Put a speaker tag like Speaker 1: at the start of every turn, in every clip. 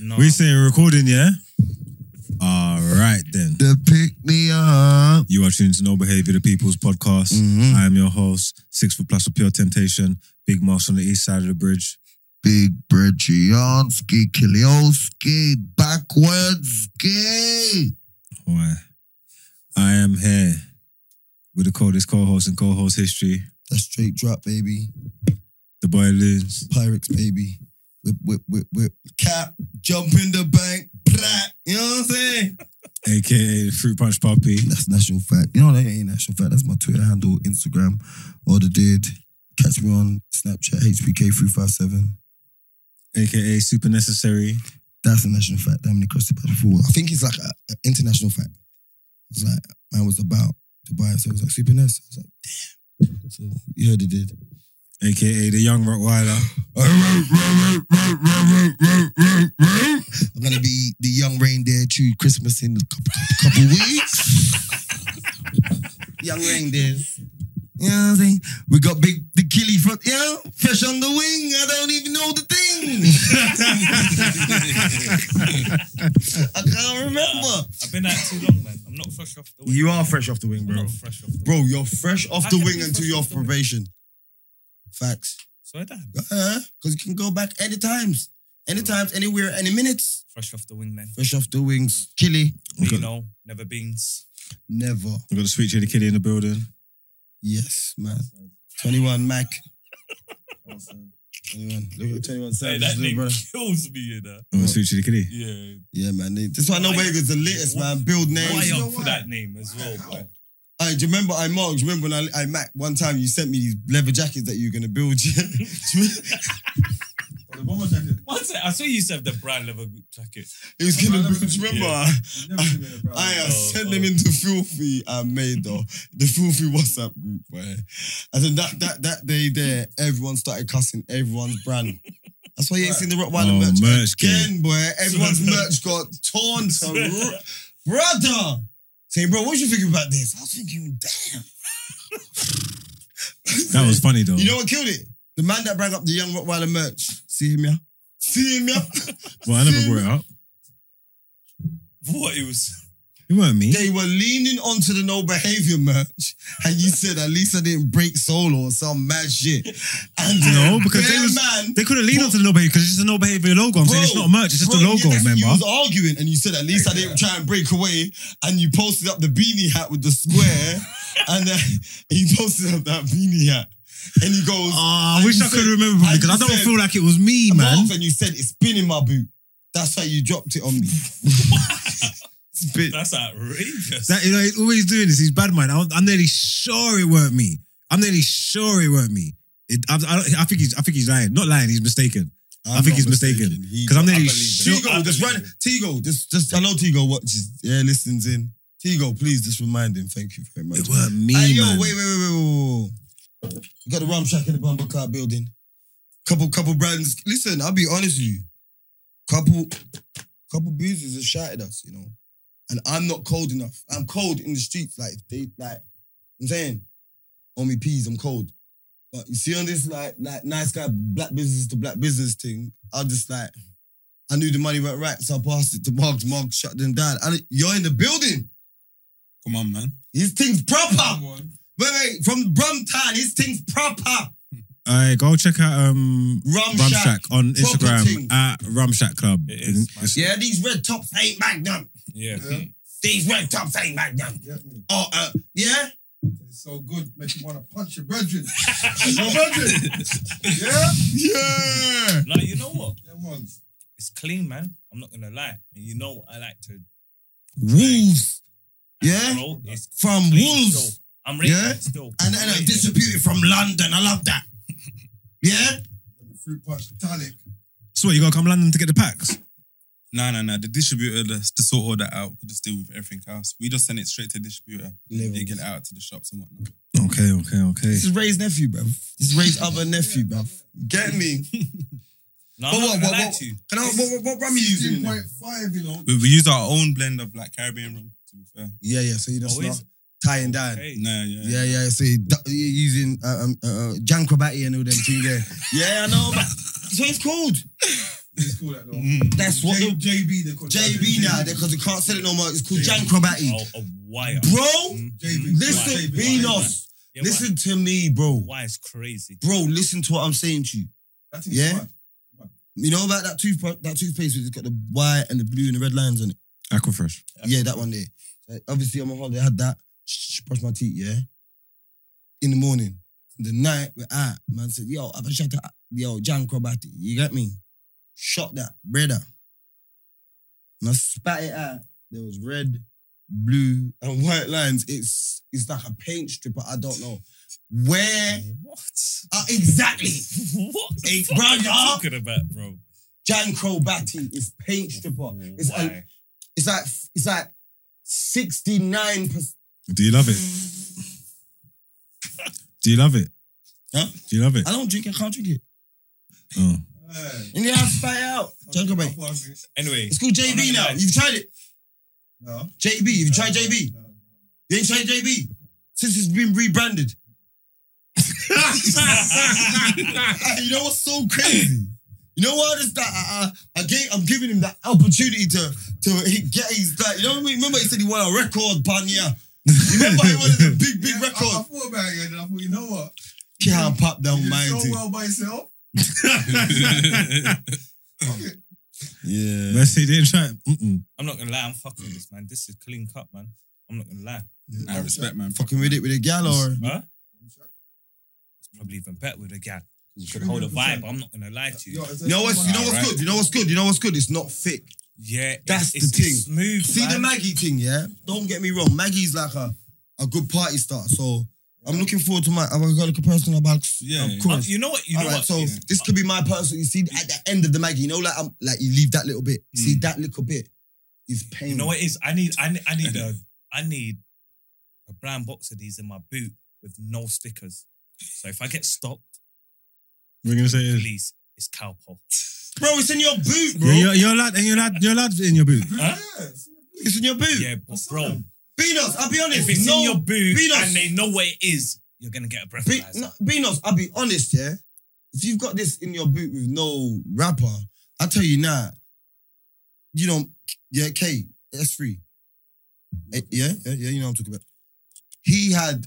Speaker 1: No.
Speaker 2: We saying recording, yeah? All right then.
Speaker 3: The pick me up.
Speaker 2: You are tuned to No Behavior, the People's Podcast.
Speaker 4: Mm-hmm.
Speaker 3: Mhm.
Speaker 2: I am your host, Six Foot Plus of Pure Temptation, Big Moss on the east side of the bridge.
Speaker 3: Big Bridgianski, Kilioski, backwards gay.
Speaker 2: Why? I am here with the coldest co-host in co-host history,
Speaker 4: That's straight drop, baby.
Speaker 2: the boy Loons.
Speaker 4: Pyrex, baby. Whip, whip, whip, whip. Cap, jump in the bank. Blah. You know what I'm saying?
Speaker 2: aka the Fruit Punch Puppy.
Speaker 4: That's national fact. You know that ain't national fact. That's my Twitter handle, Instagram, all the did. Catch me on Snapchat, HPK357.
Speaker 2: aka Super Necessary.
Speaker 4: That's a national fact. That many crossed it before. I think it's like an international fact. It's like, man was about to buy it. So it was like, super nice. I was like, damn. So you heard it did.
Speaker 2: aka the Young Rottweiler.
Speaker 4: I'm gonna be the young reindeer to Christmas in a couple, couple, couple weeks. young reindeers. You know what I'm saying? We got big the killy front, yeah, fresh on the wing. I don't even know the thing. I can't remember.
Speaker 1: I've been out too long, man. I'm not fresh off the wing.
Speaker 4: You are fresh off the wing,
Speaker 1: I'm
Speaker 4: bro.
Speaker 1: not fresh off the
Speaker 4: Bro, you're fresh off
Speaker 1: How
Speaker 4: the
Speaker 1: can I
Speaker 4: wing
Speaker 1: be
Speaker 4: until
Speaker 1: fresh
Speaker 4: you're
Speaker 1: off
Speaker 4: off
Speaker 1: the wing?
Speaker 4: probation. Facts.
Speaker 1: Sorry, Dad.
Speaker 4: Because you can go back any times, any times, anywhere, any minutes.
Speaker 1: Fresh off the wing, man.
Speaker 4: Fresh off the wings. Killy.
Speaker 2: Okay.
Speaker 1: You know, never beans.
Speaker 4: Never.
Speaker 2: We've got the sweet chili kitty in the building.
Speaker 4: Yes, man. 21 Mac. 21. Look at 21
Speaker 1: Hey,
Speaker 4: Savage,
Speaker 1: that
Speaker 4: little
Speaker 1: name
Speaker 4: brother.
Speaker 1: kills me, you know.
Speaker 2: Oh, sweet chili kitty.
Speaker 1: Yeah.
Speaker 4: Yeah, man. they- This why
Speaker 1: Why-
Speaker 4: nobody is the latest,
Speaker 1: why-
Speaker 4: man. Build
Speaker 1: Why
Speaker 4: names.
Speaker 1: up for that name as well, bro?
Speaker 4: I do you remember I marked. Do you remember when I, I Mac one time you sent me these leather jackets that you were gonna build? Yeah. Do you remember?
Speaker 1: What's it? I saw you used to have the brown leather jacket.
Speaker 4: It was
Speaker 3: Oh,
Speaker 4: gonna
Speaker 3: I
Speaker 4: be.
Speaker 3: never-
Speaker 4: Do you remember? I uh,
Speaker 1: Oh,
Speaker 4: sent
Speaker 1: oh.
Speaker 4: them into filthy I made though the filthy WhatsApp group. Right? And then that that that day there, everyone started cussing everyone's brand. That's why you ain't seen the Rottweiler
Speaker 2: Oh,
Speaker 4: merch,
Speaker 2: merch
Speaker 4: again, boy. Everyone's merch got torn to r- brother. Saying, bro, what you thinking about this? I was thinking, damn.
Speaker 2: That was funny though.
Speaker 4: You know what killed it? The man that brought up the young Rottweiler merch. See him, yeah. See him, yeah.
Speaker 2: well, I never brought it up.
Speaker 1: What it was?
Speaker 2: It weren't me.
Speaker 4: They were leaning onto the no behavior merch, and you said at least I didn't break solo or some mad shit. And
Speaker 2: No, because
Speaker 4: their
Speaker 2: they was-
Speaker 4: man,
Speaker 2: They couldn't lead on to the no behavior because it's just a no behavior logo. I'm saying it's
Speaker 4: Bro,
Speaker 2: not a merch, it's just
Speaker 4: bro,
Speaker 2: a
Speaker 4: yeah,
Speaker 2: logo,
Speaker 4: that's-
Speaker 2: member.
Speaker 4: You was arguing, and you said at least I didn't try and break away, and you posted up the beanie hat with the square, and uh, he posted up that beanie hat, and he goes,
Speaker 2: Ah, I
Speaker 4: and
Speaker 2: wish
Speaker 4: you
Speaker 2: I could
Speaker 4: said-
Speaker 2: remember
Speaker 4: and
Speaker 2: because
Speaker 4: you
Speaker 2: I don't
Speaker 4: said-
Speaker 2: feel like it was me, man.
Speaker 4: "Marv," and you said it's been in my boot. That's how you dropped it on me. Spit.
Speaker 1: That's outrageous.
Speaker 2: That you know, he's always doing this. He's bad man. I'm, I'm nearly sure it weren't me. I'm nearly sure it weren't me. It, I, I, don't- I think he's. I think he's lying. Not lying. He's mistaken. I think
Speaker 4: not
Speaker 2: he's mistaken.
Speaker 4: He-
Speaker 2: 'Cause I'm nearly
Speaker 4: I believe
Speaker 2: sure-
Speaker 4: it. Tigo, just run. Tigo, just, just. I know Tigo watches. Yeah, listens in. Tigo, please just remind him. Thank you very much.
Speaker 2: It weren't me,
Speaker 4: Hey, yo,
Speaker 2: man.
Speaker 4: wait, wait, wait, wait, wait, wait, wait. You got the rum shack in the Bumble Car building. Couple, couple brands. Listen, I'll be honest with you. Couple, couple bruises have shouted us, you know. And I'm not cold enough. I'm cold in the streets. Like they, like I'm saying, on me peas, I'm cold. But you see on this like, like nice guy, black business to black business thing. I just like, I knew the money went right, so I passed it to Mark. Mark shut them down. And you're in the building.
Speaker 5: Come on, man.
Speaker 4: His thing's proper.
Speaker 5: on.
Speaker 4: Wait, wait, from Brumtown, his thing's proper.
Speaker 2: All right, go check out um
Speaker 4: Rum,
Speaker 2: Ramshack
Speaker 4: Shack.
Speaker 2: on
Speaker 4: Proper
Speaker 2: Instagram
Speaker 4: thing.
Speaker 2: at Ramshack Club.
Speaker 1: It is, man.
Speaker 2: It's-
Speaker 4: Yeah, these red tops ain't Magnum.
Speaker 1: yeah.
Speaker 5: Yeah.
Speaker 4: These red tops ain't Magnum.
Speaker 5: Get me.
Speaker 4: Oh, uh, yeah?
Speaker 5: It's so good. Make you want to punch your brethren. your brethren. Yeah?
Speaker 4: Yeah.
Speaker 1: Now you know what?
Speaker 5: Them ones.
Speaker 1: It's clean, man. I'm not gonna lie. And you know I like to
Speaker 4: Wolves. Yeah?
Speaker 1: bro. It's
Speaker 4: From
Speaker 1: clean
Speaker 4: Wolves.
Speaker 1: still. I'm rating
Speaker 4: Yeah?
Speaker 1: it still.
Speaker 4: And uh,
Speaker 1: I'm
Speaker 4: then I
Speaker 1: rating it.
Speaker 4: distributed from London. I love that. Yeah?
Speaker 5: Fruit punch tonic.
Speaker 2: So what, you gotta come London to get the packs?
Speaker 6: No, no, no. The distributor does to sort all that out. We just deal with everything else. We just send it straight to the distributor. They get it out to the shops and whatnot.
Speaker 2: Okay, okay, okay.
Speaker 4: This is Ray's nephew, bro. This is Ray's other nephew, bro. Get me?
Speaker 1: No, I'm not
Speaker 4: But what,
Speaker 1: gonna
Speaker 4: what,
Speaker 1: lie
Speaker 4: what,
Speaker 1: to you.
Speaker 4: can I, what, what, what rum you using? in there?
Speaker 5: 16.5, you know.
Speaker 6: We, we use our own blend of like Caribbean rum, to be fair.
Speaker 4: Yeah, yeah, so you're just
Speaker 1: Oh,
Speaker 4: not
Speaker 1: is-
Speaker 4: tying down.
Speaker 1: Hey,
Speaker 6: No, yeah.
Speaker 4: Yeah, yeah. So you du- you're using uh, um, uh, Jan Krabati and all them things there. yeah, I know. But that's what it's called.
Speaker 5: It's cool that though.
Speaker 6: Mm.
Speaker 4: That's what
Speaker 5: J-
Speaker 4: the
Speaker 5: JB they call it.
Speaker 4: JB now because they can't sell it no more. It's called Jan Krabati.
Speaker 1: Oh, a wire.
Speaker 4: Bro,
Speaker 1: Mm,
Speaker 5: JB.
Speaker 1: mm.
Speaker 4: listen,
Speaker 1: Why? Why?
Speaker 4: Beanos.
Speaker 1: Yeah, why?
Speaker 4: Listen to me, bro.
Speaker 1: Why is crazy?
Speaker 4: Bro, listen to what I'm saying to you.
Speaker 5: That thing's
Speaker 4: Yeah.
Speaker 5: mad.
Speaker 4: You know about that toothpaste? That toothpaste with it's got the white and the blue and the red lines on it.
Speaker 6: Aquafresh.
Speaker 4: Yeah, that one there. So obviously, on my holiday, I had that. Shh, brush my teeth. Yeah. In the morning, In the night we're out. Man said, "Yo, I've shot that. Yo, Jan Krabati. You get me? Shot that, brother." And I spat it out. There was red, blue, and white lines. It's it's like a paint stripper. I don't know where
Speaker 1: What?
Speaker 4: uh, exactly.
Speaker 1: What the
Speaker 4: Hey,
Speaker 1: fuck
Speaker 4: bro,
Speaker 1: are you
Speaker 4: y'all-
Speaker 1: talking about, bro?
Speaker 4: Jan Krabati is paint stripper. It's a,
Speaker 1: Why?
Speaker 4: It's like it's like sixty nine percent.
Speaker 2: Do you love it? Do you love it?
Speaker 4: Huh?
Speaker 2: Do you love it?
Speaker 4: I don't drink. I can't drink it.
Speaker 2: Oh.
Speaker 5: Hey.
Speaker 4: And then I spat it out. Jungle
Speaker 5: I'm
Speaker 4: mate.
Speaker 5: fucking hungry.
Speaker 1: Anyway,
Speaker 4: It's called JB now. You've tried it.
Speaker 5: No.
Speaker 4: JB. You've tried JB.
Speaker 5: No.
Speaker 4: You ain't tried JB since it's been rebranded. you know what's so crazy? You know what is that? I, I, I gave, I'm giving him that opportunity to to get his that. You know what I mean? Remember he said he won a record, Pania. Remember he wanted the big big
Speaker 5: Yeah, I, I
Speaker 4: record.
Speaker 5: thought about it and I thought, you know what?
Speaker 4: Can't pop
Speaker 5: You
Speaker 4: down
Speaker 5: did
Speaker 4: my
Speaker 5: so
Speaker 4: team.
Speaker 5: well by yourself. Fuck it.
Speaker 4: Yeah.
Speaker 2: Let's see, they didn't try. it. Mm-mm.
Speaker 1: I'm not gonna lie, I'm fucking with this, man. This is clean cut, man. I'm not gonna lie.
Speaker 6: I respect, man.
Speaker 4: Fucking with it with a gal or
Speaker 1: Huh? It's probably even better with a gal. You could
Speaker 5: Three
Speaker 1: hold a
Speaker 5: hundred percent.
Speaker 1: vibe. I'm not gonna lie to you.
Speaker 5: Yo, is there
Speaker 4: You know what's, you know
Speaker 5: someone-
Speaker 4: what's
Speaker 6: Alright.
Speaker 4: good? You know what's good? You know what's good? It's not thick.
Speaker 1: Yeah, it's-
Speaker 4: That's the
Speaker 1: it's,
Speaker 4: thing.
Speaker 1: It's smooth.
Speaker 4: See the
Speaker 1: man.
Speaker 4: Maggie thing, yeah? Don't get me wrong. Maggie's like a, a good party star. So I'm looking forward to my, I've got a comparison about,
Speaker 6: Yeah,
Speaker 4: of
Speaker 6: yeah.
Speaker 1: Uh,
Speaker 4: course.
Speaker 1: you know what? You know
Speaker 4: Alright,
Speaker 1: what?
Speaker 4: so
Speaker 1: It's-
Speaker 4: this could be my personal. You see, at the end of the Maggie, you know, like I'm, like you leave that little bit. See
Speaker 6: Mm.
Speaker 4: that little bit is pain.
Speaker 1: Hmm. You know what it is? I need, I need, I need a, I need a brown box of these in my boot with no stickers. So if I get stopped,
Speaker 2: We're gonna say it.
Speaker 1: please, it's cowpole.
Speaker 4: bro? It's in your boot, bro.
Speaker 2: You're, you're, you're lad, and you're lad, you're lad in your boot.
Speaker 1: Huh?
Speaker 5: Yes.
Speaker 4: It's in your boot.
Speaker 1: Yeah, but bro,
Speaker 4: Beanos, I'll be honest.
Speaker 1: if it's
Speaker 4: no,
Speaker 1: in your boot
Speaker 4: Beanos.
Speaker 1: and they know what it is, you're gonna get a
Speaker 4: Be-
Speaker 1: breathalyzer.
Speaker 4: no, Beanos, I'll be honest, yeah. If you've got this in your boot with no rapper, I tell you now, you know, yeah, K, S3. Eh, Yeah, yeah, yeah, you know what I'm talking about. He had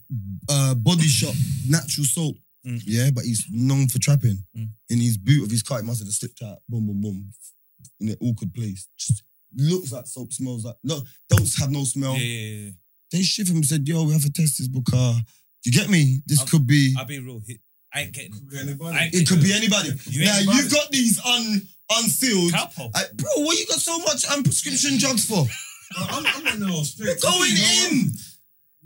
Speaker 4: uh, body shop natural soap,
Speaker 1: Mm.
Speaker 4: yeah, but he's known for trapping.
Speaker 1: Mm.
Speaker 4: In his boot of his car, it must have just slipped out, boom, boom, boom, in an awkward place. Just looks like soap, smells like, no, don't have no smell.
Speaker 1: Yeah, yeah, yeah.
Speaker 4: They shift him and said, yo, we have to test this book. Uh, you get me? This
Speaker 1: I'll-
Speaker 4: could be.
Speaker 1: I'll be real. Hit. I ain't getting.
Speaker 5: Could be anybody.
Speaker 1: I ain't
Speaker 4: It
Speaker 1: getting-
Speaker 4: could be anybody.
Speaker 1: You
Speaker 4: now
Speaker 1: ain't
Speaker 4: you've got these un unsealed.
Speaker 1: cowpole.
Speaker 4: I, bro, what you got so much um, prescription drugs for?
Speaker 5: Bro, I'm, I'm in the
Speaker 4: You're
Speaker 5: straight.
Speaker 4: going in.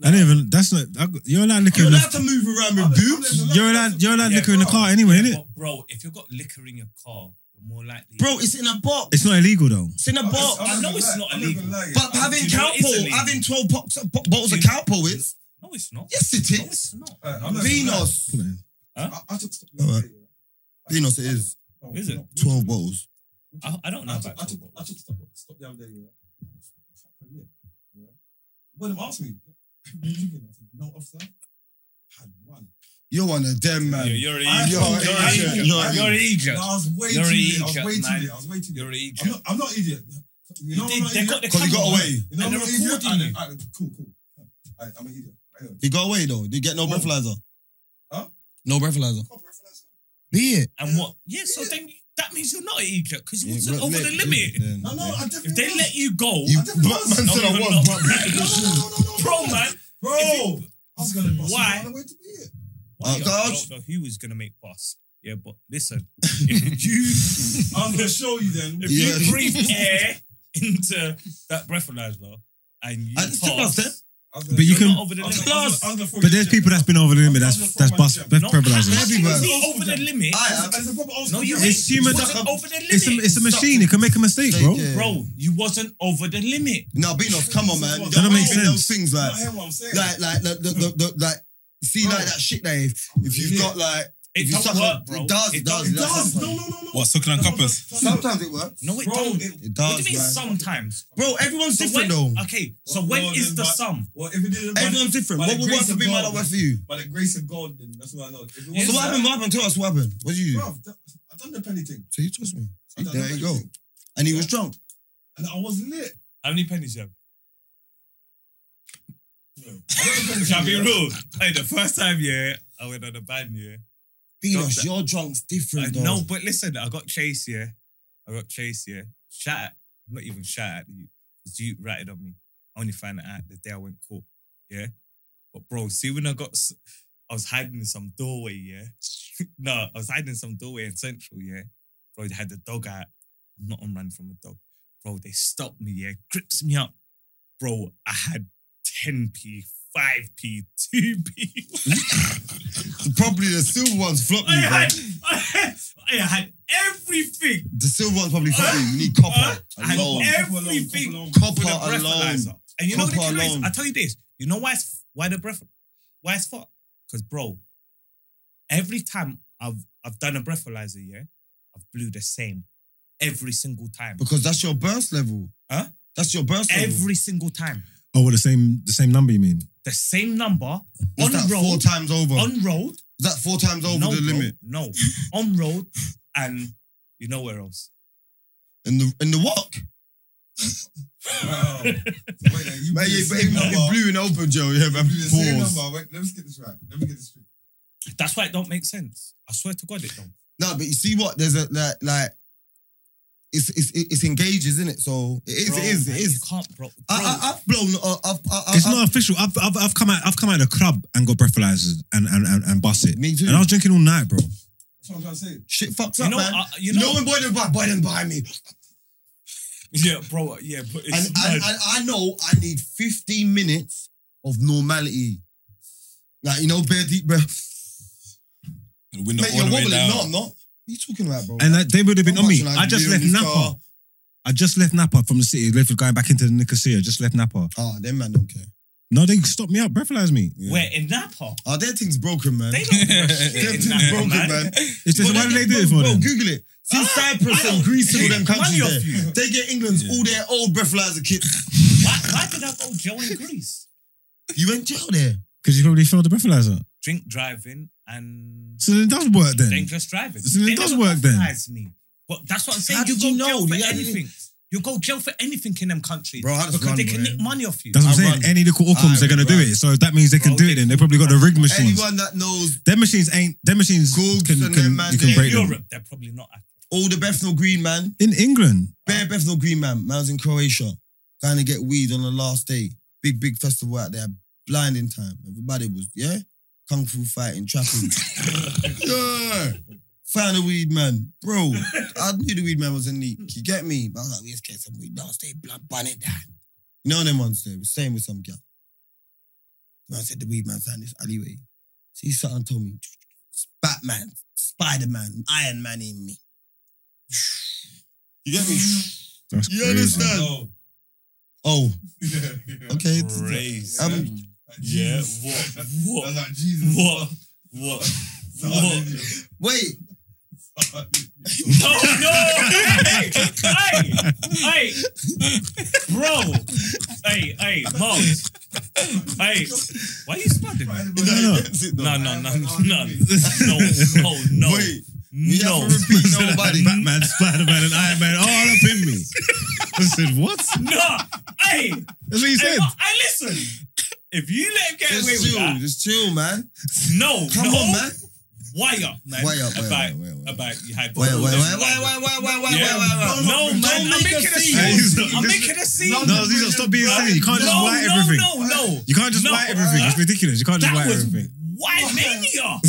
Speaker 2: I don't even. That's not. I, you're allowed liquor
Speaker 4: You're
Speaker 2: in
Speaker 4: allowed
Speaker 2: the.
Speaker 4: to move around
Speaker 1: Oh,
Speaker 5: I'm-
Speaker 4: with boots.
Speaker 5: I'm-
Speaker 2: You're allowed. You're allowed
Speaker 1: Yeah,
Speaker 2: liquor in the
Speaker 1: bro.
Speaker 2: car
Speaker 4: Oh,
Speaker 2: anyway, isn't it?
Speaker 1: But bro, if you've got liquor in your car, you're more likely.
Speaker 4: Bro, it's in a box.
Speaker 2: It's not illegal though.
Speaker 4: It's in a box.
Speaker 1: I know Oh, it's not illegal.
Speaker 4: But having
Speaker 1: Do you know it's
Speaker 4: cowpole,
Speaker 1: illegal?
Speaker 4: having 12 pops, bo- bottles of
Speaker 1: Do you-
Speaker 4: cowpole is.
Speaker 1: no, it's not.
Speaker 4: Yes, it
Speaker 1: No,
Speaker 4: is.
Speaker 1: it's not.
Speaker 5: Uh, I'm not-
Speaker 4: Venus.
Speaker 2: Put it in.
Speaker 5: I, I took
Speaker 4: Alright.
Speaker 5: Alright.
Speaker 4: Venus, it is.
Speaker 1: Is it?
Speaker 4: 12 bottles.
Speaker 1: I, I don't know
Speaker 5: I
Speaker 1: about
Speaker 5: took, I took,
Speaker 1: cowpole.
Speaker 5: I took stop, stop the other day. Yeah. Fucking yeah. yeah. When them asked me, "Have you been drinking?" I said, no officer. Had one.
Speaker 4: You're one of them, man.
Speaker 1: Yeah, you're an
Speaker 5: I-
Speaker 1: Egypt.
Speaker 4: Yo,
Speaker 1: You're
Speaker 4: I-
Speaker 1: an Egypt.
Speaker 4: yo,
Speaker 1: You're an
Speaker 5: No,
Speaker 1: Egypt.
Speaker 5: I was way
Speaker 1: You're
Speaker 5: too
Speaker 1: an
Speaker 5: late. I was
Speaker 1: idiot,
Speaker 5: way too
Speaker 1: man.
Speaker 5: late. I was way too late.
Speaker 1: You're an
Speaker 5: I'm
Speaker 1: Egypt.
Speaker 5: not, I'm not idiot. You
Speaker 1: You
Speaker 5: know,
Speaker 1: did-
Speaker 5: I'm not
Speaker 1: they
Speaker 5: idiot.
Speaker 1: got the
Speaker 4: 'Cause he got
Speaker 1: camera.
Speaker 4: away.
Speaker 5: You know,
Speaker 1: and
Speaker 5: I'm
Speaker 1: they're
Speaker 5: not idiot.
Speaker 1: recording
Speaker 5: I
Speaker 1: you.
Speaker 5: don't- I don't- cool, cool. I, I'm an idiot. I know.
Speaker 4: He got away, though. They get no
Speaker 5: Oh.
Speaker 4: breathalyzer.
Speaker 5: Huh?
Speaker 4: No breathalyzer.
Speaker 5: Can't preference.
Speaker 4: Be it.
Speaker 1: And what? Yeah, so then that means you're not an Egypt because you
Speaker 4: Yeah,
Speaker 1: wasn't
Speaker 4: but
Speaker 1: over the
Speaker 4: let-
Speaker 1: limit.
Speaker 4: then-
Speaker 5: No, no, I definitely.
Speaker 1: If they
Speaker 5: was.
Speaker 1: let you go,
Speaker 4: You-
Speaker 5: I definitely
Speaker 4: Black
Speaker 5: was.
Speaker 4: man
Speaker 1: No,
Speaker 4: said I
Speaker 1: you're
Speaker 4: was,
Speaker 1: not.
Speaker 4: but-
Speaker 5: No, no, no, no, no, no,
Speaker 1: bro,
Speaker 5: no.
Speaker 1: man,
Speaker 5: Bro,
Speaker 1: If
Speaker 5: I was gonna bust
Speaker 1: Why?
Speaker 5: Why? on the way to be it.
Speaker 1: Why?
Speaker 4: Uh,
Speaker 1: I
Speaker 4: guys.
Speaker 1: don't know who was gonna make bus. Yeah, but listen, if you
Speaker 5: I'm gonna show you then.
Speaker 1: if
Speaker 4: Yeah.
Speaker 1: you breathe air into that breathalyzer and you
Speaker 4: I just took my
Speaker 1: pass,
Speaker 4: step.
Speaker 5: I was
Speaker 2: But
Speaker 5: gonna-
Speaker 2: you
Speaker 1: you're
Speaker 2: can-
Speaker 1: not over the
Speaker 5: I was
Speaker 1: limit.
Speaker 5: gonna- I was gonna- I was gonna throw you
Speaker 2: But there's
Speaker 5: in
Speaker 2: people
Speaker 5: jail.
Speaker 2: that's been over the limit. That's that's bus
Speaker 1: No,
Speaker 2: privileged.
Speaker 1: how can you
Speaker 4: Everywhere.
Speaker 1: be over the limit.
Speaker 4: I
Speaker 5: It's a proper old
Speaker 1: No,
Speaker 5: school
Speaker 1: you
Speaker 5: job.
Speaker 2: It's
Speaker 1: ain't. You
Speaker 2: human-
Speaker 1: wasn't over the limit.
Speaker 2: It's a it's a machine. It can make a mistake, bro.
Speaker 4: Yeah.
Speaker 1: Bro, you wasn't over the limit.
Speaker 4: No, Beanos, come on, man.
Speaker 5: That
Speaker 4: Don't
Speaker 2: makes
Speaker 4: do those
Speaker 2: sense.
Speaker 4: Things
Speaker 5: You
Speaker 4: like,
Speaker 5: don't hear what I'm saying.
Speaker 4: like, like, the, the, the, the, like, you see,
Speaker 5: Bro.
Speaker 4: like that shit. Like, if, if you've got like,
Speaker 1: It
Speaker 4: you
Speaker 1: don't
Speaker 4: suck
Speaker 1: work,
Speaker 4: it,
Speaker 1: bro.
Speaker 4: it does, it does,
Speaker 5: it does. No,
Speaker 4: sometimes.
Speaker 5: no, no, no.
Speaker 6: What, sucking on coppers?
Speaker 4: sometimes it works.
Speaker 1: No, it
Speaker 5: Bro,
Speaker 1: don't.
Speaker 5: it-
Speaker 4: It
Speaker 1: what do
Speaker 4: does,
Speaker 1: you mean
Speaker 4: man.
Speaker 1: sometimes?
Speaker 4: Bro, everyone's
Speaker 1: So
Speaker 4: different
Speaker 1: when-
Speaker 4: though.
Speaker 1: Okay, so
Speaker 5: Well,
Speaker 1: when
Speaker 5: well,
Speaker 1: is
Speaker 5: then,
Speaker 1: the
Speaker 5: but-
Speaker 1: sum?
Speaker 5: Well, if it didn't, by,
Speaker 4: Everyone's different.
Speaker 5: by
Speaker 4: What
Speaker 5: the
Speaker 4: would work
Speaker 5: grace
Speaker 4: for
Speaker 5: of
Speaker 4: me might not
Speaker 5: God.
Speaker 4: work for you.
Speaker 5: by the grace of God, then that's what I know. If it
Speaker 1: Yeah.
Speaker 4: So
Speaker 5: was-
Speaker 4: what happened? What happened? Tell us what happened. What did you do?
Speaker 5: Bro, I've done- I've done the penny thing.
Speaker 4: So you trust me.
Speaker 5: And I
Speaker 4: There
Speaker 5: done
Speaker 4: you go.
Speaker 5: everything.
Speaker 4: And he was drunk.
Speaker 5: And I was lit.
Speaker 1: How many pennies you have?
Speaker 5: Yeah.
Speaker 1: Shall I be real? Hey, the first time, yeah, I went on a ban, yeah.
Speaker 4: Venus,
Speaker 1: Drunk.
Speaker 4: your drunk's different,
Speaker 1: Like,
Speaker 4: though.
Speaker 1: no, but listen, I got chased, yeah. I got chased, yeah. Shot at, not even shot at you, because you ratted on me. I only found it out the day I went caught, yeah. But bro, see when I got, s- I was hiding in some doorway, yeah. no, I was hiding in some doorway in Central, yeah. Bro, they had the dog out. I'm not on run from the dog. Bro, they stopped me, yeah, grips me up. Bro, I had 10p, 5p, 2p.
Speaker 4: Probably the silver ones flopped
Speaker 1: I
Speaker 4: me, bro.
Speaker 1: had, I had, I had everything.
Speaker 4: The silver one's probably flopped me. You need copper
Speaker 1: I had
Speaker 4: alone.
Speaker 1: Uh, everything.
Speaker 5: Couple alone,
Speaker 4: Copper
Speaker 1: with a
Speaker 4: alone.
Speaker 1: breathalyzer. And you know what the
Speaker 4: Copper
Speaker 1: killer is?
Speaker 4: alone.
Speaker 1: I tell you this. You know why it's why the breath why it's fucked? Because bro, every time I've I've done a breathalyzer, yeah, I've blew the same every single time.
Speaker 4: Because that's your burst level.
Speaker 1: Huh?
Speaker 4: That's your burst level.
Speaker 1: Every single time.
Speaker 2: Oh, well, the same the same number you mean?
Speaker 1: The same number
Speaker 4: What's
Speaker 1: on
Speaker 4: that four
Speaker 1: road.
Speaker 4: times over?
Speaker 1: On road.
Speaker 4: Is that four times over
Speaker 1: no,
Speaker 4: the
Speaker 1: bro,
Speaker 4: limit?
Speaker 1: No. on road and you know where else.
Speaker 4: In the in the walk?
Speaker 5: Wow. So wait, then, you
Speaker 4: Man,
Speaker 5: blew
Speaker 4: you,
Speaker 5: the
Speaker 4: you,
Speaker 5: same number.
Speaker 4: blew an open, Joe. Yeah,
Speaker 5: You
Speaker 4: man.
Speaker 5: blew the same
Speaker 4: Pause.
Speaker 5: number. Wait, let me get this right. Let me get this straight.
Speaker 1: That's why it don't make sense. I swear to God it don't.
Speaker 4: No, but you see what? There's a like, like it's it's it's engages, isn't it? So it is,
Speaker 1: Bro,
Speaker 4: it is,
Speaker 1: man,
Speaker 4: it
Speaker 1: You
Speaker 4: is.
Speaker 1: can't, bro. bro
Speaker 4: I, I, I've blown. Uh, I've, I, I,
Speaker 2: It's
Speaker 4: I've,
Speaker 2: not official. I've, I've, I've come out I've come out of the club and got breathalyzers and and and, and bust it.
Speaker 4: Me too.
Speaker 2: And I was drinking all night, bro.
Speaker 5: That's what I'm trying to say.
Speaker 4: Shit fucks
Speaker 1: you
Speaker 4: up,
Speaker 1: know,
Speaker 4: man.
Speaker 1: I, you
Speaker 4: you
Speaker 1: know,
Speaker 4: know when boy didn't buy, boy didn't buy me,
Speaker 1: Yeah, bro. uh, Yeah, but it's
Speaker 4: and I,
Speaker 1: mad.
Speaker 4: I, I know I need 15 minutes of normality. Like you know, bare deep breath.
Speaker 6: The window
Speaker 4: Mate,
Speaker 6: all
Speaker 4: you're
Speaker 6: the way
Speaker 4: wobbling.
Speaker 6: down.
Speaker 4: No, I'm not. What are you talking about, bro?
Speaker 2: And that, they would have been
Speaker 4: I'm
Speaker 2: on me.
Speaker 4: watching, like,
Speaker 2: I just
Speaker 4: video
Speaker 2: left
Speaker 4: in this
Speaker 2: Napa.
Speaker 4: car.
Speaker 2: I just left Napa from the city. Left going back into the Nicosia. Just left Napa.
Speaker 4: Ah, them man don't care.
Speaker 2: No, they stopped me up, breathalyzed me.
Speaker 1: Where in Napa?
Speaker 4: Ah, their thing's broken, man.
Speaker 1: They don't give a
Speaker 4: Their
Speaker 1: shit
Speaker 4: thing's
Speaker 1: in Napa,
Speaker 4: broken,
Speaker 1: man.
Speaker 4: man.
Speaker 2: It's just
Speaker 4: But
Speaker 2: why do they
Speaker 4: bro,
Speaker 2: do it for
Speaker 4: bro,
Speaker 2: them?
Speaker 4: Google it. See
Speaker 1: Ah,
Speaker 4: Cyprus and Greece and all them
Speaker 1: Money
Speaker 4: countries
Speaker 1: off
Speaker 4: there.
Speaker 1: you.
Speaker 4: They get England's all their old breathalyzer kits.
Speaker 1: Why, why did I go jail in Greece?
Speaker 4: You went jail there.
Speaker 2: Because you probably failed the breathalyzer.
Speaker 1: Drink driving and
Speaker 2: So it does work then.
Speaker 1: dangerous driving.
Speaker 2: So it
Speaker 1: They
Speaker 2: does
Speaker 1: never
Speaker 2: work then.
Speaker 1: recognised Me. But that's what I'm saying.
Speaker 4: How
Speaker 1: you
Speaker 4: did
Speaker 1: go
Speaker 4: you
Speaker 1: jail
Speaker 4: know?
Speaker 1: for
Speaker 4: You had to-
Speaker 1: anything. You go jail for anything in them countries
Speaker 4: Bro, I just
Speaker 1: because
Speaker 4: run,
Speaker 1: they can
Speaker 4: bro.
Speaker 1: nick money off you.
Speaker 2: That's what I'm
Speaker 4: I
Speaker 2: saying.
Speaker 4: run.
Speaker 2: Any of the court outcomes,
Speaker 4: I
Speaker 2: they're gonna do
Speaker 4: run.
Speaker 2: it. So if that means they
Speaker 1: Bro,
Speaker 2: can do
Speaker 1: they
Speaker 2: it. Then they probably got the rig machines.
Speaker 4: Anyone that knows
Speaker 2: Them machines ain't. Them machines
Speaker 4: Googs
Speaker 2: can,
Speaker 4: and
Speaker 2: can-
Speaker 4: them man,
Speaker 1: in
Speaker 2: you can
Speaker 4: they-
Speaker 2: break them.
Speaker 1: Europe, they're probably not. accurate.
Speaker 4: all the Bethnal Green man,
Speaker 2: In England,
Speaker 4: bare Bethnal Green man, man's in Croatia, going to get weed on the last day. Big, big festival out there, blinding time. Everybody was, yeah? Kung Fu fighting, trapping. yeah! Found a weed man. Bro, I knew the weed man was a neat. You get me? But I was like, let's get some weed last day, blood bunny down. You know them ones there, was same with some girl. Man said the weed man's down this alleyway. See something told me, Batman, Spider-Man, Iron Man in me.
Speaker 5: You get me?
Speaker 2: that's
Speaker 4: You
Speaker 2: crazy.
Speaker 4: understand?
Speaker 5: No.
Speaker 4: Oh,
Speaker 5: Yeah, yeah.
Speaker 4: okay.
Speaker 1: Crazy.
Speaker 4: Um,
Speaker 5: Like
Speaker 1: Yeah.
Speaker 5: Jesus.
Speaker 1: What?
Speaker 5: That's
Speaker 1: What?
Speaker 5: like Jesus.
Speaker 1: What? What?
Speaker 5: Son,
Speaker 1: What?
Speaker 4: Wait,
Speaker 1: No, no, hey, hey, hey, bro, hey, hey, Mars, hey, why are you spotting me?
Speaker 2: No,
Speaker 1: No, no, no, no, no, no, no,
Speaker 4: Wait, you
Speaker 1: no,
Speaker 4: have to repeat nobody.
Speaker 2: Batman, Spider Man, and Iron Man all up in me. I said, what?
Speaker 1: no, hey,
Speaker 2: That's what you
Speaker 1: hey,
Speaker 2: said.
Speaker 1: Ma- hey, listen, if you let him get away
Speaker 4: Just
Speaker 1: with
Speaker 4: chill,
Speaker 1: that,
Speaker 4: just chill, man.
Speaker 1: no,
Speaker 4: Come
Speaker 1: no,
Speaker 4: on, man.
Speaker 1: why up, man,
Speaker 4: Why up, why up,
Speaker 1: about,
Speaker 4: why up, why up.
Speaker 1: about you had,
Speaker 4: Wait, wait, wait, wait, wait, wait, wait, wait,
Speaker 1: Yeah.
Speaker 4: wait, wait.
Speaker 1: no, man,
Speaker 4: Don't
Speaker 1: I'm
Speaker 4: make
Speaker 1: making a
Speaker 4: a
Speaker 1: scene,
Speaker 4: scene.
Speaker 2: Hey, he's not-
Speaker 1: I'm
Speaker 2: this-
Speaker 1: making a scene,
Speaker 5: No,
Speaker 2: No, Zizo, stop being silly. You can't just
Speaker 1: no,
Speaker 2: white
Speaker 1: no,
Speaker 2: everything.
Speaker 1: No, no,
Speaker 2: You can't just
Speaker 1: No,
Speaker 2: white everything. It's ridiculous. You can't just
Speaker 1: That
Speaker 2: white
Speaker 1: was
Speaker 2: everything.
Speaker 1: white mania.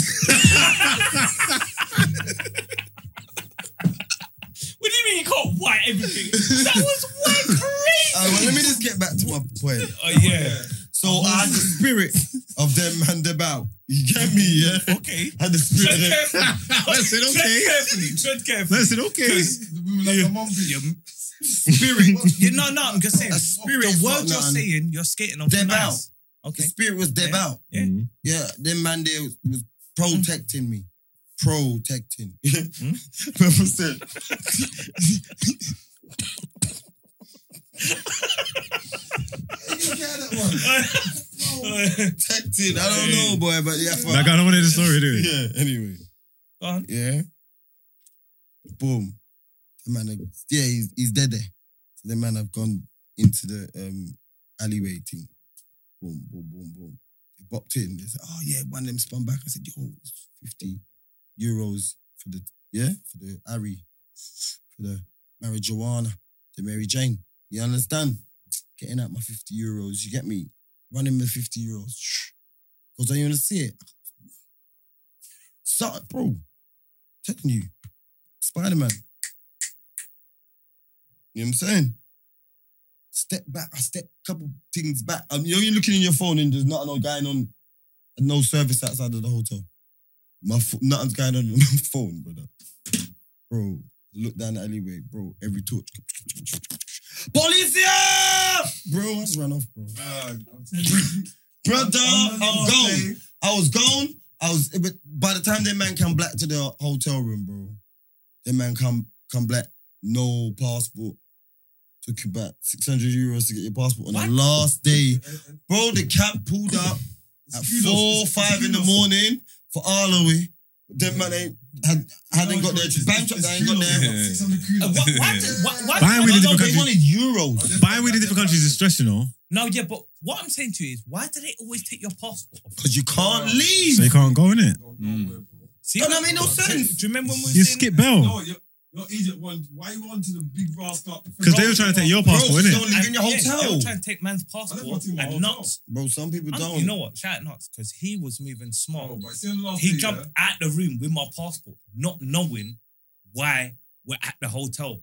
Speaker 1: what do you mean you can't white everything? That was white crazy.
Speaker 4: Uh, well, let me just get back to my point.
Speaker 1: Oh yeah.
Speaker 4: So I had the spirit of them and about. You get me, yeah?
Speaker 1: Okay.
Speaker 4: I had the spirit
Speaker 1: Tread
Speaker 4: of them.
Speaker 1: carefully.
Speaker 2: I said,
Speaker 1: Tread
Speaker 2: okay.
Speaker 1: carefully. Tread
Speaker 2: I
Speaker 1: carefully.
Speaker 2: said, okay.
Speaker 5: We were like a monkey.
Speaker 4: Spirit.
Speaker 1: You know, no, I'm just saying.
Speaker 4: A spirit
Speaker 1: The
Speaker 4: is
Speaker 1: word
Speaker 4: not
Speaker 1: you're
Speaker 4: nothing.
Speaker 1: saying, you're skating on
Speaker 4: Them
Speaker 1: thin ice.
Speaker 4: The
Speaker 1: Okay.
Speaker 4: spirit was them out.
Speaker 1: Yeah.
Speaker 2: Mhm.
Speaker 4: Yeah, them man there was, was protecting me. Protecting. Purple said.
Speaker 5: You get that one.
Speaker 4: Protecting. I don't know, boy, but yeah. for-
Speaker 2: Like, I don't want to hear the story, do it.
Speaker 4: yeah, anyway.
Speaker 1: Go on.
Speaker 4: Yeah. Boom. The man, have, yeah, he's, he's dead there. So the man have gone into the um, alleyway thing. Boom, boom, boom, boom. They bopped in. They said, oh yeah, one of them spun back. I said, yo, it's 50 euros for the, yeah, for the Ari, for the marijuana, the Mary Jane. You understand? Getting out my 50 euros, you get me? Running my 50 euros. Because I want to see it. So, bro, telling you, Spider Man. You know what I'm saying? Step back, I step a couple things back. I'm you know, you're looking in your phone and there's nothing on going on, and no service outside of the hotel. My pho- nothing's going on on my phone, brother. Bro, look down the alleyway, bro. Every torch. Policia! Bro, I just ran off, bro.
Speaker 5: I'm telling you.
Speaker 4: Brother,
Speaker 5: On the
Speaker 4: I'm
Speaker 5: last
Speaker 4: gone.
Speaker 5: day,
Speaker 4: I was gone. I was but by the time that man come black to the hotel room, bro. That man come come black, no passport. Took you back 600 euros to get your passport on the last day.
Speaker 5: uh, uh,
Speaker 4: Bro, the cab pulled up
Speaker 5: it's
Speaker 4: at
Speaker 5: kudos,
Speaker 4: four,
Speaker 5: it's-
Speaker 4: five in the
Speaker 5: kudos.
Speaker 4: morning for Arlowe. Them man ain't had, hadn't got their
Speaker 5: It's-
Speaker 4: bank
Speaker 5: it's-
Speaker 4: truck,
Speaker 5: it's
Speaker 4: they ain't got
Speaker 5: kudos.
Speaker 4: their.
Speaker 6: Yeah.
Speaker 5: Six
Speaker 1: Uh,
Speaker 5: hundred
Speaker 1: What?
Speaker 5: kudos.
Speaker 1: Why?
Speaker 6: Yeah.
Speaker 1: do- Why? why
Speaker 2: Buying with the
Speaker 4: No, no,
Speaker 2: different countries.
Speaker 4: they wanted euros.
Speaker 5: Just-
Speaker 2: Buying with the different countries is stress, you know.
Speaker 1: No, yeah, but what I'm saying to you is, why do they always take your passport? off?
Speaker 4: Because you can't leave.
Speaker 2: So you can't go in it.
Speaker 5: Go
Speaker 1: Mm.
Speaker 5: nowhere, bro.
Speaker 1: See,
Speaker 4: That don't make no
Speaker 1: do you-
Speaker 4: sense.
Speaker 1: Do you remember when we
Speaker 2: You
Speaker 1: was in-
Speaker 2: skip bail
Speaker 5: No, you're, you're Egypt one. Why you on to the big rascal?
Speaker 2: because they were trying to take your passport,
Speaker 4: Bro,
Speaker 2: innit?
Speaker 4: don't leave in your
Speaker 1: and- yeah, they
Speaker 4: hotel.
Speaker 1: were trying to take man's passport
Speaker 5: in my
Speaker 1: and
Speaker 5: hotel.
Speaker 1: nuts.
Speaker 4: Bro, some people
Speaker 1: I'm-
Speaker 4: don't.
Speaker 1: You know what? Shout out nuts because he was moving smart.
Speaker 5: Oh, but it's in the last
Speaker 1: he
Speaker 5: day,
Speaker 1: jumped out the room with my passport, not knowing why we're at the hotel.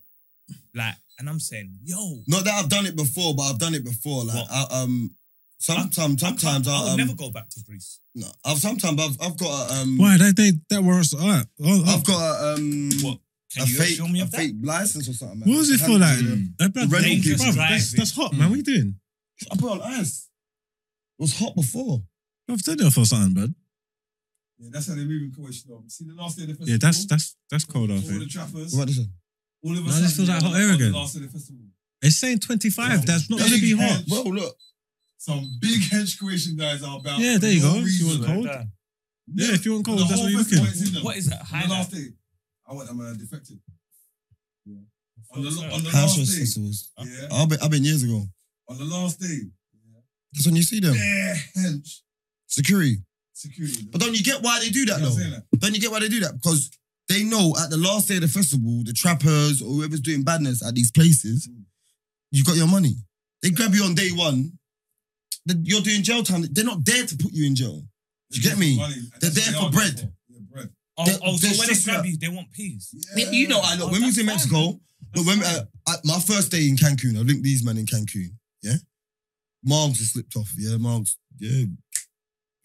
Speaker 1: Like, and I'm saying, yo,
Speaker 4: Not that I've done it before, but I've done it before. Like
Speaker 1: What?
Speaker 4: I, um, sometimes,
Speaker 1: I can't-
Speaker 4: sometimes I,
Speaker 1: I'll
Speaker 4: um,
Speaker 1: never go back to Greece.
Speaker 4: no, I've sometimes I've, I've got a, um,
Speaker 2: Why? That, they, that warrants all right. Oh, oh.
Speaker 4: I've got a, um,
Speaker 1: What? Can
Speaker 4: a
Speaker 1: you
Speaker 4: fake,
Speaker 1: show me
Speaker 4: a
Speaker 1: of that?
Speaker 4: fake license or something. Man.
Speaker 2: What was it
Speaker 4: I
Speaker 2: for,
Speaker 4: had
Speaker 2: like?
Speaker 4: to-
Speaker 2: that blood-
Speaker 4: Red
Speaker 1: Dangerous
Speaker 2: Bruv, that's,
Speaker 1: driving.
Speaker 2: that's hot, man. What are you doing?
Speaker 4: I put it on ice. It was hot before.
Speaker 2: I've done that for something, bud.
Speaker 5: Yeah, that's how they're moving Croatia. though. See the last day of the festival.
Speaker 2: Yeah, that's that's that's cold, I
Speaker 5: all the
Speaker 2: think.
Speaker 5: trappers.
Speaker 4: What about this one?
Speaker 5: All of
Speaker 2: No,
Speaker 5: us.
Speaker 2: this feels like hot air again.
Speaker 5: The last day of the festival.
Speaker 2: It's saying 25. That's not
Speaker 5: There
Speaker 2: going to be
Speaker 5: you
Speaker 2: hot.
Speaker 5: go.
Speaker 4: Bro, look,
Speaker 5: Some big hedge Croatian guys are about.
Speaker 2: Yeah,
Speaker 5: for
Speaker 2: there you
Speaker 5: no
Speaker 2: go. If you
Speaker 5: reason,
Speaker 2: want
Speaker 5: man.
Speaker 2: cold.
Speaker 1: Yeah.
Speaker 2: Yeah, if you want cold,
Speaker 5: The
Speaker 2: that's
Speaker 5: whole
Speaker 2: what you're
Speaker 5: festival
Speaker 2: looking.
Speaker 5: is in them.
Speaker 1: What is that?
Speaker 5: On the
Speaker 1: Highlight.
Speaker 5: last day, I went. I'm a defective. Yeah. On the on the
Speaker 4: house
Speaker 5: last
Speaker 4: was
Speaker 5: day.
Speaker 4: festivals.
Speaker 5: Yeah.
Speaker 4: I've been, I've been years ago.
Speaker 5: On the last day.
Speaker 4: That's when you see them.
Speaker 5: Yeah, hench
Speaker 4: Security.
Speaker 5: security.
Speaker 4: But don't you get why they do that
Speaker 5: You know what I'm
Speaker 4: though?
Speaker 5: saying? Like,
Speaker 4: Don't you get why they do that? Because they know at the last day of the festival, the trappers or whoever's doing badness at these places,
Speaker 5: Mm.
Speaker 4: you got your money. They grab you on day one, then you're doing jail time. They're not there to put you in jail. You get me?
Speaker 5: money, and
Speaker 4: They're
Speaker 5: that's what
Speaker 4: there
Speaker 5: they
Speaker 4: for
Speaker 5: are
Speaker 4: bread.
Speaker 5: Yeah, bread.
Speaker 1: Oh,
Speaker 4: There-
Speaker 1: oh, so
Speaker 4: there's
Speaker 1: when they
Speaker 4: just
Speaker 1: grab
Speaker 4: that-
Speaker 1: you, they want peas.
Speaker 5: Yeah.
Speaker 4: You know, I look, when we was in
Speaker 1: That's
Speaker 4: Mexico, look, when,
Speaker 1: fine.
Speaker 4: uh, at my first day in Cancun, I linked these men in Cancun, yeah? Margs has slipped off, yeah? Margs, yeah.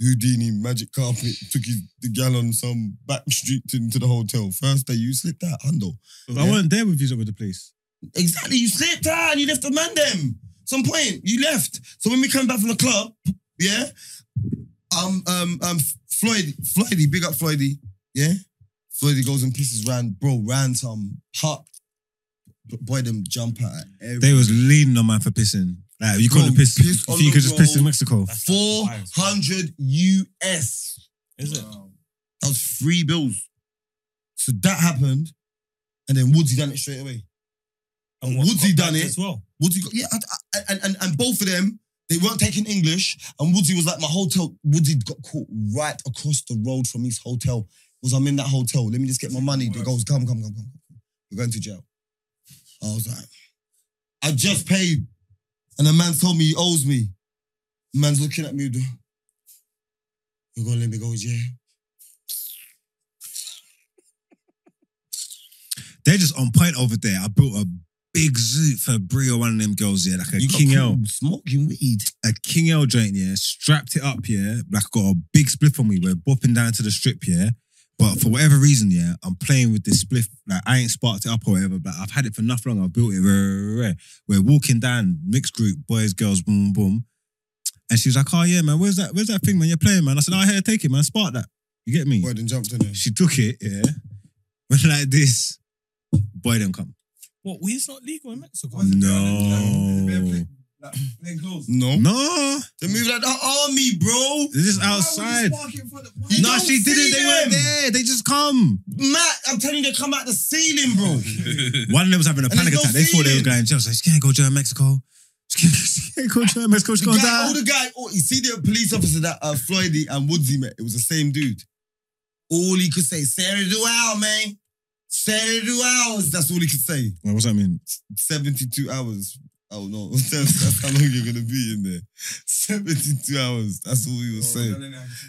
Speaker 4: Houdini, magic carpet, took his, the gal on some back street into the hotel. First day, you slipped out, handle.
Speaker 2: But I weren't there with you over the place.
Speaker 4: Exactly. You slipped out and you left the man them. Some point you left. So when we come back from the club, yeah, um, um, um, Floyd, Floydy, big up Floydy, yeah. Floydy goes and pisses Rand, bro. Rand some hot boy them jump out.
Speaker 2: They was leaning on man for pissing. Like you couldn't
Speaker 4: Bro,
Speaker 2: piss.
Speaker 4: piss
Speaker 2: if
Speaker 4: on
Speaker 2: you
Speaker 4: the
Speaker 2: could just piss in
Speaker 4: road.
Speaker 2: Mexico.
Speaker 4: Four hundred US.
Speaker 1: Is it?
Speaker 4: That was three bills. So that happened, and then Woodsy done it straight away.
Speaker 1: And
Speaker 4: Woodsy
Speaker 1: got
Speaker 4: done
Speaker 1: back
Speaker 4: it.
Speaker 1: as well.
Speaker 4: Woody got yeah, and, and and and both of them they weren't taking English, and Woody was like my hotel. Woody got caught right across the road from his hotel. Was I'm in that hotel? Let me just get my money. The goes, come, come, come, come. You're going to jail. I was like, I just paid, and the man told me he owes me. The man's looking at me. You're gonna let me go, yeah?
Speaker 2: They're just on point over there. I built a big zoo for Brie or one of them girls, yeah, like a
Speaker 4: You got
Speaker 2: King
Speaker 4: caught
Speaker 2: L.
Speaker 4: smoking weed.
Speaker 2: A King L joint, yeah, strapped it up, yeah, like got a big spliff on me. We're bopping down to the strip, yeah. But for whatever reason, yeah, I'm playing with this spliff. Like I ain't sparked it up or whatever, but I've had it for enough long. I've built it. rah, rah, rah. We're walking down, mixed group, boys, girls, boom, boom. And she was like, Oh yeah, man, where's that? Where's that thing, man? You're playing, man. I said, Oh here, take it, man. Spark that. You get me?
Speaker 4: Boy, then jumped in there.
Speaker 2: She took it, yeah. Went like this. Boy, them come.
Speaker 1: What? Weed's not legal in Mexico.
Speaker 5: What's it
Speaker 2: No.
Speaker 5: doing? Like, the bare pla- Like, plain clothes.
Speaker 4: Oh.
Speaker 2: No.
Speaker 4: They move like the army, bro.
Speaker 2: This is
Speaker 5: Why would you
Speaker 2: outside.
Speaker 5: spark it in front of- why-
Speaker 4: You
Speaker 2: No,
Speaker 4: don't
Speaker 2: she didn't.
Speaker 4: see
Speaker 2: They weren't
Speaker 4: them.
Speaker 2: there. They just come.
Speaker 4: Matt, I'm telling you, they come out the ceiling, bro.
Speaker 2: One of them was having a
Speaker 4: And
Speaker 2: panic
Speaker 4: there's no
Speaker 2: attack. They thought they
Speaker 4: feeling.
Speaker 2: was going to jail. I was like, she can't go jail in Mexico. She can't, she can't go jail in Mexico. She's
Speaker 4: The
Speaker 2: going to
Speaker 4: guy,
Speaker 2: die.
Speaker 4: all the guy, oh, you see the police officer that uh, Floydie and Woodsy met, it was the same dude. All he could say, Sarah Dual, man. Sarah hours. that's all he could say.
Speaker 2: Well, what's that mean?
Speaker 4: 72 hours. Oh no, that's, that's how long you're gonna be in there. 72 hours. That's all he
Speaker 1: Oh,
Speaker 4: was saying.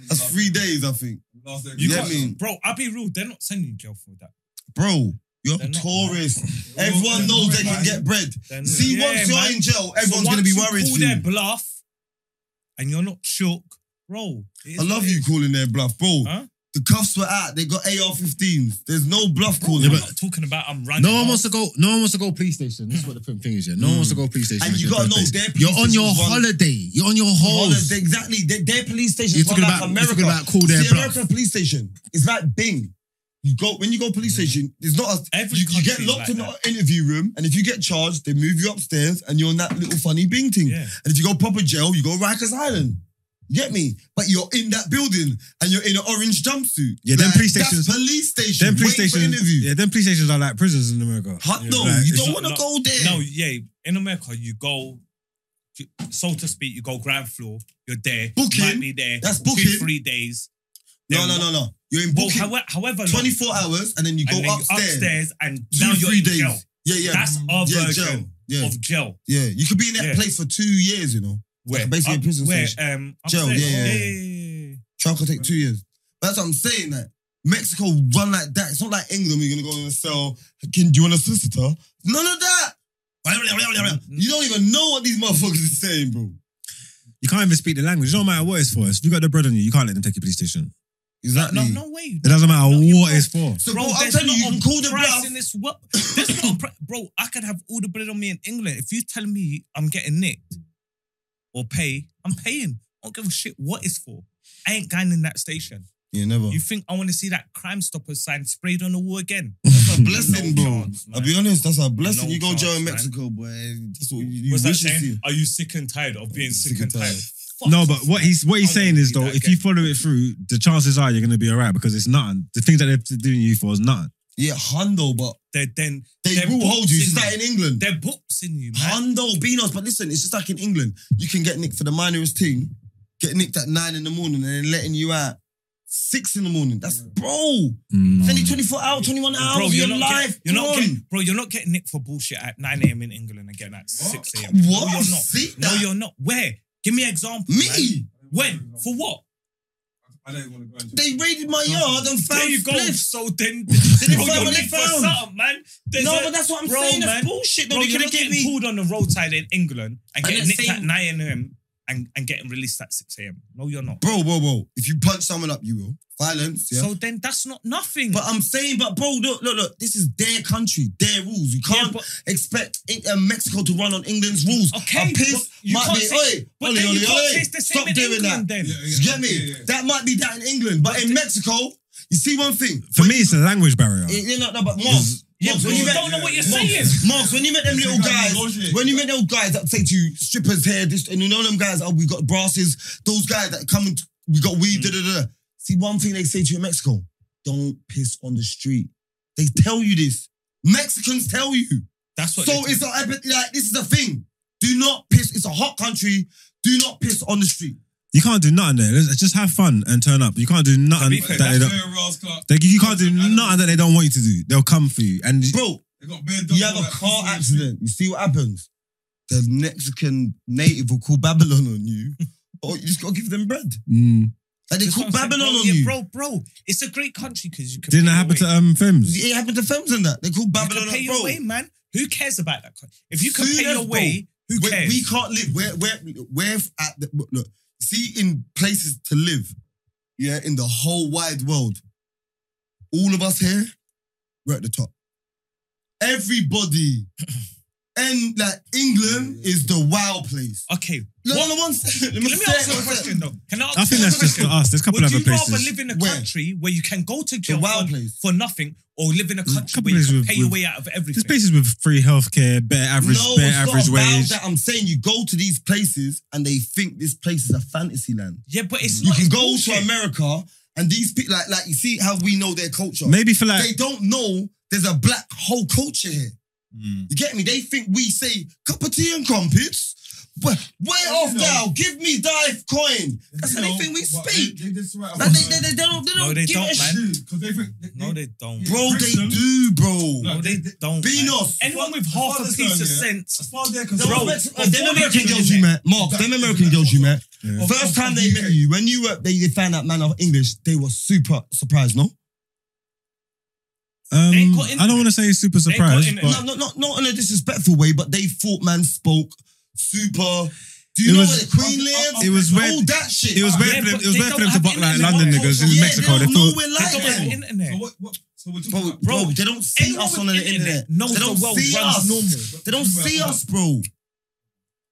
Speaker 4: That's three days, I think.
Speaker 5: Last day.
Speaker 4: You
Speaker 1: Yeah,
Speaker 4: get me?
Speaker 1: Bro, I'll be real. They're not sending you jail for that.
Speaker 4: Bro, you're
Speaker 1: They're
Speaker 4: a
Speaker 1: not,
Speaker 4: tourist.
Speaker 5: man.
Speaker 4: Everyone
Speaker 5: They're
Speaker 4: knows
Speaker 5: not,
Speaker 4: they can
Speaker 5: man.
Speaker 4: get bread.
Speaker 1: They're not-
Speaker 4: See,
Speaker 1: Yeah,
Speaker 4: once you're
Speaker 1: man.
Speaker 4: in jail, everyone's
Speaker 1: So
Speaker 4: gonna be
Speaker 1: once
Speaker 4: worried
Speaker 1: You
Speaker 4: for
Speaker 1: call their
Speaker 4: you.
Speaker 1: bluff, and you're not shook, bro. it is
Speaker 4: I love
Speaker 1: what it
Speaker 4: you
Speaker 1: is.
Speaker 4: calling their bluff, bro.
Speaker 1: Huh?
Speaker 4: The cuffs were out. They got AR-15s. There's no bluff
Speaker 2: Yeah,
Speaker 4: calling.
Speaker 1: I'm not talking about I'm running.
Speaker 2: No one
Speaker 1: off.
Speaker 2: wants to go. No one wants to go police station. This is what the thing is. Yeah, no one wants to go police station.
Speaker 4: And
Speaker 2: It's
Speaker 4: you
Speaker 2: your
Speaker 4: gotta know
Speaker 2: birthday.
Speaker 4: their police
Speaker 2: You're on your
Speaker 4: station's one-
Speaker 2: holiday. You're on your
Speaker 4: All of
Speaker 2: holiday.
Speaker 4: the- exactly. Their, their police station
Speaker 2: You're
Speaker 4: is
Speaker 2: talking about-
Speaker 4: like
Speaker 2: you're
Speaker 4: America.
Speaker 2: talking about call their
Speaker 4: See,
Speaker 2: bluff.
Speaker 4: American police station is like Bing. You go when you go police station. It's not a,
Speaker 1: Every
Speaker 4: you, you get
Speaker 1: country is
Speaker 4: locked
Speaker 1: like
Speaker 4: in the interview room, and if you get charged, they move you upstairs, and you're in that little funny Bing thing.
Speaker 1: Yeah.
Speaker 4: And if you go proper jail, you go Rikers Island. You get me? But you're in that building, and you're in an orange jumpsuit.
Speaker 2: Yeah, them police
Speaker 4: that's
Speaker 2: stations-
Speaker 4: police station.
Speaker 2: Then police
Speaker 4: Wait for
Speaker 2: stations.
Speaker 4: interview.
Speaker 2: Yeah, then police stations are like prisons in America.
Speaker 4: Hot
Speaker 2: Yeah,
Speaker 4: no,
Speaker 2: like,
Speaker 4: you
Speaker 2: it's
Speaker 4: don't
Speaker 1: not-
Speaker 4: want to
Speaker 1: not-
Speaker 4: go there.
Speaker 1: No, yeah. In America, you go, so to speak, you go ground floor. You're there.
Speaker 4: Booking.
Speaker 1: You might be there.
Speaker 4: That's
Speaker 1: for
Speaker 4: booking.
Speaker 1: Two, three days.
Speaker 4: no,
Speaker 1: Then
Speaker 4: no, no, no. You're in
Speaker 1: Well,
Speaker 4: booking
Speaker 1: howe- however, long,
Speaker 4: 24 hours, and then you
Speaker 1: and
Speaker 4: go
Speaker 1: then you're
Speaker 4: upstairs.
Speaker 1: upstairs, and
Speaker 4: Two,
Speaker 1: now you're
Speaker 4: three
Speaker 1: in
Speaker 4: days.
Speaker 1: jail.
Speaker 4: Yeah, yeah.
Speaker 1: That's our
Speaker 4: yeah, jail.
Speaker 1: version
Speaker 4: Yeah,
Speaker 1: of jail.
Speaker 4: yeah. You could be in that
Speaker 1: Yeah.
Speaker 4: place for two years, you know.
Speaker 1: Where
Speaker 4: basically
Speaker 1: up-
Speaker 4: prison
Speaker 1: where,
Speaker 4: station.
Speaker 1: um,
Speaker 4: Jail,
Speaker 1: upstairs.
Speaker 4: yeah, yeah, yeah.
Speaker 1: yeah, yeah.
Speaker 4: Trial could take two years. That's what I'm saying. That Mexico run like that. It's not like England. We're gonna go in a cell. Can do you want a solicitor? None of that. You don't even know what these motherfuckers is saying, bro.
Speaker 2: You can't even speak the language. It don't matter what it's for. If you got the bread on you, you can't let them take you to police station.
Speaker 4: Exactly.
Speaker 1: No, no way.
Speaker 2: It doesn't matter
Speaker 1: No, you
Speaker 2: what
Speaker 1: can't.
Speaker 2: it's for.
Speaker 4: So,
Speaker 1: bro,
Speaker 4: bro, I'm
Speaker 1: there's
Speaker 4: telling
Speaker 1: not
Speaker 4: you, you
Speaker 1: a
Speaker 4: can call the
Speaker 1: price
Speaker 4: bluff.
Speaker 1: in this world. There's not a pri- bro. I could have all the bread on me in England. If you telling me I'm getting nicked or pay, I'm paying. I don't give a shit what it's for. I ain't going in that station.
Speaker 4: Yeah, never.
Speaker 1: You think I want to see that Crime Stoppers sign sprayed on the wall again?
Speaker 4: That's a blessing,
Speaker 1: No
Speaker 4: bro.
Speaker 1: chance, man.
Speaker 4: I'll be honest, that's a blessing.
Speaker 1: No
Speaker 4: you go jail in
Speaker 1: chance, man.
Speaker 4: Mexico, boy. That's what you, you
Speaker 1: What's that
Speaker 4: wish to
Speaker 1: saying?
Speaker 4: see.
Speaker 1: Are you sick and tired of being sick, and tired? Fuck
Speaker 2: No,
Speaker 1: off,
Speaker 2: but what
Speaker 1: man.
Speaker 2: he's what he's
Speaker 1: I don't
Speaker 2: saying is
Speaker 1: see
Speaker 2: though,
Speaker 1: that
Speaker 2: if you
Speaker 1: again.
Speaker 2: follow it through, the chances are you're gonna be alright because it's nothing. The things that they're doing you for is nothing.
Speaker 4: Yeah, Hondo, but
Speaker 1: They're, then
Speaker 4: they
Speaker 1: They're
Speaker 4: will hold you. It's
Speaker 1: boxing
Speaker 4: just like in England.
Speaker 1: they're boxing you, man.
Speaker 4: Hondo Beanos, but listen, it's just like in England. You can get nicked for the minorest thing, get nicked at nine in the morning, and then letting you out six in the morning. That's bro. It's only 24 hours, 21 hours
Speaker 1: Mm. Bro,
Speaker 4: of
Speaker 1: you're
Speaker 4: your
Speaker 1: not
Speaker 4: life.
Speaker 1: Getting, you're not
Speaker 4: Come on.
Speaker 1: getting, bro. You're not getting nicked for bullshit at 9 a.m. in England and getting at 6 a.m.
Speaker 4: What?
Speaker 1: No, you're not.
Speaker 4: See
Speaker 1: No,
Speaker 4: that?
Speaker 1: you're not. Where? Give me an example. man.
Speaker 4: Me?
Speaker 1: When? For what?
Speaker 5: I don't even want to go into
Speaker 4: They raided my yard and found
Speaker 1: There you go.
Speaker 4: spliffs.
Speaker 1: So then,
Speaker 4: they
Speaker 1: bro, you're
Speaker 4: find what they
Speaker 1: nicked for
Speaker 4: found?
Speaker 1: something, man. There's
Speaker 4: No,
Speaker 1: a-
Speaker 4: but that's what I'm
Speaker 1: bro,
Speaker 4: saying. That's
Speaker 1: man.
Speaker 4: bullshit. No,
Speaker 1: Bro,
Speaker 4: they
Speaker 1: you're
Speaker 4: could
Speaker 1: not
Speaker 4: have
Speaker 1: getting
Speaker 4: given me.
Speaker 1: pulled on the roadside in England and
Speaker 4: And
Speaker 1: getting
Speaker 4: the
Speaker 1: nicked at
Speaker 4: same-
Speaker 1: 9 a.m. And, and getting released at 6 a.m. No, you're not.
Speaker 4: Bro, bro, bro. If you punch someone up, you will. Violence, yeah.
Speaker 1: So then that's not nothing.
Speaker 4: But I'm saying, but bro, look, look, look. This is their country, their rules. You
Speaker 1: Yeah,
Speaker 4: can't
Speaker 1: but-
Speaker 4: expect in- uh, Mexico to run on England's rules.
Speaker 1: Okay,
Speaker 4: I'm pissed.
Speaker 1: but you
Speaker 4: might
Speaker 1: can't
Speaker 4: be,
Speaker 1: say-
Speaker 4: oi,
Speaker 1: but
Speaker 4: ole,
Speaker 1: then you
Speaker 4: ole,
Speaker 1: can't
Speaker 4: ole.
Speaker 1: say it's the same
Speaker 4: Stop
Speaker 1: in
Speaker 4: doing
Speaker 1: England
Speaker 4: that.
Speaker 1: then.
Speaker 5: Yeah, yeah,
Speaker 4: You get
Speaker 5: yeah,
Speaker 4: me?
Speaker 5: yeah, yeah.
Speaker 4: That might be that in England, but, in Mexico, you see one thing.
Speaker 2: For me, it's a language barrier.
Speaker 4: It- you know, no, but Mobs,
Speaker 1: Yeah,
Speaker 4: Mobs,
Speaker 1: but
Speaker 4: when you
Speaker 1: you
Speaker 4: met,
Speaker 1: don't know what you're
Speaker 4: Mobs,
Speaker 1: saying.
Speaker 4: Mobs, when you met them
Speaker 5: You
Speaker 4: little
Speaker 5: can't
Speaker 4: guys,
Speaker 5: negotiate.
Speaker 4: when you met those guys that say to you, strippers here, this, and you know them guys, oh, we got brasses, those guys that come and t- we got
Speaker 1: Mm.
Speaker 4: weed, da da da. See, one thing they say to you in Mexico, don't piss on the street. They tell you this. Mexicans tell you.
Speaker 1: that's what.
Speaker 4: so
Speaker 1: they do.
Speaker 4: it's a, like, this is a thing. Do not piss. It's a hot country. Do not piss on the street.
Speaker 2: You can't do nothing there. Let's- Just have fun and turn up. You can't do nothing
Speaker 1: be
Speaker 2: that
Speaker 1: fair,
Speaker 2: they
Speaker 5: That's
Speaker 2: don't.
Speaker 5: where Ross Clark.
Speaker 2: They, you can't do
Speaker 5: I don't-
Speaker 2: nothing that they don't want you to do. They'll come for you. And
Speaker 4: Bro,
Speaker 5: They got bare dogs
Speaker 4: you have
Speaker 5: all
Speaker 4: a
Speaker 5: that
Speaker 4: car
Speaker 5: pussy.
Speaker 4: accident. You see what happens? The Mexican native will call Babylon on you, or you just gotta give them bread.
Speaker 2: Mm.
Speaker 4: Like they
Speaker 1: That's
Speaker 4: call
Speaker 1: what I'm saying,
Speaker 4: Babylon
Speaker 1: bro,
Speaker 4: on
Speaker 1: yeah,
Speaker 4: you.
Speaker 1: bro, bro. It's a great country because you can.
Speaker 2: didn't
Speaker 1: pay
Speaker 2: that
Speaker 1: your
Speaker 2: happen to
Speaker 1: way.
Speaker 2: um Fems?
Speaker 4: It happened to femmes and that. They call
Speaker 1: You can
Speaker 4: uh, Babylon
Speaker 1: pay
Speaker 4: on
Speaker 1: your
Speaker 4: bro.
Speaker 1: way, man. Who cares about that? country? If you can
Speaker 4: Soon
Speaker 1: pay
Speaker 4: as,
Speaker 1: your
Speaker 4: bro,
Speaker 1: way, who
Speaker 4: We,
Speaker 1: cares?
Speaker 4: we can't live. We're, we're, we're at the, look, see in places to live, yeah, in the whole wide world, all of us here, we're at the top. Everybody, and like England is the wild place.
Speaker 1: Okay.
Speaker 4: Look,
Speaker 1: What-
Speaker 4: no, one second.
Speaker 1: Let me
Speaker 4: say
Speaker 1: ask you
Speaker 4: it,
Speaker 1: a
Speaker 4: one second.
Speaker 1: question though. Can I ask
Speaker 2: I think
Speaker 1: you a
Speaker 2: that's just for
Speaker 1: question?
Speaker 2: us. There's a couple
Speaker 1: Would
Speaker 2: other
Speaker 1: you
Speaker 2: places.
Speaker 1: rather live in a
Speaker 4: Where?
Speaker 1: country where you can go to jail
Speaker 4: wild
Speaker 1: for,
Speaker 4: place.
Speaker 1: for nothing or live
Speaker 4: Mm,
Speaker 1: in a country
Speaker 2: couple
Speaker 1: where you
Speaker 2: places
Speaker 1: can
Speaker 2: with-
Speaker 1: pay your
Speaker 2: with-
Speaker 1: way out of
Speaker 2: There's
Speaker 1: everything?
Speaker 2: places with free healthcare, better average,
Speaker 4: no,
Speaker 2: better
Speaker 4: it's
Speaker 2: average
Speaker 4: not about
Speaker 2: wage.
Speaker 4: that. I'm saying you go to these places and they think this place is a fantasy land.
Speaker 1: yeah, but it's
Speaker 4: You
Speaker 1: not.
Speaker 4: can
Speaker 1: it's
Speaker 4: go
Speaker 1: bullshit.
Speaker 4: to America and these people, like, like you see how we know their culture.
Speaker 2: Maybe for like
Speaker 4: they don't know there's a black whole culture here. You get me? They think we say cup of tea and crumpets. But wait off
Speaker 5: know.
Speaker 4: now, give me dive coin. That's how they think we
Speaker 5: But
Speaker 4: speak.
Speaker 5: They, they just write
Speaker 4: Like, they, they, they don't, they don't
Speaker 1: No, they
Speaker 4: give
Speaker 1: don't,
Speaker 4: a
Speaker 1: man.
Speaker 4: shit.
Speaker 5: because they think they,
Speaker 1: No, they don't.
Speaker 5: Yeah.
Speaker 4: Bro, they
Speaker 5: Christian.
Speaker 4: do, bro.
Speaker 1: No, they don't.
Speaker 4: Beanos.
Speaker 1: man. Anyone with
Speaker 5: As
Speaker 1: half
Speaker 5: far
Speaker 1: a
Speaker 5: as
Speaker 1: piece
Speaker 5: I'm
Speaker 1: of
Speaker 5: concerned,
Speaker 1: sense.
Speaker 5: as far as they're
Speaker 4: Bro,
Speaker 5: concerned,
Speaker 1: Bro,
Speaker 5: of
Speaker 1: uh,
Speaker 4: them
Speaker 5: all
Speaker 4: American
Speaker 5: nations,
Speaker 4: girls you met, Mark, them American girls you met,
Speaker 2: Yeah.
Speaker 5: of-
Speaker 4: first
Speaker 5: of-
Speaker 4: time
Speaker 5: of
Speaker 4: they
Speaker 5: UK.
Speaker 4: met you, when you were, they, they found out man of English, they were super surprised, no?
Speaker 2: Um,
Speaker 1: They ain't got internet.
Speaker 2: I don't want to say super
Speaker 1: They ain't got
Speaker 2: surprised,
Speaker 1: internet.
Speaker 2: but
Speaker 4: No, no, not, not in a disrespectful way, but they thought man spoke super. Do you
Speaker 2: It
Speaker 4: know
Speaker 2: was-
Speaker 4: where the Queen lived?
Speaker 2: it was
Speaker 4: all
Speaker 2: weird-
Speaker 4: that shit.
Speaker 2: it was
Speaker 1: Yeah,
Speaker 2: weird for them.
Speaker 1: but
Speaker 2: It was
Speaker 1: they
Speaker 2: weird
Speaker 1: don't
Speaker 2: for them to
Speaker 1: have
Speaker 2: buck like
Speaker 1: internet.
Speaker 2: London
Speaker 1: Like,
Speaker 2: niggas
Speaker 1: oh,
Speaker 2: in
Speaker 1: yeah,
Speaker 2: Mexico. They
Speaker 4: They don't
Speaker 2: thought
Speaker 4: know we're
Speaker 1: They don't
Speaker 4: like
Speaker 1: have
Speaker 4: that.
Speaker 1: internet.
Speaker 5: So what? What? So we're talking
Speaker 4: Bro,
Speaker 5: about.
Speaker 4: bro,
Speaker 1: Bro,
Speaker 4: they don't see
Speaker 1: anyone
Speaker 4: us
Speaker 1: with
Speaker 4: on the internet.
Speaker 1: internet knows
Speaker 4: they
Speaker 1: the
Speaker 4: don't
Speaker 1: world
Speaker 4: see
Speaker 1: runs
Speaker 4: us.
Speaker 1: normal.
Speaker 4: They don't see us, bro.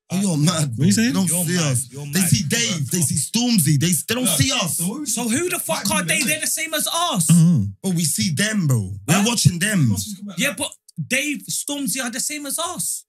Speaker 4: Oh, you're mad, bro.
Speaker 2: you saying?
Speaker 4: They don't
Speaker 1: You're
Speaker 4: see
Speaker 1: mad.
Speaker 4: us.
Speaker 1: You're
Speaker 4: They
Speaker 1: mad.
Speaker 4: see Dave. They see Stormzy. They, they don't
Speaker 5: Look,
Speaker 4: see us.
Speaker 5: So, what we-
Speaker 1: So who the fuck
Speaker 5: White
Speaker 1: are they?
Speaker 5: people,
Speaker 1: They're the same as us.
Speaker 2: Oh.
Speaker 4: But we see them, bro. We're
Speaker 1: Huh?
Speaker 4: watching them.
Speaker 5: Must just come back
Speaker 1: Yeah,
Speaker 5: like-
Speaker 1: but Dave Stormzy are the same as us.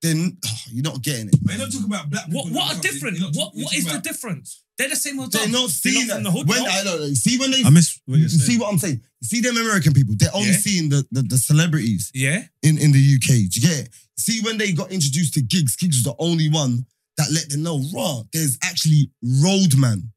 Speaker 4: Then oh, you're not getting it.
Speaker 5: But you're not talking about black people.
Speaker 1: What what are
Speaker 5: You're not-
Speaker 1: different?
Speaker 5: you're not-
Speaker 1: What
Speaker 5: you're
Speaker 1: what is
Speaker 5: talking
Speaker 1: the
Speaker 5: about-
Speaker 1: difference? They're the same as us.
Speaker 4: They're not seeing
Speaker 1: from
Speaker 4: that.
Speaker 1: the hood,
Speaker 4: when,
Speaker 1: no.
Speaker 4: I don't know. See when they
Speaker 2: I miss what
Speaker 4: you
Speaker 2: you're saying.
Speaker 4: see what I'm saying? You see them American people, they're only
Speaker 1: Yeah.
Speaker 4: seeing the, the, the celebrities
Speaker 1: Yeah.
Speaker 4: in, in the UK. Do you get it? See when they got introduced to gigs, gigs was the only one that let them know, raw, there's actually Roadman.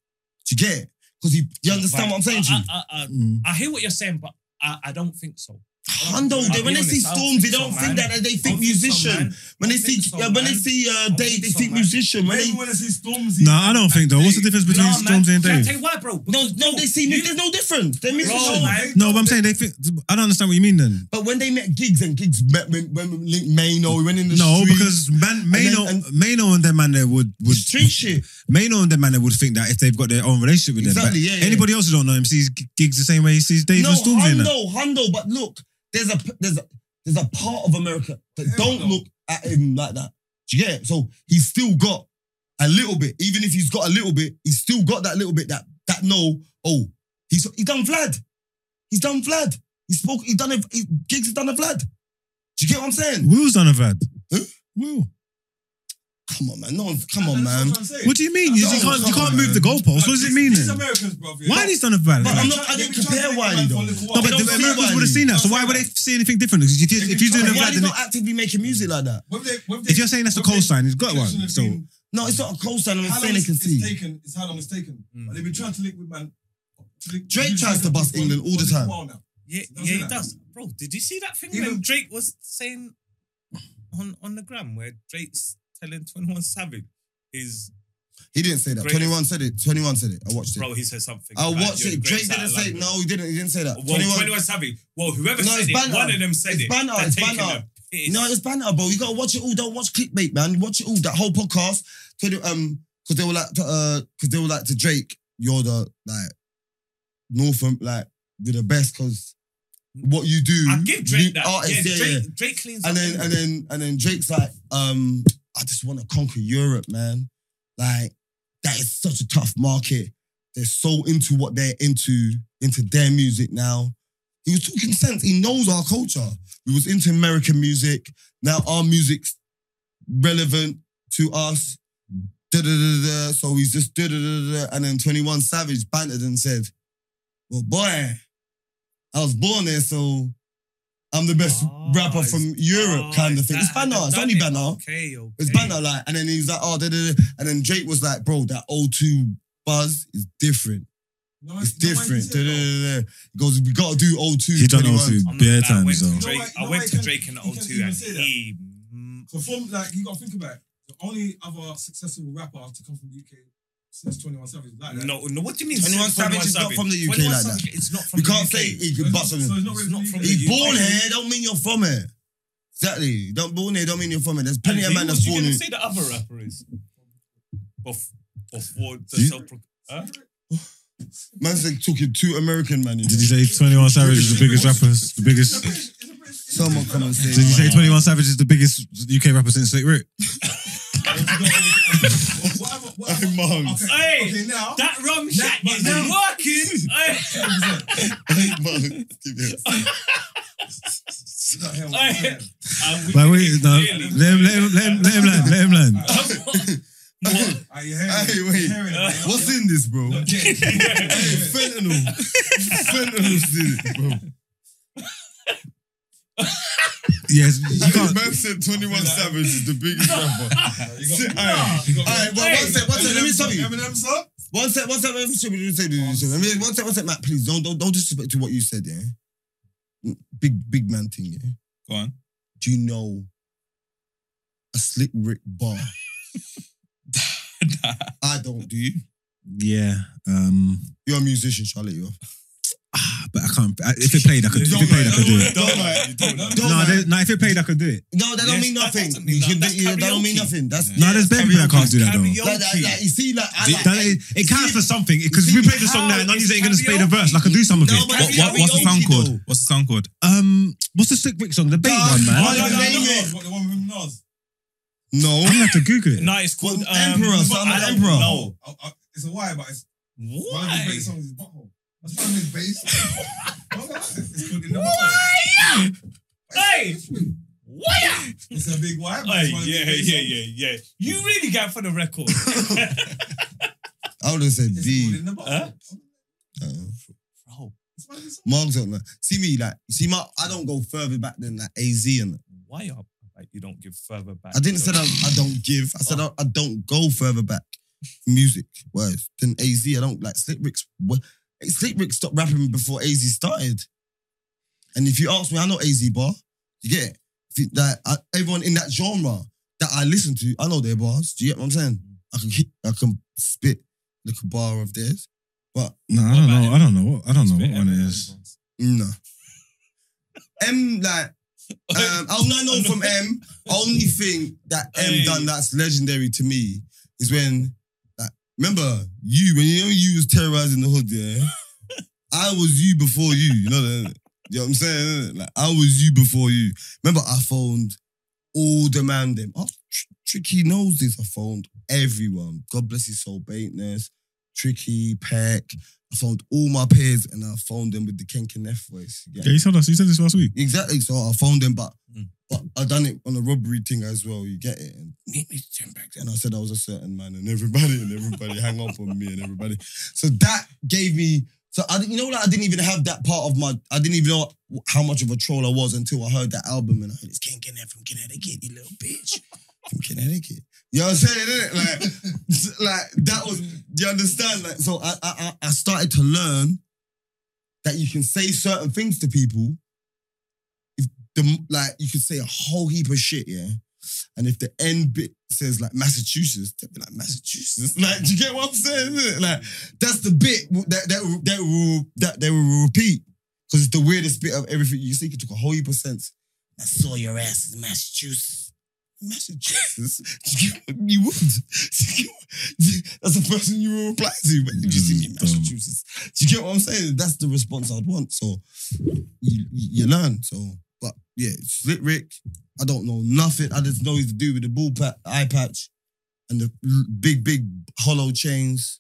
Speaker 4: Do you get it? Because you, you understand
Speaker 1: Right.
Speaker 4: what I'm saying to you?
Speaker 1: I, I, I,
Speaker 2: Mm.
Speaker 1: I hear what you're saying, but I, I don't think so.
Speaker 4: Hundo, they,
Speaker 1: I'll
Speaker 4: when
Speaker 1: be
Speaker 4: they see
Speaker 1: honest, I don't
Speaker 4: Storms, they
Speaker 1: think so,
Speaker 4: don't
Speaker 1: man.
Speaker 4: think that they
Speaker 1: I don't
Speaker 4: think
Speaker 1: think so,
Speaker 4: musician.
Speaker 1: man.
Speaker 4: When
Speaker 1: I
Speaker 4: they
Speaker 1: don't think
Speaker 4: think
Speaker 1: so,
Speaker 4: yeah, when they
Speaker 1: man.
Speaker 4: see uh,
Speaker 1: don't
Speaker 4: Dave,
Speaker 1: think
Speaker 4: they
Speaker 1: so,
Speaker 4: think
Speaker 1: man.
Speaker 4: musician. When they
Speaker 5: Maybe when they see Stormzy.
Speaker 2: No, I don't think though. What's the difference between
Speaker 1: Nah, man.
Speaker 2: Stormzy and
Speaker 1: Shall I
Speaker 2: Dave?
Speaker 1: tell you why, bro?
Speaker 4: no,
Speaker 1: Because,
Speaker 4: no,
Speaker 1: bro,
Speaker 4: they see
Speaker 1: you-
Speaker 4: there's no difference. They're
Speaker 1: Bro,
Speaker 4: musicians.
Speaker 1: man.
Speaker 2: No, but I'm saying they think. I don't understand what you mean then.
Speaker 4: But when they met gigs and gigs met when, when Link Maino, we went in the
Speaker 2: No,
Speaker 4: street,
Speaker 2: because man, Mano,
Speaker 4: and-
Speaker 2: Mano and their man there would would
Speaker 4: street shit.
Speaker 2: Mano and their man there would think that if they've got their own relationship with
Speaker 4: Exactly,
Speaker 2: them.
Speaker 4: yeah,
Speaker 2: But
Speaker 4: yeah.
Speaker 2: Anybody else who don't know him sees g- gigs the same way he sees Dave
Speaker 4: no,
Speaker 2: and Stormzy. innit?
Speaker 4: Hundo, Hundo. But look, there's a there's a there's a part of America that
Speaker 5: Hell
Speaker 4: don't
Speaker 5: no.
Speaker 4: look at him like that. Do you get it? So he's still got a little bit. Even if he's got a little bit, he's still got that little bit that that no. Oh, he's he's done Vlad. He's done Vlad. He spoke. He done. A, he, gigs. He done a Vlad. Do you get what I'm saying?
Speaker 2: Will's done a Vlad.
Speaker 4: Huh?
Speaker 2: Will.
Speaker 4: Come on, man. No, come on,
Speaker 5: That's
Speaker 4: man.
Speaker 5: what I'm saying.
Speaker 2: What do you mean? You,
Speaker 4: No,
Speaker 2: you can't you
Speaker 4: come
Speaker 2: can't
Speaker 4: on,
Speaker 2: move the
Speaker 4: man.
Speaker 2: goalposts. What does it
Speaker 5: These-
Speaker 2: mean
Speaker 5: These
Speaker 2: then?
Speaker 5: Americans, bro. yeah.
Speaker 2: Why he's done a Vlad?
Speaker 4: But
Speaker 2: Like,
Speaker 4: I'm not. I didn't compare Wiley though.
Speaker 2: No,
Speaker 5: I
Speaker 2: but
Speaker 5: don't
Speaker 2: the
Speaker 5: see
Speaker 2: Americans
Speaker 4: Wiley.
Speaker 2: would have seen that. So why would they see anything different? Because if, you, if you're doing a
Speaker 4: But
Speaker 2: Vlad,
Speaker 4: Wiley's
Speaker 2: then
Speaker 4: not actively making music like that.
Speaker 5: What if they- what if they-
Speaker 2: if you're saying that's a
Speaker 5: what if they-
Speaker 2: call sign, he's got
Speaker 5: Yeah,
Speaker 2: one.
Speaker 5: shouldn't have
Speaker 2: So
Speaker 5: been-
Speaker 4: No, it's not a cold stand. I'm
Speaker 5: how
Speaker 4: saying
Speaker 5: long
Speaker 4: they can
Speaker 5: it's
Speaker 4: see.
Speaker 5: taken is how long it's taken.
Speaker 1: Mm.
Speaker 5: But they've been trying to link with man. to link-
Speaker 4: Drake
Speaker 5: link
Speaker 4: tries to
Speaker 5: with
Speaker 4: bust
Speaker 5: people
Speaker 4: England all the
Speaker 5: for a
Speaker 4: time.
Speaker 5: while now.
Speaker 1: Yeah,
Speaker 5: Don't say
Speaker 1: yeah, he
Speaker 5: that.
Speaker 1: does. Bro, did you see that thing
Speaker 5: Even-
Speaker 1: when Drake was saying on, on the gram where Drake's telling 21 Savage his
Speaker 4: He didn't say that.
Speaker 1: Great.
Speaker 4: 21 said it. 21 said it. I watched it.
Speaker 1: bro, he said something.
Speaker 4: I
Speaker 1: about
Speaker 4: watched
Speaker 1: you're the
Speaker 4: it. Drake
Speaker 1: greatest
Speaker 4: didn't
Speaker 1: out of
Speaker 4: say
Speaker 1: London.
Speaker 4: no. He didn't. He didn't say that.
Speaker 1: Well,
Speaker 4: 21.
Speaker 1: 21 Savage. Well, whoever
Speaker 4: No,
Speaker 1: said
Speaker 4: it's
Speaker 1: it,
Speaker 4: banter.
Speaker 1: one of them said
Speaker 4: It's
Speaker 1: it.
Speaker 4: banter,
Speaker 1: They're
Speaker 4: it's
Speaker 1: taking
Speaker 4: banter.
Speaker 1: a piss.
Speaker 4: No, it's banter, bro. You gotta watch it all. Don't watch clickbait, man. Watch it all. That whole podcast. 'Cause they- um, because they were like, to, uh, because they were like to Drake, you're the like, Northam, like you're the best because what you do.
Speaker 1: I give Drake
Speaker 4: you-
Speaker 1: that.
Speaker 4: artists,
Speaker 1: yeah,
Speaker 4: yeah,
Speaker 1: Drake,
Speaker 4: yeah.
Speaker 1: Drake cleans
Speaker 4: And
Speaker 1: up
Speaker 4: then and
Speaker 1: everything.
Speaker 4: then and then Drake's like, um, I just want to conquer Europe, man. Like, that is such a tough market. They're so into what they're into, into their music now. He was talking sense. He knows our culture. We was into American music. Now our music's relevant to us. Da, da, da, da. So he's just da, da, da, da. And then 21 Savage bantered and said, Well, boy, I was born there, so I'm the best
Speaker 1: Ah,
Speaker 4: rapper from Europe,
Speaker 1: Oh,
Speaker 4: kind of
Speaker 1: is
Speaker 4: thing.
Speaker 1: that
Speaker 4: It's
Speaker 1: how
Speaker 4: banner.
Speaker 1: they've
Speaker 4: It's
Speaker 1: done
Speaker 4: only
Speaker 1: it?
Speaker 4: banner.
Speaker 1: Okay, okay.
Speaker 4: It's banner like, and then he's like, oh, da, da, da. and then Drake was like, bro, that O2 buzz is different.
Speaker 5: No,
Speaker 4: It's
Speaker 5: no, why he
Speaker 4: different.
Speaker 5: said
Speaker 4: Da, da,
Speaker 5: that?
Speaker 4: da, da. He goes, we gotta do O2.
Speaker 2: he done
Speaker 4: 21."
Speaker 2: also
Speaker 1: I'm not
Speaker 2: bare
Speaker 1: gonna lie, I went
Speaker 2: times
Speaker 1: to
Speaker 2: though.
Speaker 1: Drake-
Speaker 5: You know
Speaker 1: I
Speaker 5: why-
Speaker 1: went
Speaker 5: you
Speaker 1: to
Speaker 5: know why
Speaker 1: Drake in
Speaker 5: he can't- he
Speaker 1: O2
Speaker 5: can't
Speaker 1: and
Speaker 5: even say that?
Speaker 1: he. mm,
Speaker 5: So from like you gotta think about it, the only other successful rapper to come from the UK since 21 Savage is like that.
Speaker 1: No, no, what do you mean?
Speaker 4: 21 Savage is not from the UK
Speaker 1: 21
Speaker 4: like that.
Speaker 1: Savage, It's not from
Speaker 4: You
Speaker 1: the
Speaker 4: can't
Speaker 1: UK.
Speaker 4: say he
Speaker 5: So
Speaker 4: could
Speaker 5: it's
Speaker 4: bust
Speaker 5: not- so
Speaker 4: something.
Speaker 5: it's not
Speaker 1: It's not
Speaker 5: really
Speaker 1: from
Speaker 5: from
Speaker 1: the
Speaker 4: He's
Speaker 1: UK.
Speaker 4: born here, don't mean you're from here. Exactly. Don't born here, don't mean you're from here. There's plenty of
Speaker 1: who
Speaker 4: man
Speaker 1: was
Speaker 4: that's
Speaker 1: you
Speaker 4: born
Speaker 1: gonna
Speaker 4: here.
Speaker 1: say the other rapper is? Bef- Before the
Speaker 2: You-
Speaker 1: self huh?
Speaker 4: Man's like talking two American man. you
Speaker 2: Did
Speaker 4: know.
Speaker 2: he say 21 Savage is the biggest rapper? The biggest.
Speaker 5: It's a British- it's a British-
Speaker 4: Someone come and
Speaker 2: Did you
Speaker 4: say,
Speaker 2: say 21 Savage is the biggest UK rapper since Slick Rick?
Speaker 5: Whatever, whatever.
Speaker 4: I'm monks.
Speaker 5: Okay,
Speaker 1: Hey.
Speaker 5: okay, now.
Speaker 1: That rum shack
Speaker 5: but
Speaker 1: is
Speaker 5: now-
Speaker 1: working. Aye.
Speaker 4: Hey, man, give me a-
Speaker 5: Hell,
Speaker 1: Aye.
Speaker 5: hell.
Speaker 1: I'm with
Speaker 2: Like,
Speaker 1: you,
Speaker 2: wait, no. Let
Speaker 1: clearly.
Speaker 2: him, let him, let him, let him land. Let him land.
Speaker 1: What?
Speaker 5: Are you hearing it?
Speaker 4: Hey,
Speaker 5: You
Speaker 4: wait.
Speaker 5: hearing it? Like,
Speaker 4: What's in this, bro?
Speaker 5: look, yeah.
Speaker 4: Hey, fentanyl. Fentanyl's in it, bro.
Speaker 2: Yes, you can't.
Speaker 4: Man said 21 Savage is the biggest rapper. Sit- aye.
Speaker 5: You got-
Speaker 4: Aye, but one
Speaker 1: Hey,
Speaker 4: sec, one sec, let me
Speaker 5: Eminem's
Speaker 4: stop you.
Speaker 5: up, Eminem's up?
Speaker 4: One sec, one sec, let me stop you, let me stop you, let me stop you. Let me- One sec, one sec, Matt, please, don't, don't, don't disrespect to what you said, yeah? Big, big man thing, yeah?
Speaker 6: Go on.
Speaker 4: Do you know a Slick Rick bar? I don't, do you?
Speaker 2: Yeah. Um,
Speaker 4: You're a musician, Charlotte, you're.
Speaker 2: ah, but I can't. I- If it played, I could. If it played, I could do it.
Speaker 4: Don't lie. Don't lie. Don't
Speaker 2: No,
Speaker 4: lie.
Speaker 2: there- no, if it played, I could do it.
Speaker 4: No, that
Speaker 1: Yes,
Speaker 4: don't mean
Speaker 1: that
Speaker 4: nothing.
Speaker 1: doesn't mean
Speaker 4: You can-
Speaker 1: nothing.
Speaker 4: yeah, That
Speaker 1: That's
Speaker 4: don't mean
Speaker 1: karaoke.
Speaker 4: nothing. That's
Speaker 2: No, there's bare people that can't do that though.
Speaker 4: Like, like, like, you see, like, I like,
Speaker 2: That is- it counts for something because if we played the song now, none of you ain't gonna play the verse. Like I do some of
Speaker 4: No,
Speaker 2: it.
Speaker 4: but
Speaker 6: What, what, what's the sound called? What's the sound called?
Speaker 2: Um, what's the Slick Rick song? The bait
Speaker 4: Nah,
Speaker 2: one, man.
Speaker 4: I
Speaker 5: Oh, no, no,
Speaker 4: don't
Speaker 5: no,
Speaker 4: name
Speaker 5: no,
Speaker 4: it.
Speaker 5: what, The one with Nas.
Speaker 4: No.
Speaker 2: I'm gonna have to Google it.
Speaker 1: No, it's called
Speaker 4: Well,
Speaker 1: um,
Speaker 4: Emperor, so I'm
Speaker 1: I
Speaker 4: an
Speaker 1: don't
Speaker 4: emperor.
Speaker 1: know.
Speaker 5: Oh, oh, It's a why, but it's one of his
Speaker 1: Why?
Speaker 5: great songs is Butthole. That's one of his bass. No, no, It's called In the Butthole.
Speaker 1: Why? Hey,
Speaker 5: It's free.
Speaker 1: why?
Speaker 5: It's a big why, but
Speaker 1: Hey,
Speaker 5: it's one of his
Speaker 1: yeah,
Speaker 5: great
Speaker 1: yeah,
Speaker 5: songs.
Speaker 1: yeah, yeah. You really got for the record.
Speaker 4: I would have said
Speaker 5: It's called
Speaker 4: B. Uh,
Speaker 5: In the
Speaker 1: Huh?
Speaker 5: Butthole.
Speaker 1: Bro,
Speaker 5: It's one of his songs.
Speaker 4: Mark's on that. See me, like, see my, I don't go further back than like AZ and that.
Speaker 1: why are like, you don't give further back?
Speaker 4: I didn't say I, I don't give. I said I, I don't go further back. Music wise than AZ. I don't like Slick Rick's. wo- Slick Rick stopped rapping before AZ started. And if you ask me, I know AZ bar. You get it? If you- Like I, everyone in that genre that I listen to, I know their bars. Do you get what I'm saying? I can hit, I can spit like a bar of theirs, but
Speaker 2: No, I
Speaker 1: What
Speaker 2: don't
Speaker 1: about
Speaker 2: know.
Speaker 1: it?
Speaker 2: I don't know. what- I don't know
Speaker 1: Spit
Speaker 2: what one it
Speaker 1: Eminem
Speaker 2: is.
Speaker 1: songs.
Speaker 4: no. M like
Speaker 2: Uh,
Speaker 4: Um, I'll not know from M. Only thing that M
Speaker 1: Hey.
Speaker 4: done that's legendary to me is when, like, remember you when you know you was terrorizing the hood, yeah. I was you before you. You know that. You know what I'm saying? innit? Like I was you before you. Remember, I phoned all the man them. Oh, Tr- Tricky knows this. I phoned everyone. God bless his soul, Baitness, Tricky, Peck. I phoned all my peers and I phoned them with the Ken Kenneth voice. Yeah.
Speaker 2: Yeah, you told us. You said this last week.
Speaker 4: Exactly. So I found them, but
Speaker 1: Mm.
Speaker 4: but I done it on a robbery thing as well. You get it? And meet me ten back then. I said I was a certain man, and everybody and everybody hang up on me and everybody. So that gave me. So I, didn't- you know, like I didn't even have that part of my. I didn't even know how much of a troll I was until I heard that album and I heard it's Ken Kenneth from Connecticut, you little bitch from Connecticut. You know what I'm saying? innit? Like, like that was. Do you understand? Like, so I, I, I- I started to learn that you can say certain things to people. If the like, you can say a whole heap of shit, yeah. And if the end bit says like Massachusetts, they'll be like Massachusetts. Like, do you get what I'm saying? innit? Like, that's the bit that that will- that will that they will repeat because it's the weirdest bit of everything. You see, it took a whole heap of sense. I saw your ass in Massachusetts. Massachusetts, you would. That's the person you will reply to when you see me in
Speaker 2: Mm, dumb.
Speaker 4: Massachusetts. Do you get what I'm saying? That's the response I'd want. So you, you learn. So, but yeah, Slick Rick, I don't know nothing. I just know he's to do with the ball pat, eye patch and the l- big, big hollow chains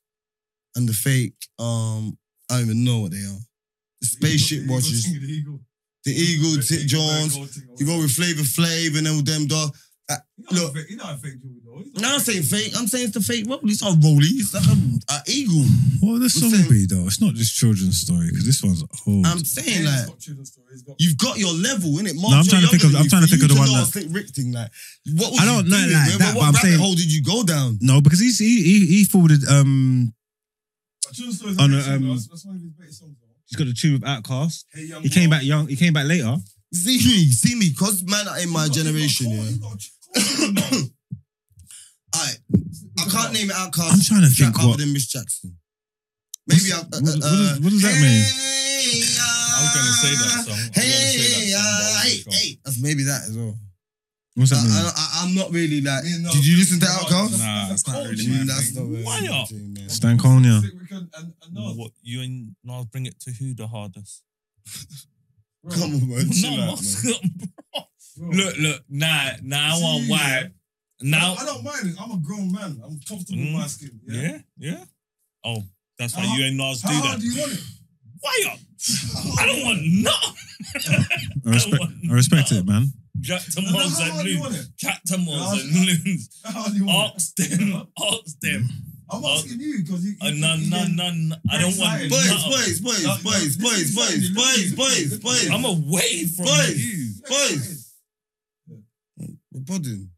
Speaker 4: and the fake. Um, I don't even know what they are. The spaceship
Speaker 5: Eagle-
Speaker 4: watches,
Speaker 5: Eagle- Eagle-
Speaker 4: the Eagle, Tick Jones.
Speaker 5: Eagle- Eagle-
Speaker 4: He wrote with Flavor Flav and then with them dog.
Speaker 5: You know
Speaker 4: Look.
Speaker 5: how fake- You know how fake Jewel though. He's not
Speaker 4: Now I'm saying fake. I'm saying it's the fake Rolly. It's not Rolly. It's like a, a eagle.
Speaker 2: What would the song
Speaker 4: saying-
Speaker 2: be though? It's not just children's story because this one's old.
Speaker 4: I'm
Speaker 5: Yeah,
Speaker 4: saying
Speaker 5: he's
Speaker 4: like
Speaker 5: got children's story. He's got-
Speaker 4: you've got your level in it.
Speaker 2: No, I'm trying to think of- I'm trying to think of the one that-
Speaker 4: Slick Rick thing. Like what was
Speaker 2: I don't
Speaker 4: you
Speaker 2: know it
Speaker 4: doing,
Speaker 2: like
Speaker 4: man?
Speaker 2: that,
Speaker 4: What
Speaker 2: but I'm
Speaker 4: rabbit
Speaker 2: saying-
Speaker 4: hole did you go down?
Speaker 2: no, because he's, he he he forwarded. Um,
Speaker 5: got children's stories.
Speaker 1: Oh,
Speaker 2: On a,
Speaker 5: That's
Speaker 2: um,
Speaker 5: one of his greatest songs. though.
Speaker 2: he's got a tune with Outcast.
Speaker 5: Hey, young
Speaker 2: He came
Speaker 5: boy.
Speaker 2: back young. He came back later.
Speaker 4: See me, see me, cause man, in my
Speaker 5: He's got-
Speaker 4: generation,
Speaker 5: he's got-
Speaker 4: yeah.
Speaker 5: he's got- he's
Speaker 4: Alright,
Speaker 5: got-
Speaker 4: I can't name it outcast.
Speaker 2: I'm trying to think
Speaker 4: other
Speaker 2: what-
Speaker 4: than Miss Jackson. Maybe I.
Speaker 2: What's-
Speaker 4: Uh,
Speaker 2: what- what
Speaker 4: uh,
Speaker 2: does- what does that
Speaker 4: hey,
Speaker 2: mean?
Speaker 1: I was gonna say that song. I was gonna say
Speaker 4: Hey,
Speaker 1: that song, but I
Speaker 4: uh,
Speaker 1: wasn't
Speaker 4: hey, hey. That's maybe that as well.
Speaker 2: What's
Speaker 4: I,
Speaker 2: that mean?
Speaker 4: I, I, I'm not really like.
Speaker 5: Yeah, no.
Speaker 4: Did you listen to
Speaker 5: No,
Speaker 4: Outcast?
Speaker 5: that's-
Speaker 6: Nah,
Speaker 5: that's
Speaker 6: it's not
Speaker 5: a
Speaker 6: really
Speaker 5: culture.
Speaker 6: my
Speaker 4: that's
Speaker 6: thing.
Speaker 4: not really
Speaker 1: Why
Speaker 4: my
Speaker 1: not?
Speaker 4: thing, man.
Speaker 2: Stan Colnia.
Speaker 5: Sick Rick and- and- and Nas.
Speaker 1: What you and Nas bring it to who the hardest?
Speaker 4: Come on, man. Chill
Speaker 1: No,
Speaker 4: out, man.
Speaker 1: Moscow, bro. Look, look, nah, nah, I
Speaker 5: See,
Speaker 1: want white.
Speaker 5: Now
Speaker 1: Now,
Speaker 5: I don't mind it. I'm a grown man. I'm comfortable
Speaker 1: Mm.
Speaker 5: with my skin. Yeah.
Speaker 1: yeah, yeah. Oh, that's why
Speaker 5: How-
Speaker 1: you and Nas do
Speaker 5: How hard
Speaker 1: that.
Speaker 5: do you want it?
Speaker 1: Why up? I don't want nothing.
Speaker 2: I respect, I respect it, man.
Speaker 1: Jack to
Speaker 5: No, no,
Speaker 1: Mons
Speaker 5: how
Speaker 1: and
Speaker 5: hard do you want
Speaker 1: Loons.
Speaker 5: it?
Speaker 1: Jack to
Speaker 5: How-
Speaker 1: Mons and Loons.
Speaker 5: How hard do you want it?
Speaker 1: Ask them, ask them.
Speaker 5: I'm asking you because you.
Speaker 1: Uh, Uh, no, no, no, no. I don't want
Speaker 5: Boys,
Speaker 1: nothing.
Speaker 3: Boys, boys,
Speaker 5: No, no,
Speaker 3: boys,
Speaker 5: this
Speaker 3: boys,
Speaker 5: is
Speaker 3: boys,
Speaker 5: funny,
Speaker 3: boys,
Speaker 5: this
Speaker 3: boys,
Speaker 5: is-
Speaker 3: boys.
Speaker 1: I'm away from
Speaker 3: Boys.
Speaker 1: you.
Speaker 3: boys.
Speaker 4: We're budding.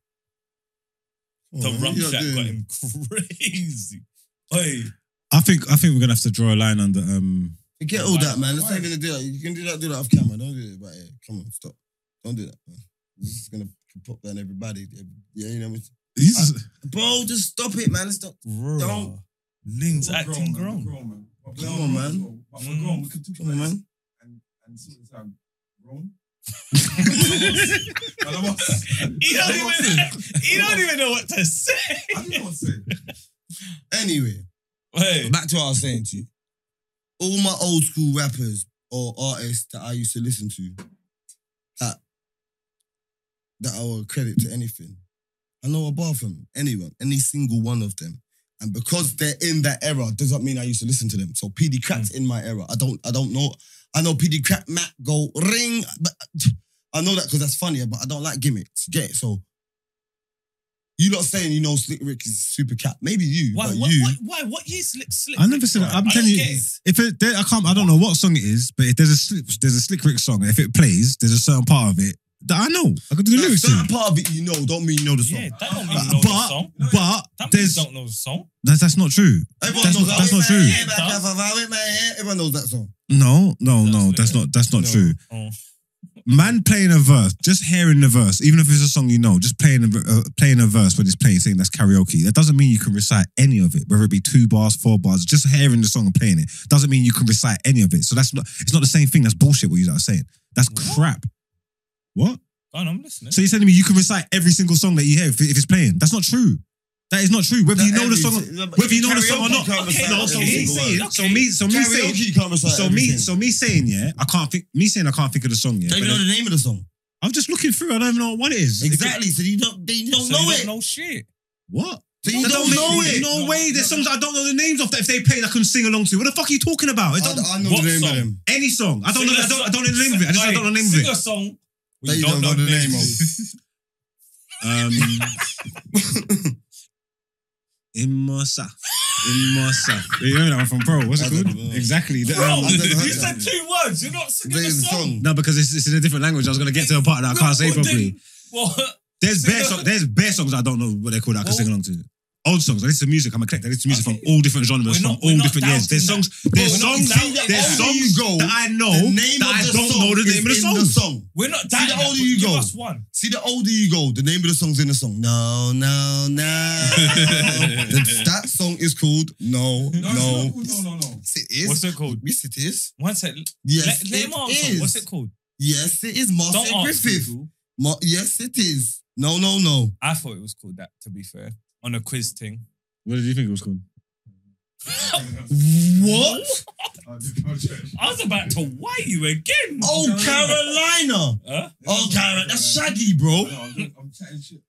Speaker 1: The
Speaker 4: Alright,
Speaker 1: rum
Speaker 4: you're
Speaker 1: shack got
Speaker 4: doing-
Speaker 1: him crazy. Hey,
Speaker 2: I think I think we're gonna have to draw a line under um
Speaker 4: Forget all that, man. That's not gonna do that. You can do that, do that off camera. Don't do it about here. Come on, stop. Don't do that, man. We're just gonna pop down everybody. Yeah, you know what I'm
Speaker 2: these is-
Speaker 4: Bro, just stop it, man. Stop.
Speaker 1: bro. Lynn's acting grown.
Speaker 5: grown.
Speaker 4: Come on, man.
Speaker 5: But for grown, we could talk
Speaker 4: Come on,
Speaker 5: about this
Speaker 4: man.
Speaker 5: and and sort this out. Grown. But I'm asking-
Speaker 1: He don't even. He don't even know what to say.
Speaker 5: I didn't know what to say.
Speaker 4: Anyway,
Speaker 1: Hey,
Speaker 4: back to what I was saying to you. All my old school rappers or artists that I used to listen to that that I will credit to anything. I know a bar from anyone, any single one of them. And because they're in that era, doesn't mean I used to listen to them. So PD Crack's
Speaker 1: Hmm.
Speaker 4: in my era. I don't I don't know. I know PD Crack Matt go ring, but I know that because that's funnier, but I don't like gimmicks. You Get it? So you lot saying you know Slick Rick is super cat. Maybe you.
Speaker 1: why?
Speaker 4: but
Speaker 1: What?
Speaker 4: you,
Speaker 1: Why? Why? What year slick? slick
Speaker 2: I never said that. I'm telling you, if it, there, I can't, I don't know what song it is, but if there's a slick, there's a slick Rick song. If it plays, there's a certain part of it that I know. I could do the
Speaker 4: That
Speaker 2: lyrics
Speaker 4: certain
Speaker 2: to.
Speaker 4: part of it you know, don't mean you know the song.
Speaker 1: Yeah, that don't mean
Speaker 2: Uh,
Speaker 1: you know the
Speaker 2: but-
Speaker 1: song.
Speaker 2: But
Speaker 1: That means
Speaker 2: there's
Speaker 1: you don't know the song.
Speaker 2: that's, that's not true.
Speaker 4: Everyone
Speaker 2: That's
Speaker 4: knows
Speaker 2: not-
Speaker 4: that.
Speaker 2: that's not
Speaker 4: Wait,
Speaker 2: true.
Speaker 4: man, yeah, back
Speaker 1: That's-
Speaker 4: up, up, up, wait, man, yeah. Everyone knows that song.
Speaker 2: No, no,
Speaker 1: That's
Speaker 2: no.
Speaker 1: not
Speaker 2: That's
Speaker 1: true.
Speaker 2: not that's not
Speaker 4: No.
Speaker 2: true.
Speaker 1: Oh.
Speaker 2: Man playing a verse, just hearing the verse, even if it's a song you know, just playing a, uh, playing a verse when it's playing, saying that's karaoke. That doesn't mean you can recite any of it, whether it be two bars, four bars. Just hearing the song and playing it doesn't mean you can recite any of it. So that's not it's not the same thing. That's bullshit. What you are saying? That's
Speaker 1: What?
Speaker 2: crap. What?
Speaker 1: God, I'm listening.
Speaker 2: So you're telling me you can recite every single song that you hear if, if it's playing? That's not true. That is not true. Whether you know the song, whether you know the song or not.
Speaker 1: Okay,
Speaker 2: No, so
Speaker 1: okay, okay.
Speaker 2: me saying, so me, so me saying,
Speaker 4: Karaoke can't recite
Speaker 2: so me,
Speaker 4: everything.
Speaker 2: so me saying, yeah, I can't think. Me saying I can't think of the song. Yeah,
Speaker 4: Don't
Speaker 2: but
Speaker 4: even know
Speaker 2: then-
Speaker 4: the name of the song.
Speaker 2: I'm just looking through. I don't even know what it is.
Speaker 4: Exactly. So you don't, they don't
Speaker 1: So
Speaker 4: know
Speaker 1: you
Speaker 4: it.
Speaker 1: Don't know shit.
Speaker 2: What?
Speaker 4: So you
Speaker 2: That
Speaker 4: don't
Speaker 2: make-
Speaker 4: know it.
Speaker 2: No,
Speaker 1: No,
Speaker 2: way. There's songs I don't know the names of that if they played, I can sing along to. What the fuck are you talking about? I don't,
Speaker 4: I, I know
Speaker 1: What
Speaker 4: the name
Speaker 1: song?
Speaker 4: of them.
Speaker 2: any song. I don't know.
Speaker 1: Sing a
Speaker 2: I don't, I
Speaker 1: song-
Speaker 2: don't know the name of it. I just I don't know the name of
Speaker 1: Sing a
Speaker 2: it.
Speaker 1: song. we
Speaker 4: That you don't know the name of.
Speaker 2: Um, Imosa. Imosa. You remember that one from Pro? What's
Speaker 4: I
Speaker 2: it
Speaker 4: don't
Speaker 2: called?
Speaker 4: know.
Speaker 2: Exactly. The,
Speaker 1: Bro,
Speaker 2: um,
Speaker 4: I've never heard
Speaker 1: you
Speaker 4: that.
Speaker 1: said two words. You're not singing
Speaker 4: There's
Speaker 1: the
Speaker 4: a
Speaker 1: song.
Speaker 4: song.
Speaker 2: no, because it's, it's in a different language. I was gonna get to a part that I can't say
Speaker 1: Well,
Speaker 2: properly.
Speaker 1: then- Well,
Speaker 2: There's
Speaker 1: Sing
Speaker 2: bare
Speaker 1: a-
Speaker 2: songs. There's bare songs I don't know what they're called. I can
Speaker 1: Well-
Speaker 2: sing along to. Old songs. I listen to music. I'm eclectic. I listen to music
Speaker 1: Okay.
Speaker 2: from all different
Speaker 1: We're
Speaker 2: genres,
Speaker 1: not-
Speaker 2: from
Speaker 1: we're
Speaker 2: all
Speaker 1: not
Speaker 2: different years. There's
Speaker 1: doubting
Speaker 2: songs. There's
Speaker 1: But we're not
Speaker 2: songs.
Speaker 1: doubting that. Only
Speaker 2: There's songs
Speaker 4: you go,
Speaker 2: that I know
Speaker 4: the name
Speaker 2: that I
Speaker 4: of the
Speaker 2: don't
Speaker 4: song
Speaker 2: know the
Speaker 4: is
Speaker 2: name of the
Speaker 4: in
Speaker 2: song.
Speaker 4: the song.
Speaker 1: we're not
Speaker 4: the
Speaker 1: that.
Speaker 4: older you
Speaker 1: give
Speaker 4: go.
Speaker 1: us one.
Speaker 4: See, the older you go, the name of the song's in the song. No, no, no. The- that song is called No,
Speaker 5: No, no,
Speaker 4: No.
Speaker 5: no, no, no.
Speaker 4: Yes, it is.
Speaker 1: What's it called?
Speaker 4: Yes, it is.
Speaker 1: One sec.
Speaker 4: Yes,
Speaker 1: Let, let him
Speaker 4: it
Speaker 1: answer.
Speaker 4: is.
Speaker 1: What's it called?
Speaker 4: Yes, it is.
Speaker 1: Don't
Speaker 4: Marcel
Speaker 1: ask
Speaker 4: Griffith.
Speaker 1: Google.
Speaker 4: Ma- yes, it is. No, no, no.
Speaker 1: I thought it was called that. To be fair, on a quiz thing.
Speaker 2: What did you think it was called?
Speaker 4: What?
Speaker 5: I'll do- I'll check.
Speaker 1: I was about to why you again.
Speaker 4: Oh, Carolina.
Speaker 1: Huh?
Speaker 4: Oh, Carolina. That's Shaggy, bro.
Speaker 5: No, I'm just- I'm chatting shit.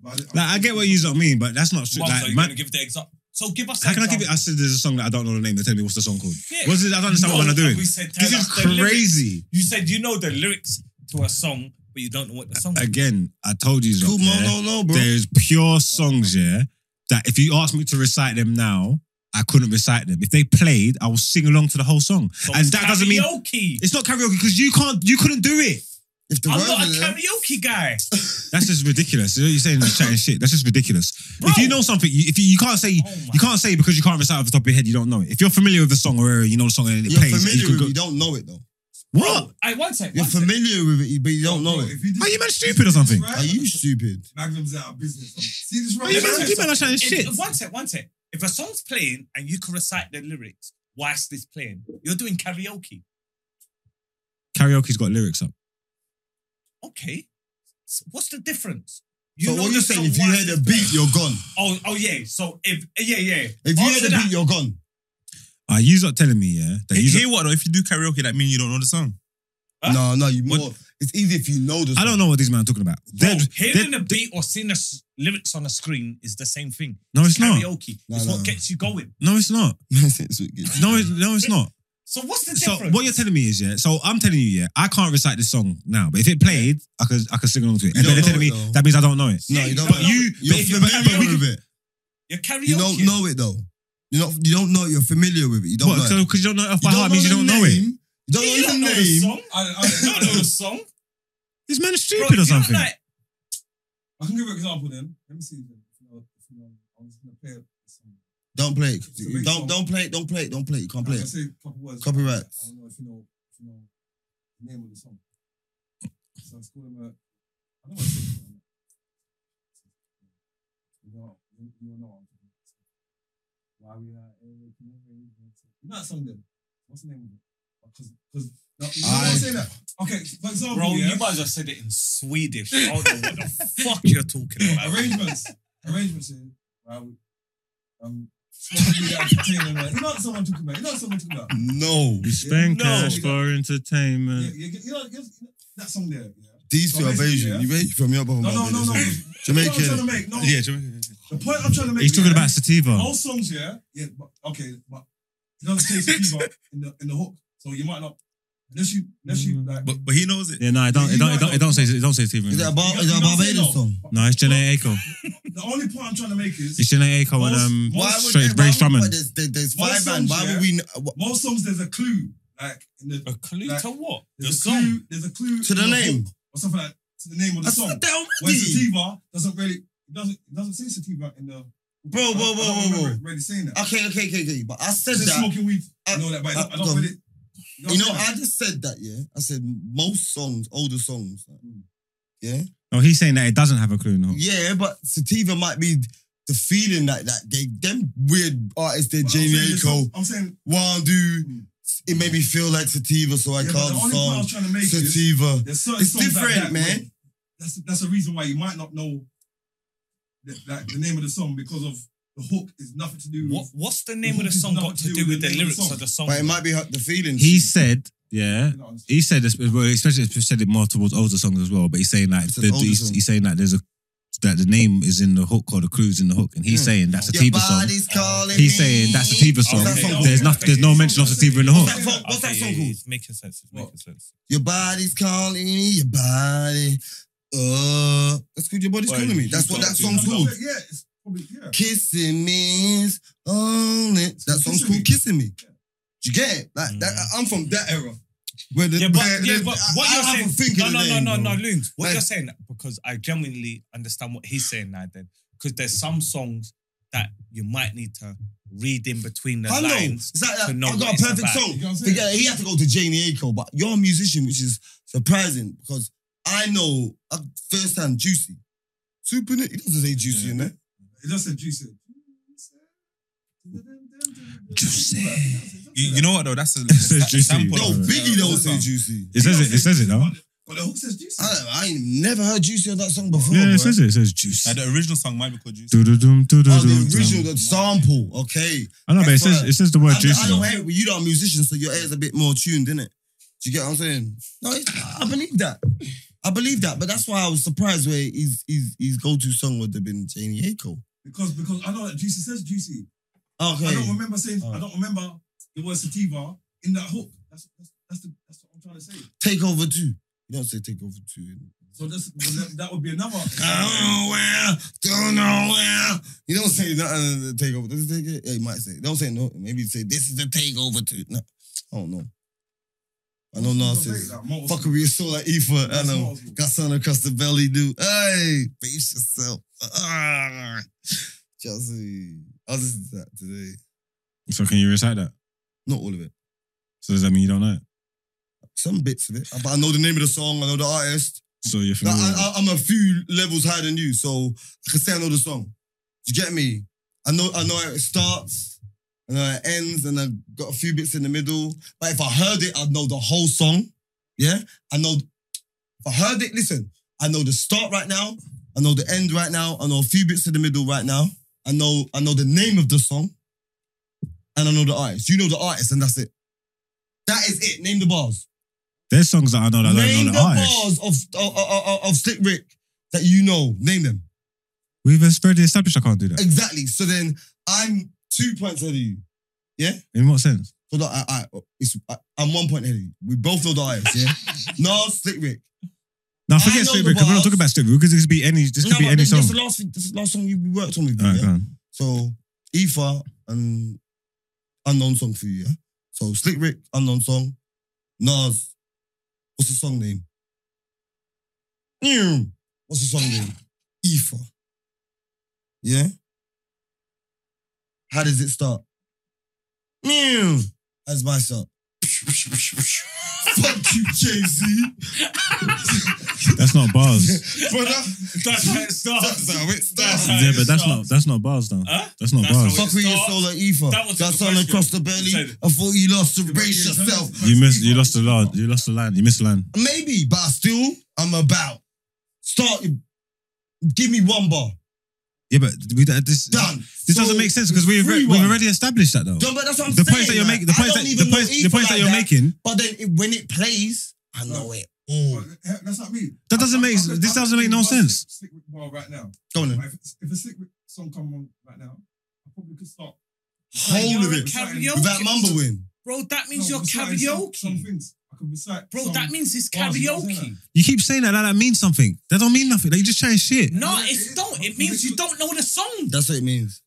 Speaker 5: But I-
Speaker 2: Like I get what you don't mean, but that's not true.
Speaker 1: Well, so
Speaker 2: Like,
Speaker 1: you're
Speaker 2: man,
Speaker 1: gonna give the example. So give us.
Speaker 2: how
Speaker 1: the
Speaker 2: can I give it? I
Speaker 1: example.
Speaker 2: said there's a song that I don't know the name. They tell me what's the song called.
Speaker 1: Yeah.
Speaker 2: What's it? I don't understand what
Speaker 1: No,
Speaker 2: I'm doing.
Speaker 1: and we said, tell
Speaker 2: This is
Speaker 1: us the lyrics.
Speaker 2: crazy.
Speaker 1: You said you know the lyrics to a song, but you don't know what the song. is.
Speaker 2: Again, I told you. Zop,
Speaker 4: Cool, no,
Speaker 2: yeah.
Speaker 4: no, no, bro.
Speaker 2: There's pure songs, yeah, that if you asked me to recite them now, I couldn't recite them. If they played, I will sing along to the whole song.
Speaker 1: So
Speaker 2: and
Speaker 1: it's
Speaker 2: that doesn't mean
Speaker 1: karaoke.
Speaker 2: it's not karaoke because you can't, you couldn't do it.
Speaker 4: If the
Speaker 1: I'm
Speaker 4: words
Speaker 1: not a
Speaker 4: are there,
Speaker 1: karaoke guy.
Speaker 2: That's just ridiculous. You know, You're saying this chatting shit. That's just ridiculous. If you
Speaker 1: Bro.
Speaker 2: know something, you, if you, you can't say,
Speaker 1: Oh my
Speaker 2: you can't say because you can't recite off the top of your head, you don't know it. If you're familiar with the song or you know the song and it
Speaker 4: you're
Speaker 2: plays,
Speaker 4: familiar
Speaker 2: you
Speaker 4: with
Speaker 2: could go,
Speaker 4: it. You don't know it, though.
Speaker 2: what?
Speaker 1: I one sec.
Speaker 4: You're
Speaker 1: one sec.
Speaker 4: familiar with it, but you don't know
Speaker 5: Bro,
Speaker 4: it.
Speaker 5: if you just-
Speaker 2: Are you man stupid or something?
Speaker 5: Right?
Speaker 4: Are you stupid?
Speaker 5: Magnum's out of business. See this
Speaker 2: Are
Speaker 5: right
Speaker 2: you
Speaker 5: here?
Speaker 2: man, you man are chatting
Speaker 1: If-
Speaker 2: shit.
Speaker 1: if- One sec, one sec. If a song's playing and you can recite the lyrics whilst it's playing, you're doing karaoke.
Speaker 2: Karaoke's got lyrics up.
Speaker 1: Okay. So what's the difference?
Speaker 4: so what
Speaker 1: the
Speaker 4: you saying?
Speaker 1: song
Speaker 4: If you
Speaker 1: whilst
Speaker 4: heard a
Speaker 1: it's playing.
Speaker 4: beat, you're gone.
Speaker 1: Oh, oh yeah. So if yeah, yeah.
Speaker 4: If you
Speaker 1: Answer
Speaker 4: heard a
Speaker 1: that.
Speaker 4: beat, you're gone.
Speaker 2: Are Uh, you not telling me, yeah? That
Speaker 6: Hey,
Speaker 2: you
Speaker 6: hear what though? If you do karaoke, that mean you don't know the song.
Speaker 1: Huh?
Speaker 4: No, no, you
Speaker 6: What-
Speaker 4: more. It's easy if you know this.
Speaker 2: I don't know what these men are talking about.
Speaker 1: Bro,
Speaker 2: They're-
Speaker 1: oh, hearing
Speaker 2: they're-
Speaker 1: a beat or seeing the s- lyrics on a screen is the same thing.
Speaker 2: No, it's not.
Speaker 1: Karaoke.
Speaker 4: No,
Speaker 1: it's
Speaker 4: no.
Speaker 1: what gets you going.
Speaker 2: No, it's not. No, it's, no, it's not.
Speaker 1: So what's the
Speaker 2: So
Speaker 1: difference?
Speaker 2: what you're telling me is, yeah. So I'm telling you, yeah. I can't recite this song now, but if it played, I could, I could sing along to it.
Speaker 4: You
Speaker 2: And then
Speaker 4: don't
Speaker 2: they're
Speaker 4: know
Speaker 2: telling me
Speaker 4: it, though.
Speaker 2: that means I don't know it.
Speaker 1: Yeah,
Speaker 4: No, you
Speaker 1: you
Speaker 4: don't.
Speaker 1: don't
Speaker 2: But you,
Speaker 4: You're
Speaker 2: but if you, but,
Speaker 4: familiar
Speaker 2: but we
Speaker 4: with
Speaker 2: could,
Speaker 4: it.
Speaker 1: You're karaoke.
Speaker 4: You don't know it though. You don't. You don't know. it, You're familiar with it. You don't
Speaker 2: what?
Speaker 4: know. it.
Speaker 2: Because you don't know it off by
Speaker 4: You
Speaker 2: heart means you
Speaker 4: the
Speaker 2: don't know it.
Speaker 4: name. You don't
Speaker 1: You
Speaker 4: know
Speaker 1: don't
Speaker 4: the
Speaker 1: know the
Speaker 4: name.
Speaker 1: song.
Speaker 5: I, I,
Speaker 1: You don't know the song.
Speaker 2: This man is
Speaker 1: Bro,
Speaker 2: stupid or
Speaker 1: if you're
Speaker 2: something.
Speaker 1: Like,
Speaker 5: I can give an example then. Let me see. If you know, if you know, I'm just gonna play a song.
Speaker 4: Don't play
Speaker 5: It's a big
Speaker 4: it. Don't
Speaker 5: song.
Speaker 4: don't play it. Don't play it. Don't play it. You can't
Speaker 5: I'm
Speaker 4: play
Speaker 5: gonna
Speaker 4: it.
Speaker 5: say a couple words.
Speaker 4: Copyright.
Speaker 5: I don't know if you know, if you know the name of the song. So it's called uh, I don't know what it's called. You know, you, you know what I'm talking about. Why we are everything. You know that song then? What's the name of it? Because, because, no, you know what I'm
Speaker 4: I-
Speaker 5: saying that? Okay, for example,
Speaker 1: bro,
Speaker 5: yeah,
Speaker 1: you might as well said it in Swedish. I don't know what the fuck you're talking about.
Speaker 5: arrangements, arrangements here. Right? we- Um, smoking weed at entertainment, right? You know what someone talking about? You know what someone talking about?
Speaker 4: Mm. No,
Speaker 2: You
Speaker 5: spend
Speaker 1: No. cash
Speaker 5: for Yeah,
Speaker 2: entertainment.
Speaker 5: you, you, know, you know that song there. Yeah?
Speaker 4: these two
Speaker 5: So
Speaker 4: are
Speaker 5: basically,
Speaker 4: Asian.
Speaker 5: yeah.
Speaker 4: You made from your
Speaker 5: No, no, no, no. The point I'm trying
Speaker 4: Jamaican.
Speaker 5: to make. No,
Speaker 6: Yeah, Jamaican.
Speaker 5: the point I'm trying to make.
Speaker 2: He's talking
Speaker 5: yeah,
Speaker 2: about sativa.
Speaker 5: most songs. Yeah, yeah. But, okay, but it doesn't taste fever in the in the hook, so you might not unless you unless you like.
Speaker 6: But but he knows it.
Speaker 2: Yeah, no, it don't, it don't, it don't, it don't say, it don't say sativa.
Speaker 4: Is that a
Speaker 2: No,
Speaker 4: Bar- is that a
Speaker 5: You know what I'm saying,
Speaker 4: Barbados
Speaker 5: though?
Speaker 4: song?
Speaker 5: But
Speaker 2: it's Janae Aiko.
Speaker 5: The only point I'm trying to make is
Speaker 2: It's Janae Aiko and
Speaker 5: Most-
Speaker 2: um,
Speaker 5: why would
Speaker 2: straight
Speaker 4: Why
Speaker 2: Ray
Speaker 4: would-
Speaker 2: Drummond.
Speaker 4: but There's, there- there's
Speaker 5: Most
Speaker 4: five
Speaker 5: songs,
Speaker 4: bands. Why
Speaker 5: yeah.
Speaker 4: would we? kn- what-
Speaker 5: most songs there's a clue like in the
Speaker 1: A clue
Speaker 5: Like,
Speaker 1: to what? The
Speaker 5: there's a
Speaker 1: song.
Speaker 5: clue there's a clue
Speaker 4: To
Speaker 5: in
Speaker 4: the
Speaker 5: hook
Speaker 4: name.
Speaker 5: or something like to the name of the
Speaker 4: I
Speaker 5: song.
Speaker 4: said that
Speaker 5: Where
Speaker 4: already.
Speaker 5: sativa doesn't really it doesn't it doesn't say sativa in the.
Speaker 4: Bro, whoa,
Speaker 5: I
Speaker 4: whoa,
Speaker 5: don't- I don't
Speaker 4: whoa,
Speaker 5: remember
Speaker 4: whoa.
Speaker 5: it Really saying that.
Speaker 4: Okay, okay, okay, okay. But I said
Speaker 5: Just
Speaker 4: that. Uh,
Speaker 5: smoking weed.
Speaker 4: I-
Speaker 5: I know that, but I don't- I
Speaker 4: I-
Speaker 5: don't really.
Speaker 4: You know, uh,
Speaker 5: what I'm saying?
Speaker 4: I just said that. Yeah, I said most songs, older songs.
Speaker 5: Mm.
Speaker 4: Yeah,
Speaker 2: No, he's saying that it doesn't have a clue.
Speaker 5: Oh.
Speaker 2: No.
Speaker 4: yeah, but sativa might be the feeling like that. They them weird artists, they
Speaker 5: But I'm
Speaker 4: Jamie
Speaker 5: saying it's
Speaker 4: Aiko.
Speaker 5: not- I'm saying
Speaker 4: One do it made me feel like sativa, so I
Speaker 5: yeah, but the
Speaker 4: can't
Speaker 5: only point I
Speaker 4: song
Speaker 5: was trying to make is
Speaker 4: sativa.
Speaker 5: there's certain
Speaker 4: It's
Speaker 5: songs like
Speaker 4: different,
Speaker 5: that,
Speaker 4: man.
Speaker 5: where That's that's a reason why you might not know the, like the name of the song because of the hook is nothing to do.
Speaker 1: What,
Speaker 5: with
Speaker 1: what's the name of
Speaker 5: hook
Speaker 1: the
Speaker 5: is
Speaker 1: song got
Speaker 5: nothing
Speaker 1: to do with the
Speaker 5: name of the
Speaker 1: lyrics
Speaker 5: song.
Speaker 1: of the song?
Speaker 4: But it might be her- the feeling.
Speaker 2: He said, yeah.
Speaker 5: you know what I'm saying?
Speaker 2: He said this, well, especially he said it more towards older songs as well. But he's saying like
Speaker 4: It's an
Speaker 2: the,
Speaker 4: older
Speaker 2: he's,
Speaker 4: song.
Speaker 2: he's saying that there's a that the name is in the hook or the clues in the hook, and he's
Speaker 4: Yeah.
Speaker 2: saying that's a
Speaker 4: Your
Speaker 2: Tiva song.
Speaker 4: body's calling
Speaker 2: He's
Speaker 4: me.
Speaker 2: saying that's a Tiva
Speaker 4: Oh,
Speaker 2: song.
Speaker 4: that song.
Speaker 2: There's nothing. There's no mention of sativa in the
Speaker 4: What's
Speaker 2: hook.
Speaker 4: that song? What's that
Speaker 1: Okay,
Speaker 4: song
Speaker 1: yeah,
Speaker 4: called?
Speaker 1: It's making sense. It's making sense.
Speaker 4: Your body's calling me. Your body. Uh, that's called. Your body's
Speaker 1: Well,
Speaker 4: calling me.
Speaker 1: you
Speaker 4: That's what
Speaker 1: don't
Speaker 4: that
Speaker 1: do
Speaker 4: song's
Speaker 1: that.
Speaker 4: called.
Speaker 5: Yeah, it's probably yeah.
Speaker 4: Kissing means only. That
Speaker 5: called
Speaker 4: song's
Speaker 5: Kissing Me.
Speaker 4: called Kissing Me.
Speaker 5: Yeah.
Speaker 4: Do you get it? Like that,
Speaker 1: Mm.
Speaker 4: I'm from that era. Where the,
Speaker 1: Yeah, but,
Speaker 4: where
Speaker 1: yeah,
Speaker 4: the-
Speaker 1: but
Speaker 4: I-
Speaker 1: what
Speaker 4: I
Speaker 1: you're
Speaker 4: have a
Speaker 1: saying,
Speaker 4: finger
Speaker 1: no,
Speaker 4: in the
Speaker 1: no,
Speaker 4: name,
Speaker 1: no, no,
Speaker 4: bro.
Speaker 1: no, Loons. What
Speaker 4: Like-
Speaker 1: you're saying, because I genuinely understand what he's saying now. Then, because there's some songs that you might need to read in between the
Speaker 4: I know.
Speaker 1: lines.
Speaker 4: It's like that.
Speaker 1: to know
Speaker 4: I've
Speaker 1: what
Speaker 4: got
Speaker 1: it's
Speaker 4: a perfect
Speaker 1: about.
Speaker 4: song.
Speaker 5: You know what I'm saying?
Speaker 4: Forget it. he had to go to Janie Aiko, but you're a musician, which is surprising because I know uh, firsthand Juicy. Super, he doesn't say Juicy in there.
Speaker 5: It just said juicy.
Speaker 2: Juicy.
Speaker 6: You, you know what though? That's a,
Speaker 2: Says
Speaker 6: that's a
Speaker 2: juicy.
Speaker 6: sample.
Speaker 4: No,
Speaker 6: of-
Speaker 4: Biggie
Speaker 5: Yeah.
Speaker 4: don't say Juicy.
Speaker 2: It says it. It says it. No.
Speaker 5: But the hook says juicy.
Speaker 4: I, don't know, I ain't never heard Juicy on that song before.
Speaker 2: Yeah,
Speaker 4: bro.
Speaker 2: it says it. It says juice.
Speaker 6: Like, the original song might be called Juicy.
Speaker 2: Doo-doo-doom,
Speaker 4: Oh,
Speaker 2: doo-doo-doom,
Speaker 4: the
Speaker 2: doo.
Speaker 4: original, the sample. Okay.
Speaker 2: I know, but it
Speaker 4: That's
Speaker 2: says
Speaker 4: why-
Speaker 2: it says the word
Speaker 4: I,
Speaker 2: juice.
Speaker 4: I
Speaker 2: though.
Speaker 4: don't hate it, but you don't a musician, so your ears a bit more tuned, innit? Do you get what I'm saying? No, it's, I believe that. I believe that, but that's why I was surprised where his his, his go to song would have been Janie Aiko.
Speaker 5: Because because I know that juicy says juicy. I don't
Speaker 4: Okay,
Speaker 5: remember saying I don't remember the word sativa in that hook. That's that's that's, the, that's what I'm trying to say.
Speaker 4: take over two. You don't say take over two. innit?
Speaker 5: So that's, that would be another.
Speaker 4: I don't know where, don't know where. You don't say nothing of the takeover. Does it take it? Yeah, you might say. Don't say no. Maybe say this is the takeover two. No, I don't know. I know nonsense. Fuckery is so like Aoife. E I
Speaker 5: That's
Speaker 4: know.
Speaker 5: multiple.
Speaker 4: Got something across the belly, dude. Hey, face yourself. Ah, Chelsea. I was listening to that today.
Speaker 2: So can you recite that?
Speaker 4: Not all of it.
Speaker 2: So does that mean you don't know it?
Speaker 4: Some bits of it. But I know the name of the song. I know the artist.
Speaker 2: So you're
Speaker 4: Like,
Speaker 2: familiar. with it.
Speaker 4: I, I, I'm a few levels higher than you, so I can say I know the song. Do you get me? I know I know how it starts, I know how it ends, and I got a few bits in the middle. But if I heard it, I'd know the whole song. Yeah, I know. If I heard it, listen, I know the start right now. I know the end right now. I know a few bits in the middle right now. I know I know the name of the song. and I know the artist. You know the artist, and that's it. That is it. Name the bars.
Speaker 2: There's songs that I know that I don't
Speaker 4: Name
Speaker 2: know
Speaker 4: the
Speaker 2: the artist.
Speaker 4: bars of, of, of, of Slick Rick that you know. Name them.
Speaker 2: We've already established I can't do that.
Speaker 4: Exactly. So then I'm two points ahead of you.
Speaker 2: In what sense?
Speaker 4: So that I, I, it's, I, I'm one point ahead of you. We both know the artist, yeah? Nas, Slick Rick.
Speaker 2: Now
Speaker 4: I
Speaker 2: forget
Speaker 4: know
Speaker 2: Strip
Speaker 4: the
Speaker 2: because we're not
Speaker 4: bars.
Speaker 2: talking about Strip because this could be any. This could be
Speaker 4: but
Speaker 2: any
Speaker 4: this-
Speaker 2: song.
Speaker 4: This is the last, thing- this is the last song you worked on with me,
Speaker 2: All right,
Speaker 4: yeah?
Speaker 2: go on.
Speaker 4: So Aoife and unknown song for you, yeah? So Slick Rick, unknown song. Nas, what's the song name? Mm, What's the song name? Aoife. Yeah? How does it start? Mm, How's my start? Fuck you, Jay-Z.
Speaker 2: That's not bars.
Speaker 4: Brother,
Speaker 1: That's how it starts.
Speaker 4: that's how it starts.
Speaker 1: That's how
Speaker 2: yeah,
Speaker 1: it
Speaker 2: but that's not
Speaker 1: starts.
Speaker 2: that's not bars though.
Speaker 1: Huh?
Speaker 2: That's not
Speaker 1: That's
Speaker 2: bars.
Speaker 1: how
Speaker 4: Fuck with your soul at Eva.
Speaker 1: That was
Speaker 4: Oh, That
Speaker 1: the
Speaker 4: son
Speaker 1: question.
Speaker 4: across the belly.
Speaker 1: Said-
Speaker 4: I thought you lost to uh, brace
Speaker 1: Yeah,
Speaker 4: yourself.
Speaker 1: tell me-
Speaker 2: you missed. You lost the line. You lost the line. You missed the line.
Speaker 4: Maybe, but I still, I'm about. Start. Give me one bar.
Speaker 2: Yeah, but we, that- this
Speaker 4: Done.
Speaker 2: this
Speaker 4: So,
Speaker 2: doesn't make sense because we've
Speaker 4: three
Speaker 2: we've
Speaker 4: one.
Speaker 2: already established that though.
Speaker 4: Done, but that's what I'm
Speaker 2: the
Speaker 4: saying.
Speaker 2: points that you're
Speaker 4: like,
Speaker 2: making, the
Speaker 4: I
Speaker 2: points that
Speaker 4: don't
Speaker 2: the
Speaker 4: even
Speaker 2: points,
Speaker 4: know
Speaker 2: the
Speaker 4: Eva
Speaker 2: points that
Speaker 4: like
Speaker 2: you're making,
Speaker 4: But then it, when it plays, I know it. all.
Speaker 5: That's not me.
Speaker 2: that doesn't
Speaker 5: I- I
Speaker 2: make
Speaker 5: could- I
Speaker 2: this
Speaker 5: could
Speaker 2: doesn't make
Speaker 5: do
Speaker 2: no
Speaker 5: one
Speaker 2: sense.
Speaker 5: Slick Rick bar right now.
Speaker 4: Go on then.
Speaker 5: But if, if a Slick Rick song come on right now, I probably could start.
Speaker 4: Whole of it.
Speaker 1: Karaoke.
Speaker 4: Without Mumba win.
Speaker 1: Bro, that
Speaker 5: No,
Speaker 1: means you're
Speaker 5: reciting Some, some
Speaker 1: karaoke.
Speaker 5: things. I could recite.
Speaker 1: Bro,
Speaker 5: some-
Speaker 1: that means it's
Speaker 5: bars, you know what I'm
Speaker 1: karaoke.
Speaker 5: saying?
Speaker 2: You keep saying that, like that means something. That don't mean nothing. Like you just trying shit.
Speaker 1: No,
Speaker 5: Yeah, it
Speaker 1: it's
Speaker 5: is.
Speaker 1: don't. It means you don't know the song.
Speaker 4: That's what it means.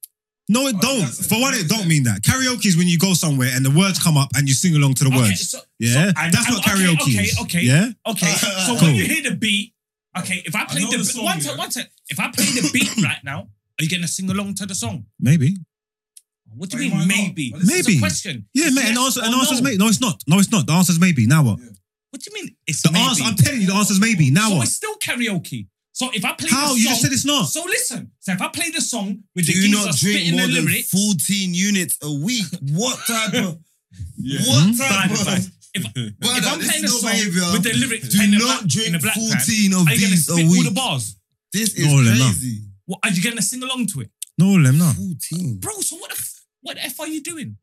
Speaker 2: No, it
Speaker 5: Oh,
Speaker 2: don't.
Speaker 5: that's-
Speaker 2: For one,
Speaker 5: that's
Speaker 2: it
Speaker 5: it.
Speaker 2: don't mean that. Karaoke is when you go somewhere and the words come up and you sing along to the
Speaker 1: Okay,
Speaker 2: words.
Speaker 1: so,
Speaker 2: Yeah,
Speaker 1: I-
Speaker 2: that's
Speaker 1: I-
Speaker 2: what
Speaker 1: okay,
Speaker 2: karaoke
Speaker 1: okay,
Speaker 2: is.
Speaker 1: okay.
Speaker 2: Yeah,
Speaker 1: Okay, so
Speaker 2: Cool.
Speaker 1: when you hear the beat, okay, if I play
Speaker 5: know
Speaker 1: the,
Speaker 5: the
Speaker 1: beat
Speaker 5: song,
Speaker 1: one time,
Speaker 5: yeah.
Speaker 1: one time, if I play the beat right now, are you gonna sing along to the song?
Speaker 2: maybe.
Speaker 1: What do
Speaker 5: But
Speaker 1: you
Speaker 5: it
Speaker 1: mean,
Speaker 5: might not.
Speaker 1: maybe?
Speaker 5: But this
Speaker 1: It's
Speaker 2: Maybe.
Speaker 1: a question.
Speaker 2: Yeah,
Speaker 1: It's
Speaker 2: mate. And
Speaker 1: yes
Speaker 2: the answer,
Speaker 1: or
Speaker 2: and the answer's
Speaker 1: no.
Speaker 2: maybe. No, it's not. No, it's not. The answer's maybe. Now what?
Speaker 5: Yeah.
Speaker 1: What do you mean? It's
Speaker 2: The
Speaker 1: maybe.
Speaker 2: answer. I'm telling you, the answer's maybe. Now
Speaker 1: so
Speaker 2: what?
Speaker 1: it's still karaoke. So if I play the
Speaker 2: How
Speaker 1: song,
Speaker 2: you just said it's not?
Speaker 1: so listen. So if I play the song with
Speaker 4: Do
Speaker 1: the
Speaker 4: you not
Speaker 1: geezer
Speaker 4: drink
Speaker 1: spitting
Speaker 4: more
Speaker 1: the
Speaker 4: than
Speaker 1: lyrics,
Speaker 4: 14 units a week? What type of. What type
Speaker 1: Bad
Speaker 4: of.
Speaker 1: advice. If,
Speaker 4: Brother,
Speaker 1: if I'm
Speaker 4: this
Speaker 1: playing a
Speaker 4: is
Speaker 1: song
Speaker 4: no behavior.
Speaker 1: with the lyrics
Speaker 4: Do
Speaker 1: in the
Speaker 4: not
Speaker 1: black, in the
Speaker 4: drink
Speaker 1: black pad,
Speaker 4: 14 of
Speaker 1: are you gonna
Speaker 4: these a
Speaker 1: spit all
Speaker 4: week.
Speaker 1: the bars?
Speaker 4: This is
Speaker 2: No, they're not.
Speaker 4: crazy.
Speaker 1: What, are you gonna sing along to it,
Speaker 2: No, I'm not.
Speaker 4: 14.
Speaker 1: bro? So what the f- what the f are you doing?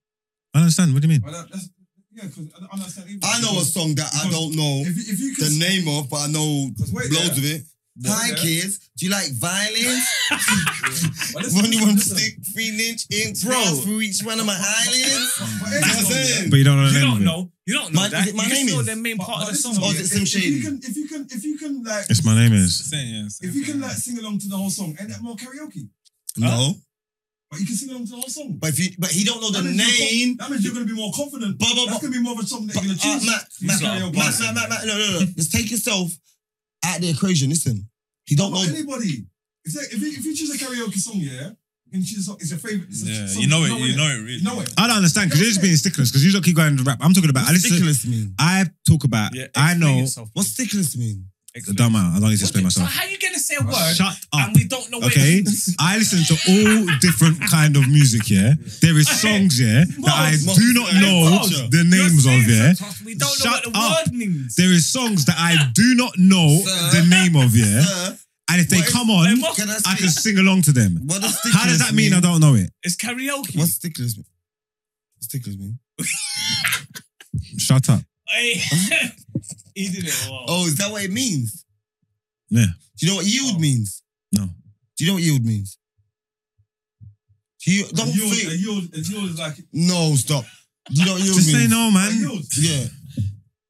Speaker 2: I understand. What do you mean?
Speaker 5: But that, that's, yeah, because I don't understand. Even
Speaker 4: I know a song that I don't know
Speaker 5: If, you- if you could,
Speaker 4: the name of, but I know
Speaker 5: Cause wait,
Speaker 4: loads of it. Hi
Speaker 5: Yeah.
Speaker 4: kids, do you like violence?
Speaker 5: But listen,
Speaker 4: Only one
Speaker 5: listen.
Speaker 4: stick, three inch, inch,
Speaker 1: Bro.
Speaker 4: bro. through each one of my eyelids.
Speaker 5: But
Speaker 4: You know what
Speaker 5: every
Speaker 4: I'm
Speaker 5: song, yeah.
Speaker 4: saying?
Speaker 2: But you don't know. the
Speaker 1: You
Speaker 2: name of
Speaker 1: don't
Speaker 2: it.
Speaker 1: know. You don't know
Speaker 4: My-
Speaker 1: that.
Speaker 4: is it my
Speaker 1: you
Speaker 4: name
Speaker 1: know
Speaker 4: is?
Speaker 1: the main
Speaker 5: But-
Speaker 1: part
Speaker 5: but
Speaker 1: of the
Speaker 5: listen,
Speaker 1: song.
Speaker 4: Oh, is
Speaker 5: if-
Speaker 4: it Slim
Speaker 5: if
Speaker 4: Shady?
Speaker 5: you can, if you can, if you can, like,
Speaker 2: It's my name is.
Speaker 6: Same, yeah, same.
Speaker 5: if you can, like, sing along to the whole song, ain't that more karaoke?
Speaker 4: No,
Speaker 5: But you can sing along to the whole song.
Speaker 4: but if you, but he don't know the
Speaker 5: That means you're co-
Speaker 4: name.
Speaker 5: That means you're gonna be more confident.
Speaker 4: But- but-
Speaker 5: That's gonna be more of a song that
Speaker 4: But,
Speaker 5: you're gonna
Speaker 4: uh,
Speaker 5: choose.
Speaker 4: Matt,
Speaker 5: You
Speaker 4: Matt,
Speaker 5: sing
Speaker 4: Matt,
Speaker 5: along.
Speaker 4: Matt, Matt, Matt, Matt, no, no, no. Just take yourself out the equation. Listen, he don't
Speaker 5: But
Speaker 4: know.
Speaker 5: anybody. If, they, if, you, if you choose a karaoke song, yeah, you can choose a song. It's your favorite. It's a
Speaker 6: Yeah,
Speaker 5: song
Speaker 6: you know it.
Speaker 5: innit?
Speaker 6: You know it really.
Speaker 5: You know it.
Speaker 2: I don't understand because you're just being sticklers because you don't keep going to rap. I'm talking about. I listen.
Speaker 4: Ridiculous mean.
Speaker 2: I talk about.
Speaker 1: Yeah,
Speaker 2: I
Speaker 1: explain
Speaker 2: know.
Speaker 1: yourself.
Speaker 4: What's ridiculous mean?
Speaker 2: The dumb man. I don't need to explain
Speaker 1: What the-
Speaker 2: myself.
Speaker 1: So how you gonna say a word
Speaker 2: Shut up.
Speaker 1: and we don't know what
Speaker 2: Okay,
Speaker 1: it is?
Speaker 2: I listen to all different kind of music. Yeah, there is songs. Yeah, that I
Speaker 4: Mos-
Speaker 2: do not
Speaker 4: Mos-
Speaker 2: know
Speaker 4: Mos-
Speaker 2: the
Speaker 1: You're
Speaker 2: names of.
Speaker 1: serious,
Speaker 2: Yeah,
Speaker 1: Santos, We don't know
Speaker 2: Shut
Speaker 1: what the
Speaker 2: up.
Speaker 1: word means.
Speaker 2: there is songs that I do not know
Speaker 4: Sir.
Speaker 2: the name of. Yeah,
Speaker 4: Uh,
Speaker 2: and if they
Speaker 4: What is-
Speaker 2: come on,
Speaker 1: Mos-
Speaker 4: can I
Speaker 2: I
Speaker 4: speak?
Speaker 2: can sing along to them.
Speaker 4: What does
Speaker 2: How does
Speaker 4: ridiculous
Speaker 2: that mean
Speaker 4: mean?
Speaker 2: I don't know it?
Speaker 1: It's karaoke.
Speaker 4: What's ridiculous mean? What's ridiculous mean?
Speaker 2: Shut up.
Speaker 1: Hey. he did it. Well.
Speaker 4: Oh, is that what it means?
Speaker 2: Yeah.
Speaker 4: Do you know what yield
Speaker 1: Oh.
Speaker 4: means?
Speaker 2: No.
Speaker 4: Do you know what yield means? Do you don't
Speaker 5: And yours,
Speaker 4: think-
Speaker 5: and yours, and yours is like
Speaker 4: No, stop. Do you know what yield
Speaker 2: Just say
Speaker 4: means?
Speaker 2: no,
Speaker 5: and
Speaker 2: man.
Speaker 5: yours,
Speaker 4: Yeah.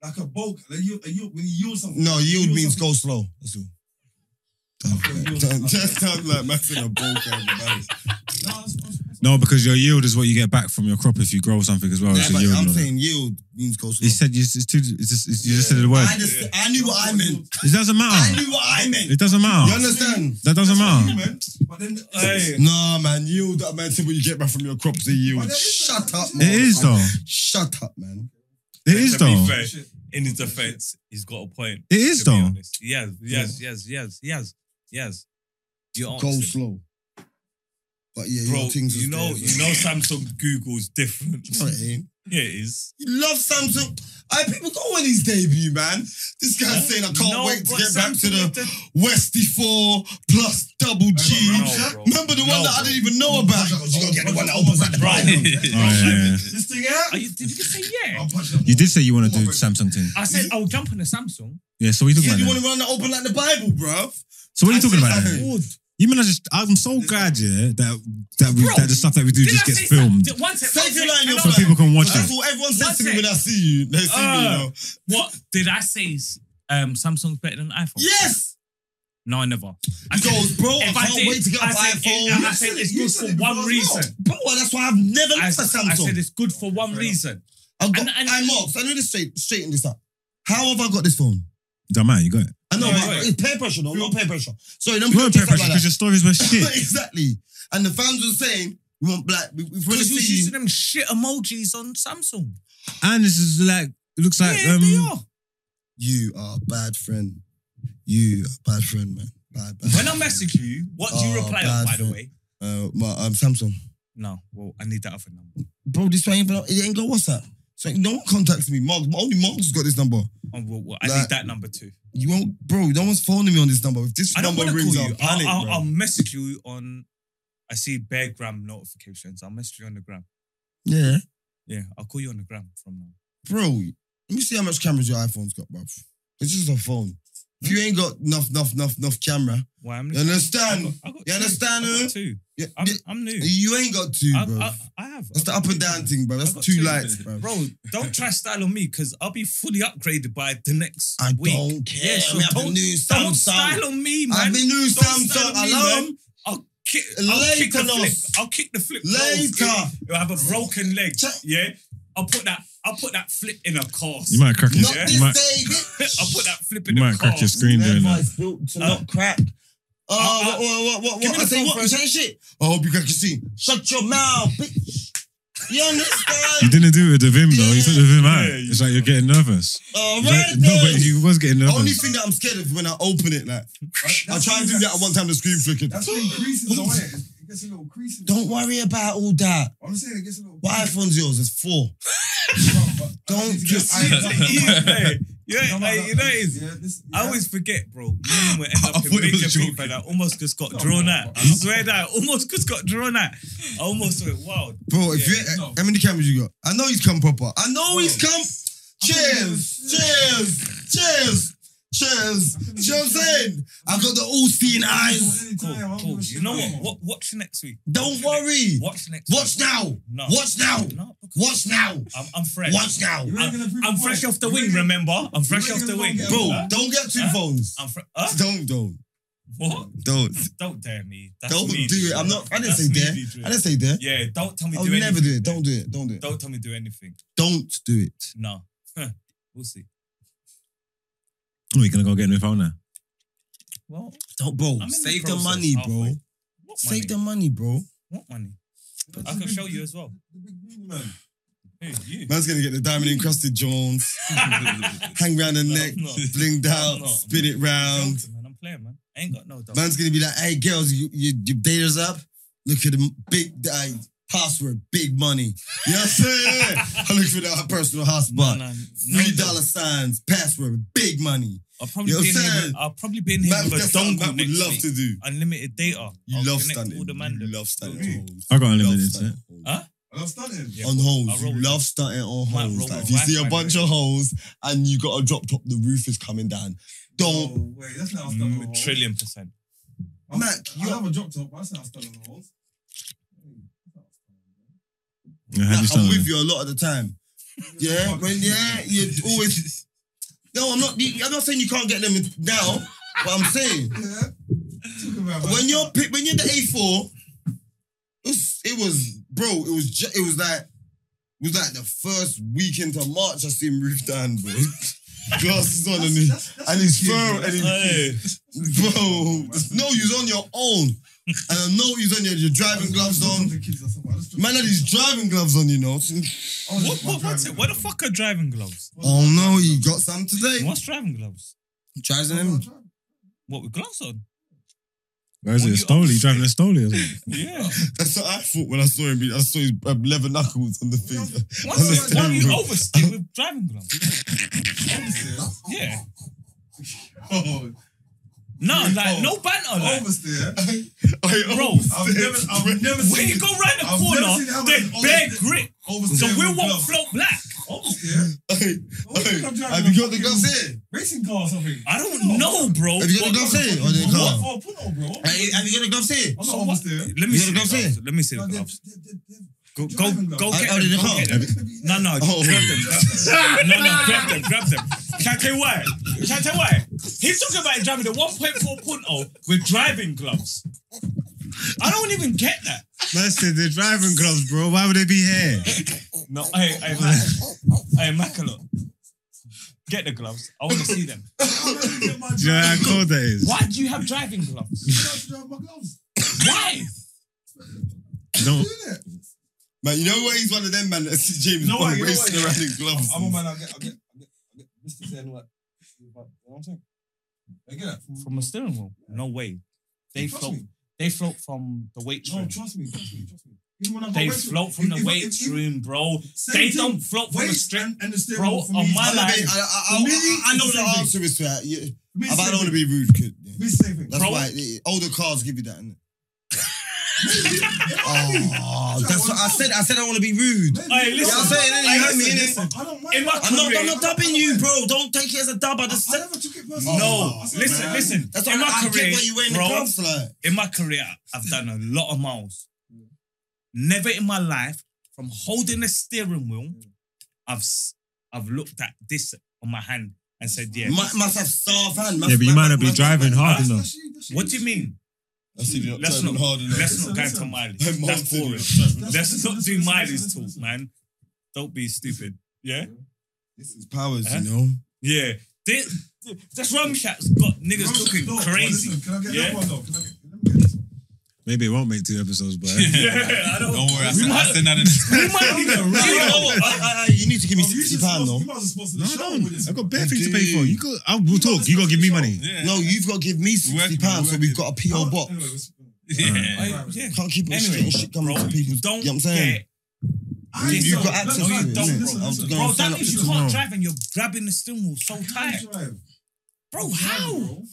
Speaker 5: like a bulk. Like you, and you, when you yield something.
Speaker 4: No, yield
Speaker 5: Yield
Speaker 4: means
Speaker 5: something.
Speaker 4: go slow. That's all.
Speaker 5: Okay,
Speaker 4: Don't-
Speaker 5: yield.
Speaker 4: Just sound like messing a bulk out of balance.
Speaker 2: Oh,
Speaker 5: No, that's- that's- that's-
Speaker 2: No, because your yield is what you get back from your crop if you grow something as well.
Speaker 4: Yeah,
Speaker 2: It's a
Speaker 4: but
Speaker 2: yield
Speaker 4: I'm
Speaker 2: and all that.
Speaker 4: saying yield means go slow.
Speaker 2: He said you it's too, it's just, it's, you just said the word.
Speaker 4: I just I knew what I meant.
Speaker 2: It doesn't
Speaker 4: I
Speaker 2: matter.
Speaker 4: knew what I meant.
Speaker 2: It doesn't
Speaker 4: You
Speaker 2: matter.
Speaker 4: understand?
Speaker 2: That doesn't
Speaker 5: That's what you
Speaker 2: matter.
Speaker 5: meant, But then, uh,
Speaker 1: Hey.
Speaker 4: Nah, man, yield that man said what you get back from your crops is
Speaker 5: But
Speaker 4: yield.
Speaker 5: that is-
Speaker 4: Shut up, man.
Speaker 2: It is though.
Speaker 4: Shut up, man.
Speaker 2: It is
Speaker 1: To be
Speaker 2: though.
Speaker 1: fair,
Speaker 5: Shit.
Speaker 1: In his defense, he's got a point.
Speaker 2: It
Speaker 1: to
Speaker 2: is
Speaker 1: be
Speaker 2: though.
Speaker 1: honest. Yes, yes, yes, yes, yes, yes. You
Speaker 4: Go
Speaker 1: answered.
Speaker 4: slow. But yeah,
Speaker 1: Bro,
Speaker 4: your things
Speaker 1: you
Speaker 4: are
Speaker 1: know,
Speaker 4: stairs,
Speaker 1: you know, Samsung Google's different.
Speaker 4: man. No, it ain't.
Speaker 1: Yeah, it is.
Speaker 4: You love Samsung. I people go on his debut, man. This guy's saying I can't
Speaker 1: No,
Speaker 4: wait to
Speaker 1: but
Speaker 4: get back to
Speaker 1: Samsung
Speaker 4: the
Speaker 1: is the-
Speaker 4: Westy 4 plus double G.
Speaker 1: No, bro.
Speaker 4: Remember the one
Speaker 1: No,
Speaker 4: that I
Speaker 1: bro.
Speaker 4: didn't even Oh, know about? You gotta get the one that opens at the
Speaker 1: Right.
Speaker 4: bottom.
Speaker 2: Oh, yeah.
Speaker 5: This thing out?
Speaker 1: Are you, did you just say yeah?
Speaker 5: I'll punch it.
Speaker 2: You did say you want to do the Samsung thing.
Speaker 1: I said I'll jump on the Samsung.
Speaker 2: Yeah, so what are you
Speaker 4: You
Speaker 2: talking
Speaker 4: said you
Speaker 2: about? then?
Speaker 4: want to run that open like the Bible, bruv.
Speaker 2: So what are you talking about?
Speaker 1: I
Speaker 2: then?
Speaker 1: would.
Speaker 2: You mean I just? I'm so glad, yeah, that that, we,
Speaker 1: Bro,
Speaker 2: that the stuff that we do
Speaker 1: Did
Speaker 2: just
Speaker 1: I
Speaker 2: gets
Speaker 1: say
Speaker 2: filmed,
Speaker 1: Sam- One sec,
Speaker 4: Save
Speaker 1: one
Speaker 4: your
Speaker 1: sec.
Speaker 4: line,
Speaker 1: Hello?
Speaker 4: you're
Speaker 2: so
Speaker 4: Sam-
Speaker 2: people can watch
Speaker 4: That's
Speaker 2: it.
Speaker 4: what everyone
Speaker 1: One
Speaker 4: says to me
Speaker 1: sec.
Speaker 4: when I see you. They see me, you
Speaker 1: Uh.
Speaker 4: know.
Speaker 1: What did I say? Um, Samsung's better than iPhone.
Speaker 4: Yes!
Speaker 1: No, I never. I
Speaker 4: He goes,
Speaker 1: said-
Speaker 4: bro, I
Speaker 1: if
Speaker 4: can't
Speaker 1: did,
Speaker 4: wait to get
Speaker 1: I
Speaker 4: an
Speaker 1: said it-
Speaker 4: iPhone.
Speaker 1: I said it's
Speaker 4: You
Speaker 1: good
Speaker 4: said
Speaker 1: for
Speaker 4: it
Speaker 1: one
Speaker 4: before as well.
Speaker 1: reason.
Speaker 4: Bro, that's why I've never
Speaker 1: I,
Speaker 4: looked at
Speaker 1: I said
Speaker 4: Samsung.
Speaker 1: it's good for one reason.
Speaker 4: I've got,
Speaker 1: and- and-
Speaker 4: I'm Marks, I need to straight, straighten this up. How have I got this phone?
Speaker 2: Don't mind, you got it.
Speaker 4: I know,
Speaker 1: Yeah,
Speaker 4: but
Speaker 1: right.
Speaker 4: it's peer pressure, no, not peer pressure. Sorry, don't
Speaker 2: You weren't
Speaker 4: be
Speaker 2: peer pressure
Speaker 4: like
Speaker 2: because
Speaker 4: that.
Speaker 2: your stories were shit.
Speaker 4: exactly. And the fans were saying, we want black, we, we want to
Speaker 1: Because you was
Speaker 4: see you.
Speaker 1: using them shit emojis on Samsung.
Speaker 2: And this is like, it looks like
Speaker 1: yeah,
Speaker 2: um,
Speaker 1: they are.
Speaker 4: You are a bad friend. You are a bad friend, man. Bad, bad.
Speaker 1: When I message you, what do you
Speaker 4: Oh,
Speaker 1: reply on,
Speaker 4: bad
Speaker 1: by the
Speaker 4: thing.
Speaker 1: way?
Speaker 4: Uh, my, um, Samsung.
Speaker 1: No, well, I need that other number.
Speaker 4: Bro, this one ain't, got- it ain't got WhatsApp. So no one contacts me. Mark, only Mark's got this number.
Speaker 1: Oh, well, well, I
Speaker 4: Like-
Speaker 1: need that number too.
Speaker 4: You won't, bro. No one's phoning me on this number. If this
Speaker 1: I don't
Speaker 4: number
Speaker 1: want to call
Speaker 4: rings, I'll
Speaker 1: you.
Speaker 4: panic,
Speaker 1: I'll, I'll,
Speaker 4: bro.
Speaker 1: I'll message you on. I see Bear Gram notifications. I'll message you on the gram.
Speaker 4: yeah,
Speaker 1: Yeah, I'll call you on the gram from now.
Speaker 4: bro. Let me see how much cameras your iPhone's got, bro. It's just a phone. If you ain't got enough, enough, enough, enough camera,
Speaker 1: Why I'm
Speaker 4: you understand?
Speaker 1: I got
Speaker 4: You
Speaker 1: two.
Speaker 4: understand,
Speaker 1: I
Speaker 4: huh?
Speaker 1: got two.
Speaker 4: Yeah,
Speaker 1: I'm,
Speaker 4: yeah,
Speaker 1: I'm new.
Speaker 4: You ain't got two,
Speaker 1: I,
Speaker 4: bro.
Speaker 1: I, I have.
Speaker 4: That's the up and down thing, bro. That's
Speaker 1: I've got
Speaker 4: two
Speaker 1: two.
Speaker 4: lights, bro.
Speaker 1: Bro, don't try style on me because I'll be fully upgraded by the next
Speaker 4: I
Speaker 1: week.
Speaker 4: don't care.
Speaker 1: Yeah, so
Speaker 4: man. I've
Speaker 1: don't-
Speaker 4: been new
Speaker 1: Don't style
Speaker 4: Samsung.
Speaker 1: on me, man.
Speaker 4: I've been new
Speaker 1: Don't style
Speaker 4: Samsung.
Speaker 1: on me,
Speaker 4: Alarm.
Speaker 1: man. I'll kick, I'll kick the
Speaker 4: Later,
Speaker 1: flip.
Speaker 4: Nos.
Speaker 1: I'll kick the flip.
Speaker 4: Later.
Speaker 1: You'll have a broken leg.
Speaker 4: Check.
Speaker 1: Yeah. I'll put that. I'll put that flip in a cast.
Speaker 2: you might crack your,
Speaker 4: Not
Speaker 1: Yeah.
Speaker 4: this
Speaker 2: you might,
Speaker 4: day, bitch.
Speaker 1: I'll put that flip in
Speaker 2: you
Speaker 1: a
Speaker 2: might
Speaker 1: cast.
Speaker 2: crack your screen doing that.
Speaker 4: Advice built to not crack.
Speaker 1: Uh,
Speaker 4: Oh,
Speaker 1: uh,
Speaker 4: what, what, what,
Speaker 1: give
Speaker 4: what?
Speaker 1: me
Speaker 4: I
Speaker 1: the
Speaker 4: say
Speaker 1: phone
Speaker 4: what? You
Speaker 1: first.
Speaker 4: saying shit? I hope you crack your scene. Shut your mouth, bitch. You
Speaker 2: You
Speaker 4: understand?
Speaker 2: didn't do it with the Vim though. You took the Vim out.
Speaker 1: Yeah, you-
Speaker 2: it's like you're getting nervous.
Speaker 4: All
Speaker 2: It's
Speaker 4: right,
Speaker 2: like-
Speaker 4: then.
Speaker 2: no, but you was getting
Speaker 4: the only
Speaker 2: nervous.
Speaker 4: thing that I'm scared of when I open it, like, I try and do that one time, the screen flicking.
Speaker 5: That's when creases on it. It gets a little crease. in it.
Speaker 4: Don't worry about all that.
Speaker 5: I'm saying it gets a little.
Speaker 4: What iPhone's yours? It's four. Don't just-
Speaker 1: You know it, you know it, you know it is.
Speaker 5: is.
Speaker 1: I always forget, bro. Me and we end
Speaker 6: I
Speaker 1: up in
Speaker 6: thought it was
Speaker 1: major
Speaker 6: joking.
Speaker 1: people that almost just got
Speaker 5: No,
Speaker 1: drawn
Speaker 5: no,
Speaker 1: out.
Speaker 5: no.
Speaker 1: I swear that I almost just got drawn out. I almost went wild.
Speaker 4: Bro, if
Speaker 1: Yeah,
Speaker 4: you,
Speaker 5: no.
Speaker 4: how many cameras you got? I know he's come proper. I know
Speaker 5: Bro.
Speaker 4: he's come. Cheers, cheers, cheers, cheers. You know what I'm saying? I've got the all-seeing eyes.
Speaker 1: Cool, cool. You know what? what? Watch next week.
Speaker 4: Don't worry.
Speaker 1: Watch next.
Speaker 4: Watch
Speaker 1: week.
Speaker 4: now.
Speaker 1: No.
Speaker 4: Watch now.
Speaker 1: No.
Speaker 4: Watch now.
Speaker 1: I'm, I'm fresh.
Speaker 4: Watch now.
Speaker 5: You ain't gonna prove
Speaker 1: I'm
Speaker 5: a
Speaker 1: fresh
Speaker 5: point.
Speaker 1: off the
Speaker 5: You
Speaker 1: wing.
Speaker 5: ain't-
Speaker 1: Remember, I'm fresh
Speaker 5: ain't
Speaker 1: off the
Speaker 5: gonna
Speaker 1: wing,
Speaker 5: get
Speaker 4: Bro,
Speaker 5: Huh?
Speaker 4: don't get two
Speaker 1: Huh?
Speaker 4: phones.
Speaker 1: I'm fresh. Huh?
Speaker 4: Don't, don't,
Speaker 1: What?
Speaker 4: don't.
Speaker 1: Don't dare me. That's
Speaker 4: Don't
Speaker 1: needy,
Speaker 4: do it. I'm
Speaker 1: bro.
Speaker 4: not, I didn't
Speaker 1: That's
Speaker 4: say dare.
Speaker 1: needy, bro.
Speaker 4: I didn't say dare.
Speaker 1: Yeah, don't tell me.
Speaker 4: I'll
Speaker 1: do
Speaker 4: never
Speaker 1: anything.
Speaker 4: do it. Don't do it. Don't do it.
Speaker 1: Don't tell me do anything.
Speaker 4: Don't do it.
Speaker 1: No. we'll see.
Speaker 2: Oh, you're gonna go get a new phone now.
Speaker 1: Well,
Speaker 4: Don't, bro.
Speaker 1: I'm in the
Speaker 4: Save the
Speaker 1: process
Speaker 4: money, bro.
Speaker 1: halfway. what money?
Speaker 4: Save the money, bro.
Speaker 1: What money?
Speaker 5: That's
Speaker 1: I
Speaker 5: the
Speaker 1: can
Speaker 5: big-
Speaker 1: show you as well.
Speaker 5: The big blue man.
Speaker 1: Hey, you.
Speaker 4: Man's gonna get the diamond encrusted Jones, hang round the
Speaker 1: No,
Speaker 4: neck,
Speaker 1: no.
Speaker 4: blinged out,
Speaker 1: no.
Speaker 4: spin it round.
Speaker 1: Joking, man, I'm playing, man. I ain't got no doubt.
Speaker 4: Man's gonna be like, hey girls, you, you, your data's up. Look at the big uh, password, big money. You know what I'm saying? I look for that personal hotspot.
Speaker 1: no,
Speaker 4: Three
Speaker 1: doubt.
Speaker 4: dollar signs, password, big money.
Speaker 1: I'll probably
Speaker 4: You know
Speaker 1: be in
Speaker 4: what I'm
Speaker 1: here.
Speaker 4: saying?
Speaker 1: With, I'll probably be in here
Speaker 4: Man,
Speaker 1: with a
Speaker 4: that's what
Speaker 1: dongle
Speaker 4: man would
Speaker 1: next
Speaker 4: love
Speaker 1: week.
Speaker 4: to do.
Speaker 1: Unlimited data.
Speaker 4: You
Speaker 1: I'll
Speaker 4: love
Speaker 1: connect
Speaker 4: stunning.
Speaker 1: All the man
Speaker 4: You
Speaker 1: them.
Speaker 4: love stunning.
Speaker 1: Yo,
Speaker 4: on hoes.
Speaker 2: I got
Speaker 4: Love
Speaker 2: unlimited
Speaker 4: stunting
Speaker 2: internet.
Speaker 4: on hoes.
Speaker 1: Huh?
Speaker 5: I love stunning.
Speaker 1: Yeah,
Speaker 4: On
Speaker 1: I
Speaker 4: holes,
Speaker 1: roll
Speaker 4: you
Speaker 1: with
Speaker 4: love stunting on
Speaker 1: Might roll
Speaker 4: holes. Like,
Speaker 1: with
Speaker 4: if you see a
Speaker 1: Wi-Fi,
Speaker 4: bunch
Speaker 1: mate.
Speaker 4: of holes and you got a drop top, the roof is coming down. Don't
Speaker 5: Oh, wait, that's not how stunning
Speaker 1: Mm, trillion percent.
Speaker 4: Mac, you-
Speaker 5: you have a drop top. but That's not how stunning holes.
Speaker 2: Yeah, how do you
Speaker 4: I'm
Speaker 2: sound?
Speaker 4: with you a lot of the time. Yeah, when yeah, you always. No, I'm not. I'm not saying you can't get them now. But I'm saying
Speaker 5: Yeah. Talk about
Speaker 4: when you're pi- when you're the A4, it was, it was bro. It was ju- it was like it was like the first week into March. I seen Roof Dan, bro. Glasses on and, he, and his fur and his
Speaker 1: Hey,
Speaker 4: bro. There's no use on your own, and I know you're on your, your driving gloves on. Man had his driving gloves on, you know.
Speaker 1: what, what, what's it? Where the fuck are driving gloves?
Speaker 4: Oh no, he got some today.
Speaker 1: What's driving gloves?
Speaker 4: Tries them.
Speaker 1: What with gloves on?
Speaker 2: Where is
Speaker 1: When
Speaker 2: it?
Speaker 1: you-
Speaker 2: Stoley, driving a Stoley or something.
Speaker 1: Yeah.
Speaker 4: That's what I thought when I saw him. I saw his um, leather knuckles on the thing.
Speaker 1: Why
Speaker 4: On the
Speaker 1: why
Speaker 4: steering
Speaker 1: do you
Speaker 4: wheel.
Speaker 1: oversteer with driving gloves? Yeah.
Speaker 5: Oh,
Speaker 1: No, like no banter, like,
Speaker 5: Oversteer.
Speaker 1: bro.
Speaker 5: I've never, I've never
Speaker 1: When you
Speaker 5: seen
Speaker 1: go round the
Speaker 5: I've never
Speaker 1: corner,
Speaker 5: seen how
Speaker 1: they
Speaker 5: much
Speaker 1: bare
Speaker 5: oversteer-
Speaker 1: grip.
Speaker 5: oversteer.
Speaker 1: So we won't
Speaker 5: with gloves.
Speaker 1: float black.
Speaker 5: Oversteer. Oversteer, I'm driving
Speaker 4: Have you
Speaker 5: a
Speaker 4: got the gloves here?
Speaker 5: Racing car or something.
Speaker 1: I don't know, bro.
Speaker 4: Have you got
Speaker 1: But-
Speaker 4: the gloves here? Or
Speaker 5: What
Speaker 4: the car?
Speaker 5: for a pull-over, bro? What-
Speaker 4: Hey, Have you got the gloves here?
Speaker 5: I'm not
Speaker 1: so what-
Speaker 5: oversteer.
Speaker 1: Let me
Speaker 4: You
Speaker 1: see the
Speaker 4: got the gloves
Speaker 1: gloves. Let me see the
Speaker 5: No, they're-
Speaker 1: gloves.
Speaker 5: they're- they're-
Speaker 1: Go, go,
Speaker 5: driving gloves.
Speaker 1: go
Speaker 4: Out-
Speaker 1: get
Speaker 4: out of the
Speaker 1: them.
Speaker 4: car?
Speaker 1: Go get them. No, no,
Speaker 4: Oh.
Speaker 1: grab them. Grab them. no, no, grab them, grab them. Can I tell you why? Can I tell you why? He's talking about driving the 1.4 Punto with driving gloves. I don't even get that.
Speaker 2: Man said they're driving gloves, bro. Why would they be here?
Speaker 1: No, hey, hey, Mac. Hey, Macalot. Get the gloves. I want to see them.
Speaker 5: I'm not gonna get my
Speaker 2: Do you know
Speaker 5: drive-
Speaker 2: how cold that is?
Speaker 1: Why do you have driving gloves?
Speaker 5: I'm not gonna drive my gloves.
Speaker 1: Why?
Speaker 2: No,
Speaker 5: Do that.
Speaker 4: Man, you know what? He's one of them, man. That's James
Speaker 5: No
Speaker 4: Bond
Speaker 5: way, no
Speaker 4: racing
Speaker 5: way.
Speaker 4: around in gloves.
Speaker 5: I'm a man. I get, I get, I get, I get Mr. Zen like, you know what I'm saying? I get that.
Speaker 1: From a steering wheel? No way. They
Speaker 5: Trust
Speaker 1: float.
Speaker 5: me.
Speaker 1: They float from the weight
Speaker 5: No,
Speaker 1: room.
Speaker 5: trust me, trust me, trust me. Even when I got
Speaker 1: They
Speaker 5: weight to-
Speaker 1: float from
Speaker 5: if-
Speaker 1: the
Speaker 5: if-
Speaker 1: weight
Speaker 5: if- if-
Speaker 1: room, bro.
Speaker 5: same
Speaker 1: They
Speaker 5: thing.
Speaker 1: don't float from the
Speaker 5: Weight
Speaker 1: strip.
Speaker 5: and, and the steering
Speaker 1: Bro,
Speaker 5: wheel for
Speaker 1: on
Speaker 5: me.
Speaker 1: my
Speaker 4: I,
Speaker 5: I
Speaker 4: know-
Speaker 1: life-
Speaker 4: I, I, I,
Speaker 5: For me,
Speaker 4: I, I know
Speaker 5: it's
Speaker 4: the
Speaker 5: like-
Speaker 4: answer is to that. Yeah.
Speaker 5: Me,
Speaker 4: I
Speaker 5: same
Speaker 4: don't want to
Speaker 5: thing.
Speaker 4: be rude, kid. Yeah.
Speaker 5: Me, same thing.
Speaker 4: That's
Speaker 1: Bro.
Speaker 4: why yeah, older cars give you that. Innit?
Speaker 5: Oh,
Speaker 4: That's what I said. I said I want to be rude.
Speaker 1: Hey, listen.
Speaker 4: I'm saying, innit? You
Speaker 1: Hey,
Speaker 4: heard me,
Speaker 1: listen,
Speaker 4: innit?
Speaker 1: listen.
Speaker 5: I don't mind.
Speaker 1: In my
Speaker 5: that.
Speaker 4: I'm not, I'm
Speaker 1: Career.
Speaker 4: not dubbing you, bro. Don't take it as a dub. I
Speaker 5: I,
Speaker 4: just said.
Speaker 5: I never took it personally.
Speaker 1: No,
Speaker 5: I said,
Speaker 1: listen,
Speaker 5: man,
Speaker 1: listen.
Speaker 4: Oh, That's why
Speaker 1: In my
Speaker 4: I get
Speaker 1: career,
Speaker 4: why you wearing the
Speaker 1: bro.
Speaker 4: gloves. Like.
Speaker 1: In my career, I've done a lot of miles. Never in my life, from holding a steering wheel,
Speaker 4: Mm.
Speaker 1: I've s- I've looked at this on my hand and said, "Yeah."
Speaker 4: Must, must have staff hand. Must,
Speaker 2: yeah, but you
Speaker 4: must-
Speaker 2: might not be
Speaker 4: must-
Speaker 2: driving hard
Speaker 5: that's-
Speaker 2: enough.
Speaker 5: that's you, that's
Speaker 1: What do you mean?
Speaker 4: That's if you're not
Speaker 1: Let's
Speaker 4: driving
Speaker 1: not-
Speaker 4: hard enough.
Speaker 1: Let's not
Speaker 5: Listen,
Speaker 1: go
Speaker 5: listen.
Speaker 1: to mileage.
Speaker 4: I'm
Speaker 1: That's
Speaker 4: mountain,
Speaker 1: boring.
Speaker 4: you're driving.
Speaker 5: That's-
Speaker 1: Let's
Speaker 5: listen,
Speaker 1: not
Speaker 5: listen,
Speaker 1: do
Speaker 5: listen,
Speaker 1: mileage
Speaker 5: listen,
Speaker 1: talk,
Speaker 5: listen.
Speaker 1: man. Don't be stupid. Yeah.
Speaker 4: This is powers,
Speaker 1: Huh?
Speaker 4: you know.
Speaker 1: Yeah. This, this rum chat's got niggas talking
Speaker 5: No, but
Speaker 1: crazy.
Speaker 5: Listen, can I get
Speaker 1: Yeah.
Speaker 5: that one though? Can I get, let me get this one.
Speaker 2: Maybe it won't make two episodes, but
Speaker 1: Yeah, I don't.
Speaker 6: Don't worry, I
Speaker 1: We
Speaker 6: said, I
Speaker 1: might-
Speaker 6: said that in the
Speaker 1: We might need to
Speaker 4: You know
Speaker 1: read
Speaker 4: what? I- I- You need to give me
Speaker 5: Oh, you
Speaker 4: sixty
Speaker 5: should
Speaker 4: pounds,
Speaker 5: sponsor-
Speaker 4: though.
Speaker 5: You might as well sponsor
Speaker 2: No,
Speaker 5: the show
Speaker 2: no,
Speaker 5: with this.
Speaker 2: I've got bare things to pay for. You go, I will talk. You gotta give me money.
Speaker 6: Yeah.
Speaker 4: No, you've got to give me sixty
Speaker 6: Working,
Speaker 4: pounds, so
Speaker 6: working.
Speaker 4: we've got a PO box.
Speaker 5: Anyway, it's-
Speaker 6: Yeah.
Speaker 1: I- yeah.
Speaker 4: Can't keep it
Speaker 1: Anyway,
Speaker 4: straight and shit
Speaker 1: bro,
Speaker 4: coming to people.
Speaker 1: Don't
Speaker 4: you know what I'm
Speaker 1: get-
Speaker 4: saying?
Speaker 1: I
Speaker 4: You've
Speaker 1: don't-
Speaker 4: got access
Speaker 1: no,
Speaker 4: to
Speaker 1: you
Speaker 4: it,
Speaker 1: don't,
Speaker 4: innit?
Speaker 1: bro.
Speaker 4: I'm just
Speaker 1: Bro,
Speaker 4: gonna
Speaker 1: that
Speaker 4: sign up
Speaker 1: means
Speaker 4: to
Speaker 1: you
Speaker 4: it.
Speaker 1: can't drive and you're grabbing the steering wheel so tight. Bro, how?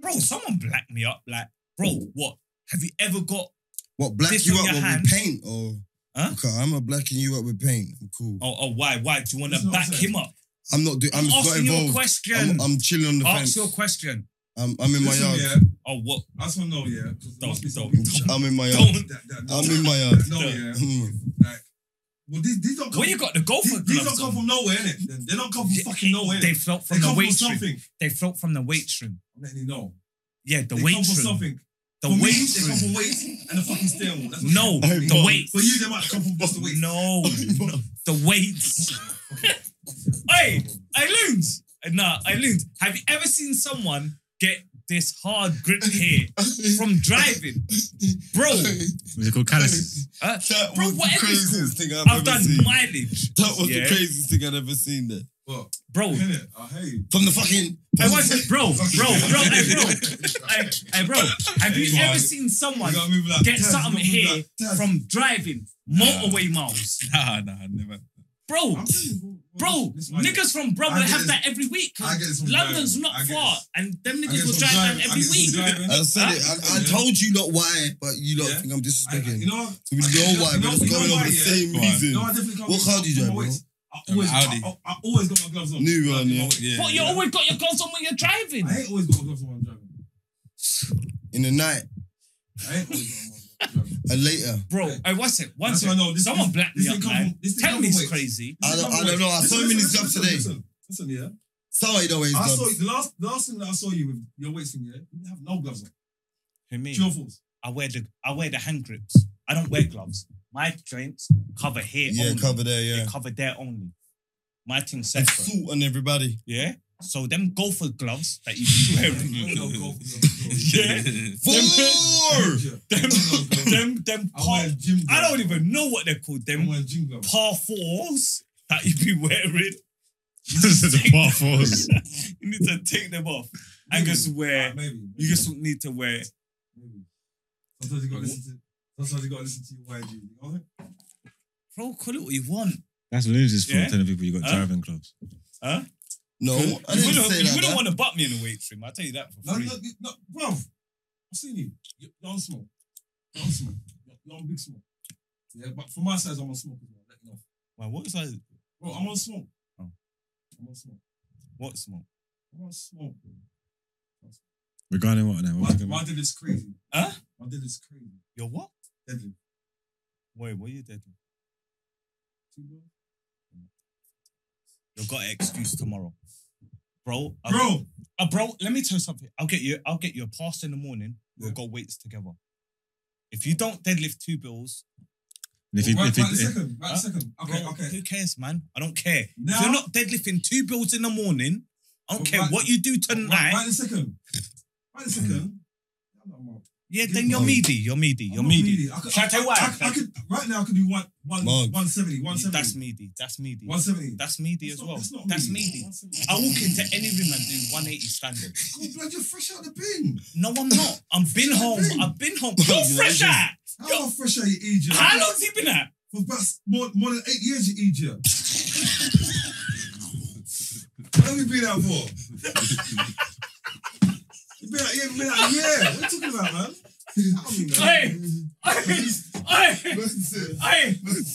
Speaker 1: Bro, someone black me up. Like, bro, what? Have you ever got.
Speaker 4: What black
Speaker 1: This
Speaker 4: you
Speaker 1: on
Speaker 4: up
Speaker 1: your
Speaker 4: with
Speaker 1: hand.
Speaker 4: paint or?
Speaker 1: Huh?
Speaker 4: Okay, I'm a blacking you up with paint. I'm cool.
Speaker 1: Oh, oh why? Why? Do you want
Speaker 5: That's
Speaker 1: to
Speaker 5: what I'm
Speaker 1: back
Speaker 5: saying.
Speaker 1: him up?
Speaker 4: I'm not doing. I'm just not
Speaker 1: Ask your
Speaker 4: involved.
Speaker 1: question.
Speaker 4: I'm, I'm chilling on the
Speaker 1: Ask
Speaker 4: fence.
Speaker 1: your question.
Speaker 4: I'm, I'm in my
Speaker 5: Listen,
Speaker 4: yard.
Speaker 5: yeah,
Speaker 1: Oh, what?
Speaker 5: I just want to know, yeah. 'cause there must be
Speaker 1: Don't-
Speaker 5: some-
Speaker 1: don't-
Speaker 4: I'm in my yard.
Speaker 1: Don't.
Speaker 5: that- that-
Speaker 4: I'm in my yard.
Speaker 5: No, yeah.
Speaker 4: Mm.
Speaker 5: Well, these, these don't come.
Speaker 1: Well, you got the golfer
Speaker 5: these, these don't
Speaker 1: gloves
Speaker 5: come
Speaker 1: on.
Speaker 5: from nowhere, innit? They- They don't come from fucking nowhere.
Speaker 1: They float
Speaker 5: They
Speaker 1: from the
Speaker 5: come
Speaker 1: weight room.
Speaker 5: something.
Speaker 1: They float from the weight room.
Speaker 5: I'm letting you know.
Speaker 1: Yeah, the
Speaker 5: they
Speaker 1: weight
Speaker 5: come from
Speaker 1: room.
Speaker 5: something.
Speaker 1: The
Speaker 5: for me,
Speaker 1: weight
Speaker 5: they come
Speaker 1: room.
Speaker 5: from weights and the fucking stairwell. That's what
Speaker 1: No,
Speaker 5: they come
Speaker 1: the
Speaker 5: from.
Speaker 1: weights.
Speaker 5: For you, they might come from just the weights.
Speaker 1: No, no, the weights. hey, I loons. Nah, I loons. Have you ever seen someone get this hard grip here from driving, bro?
Speaker 2: What's it called? Calluses.
Speaker 1: uh,
Speaker 4: That
Speaker 1: Bro,
Speaker 4: was the
Speaker 1: whatever it's
Speaker 4: craziest thing I've,
Speaker 1: I've
Speaker 4: ever
Speaker 1: done
Speaker 4: seen.
Speaker 1: mileage,
Speaker 4: that was
Speaker 1: Yeah.
Speaker 4: the craziest thing I'd ever seen. There
Speaker 5: But,
Speaker 1: bro.
Speaker 5: innit? I hate.
Speaker 4: from the fucking.
Speaker 1: I want, bro, bro, bro, hey, bro, hey, hey, bro. Have you ever seen someone
Speaker 5: You gotta move like
Speaker 1: get
Speaker 5: Taz,
Speaker 1: something
Speaker 5: you gotta move
Speaker 1: here
Speaker 5: like Taz.
Speaker 1: from driving motorway miles,
Speaker 6: Nah, nah, never.
Speaker 1: bro?
Speaker 5: I'm telling you,
Speaker 1: Bro,
Speaker 5: this- this-
Speaker 1: niggas from
Speaker 5: I
Speaker 1: Bromley
Speaker 5: get
Speaker 1: have
Speaker 5: this-
Speaker 1: that every week.
Speaker 5: I get this from
Speaker 1: London's not
Speaker 5: driving. I get
Speaker 1: far,
Speaker 5: this.
Speaker 1: and them
Speaker 5: I
Speaker 1: niggas
Speaker 5: get
Speaker 1: will
Speaker 5: some
Speaker 1: drive down
Speaker 5: driving, I
Speaker 1: every
Speaker 5: get some
Speaker 1: week.
Speaker 5: driving.
Speaker 4: I said it. I, I
Speaker 5: Yeah.
Speaker 4: told you not why, but you lot
Speaker 5: Yeah.
Speaker 4: think I'm
Speaker 5: I-
Speaker 4: disrespecting.
Speaker 5: You know what?
Speaker 4: So we know
Speaker 5: You know-
Speaker 4: why,
Speaker 5: you
Speaker 4: but
Speaker 5: know-
Speaker 4: it's
Speaker 5: you know
Speaker 4: going on
Speaker 5: why,
Speaker 4: the
Speaker 5: yeah?
Speaker 4: same
Speaker 6: Go on.
Speaker 4: reason.
Speaker 5: No, I definitely can't.
Speaker 4: What car do you drive, bro?
Speaker 5: I always,
Speaker 6: Um, Audi.
Speaker 5: I, I, I always got my gloves on.
Speaker 4: New one, yeah.
Speaker 5: yeah.
Speaker 1: But you always got your gloves on when you're driving.
Speaker 5: I ain't always got my gloves on when I'm driving.
Speaker 4: In the night
Speaker 5: I ain't always got my gloves on when I'm driving.
Speaker 4: and later.
Speaker 1: Bro,
Speaker 5: Yeah.
Speaker 1: I watch it. Once
Speaker 5: That's why I know this-
Speaker 1: someone
Speaker 5: this-
Speaker 1: blacked
Speaker 5: this
Speaker 1: me
Speaker 5: thing
Speaker 1: up,
Speaker 5: come
Speaker 1: man.
Speaker 5: from- this thing
Speaker 1: Tell
Speaker 5: come
Speaker 1: me
Speaker 5: from
Speaker 1: it's
Speaker 5: weights.
Speaker 1: crazy.
Speaker 4: I don't- I don't know. I saw him in his job today.
Speaker 5: Listen, listen, yeah.
Speaker 4: Saw it always
Speaker 5: I
Speaker 4: does.
Speaker 5: saw you, the last, the last thing that I saw you with your waist thing, yeah. You didn't have no gloves on.
Speaker 1: Who me?
Speaker 5: True or false?
Speaker 1: I wear the I wear the hand grips. I don't wear gloves. My joints cover here
Speaker 4: Yeah,
Speaker 1: only.
Speaker 4: cover there,
Speaker 1: They
Speaker 4: yeah.
Speaker 1: cover there only. My thing
Speaker 4: And
Speaker 1: separate.
Speaker 4: salt on everybody.
Speaker 1: Yeah. So them gopher gloves that you be wearing.
Speaker 5: I ain't no golf gloves,
Speaker 1: Yeah.
Speaker 4: Four! I
Speaker 5: bro. Yeah.
Speaker 1: them,
Speaker 5: gloves.
Speaker 1: them, them.
Speaker 5: I wear
Speaker 1: Par,
Speaker 5: gym gloves.
Speaker 1: I don't even know what they're called.
Speaker 5: I
Speaker 1: Them
Speaker 5: wear gym gloves.
Speaker 1: par fours that you be wearing.
Speaker 2: the bar fours.
Speaker 1: You need to take them off. I
Speaker 5: Maybe.
Speaker 1: just wear.
Speaker 5: Ah, maybe.
Speaker 1: You just need to wear.
Speaker 5: Maybe. Sometimes you gotta listen to. Sometimes you gotta listen to your YG. You know what I'm saying?
Speaker 1: Bro, call it what you want.
Speaker 2: That's Lindsay's fault
Speaker 1: Yeah?
Speaker 2: telling people you got
Speaker 1: Huh?
Speaker 2: driving clubs.
Speaker 1: Huh?
Speaker 4: No,
Speaker 1: you
Speaker 4: I didn't
Speaker 1: wouldn't,
Speaker 4: say
Speaker 1: you
Speaker 4: that,
Speaker 1: wouldn't
Speaker 4: man.
Speaker 1: want to butt me in the weight room. I'll tell you that for
Speaker 5: No,
Speaker 1: free.
Speaker 5: no, no, bro. I've seen you. You- You're on smoke. You're on smoke. You're- You're on big smoke. Yeah, but for my size, I'm on smoke as well. Let you know.
Speaker 1: Man, what is that?
Speaker 5: Bro, I'm on smoke.
Speaker 1: Oh.
Speaker 5: I'm on smoke.
Speaker 1: What smoke?
Speaker 5: I'm on smoke, bro.
Speaker 2: Regarding what now? What
Speaker 5: My, my deadlift's crazy.
Speaker 1: Huh?
Speaker 5: My deadlift's crazy.
Speaker 1: Your what?
Speaker 5: Deadlift.
Speaker 1: Wait, what are you doing?
Speaker 5: Two bro.
Speaker 1: You got an excuse tomorrow, bro. I'll-
Speaker 5: Bro,
Speaker 1: uh, bro. Let me tell you something. I'll get you. I'll get you a pass in the morning. We'll
Speaker 5: Yeah.
Speaker 1: go weights together. If you don't deadlift two bills,
Speaker 2: If you,
Speaker 5: right,
Speaker 2: if you,
Speaker 5: right the second. Right
Speaker 1: Huh?
Speaker 5: the second. Okay,
Speaker 1: bro,
Speaker 5: okay.
Speaker 1: who cares, man? I don't care.
Speaker 5: Now,
Speaker 1: if you're not deadlifting two bills in the morning, I don't
Speaker 5: But
Speaker 1: care
Speaker 5: right-
Speaker 1: what you do
Speaker 5: right,
Speaker 1: tonight.
Speaker 5: right the second. Right the second. I'm not-
Speaker 1: yeah, then you're
Speaker 5: Bro.
Speaker 1: meaty. You're meaty.
Speaker 5: I'm
Speaker 1: You're
Speaker 5: not
Speaker 1: meaty.
Speaker 5: really. I could-
Speaker 1: Shall I tell you why?
Speaker 5: I could- I could- Right now, I could do one, one,
Speaker 4: Mug.
Speaker 5: 170.
Speaker 1: Yeah,
Speaker 5: 170.
Speaker 1: That's meaty. That's meaty.
Speaker 5: 170.
Speaker 1: That's meaty
Speaker 5: That's
Speaker 1: as
Speaker 5: not-
Speaker 1: well.
Speaker 5: that's not
Speaker 1: That's
Speaker 5: meaty.
Speaker 1: meaty. I walk into any room and do 180 standing.
Speaker 5: God, blood, you're fresh out of the bin.
Speaker 1: No, I'm not. I've been home. I've been home. You're fresh out.
Speaker 5: How
Speaker 1: Yo.
Speaker 5: long fresh out your Egypt?
Speaker 1: How long's he been at?
Speaker 5: For about s- more, more than eight years, you Egypt. How long you been out for? you been out, you been out a year. What are you talking about, man? I don't mean
Speaker 1: Hey, hey, hey,
Speaker 5: that.
Speaker 1: hey,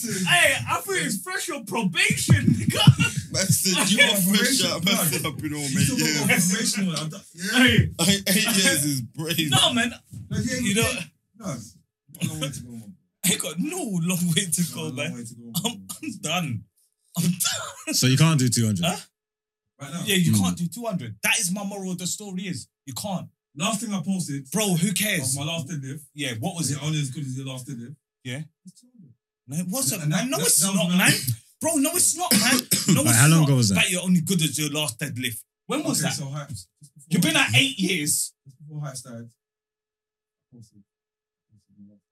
Speaker 1: hey, I think it's fresh on probation. nigga.
Speaker 3: Man said, you are fresh out. Man said, I've been on, mate.
Speaker 5: Talking
Speaker 3: Yeah.
Speaker 5: about information, man. I don't- Yeah.
Speaker 1: hey,
Speaker 3: Eight years is brave.
Speaker 1: no, man,
Speaker 5: Like, yeah,
Speaker 1: you know,
Speaker 5: No. Got a long way to go, man.
Speaker 1: I got no long way to
Speaker 5: Got a
Speaker 1: go,
Speaker 5: long
Speaker 1: man.
Speaker 5: way to go,
Speaker 1: I'm,
Speaker 5: man.
Speaker 1: I'm done. I'm done.
Speaker 2: eh, so you can't do 200.
Speaker 1: Huh?
Speaker 5: Right now.
Speaker 1: Yeah, you can't do 200. That is my moral of the story is you can't.
Speaker 5: Last thing I posted
Speaker 1: Bro, who
Speaker 5: of
Speaker 1: cares?
Speaker 5: my last deadlift
Speaker 1: Yeah, what was
Speaker 5: was
Speaker 1: it?
Speaker 5: it only as good as your last deadlift?
Speaker 1: Yeah.
Speaker 5: It's 200.
Speaker 1: No, it wasn't,
Speaker 5: And that-
Speaker 1: man. No,
Speaker 5: that-
Speaker 1: it's
Speaker 5: that was
Speaker 1: not,
Speaker 5: my-
Speaker 1: man. Bro, no, it's not, man. No,
Speaker 2: Like,
Speaker 1: it's
Speaker 2: how long
Speaker 1: not.
Speaker 2: ago was that?
Speaker 1: That you're only good as your last deadlift. When was
Speaker 5: okay,
Speaker 1: that?
Speaker 5: So hypes. Just before
Speaker 1: You've been at
Speaker 5: hypes-
Speaker 1: eight years.
Speaker 5: just before hype started. I posted- posted my last-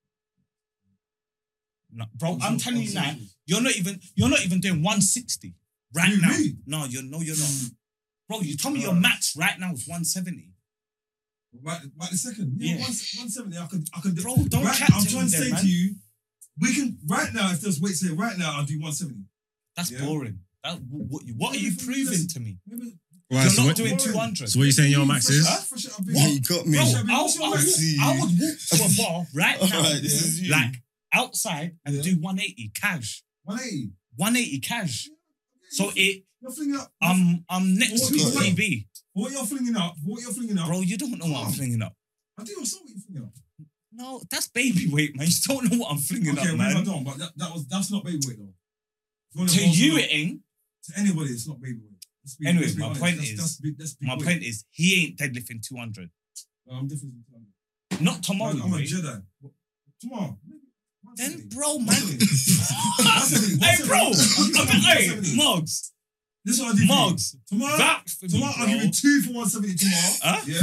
Speaker 1: No, bro,
Speaker 5: on
Speaker 1: I'm
Speaker 5: so-
Speaker 1: telling
Speaker 5: on
Speaker 1: you now,
Speaker 5: socials.
Speaker 1: you're not even you're not even doing 160 right
Speaker 5: You,
Speaker 1: now.
Speaker 5: me? Hmm.
Speaker 1: No, you're no, you're not. Bro, you told me your
Speaker 5: Alright.
Speaker 1: max right now is 170.
Speaker 5: Right, right the second. Yeah,
Speaker 1: Yeah.
Speaker 5: Once, 170. I could, I could.
Speaker 1: Bro, don't
Speaker 5: right,
Speaker 1: chat
Speaker 5: I'm
Speaker 1: to
Speaker 5: trying
Speaker 1: me
Speaker 5: to
Speaker 1: then,
Speaker 5: say
Speaker 1: man.
Speaker 5: to you, we can right now. If there's weights here, right now, I'll do 170.
Speaker 1: That's
Speaker 5: Yeah.
Speaker 1: boring. That, what, what are
Speaker 5: Yeah,
Speaker 1: you
Speaker 5: but
Speaker 1: proving
Speaker 5: listen,
Speaker 1: to me?
Speaker 5: Maybe.
Speaker 2: Right,
Speaker 1: You're
Speaker 2: so,
Speaker 1: not
Speaker 2: what,
Speaker 1: doing
Speaker 5: boring.
Speaker 1: 200.
Speaker 2: so what you saying your
Speaker 5: Fresh
Speaker 2: max
Speaker 5: out-
Speaker 2: is?
Speaker 5: fresh out of bin.
Speaker 3: Yeah, you got me.
Speaker 1: Bro,
Speaker 5: Yeah, but
Speaker 1: I'll,
Speaker 5: what's your
Speaker 1: I'll, walk,
Speaker 5: max?
Speaker 1: I would walk to a bar right now,
Speaker 3: Alright, this is you.
Speaker 1: like outside, and
Speaker 5: Yeah.
Speaker 1: do 180 cash.
Speaker 5: 180.
Speaker 1: 180 cash. So it,
Speaker 5: You're flinging up.
Speaker 1: I'm, I'm next
Speaker 5: What-
Speaker 1: week
Speaker 5: what-
Speaker 1: PB.
Speaker 5: what you're flinging up? What you're flinging up?
Speaker 1: Bro, you don't know what I'm flinging up.
Speaker 5: I think I saw what you're flinging up.
Speaker 1: No, that's baby weight, man. You don't know what I'm flinging
Speaker 5: okay,
Speaker 1: up,
Speaker 5: maybe I
Speaker 1: man.
Speaker 5: don't. But that, that was that's not baby weight though. If wanna
Speaker 1: To
Speaker 5: bowl
Speaker 1: you,
Speaker 5: someone-
Speaker 1: it ain't.
Speaker 5: to anybody, it's not baby weight. Let's be-
Speaker 1: Anyway,
Speaker 5: let's be
Speaker 1: my
Speaker 5: honest.
Speaker 1: point
Speaker 5: That's-
Speaker 1: is-
Speaker 5: that's big- that's big
Speaker 1: My
Speaker 5: weight.
Speaker 1: point is, he ain't deadlifting 200.
Speaker 5: I'm different. from you.
Speaker 1: Not tomorrow.
Speaker 5: I'm a
Speaker 1: mate.
Speaker 5: Jedi. What- Tomorrow.
Speaker 1: then, bro, man.
Speaker 5: Monday.
Speaker 1: hey, bro. I'm- hey, Mugs.
Speaker 5: This is what I did. for you.
Speaker 1: Mugs.
Speaker 5: Tomorrow,
Speaker 1: Back for me,
Speaker 5: tomorrow I'll give
Speaker 1: bro.
Speaker 5: you two for 170 tomorrow.
Speaker 1: Huh?
Speaker 5: Yeah.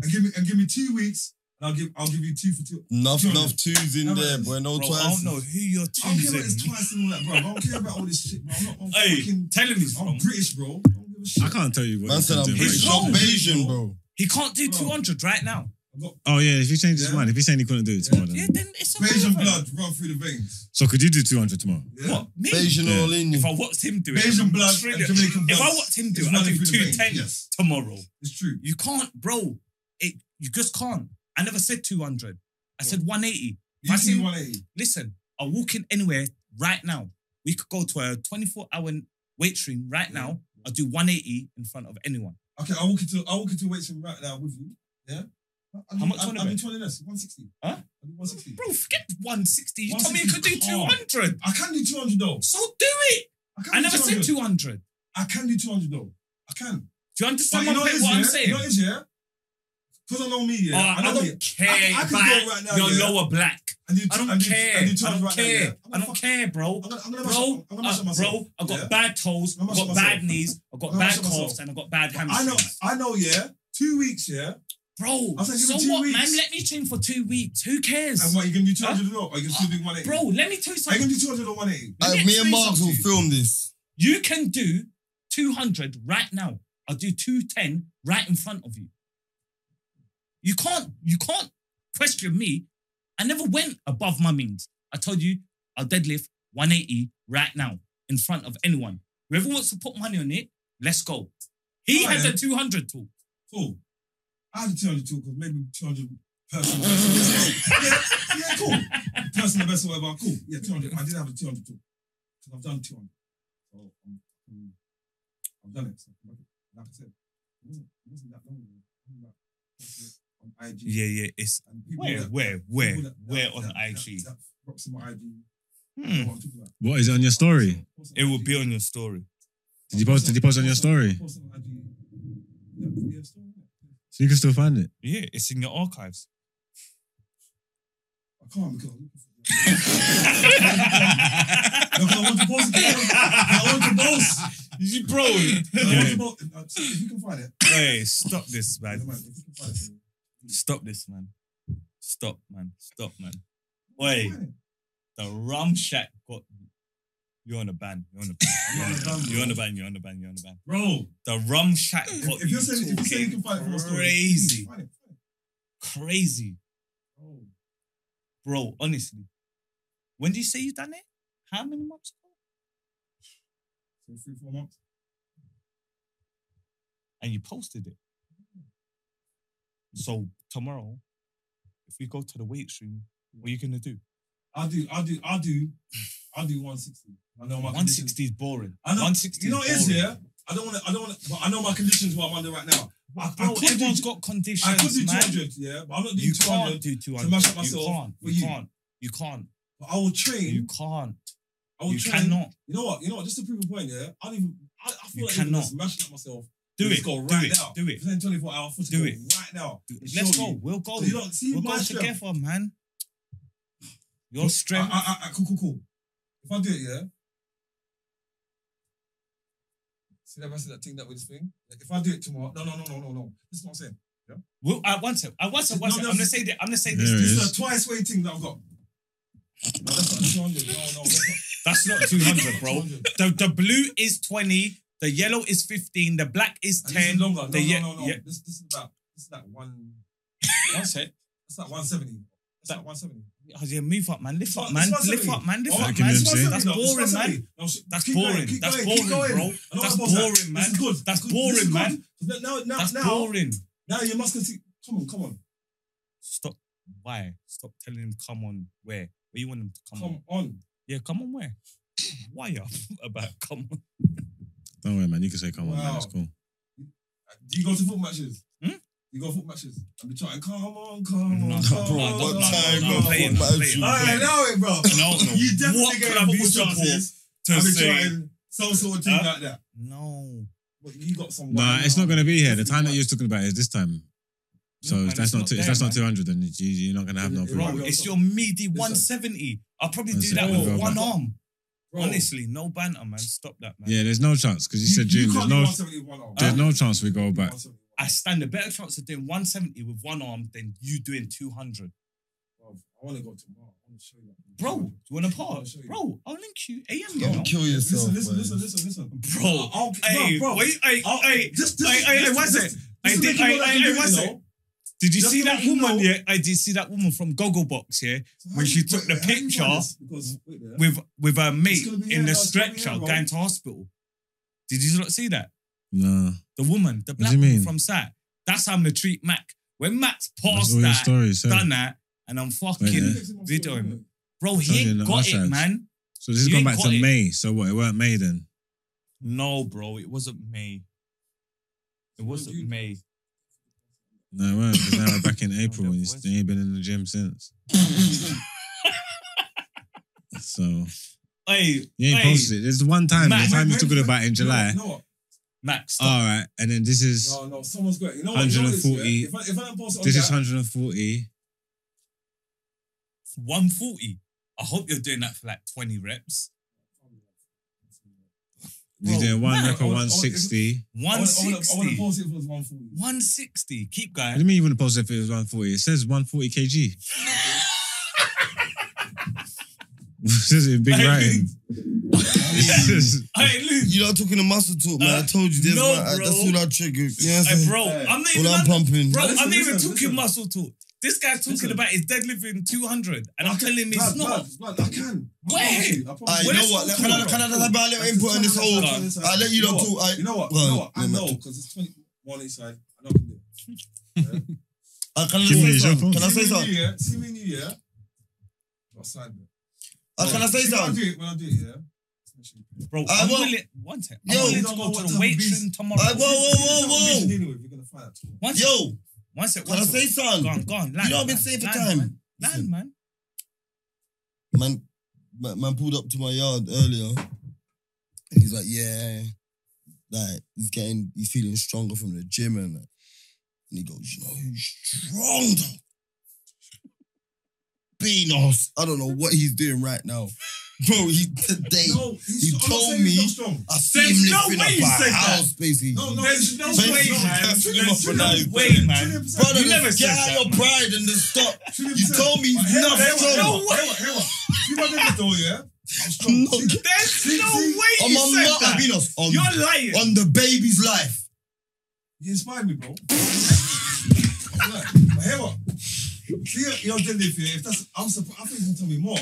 Speaker 5: And give me and give me two weeks, and I'll give I'll give you two for two.
Speaker 3: Enough,
Speaker 5: Two hundred.
Speaker 3: enough twos in
Speaker 5: How much?
Speaker 3: there, boy. No
Speaker 1: Bro, I
Speaker 3: twice.
Speaker 1: don't know who you're
Speaker 5: I don't care about this
Speaker 1: choosing.
Speaker 5: twice and all that, bro. I don't care about all this shit, bro. I'm not I'm
Speaker 1: Hey,
Speaker 5: fucking
Speaker 1: tell him he's
Speaker 5: I'm
Speaker 1: wrong.
Speaker 5: British, bro. I don't give a shit.
Speaker 2: I can't tell you what
Speaker 3: Man
Speaker 2: he's
Speaker 3: said
Speaker 2: doing.
Speaker 3: I'm
Speaker 1: He's
Speaker 3: British.
Speaker 2: right
Speaker 1: wrong.
Speaker 3: I'm
Speaker 2: now.
Speaker 3: Asian, bro.
Speaker 1: He can't do
Speaker 5: Bro.
Speaker 1: 200 right now.
Speaker 5: I've got
Speaker 2: Oh yeah, if you change his
Speaker 5: Yeah.
Speaker 2: mind, if he's saying he couldn't do it tomorrow, then.
Speaker 1: Yeah, then it's
Speaker 5: Asian
Speaker 1: irrelevant.
Speaker 5: blood run through the veins.
Speaker 2: so could you do 200 tomorrow?
Speaker 5: Yeah.
Speaker 1: What? Me?
Speaker 3: Asian
Speaker 2: Yeah.
Speaker 3: all in you.
Speaker 1: If I watched him do it.
Speaker 5: Asian blood
Speaker 1: Australia-
Speaker 5: and Jamaican blood.
Speaker 1: If I watched him do
Speaker 5: It's
Speaker 1: it, I'd
Speaker 5: running
Speaker 1: do
Speaker 5: through the
Speaker 1: 210
Speaker 5: veins. Yes,
Speaker 1: tomorrow.
Speaker 5: it's true.
Speaker 1: You can't, bro. It you just can't. I never said 200. I said 180.
Speaker 5: You
Speaker 1: I
Speaker 5: can
Speaker 1: see-
Speaker 5: do 180.
Speaker 1: Listen, I'm walking anywhere right now. We could go to a 24 hour weight room right now. I'll do 180 in front of anyone.
Speaker 5: Okay, I walk into I walk into weights room right now with you. Yeah. I,
Speaker 1: How much
Speaker 5: I,
Speaker 1: tournament?
Speaker 5: I, I do 20 less, 160.
Speaker 1: Huh?
Speaker 5: I do 160.
Speaker 1: Bro, forget 160. You told me you could do
Speaker 5: 160
Speaker 1: 200.
Speaker 5: I can do 200 though.
Speaker 1: So do it.
Speaker 5: I, can
Speaker 1: I
Speaker 5: do
Speaker 1: never said 200.
Speaker 5: I can do 200 though. I can.
Speaker 1: Do you
Speaker 5: But
Speaker 1: understand
Speaker 5: you
Speaker 1: my
Speaker 5: know
Speaker 1: point,
Speaker 5: it is,
Speaker 1: what I'm
Speaker 5: yeah?
Speaker 1: saying?
Speaker 5: You know it is, yeah? Because I know me, yeah?
Speaker 1: Oh,
Speaker 5: I
Speaker 1: I,
Speaker 5: know me.
Speaker 1: don't care
Speaker 5: I- I could go
Speaker 1: about
Speaker 5: right now,
Speaker 1: your
Speaker 5: yeah.
Speaker 1: lower black.
Speaker 5: And you,
Speaker 1: I don't
Speaker 5: and you,
Speaker 1: care.
Speaker 5: And you
Speaker 1: I
Speaker 5: told
Speaker 1: don't
Speaker 5: me right
Speaker 1: care.
Speaker 5: Now, yeah?
Speaker 1: I don't care, bro.
Speaker 5: I'm gonna, I'm gonna mash up-
Speaker 1: Bro,
Speaker 5: I'm gonna mash
Speaker 1: uh,
Speaker 5: up myself.
Speaker 1: bro, I got
Speaker 5: yeah?
Speaker 1: bad toes, I
Speaker 5: I'm gonna
Speaker 1: got
Speaker 5: mash up
Speaker 1: bad
Speaker 5: myself.
Speaker 1: knees, I got
Speaker 5: I'm gonna
Speaker 1: bad
Speaker 5: mash up myself.
Speaker 1: calves, and I got bad
Speaker 5: I know,
Speaker 1: hamstrings.
Speaker 5: I know, yeah? Two weeks, yeah?
Speaker 1: Bro,
Speaker 5: I said, give
Speaker 1: so
Speaker 5: me two
Speaker 1: what, man?
Speaker 5: weeks.
Speaker 1: Let me train for two weeks. Who
Speaker 5: And
Speaker 1: cares?
Speaker 5: what, you can do 200 as well? Or you can still do 180?
Speaker 1: Bro, let me tell you
Speaker 5: Are you
Speaker 1: something.
Speaker 5: gonna do 200 or 180?
Speaker 1: Let
Speaker 3: Hey,
Speaker 1: me
Speaker 3: me and
Speaker 1: explain
Speaker 3: Marks will
Speaker 1: something to you.
Speaker 3: film this.
Speaker 1: You can do 200 right now. I'll do 210 right in front of you. You can't, you can't question me. I never went above my means. I told you I'll deadlift 180 right now in front of anyone. Whoever wants to put money on it, let's go.
Speaker 7: He
Speaker 5: All
Speaker 7: had
Speaker 5: right.
Speaker 7: the 200 talk.
Speaker 5: Cool. I had a 200 too, because maybe 200 personal best. yeah, yeah, cool. Personal best or whatever, cool. Yeah, 200. I did have a 200 too. Because I've done 200. So I'm, I'm, I've done it. So, like I said, it wasn't, it wasn't that long ago. I think that was on IG.
Speaker 1: Yeah, yeah. It's
Speaker 5: And people
Speaker 1: where,
Speaker 5: that-
Speaker 1: where,
Speaker 5: people
Speaker 1: where,
Speaker 5: that- that-
Speaker 1: where on
Speaker 5: that-
Speaker 1: IG?
Speaker 5: That, that Proxima IG.
Speaker 1: Hmm.
Speaker 5: What I'm talking about.
Speaker 2: What is it on your story?
Speaker 5: Proxima
Speaker 1: It will
Speaker 5: IG.
Speaker 1: be on your story.
Speaker 2: Did you post? Did you post on your story?
Speaker 5: Post on IG. Yeah, yeah, story, yeah.
Speaker 2: So you can still find it.
Speaker 1: Yeah, it's in your archives.
Speaker 5: I can't because I'm looking for No, 'cause I want to post it. I want to post.
Speaker 1: You bro.
Speaker 5: No, I want to post. Uh, If you can find it.
Speaker 1: Hey, stop this,
Speaker 5: I
Speaker 1: man.
Speaker 5: don't mind. If you can find it.
Speaker 1: Stop this, man. Stop, man. Stop, man.
Speaker 5: Hey.
Speaker 1: Wait, the rum shack got you're on a ban. You're on a ban. You're on a ban. You're on a ban. You're on a ban.
Speaker 7: Bro,
Speaker 1: The rum shack got
Speaker 5: If, if you're saying, if you're saying you can find it from a
Speaker 1: talking
Speaker 5: story.
Speaker 1: crazy,
Speaker 5: Find it. Oh.
Speaker 1: crazy, bro. Honestly, when did you say you done it? How many months ago?
Speaker 5: So three, four months.
Speaker 1: and you posted it. So tomorrow, if we go to the weight room, what are you gonna do?
Speaker 5: I'll do, I'll do, I'll do, I'll do 160. I know my
Speaker 1: One
Speaker 5: conditions.
Speaker 1: sixty is boring.
Speaker 5: I know-
Speaker 1: One sixty.
Speaker 5: You know what it is, yeah? I don't want to, I don't want to, but I know my conditions what I'm under right now. I, I
Speaker 1: Bro,
Speaker 5: could
Speaker 1: everyone's
Speaker 5: do,
Speaker 1: got
Speaker 5: I could do
Speaker 1: conditions, man.
Speaker 5: 200, yeah, but I'm not doing
Speaker 1: You
Speaker 5: 200.
Speaker 1: can't do two
Speaker 5: to mash
Speaker 1: hundred.
Speaker 5: up
Speaker 1: You
Speaker 5: myself
Speaker 1: can't.
Speaker 5: for
Speaker 1: You
Speaker 5: you.
Speaker 1: can't. You can't.
Speaker 5: But I will train.
Speaker 1: You can't.
Speaker 5: I will
Speaker 1: You
Speaker 5: train.
Speaker 1: cannot
Speaker 5: You know what? You know what? Just to prove a point, yeah. I don't even. I, I feel
Speaker 1: You
Speaker 5: like even
Speaker 1: cannot.
Speaker 5: just mashing up myself.
Speaker 1: do
Speaker 5: Let's
Speaker 1: it.
Speaker 5: Go right
Speaker 1: Do it.
Speaker 5: now.
Speaker 1: Do it.
Speaker 5: Within 24 hours. Let's
Speaker 1: Do
Speaker 5: go
Speaker 1: it.
Speaker 5: Right now.
Speaker 1: Do it.
Speaker 5: Show
Speaker 1: Let's go.
Speaker 5: you.
Speaker 1: We'll go.
Speaker 5: So you don't see
Speaker 1: We'll
Speaker 5: my
Speaker 1: go
Speaker 5: strength. Uh,
Speaker 1: together, man. Your
Speaker 5: I-
Speaker 1: strength.
Speaker 5: I, I, I, cool, cool, cool. If I do it, yeah. See that I said that thing that with this thing. Like if I do it tomorrow, no, no, no, no, no, no. This is what I'm saying.
Speaker 1: We'll, I want to. I want to.
Speaker 5: No,
Speaker 1: One sec.
Speaker 5: no.
Speaker 1: I'm gonna say that. I'm gonna say
Speaker 2: There
Speaker 1: this.
Speaker 2: it
Speaker 5: This
Speaker 2: is.
Speaker 5: is a twice weight thing that I've got. No, that's not 200. No, no, that's not.
Speaker 1: That's not two hundred, bro.
Speaker 5: 200.
Speaker 1: The, the blue is 20, the yellow is 15, the black is
Speaker 5: And this
Speaker 1: 10.
Speaker 5: is longer. No,
Speaker 1: the ye-
Speaker 5: no, no, no.
Speaker 1: yeah.
Speaker 5: This, this is about. This is like one.
Speaker 1: That's it.
Speaker 5: That's like 170. That's like 170.
Speaker 1: Oh, yeah, move up, man. Lift
Speaker 5: It's
Speaker 1: up,
Speaker 5: one-
Speaker 1: man.
Speaker 5: it's one
Speaker 1: Lift
Speaker 5: seventy.
Speaker 1: up, man. Lift
Speaker 5: Oh,
Speaker 1: up,
Speaker 2: okay,
Speaker 1: man.
Speaker 2: man,
Speaker 1: That's
Speaker 2: see.
Speaker 1: that's boring, man.
Speaker 5: No, s-
Speaker 1: That's
Speaker 5: keep
Speaker 1: boring.
Speaker 5: going, keep
Speaker 1: That's
Speaker 5: going, keep
Speaker 1: boring,
Speaker 5: going.
Speaker 1: bro.
Speaker 5: I know
Speaker 1: That's
Speaker 5: what was that.
Speaker 1: boring,
Speaker 5: This
Speaker 1: man.
Speaker 5: is good.
Speaker 1: That's
Speaker 5: Good. This
Speaker 1: boring,
Speaker 5: is
Speaker 1: man.
Speaker 5: good. Now, now,
Speaker 1: That's
Speaker 5: now,
Speaker 1: boring.
Speaker 5: now you must see. Come on, come on,
Speaker 1: Stop. Why? Stop telling him, come on, where? Where you want him to come, on?
Speaker 5: come on.
Speaker 1: Yeah, come on, where? Why up about come on?
Speaker 2: Don't worry, man. You can say come on, man.
Speaker 5: Wow.
Speaker 2: It's cool.
Speaker 5: Do you go to football matches?
Speaker 1: Hmm?
Speaker 5: You go to football matches and be trying. Come on, come on,
Speaker 1: No,
Speaker 5: come
Speaker 1: bro,
Speaker 5: on.
Speaker 1: no, no,
Speaker 3: What
Speaker 1: no,
Speaker 3: time
Speaker 1: no,
Speaker 3: of
Speaker 1: play it,
Speaker 3: football
Speaker 1: play it,
Speaker 3: match you
Speaker 5: All
Speaker 1: play
Speaker 5: right,
Speaker 1: it.
Speaker 5: now it, bro.
Speaker 1: No, no.
Speaker 5: You definitely
Speaker 1: What
Speaker 5: get
Speaker 1: club
Speaker 5: football
Speaker 1: you support
Speaker 5: chances.
Speaker 1: to
Speaker 5: I've been
Speaker 1: say-
Speaker 5: trying some sort of thing
Speaker 1: Huh?
Speaker 5: like that.
Speaker 1: No.
Speaker 5: But you got some.
Speaker 2: Nah, it's not gonna be here. The time that you was talking about is this time. So
Speaker 1: No, man,
Speaker 2: if that's
Speaker 1: it's
Speaker 2: not,
Speaker 1: not
Speaker 2: two, if
Speaker 1: there,
Speaker 2: that's
Speaker 1: man.
Speaker 2: not two hundred, then you, you're not gonna have no
Speaker 5: It- it
Speaker 2: problem.
Speaker 1: Bro,
Speaker 5: Bro,
Speaker 1: it's
Speaker 5: stop.
Speaker 1: your meaty
Speaker 5: Listen.
Speaker 1: 170. I'll probably do
Speaker 2: Listen,
Speaker 1: that
Speaker 5: bro,
Speaker 1: with one
Speaker 5: man.
Speaker 1: arm.
Speaker 5: Bro,
Speaker 1: Honestly, no banter, man. Stop that, man.
Speaker 2: Yeah, there's no chance because you, said June.
Speaker 5: can't
Speaker 2: There's
Speaker 5: do
Speaker 2: no,
Speaker 5: 171 hour.
Speaker 2: there's no chance we go back.
Speaker 5: 171.
Speaker 1: I stand a better chance of doing 170 with one arm than you doing 200.
Speaker 5: Bro, I want to go tomorrow. I want to show you. that.
Speaker 1: Bro, do you want to
Speaker 5: I'll
Speaker 1: part?
Speaker 5: show you.
Speaker 1: Bro, I'll link you. AM, you know?
Speaker 4: Don't kill yourself.
Speaker 5: Listen, listen,
Speaker 4: man.
Speaker 5: listen, listen, listen.
Speaker 1: Bro,
Speaker 5: I'll,
Speaker 1: hey,
Speaker 5: bro, bro.
Speaker 1: wait, hey,
Speaker 5: I'll-
Speaker 1: Oh, hey,
Speaker 5: this, this,
Speaker 1: hey, hey,
Speaker 5: this-
Speaker 1: what's
Speaker 5: this-
Speaker 1: it?
Speaker 5: this
Speaker 1: Hey,
Speaker 5: is
Speaker 1: did-
Speaker 5: making
Speaker 1: hey,
Speaker 5: me like
Speaker 1: hey,
Speaker 5: a
Speaker 1: hey,
Speaker 5: dude,
Speaker 1: what's
Speaker 5: you
Speaker 1: it?
Speaker 5: know?
Speaker 1: Did you
Speaker 5: Just
Speaker 1: see
Speaker 5: to
Speaker 1: that
Speaker 5: let you
Speaker 1: woman?
Speaker 5: know-
Speaker 1: Yeah, I did see that woman from Gogglebox. Yeah,
Speaker 5: So how
Speaker 1: When
Speaker 5: do
Speaker 1: she
Speaker 5: you-
Speaker 1: took
Speaker 5: wait,
Speaker 1: the
Speaker 5: wait, how do you find
Speaker 1: picture
Speaker 5: this? Because- wait there.
Speaker 1: with with her mate
Speaker 5: gonna be
Speaker 1: in
Speaker 5: here,
Speaker 1: the
Speaker 5: bro, it's gonna
Speaker 1: stretcher
Speaker 5: be here, bro.
Speaker 1: going to hospital. Did you not see that?
Speaker 2: Nah,
Speaker 1: The woman, the
Speaker 2: do
Speaker 1: black
Speaker 2: you
Speaker 1: woman
Speaker 2: mean?
Speaker 1: from Sat. That's how I'm gonna treat Mac. When Mac's
Speaker 2: that's
Speaker 1: passed
Speaker 2: all your
Speaker 1: that,
Speaker 2: story. So,
Speaker 1: done that, and I'm fucking,
Speaker 2: Wait, yeah.
Speaker 1: video him. bro, he
Speaker 2: Told you
Speaker 1: ain't
Speaker 2: the
Speaker 1: got it,
Speaker 2: archives.
Speaker 1: man.
Speaker 2: so this is
Speaker 1: you
Speaker 2: going
Speaker 1: ain't
Speaker 2: back
Speaker 1: got
Speaker 2: to
Speaker 1: it.
Speaker 2: May. So what? It weren't May then.
Speaker 1: No, bro, it wasn't me. It wasn't me.
Speaker 2: No, it weren't. 'cause now we're back in April,
Speaker 1: that
Speaker 2: and you
Speaker 1: was-
Speaker 2: still ain't been in the gym since. so
Speaker 1: Hey,
Speaker 2: you ain't
Speaker 1: hey,
Speaker 2: posted it. There's one time.
Speaker 1: Matt,
Speaker 2: the time
Speaker 5: wait,
Speaker 2: you're
Speaker 5: wait,
Speaker 2: talking
Speaker 5: wait.
Speaker 2: about in July.
Speaker 5: No, no,
Speaker 1: Max. stop.
Speaker 2: All right, and then this is
Speaker 5: no, no, someone's got it. You know what? You know this,
Speaker 2: 140.
Speaker 5: yeah? If I, if I don't post it on
Speaker 2: this is
Speaker 5: that,
Speaker 2: 140.
Speaker 1: 140. I hope you're doing that for like 20 reps.
Speaker 2: You're
Speaker 1: Bro,
Speaker 2: doing one
Speaker 1: Matt,
Speaker 2: record
Speaker 5: I wanna- I wanna-
Speaker 2: 160.
Speaker 5: I wanna- I wanna- I want to
Speaker 1: 160.
Speaker 5: post it if it was 140.
Speaker 1: 160. Keep
Speaker 2: What do you
Speaker 1: going.
Speaker 2: mean you wouldn't post if it was 140? It says 140 kg. it says it in big
Speaker 1: Hey,
Speaker 2: writing. It says-
Speaker 1: Hey, Luke.
Speaker 4: You're not talking the muscle talk, man.
Speaker 1: Huh?
Speaker 4: I told you,
Speaker 1: Uh,
Speaker 4: there's
Speaker 1: No,
Speaker 4: my,
Speaker 1: bro.
Speaker 4: that's all I trigger. You know what
Speaker 1: Hey,
Speaker 4: I'm saying?
Speaker 1: bro,
Speaker 5: Hey,
Speaker 1: I'm not
Speaker 4: All I'm
Speaker 1: even.
Speaker 4: pumping.
Speaker 1: Bro,
Speaker 5: Listen,
Speaker 1: I'm not even
Speaker 5: listen,
Speaker 1: talking
Speaker 5: listen.
Speaker 1: muscle talk. This guy's talking
Speaker 5: Listen.
Speaker 1: about his deadlifting 200, and I'm telling him it's
Speaker 5: Blood,
Speaker 1: not.
Speaker 5: blood, blood, I can. I
Speaker 1: Where?
Speaker 5: promise you, I
Speaker 4: Alright,
Speaker 5: promise you.
Speaker 4: Ah, you know
Speaker 1: Where's
Speaker 4: what?
Speaker 1: the
Speaker 4: Let- Can I,
Speaker 1: colour,
Speaker 4: can I have a bit of input on this whole? I let you lot talk. I,
Speaker 5: You know what? You
Speaker 4: Well,
Speaker 5: know what? I
Speaker 4: no,
Speaker 5: know because it's 21 each side. I know. I can do it.
Speaker 4: I can I
Speaker 2: Give me
Speaker 4: say
Speaker 2: your
Speaker 4: something?
Speaker 2: phone.
Speaker 4: Can I say
Speaker 5: See me in
Speaker 4: something?
Speaker 5: New Year. See me in New Year. Got side bet.
Speaker 4: Uh, Can I say
Speaker 5: See when
Speaker 4: something?
Speaker 5: do it- When I do it, yeah. it's actually-
Speaker 1: Bro,
Speaker 4: I
Speaker 1: I'm
Speaker 4: won't-
Speaker 1: willing. One sec. I'm
Speaker 4: Yo,
Speaker 1: willing
Speaker 5: you
Speaker 1: to
Speaker 5: don't
Speaker 1: go
Speaker 5: know
Speaker 1: to
Speaker 5: what
Speaker 1: the
Speaker 5: type of
Speaker 1: weight
Speaker 5: beast-
Speaker 1: room tomorrow.
Speaker 4: I- whoa, whoa, whoa,
Speaker 5: You know what
Speaker 4: whoa.
Speaker 5: we're dealing with, You're gonna find out tomorrow.
Speaker 1: One sec.
Speaker 4: Uh, Yo,
Speaker 1: One sec.
Speaker 4: can
Speaker 1: One
Speaker 4: I
Speaker 1: sec.
Speaker 4: say
Speaker 1: Go
Speaker 4: something?
Speaker 1: on, go on. Land,
Speaker 4: You know I've been
Speaker 1: land,
Speaker 4: saying for
Speaker 1: land,
Speaker 4: time.
Speaker 1: Man. Land, man.
Speaker 4: Man, man, man pulled up to my yard earlier. And he's like, yeah, like he's getting, he's feeling stronger from the gym and that. And he goes, you know, who's stronger. Beanos. I don't know what he's doing right now, bro. He today,
Speaker 5: No, he's
Speaker 4: He
Speaker 5: not- I'm not
Speaker 4: told
Speaker 5: saying he's
Speaker 4: me-
Speaker 5: not strong.
Speaker 4: I see
Speaker 1: There's
Speaker 4: him
Speaker 1: no
Speaker 4: lifting
Speaker 1: way
Speaker 4: up
Speaker 1: he
Speaker 4: a
Speaker 1: said that.
Speaker 4: house, basically.
Speaker 5: No, no,
Speaker 1: There's
Speaker 5: he's
Speaker 1: no
Speaker 5: not
Speaker 4: Basically,
Speaker 1: way, man.
Speaker 5: strong. He's
Speaker 3: Basically,
Speaker 1: There's
Speaker 3: I'm
Speaker 1: no
Speaker 3: alive.
Speaker 1: way, man.
Speaker 5: 200%.
Speaker 4: Brother,
Speaker 1: You never
Speaker 4: just
Speaker 1: said
Speaker 4: get out
Speaker 1: that,
Speaker 4: your
Speaker 1: man.
Speaker 4: pride and just stop. You
Speaker 5: 200%.
Speaker 4: told me he's not
Speaker 5: Hey, hey,
Speaker 4: strong.
Speaker 5: hey, hey, hey, hey. See what I did though, yeah? I'm strong.
Speaker 4: I'm not
Speaker 5: See-
Speaker 1: There's no
Speaker 5: See-
Speaker 1: way
Speaker 4: I'm
Speaker 1: you
Speaker 4: I'm
Speaker 1: said
Speaker 4: not
Speaker 1: that.
Speaker 4: Abinos. On,
Speaker 1: You're lying.
Speaker 4: on the baby's life.
Speaker 5: You inspired me, bro. Like, but Hear what? Clear your deadlift here. If that's, I'm surprised. I think you can tell me more.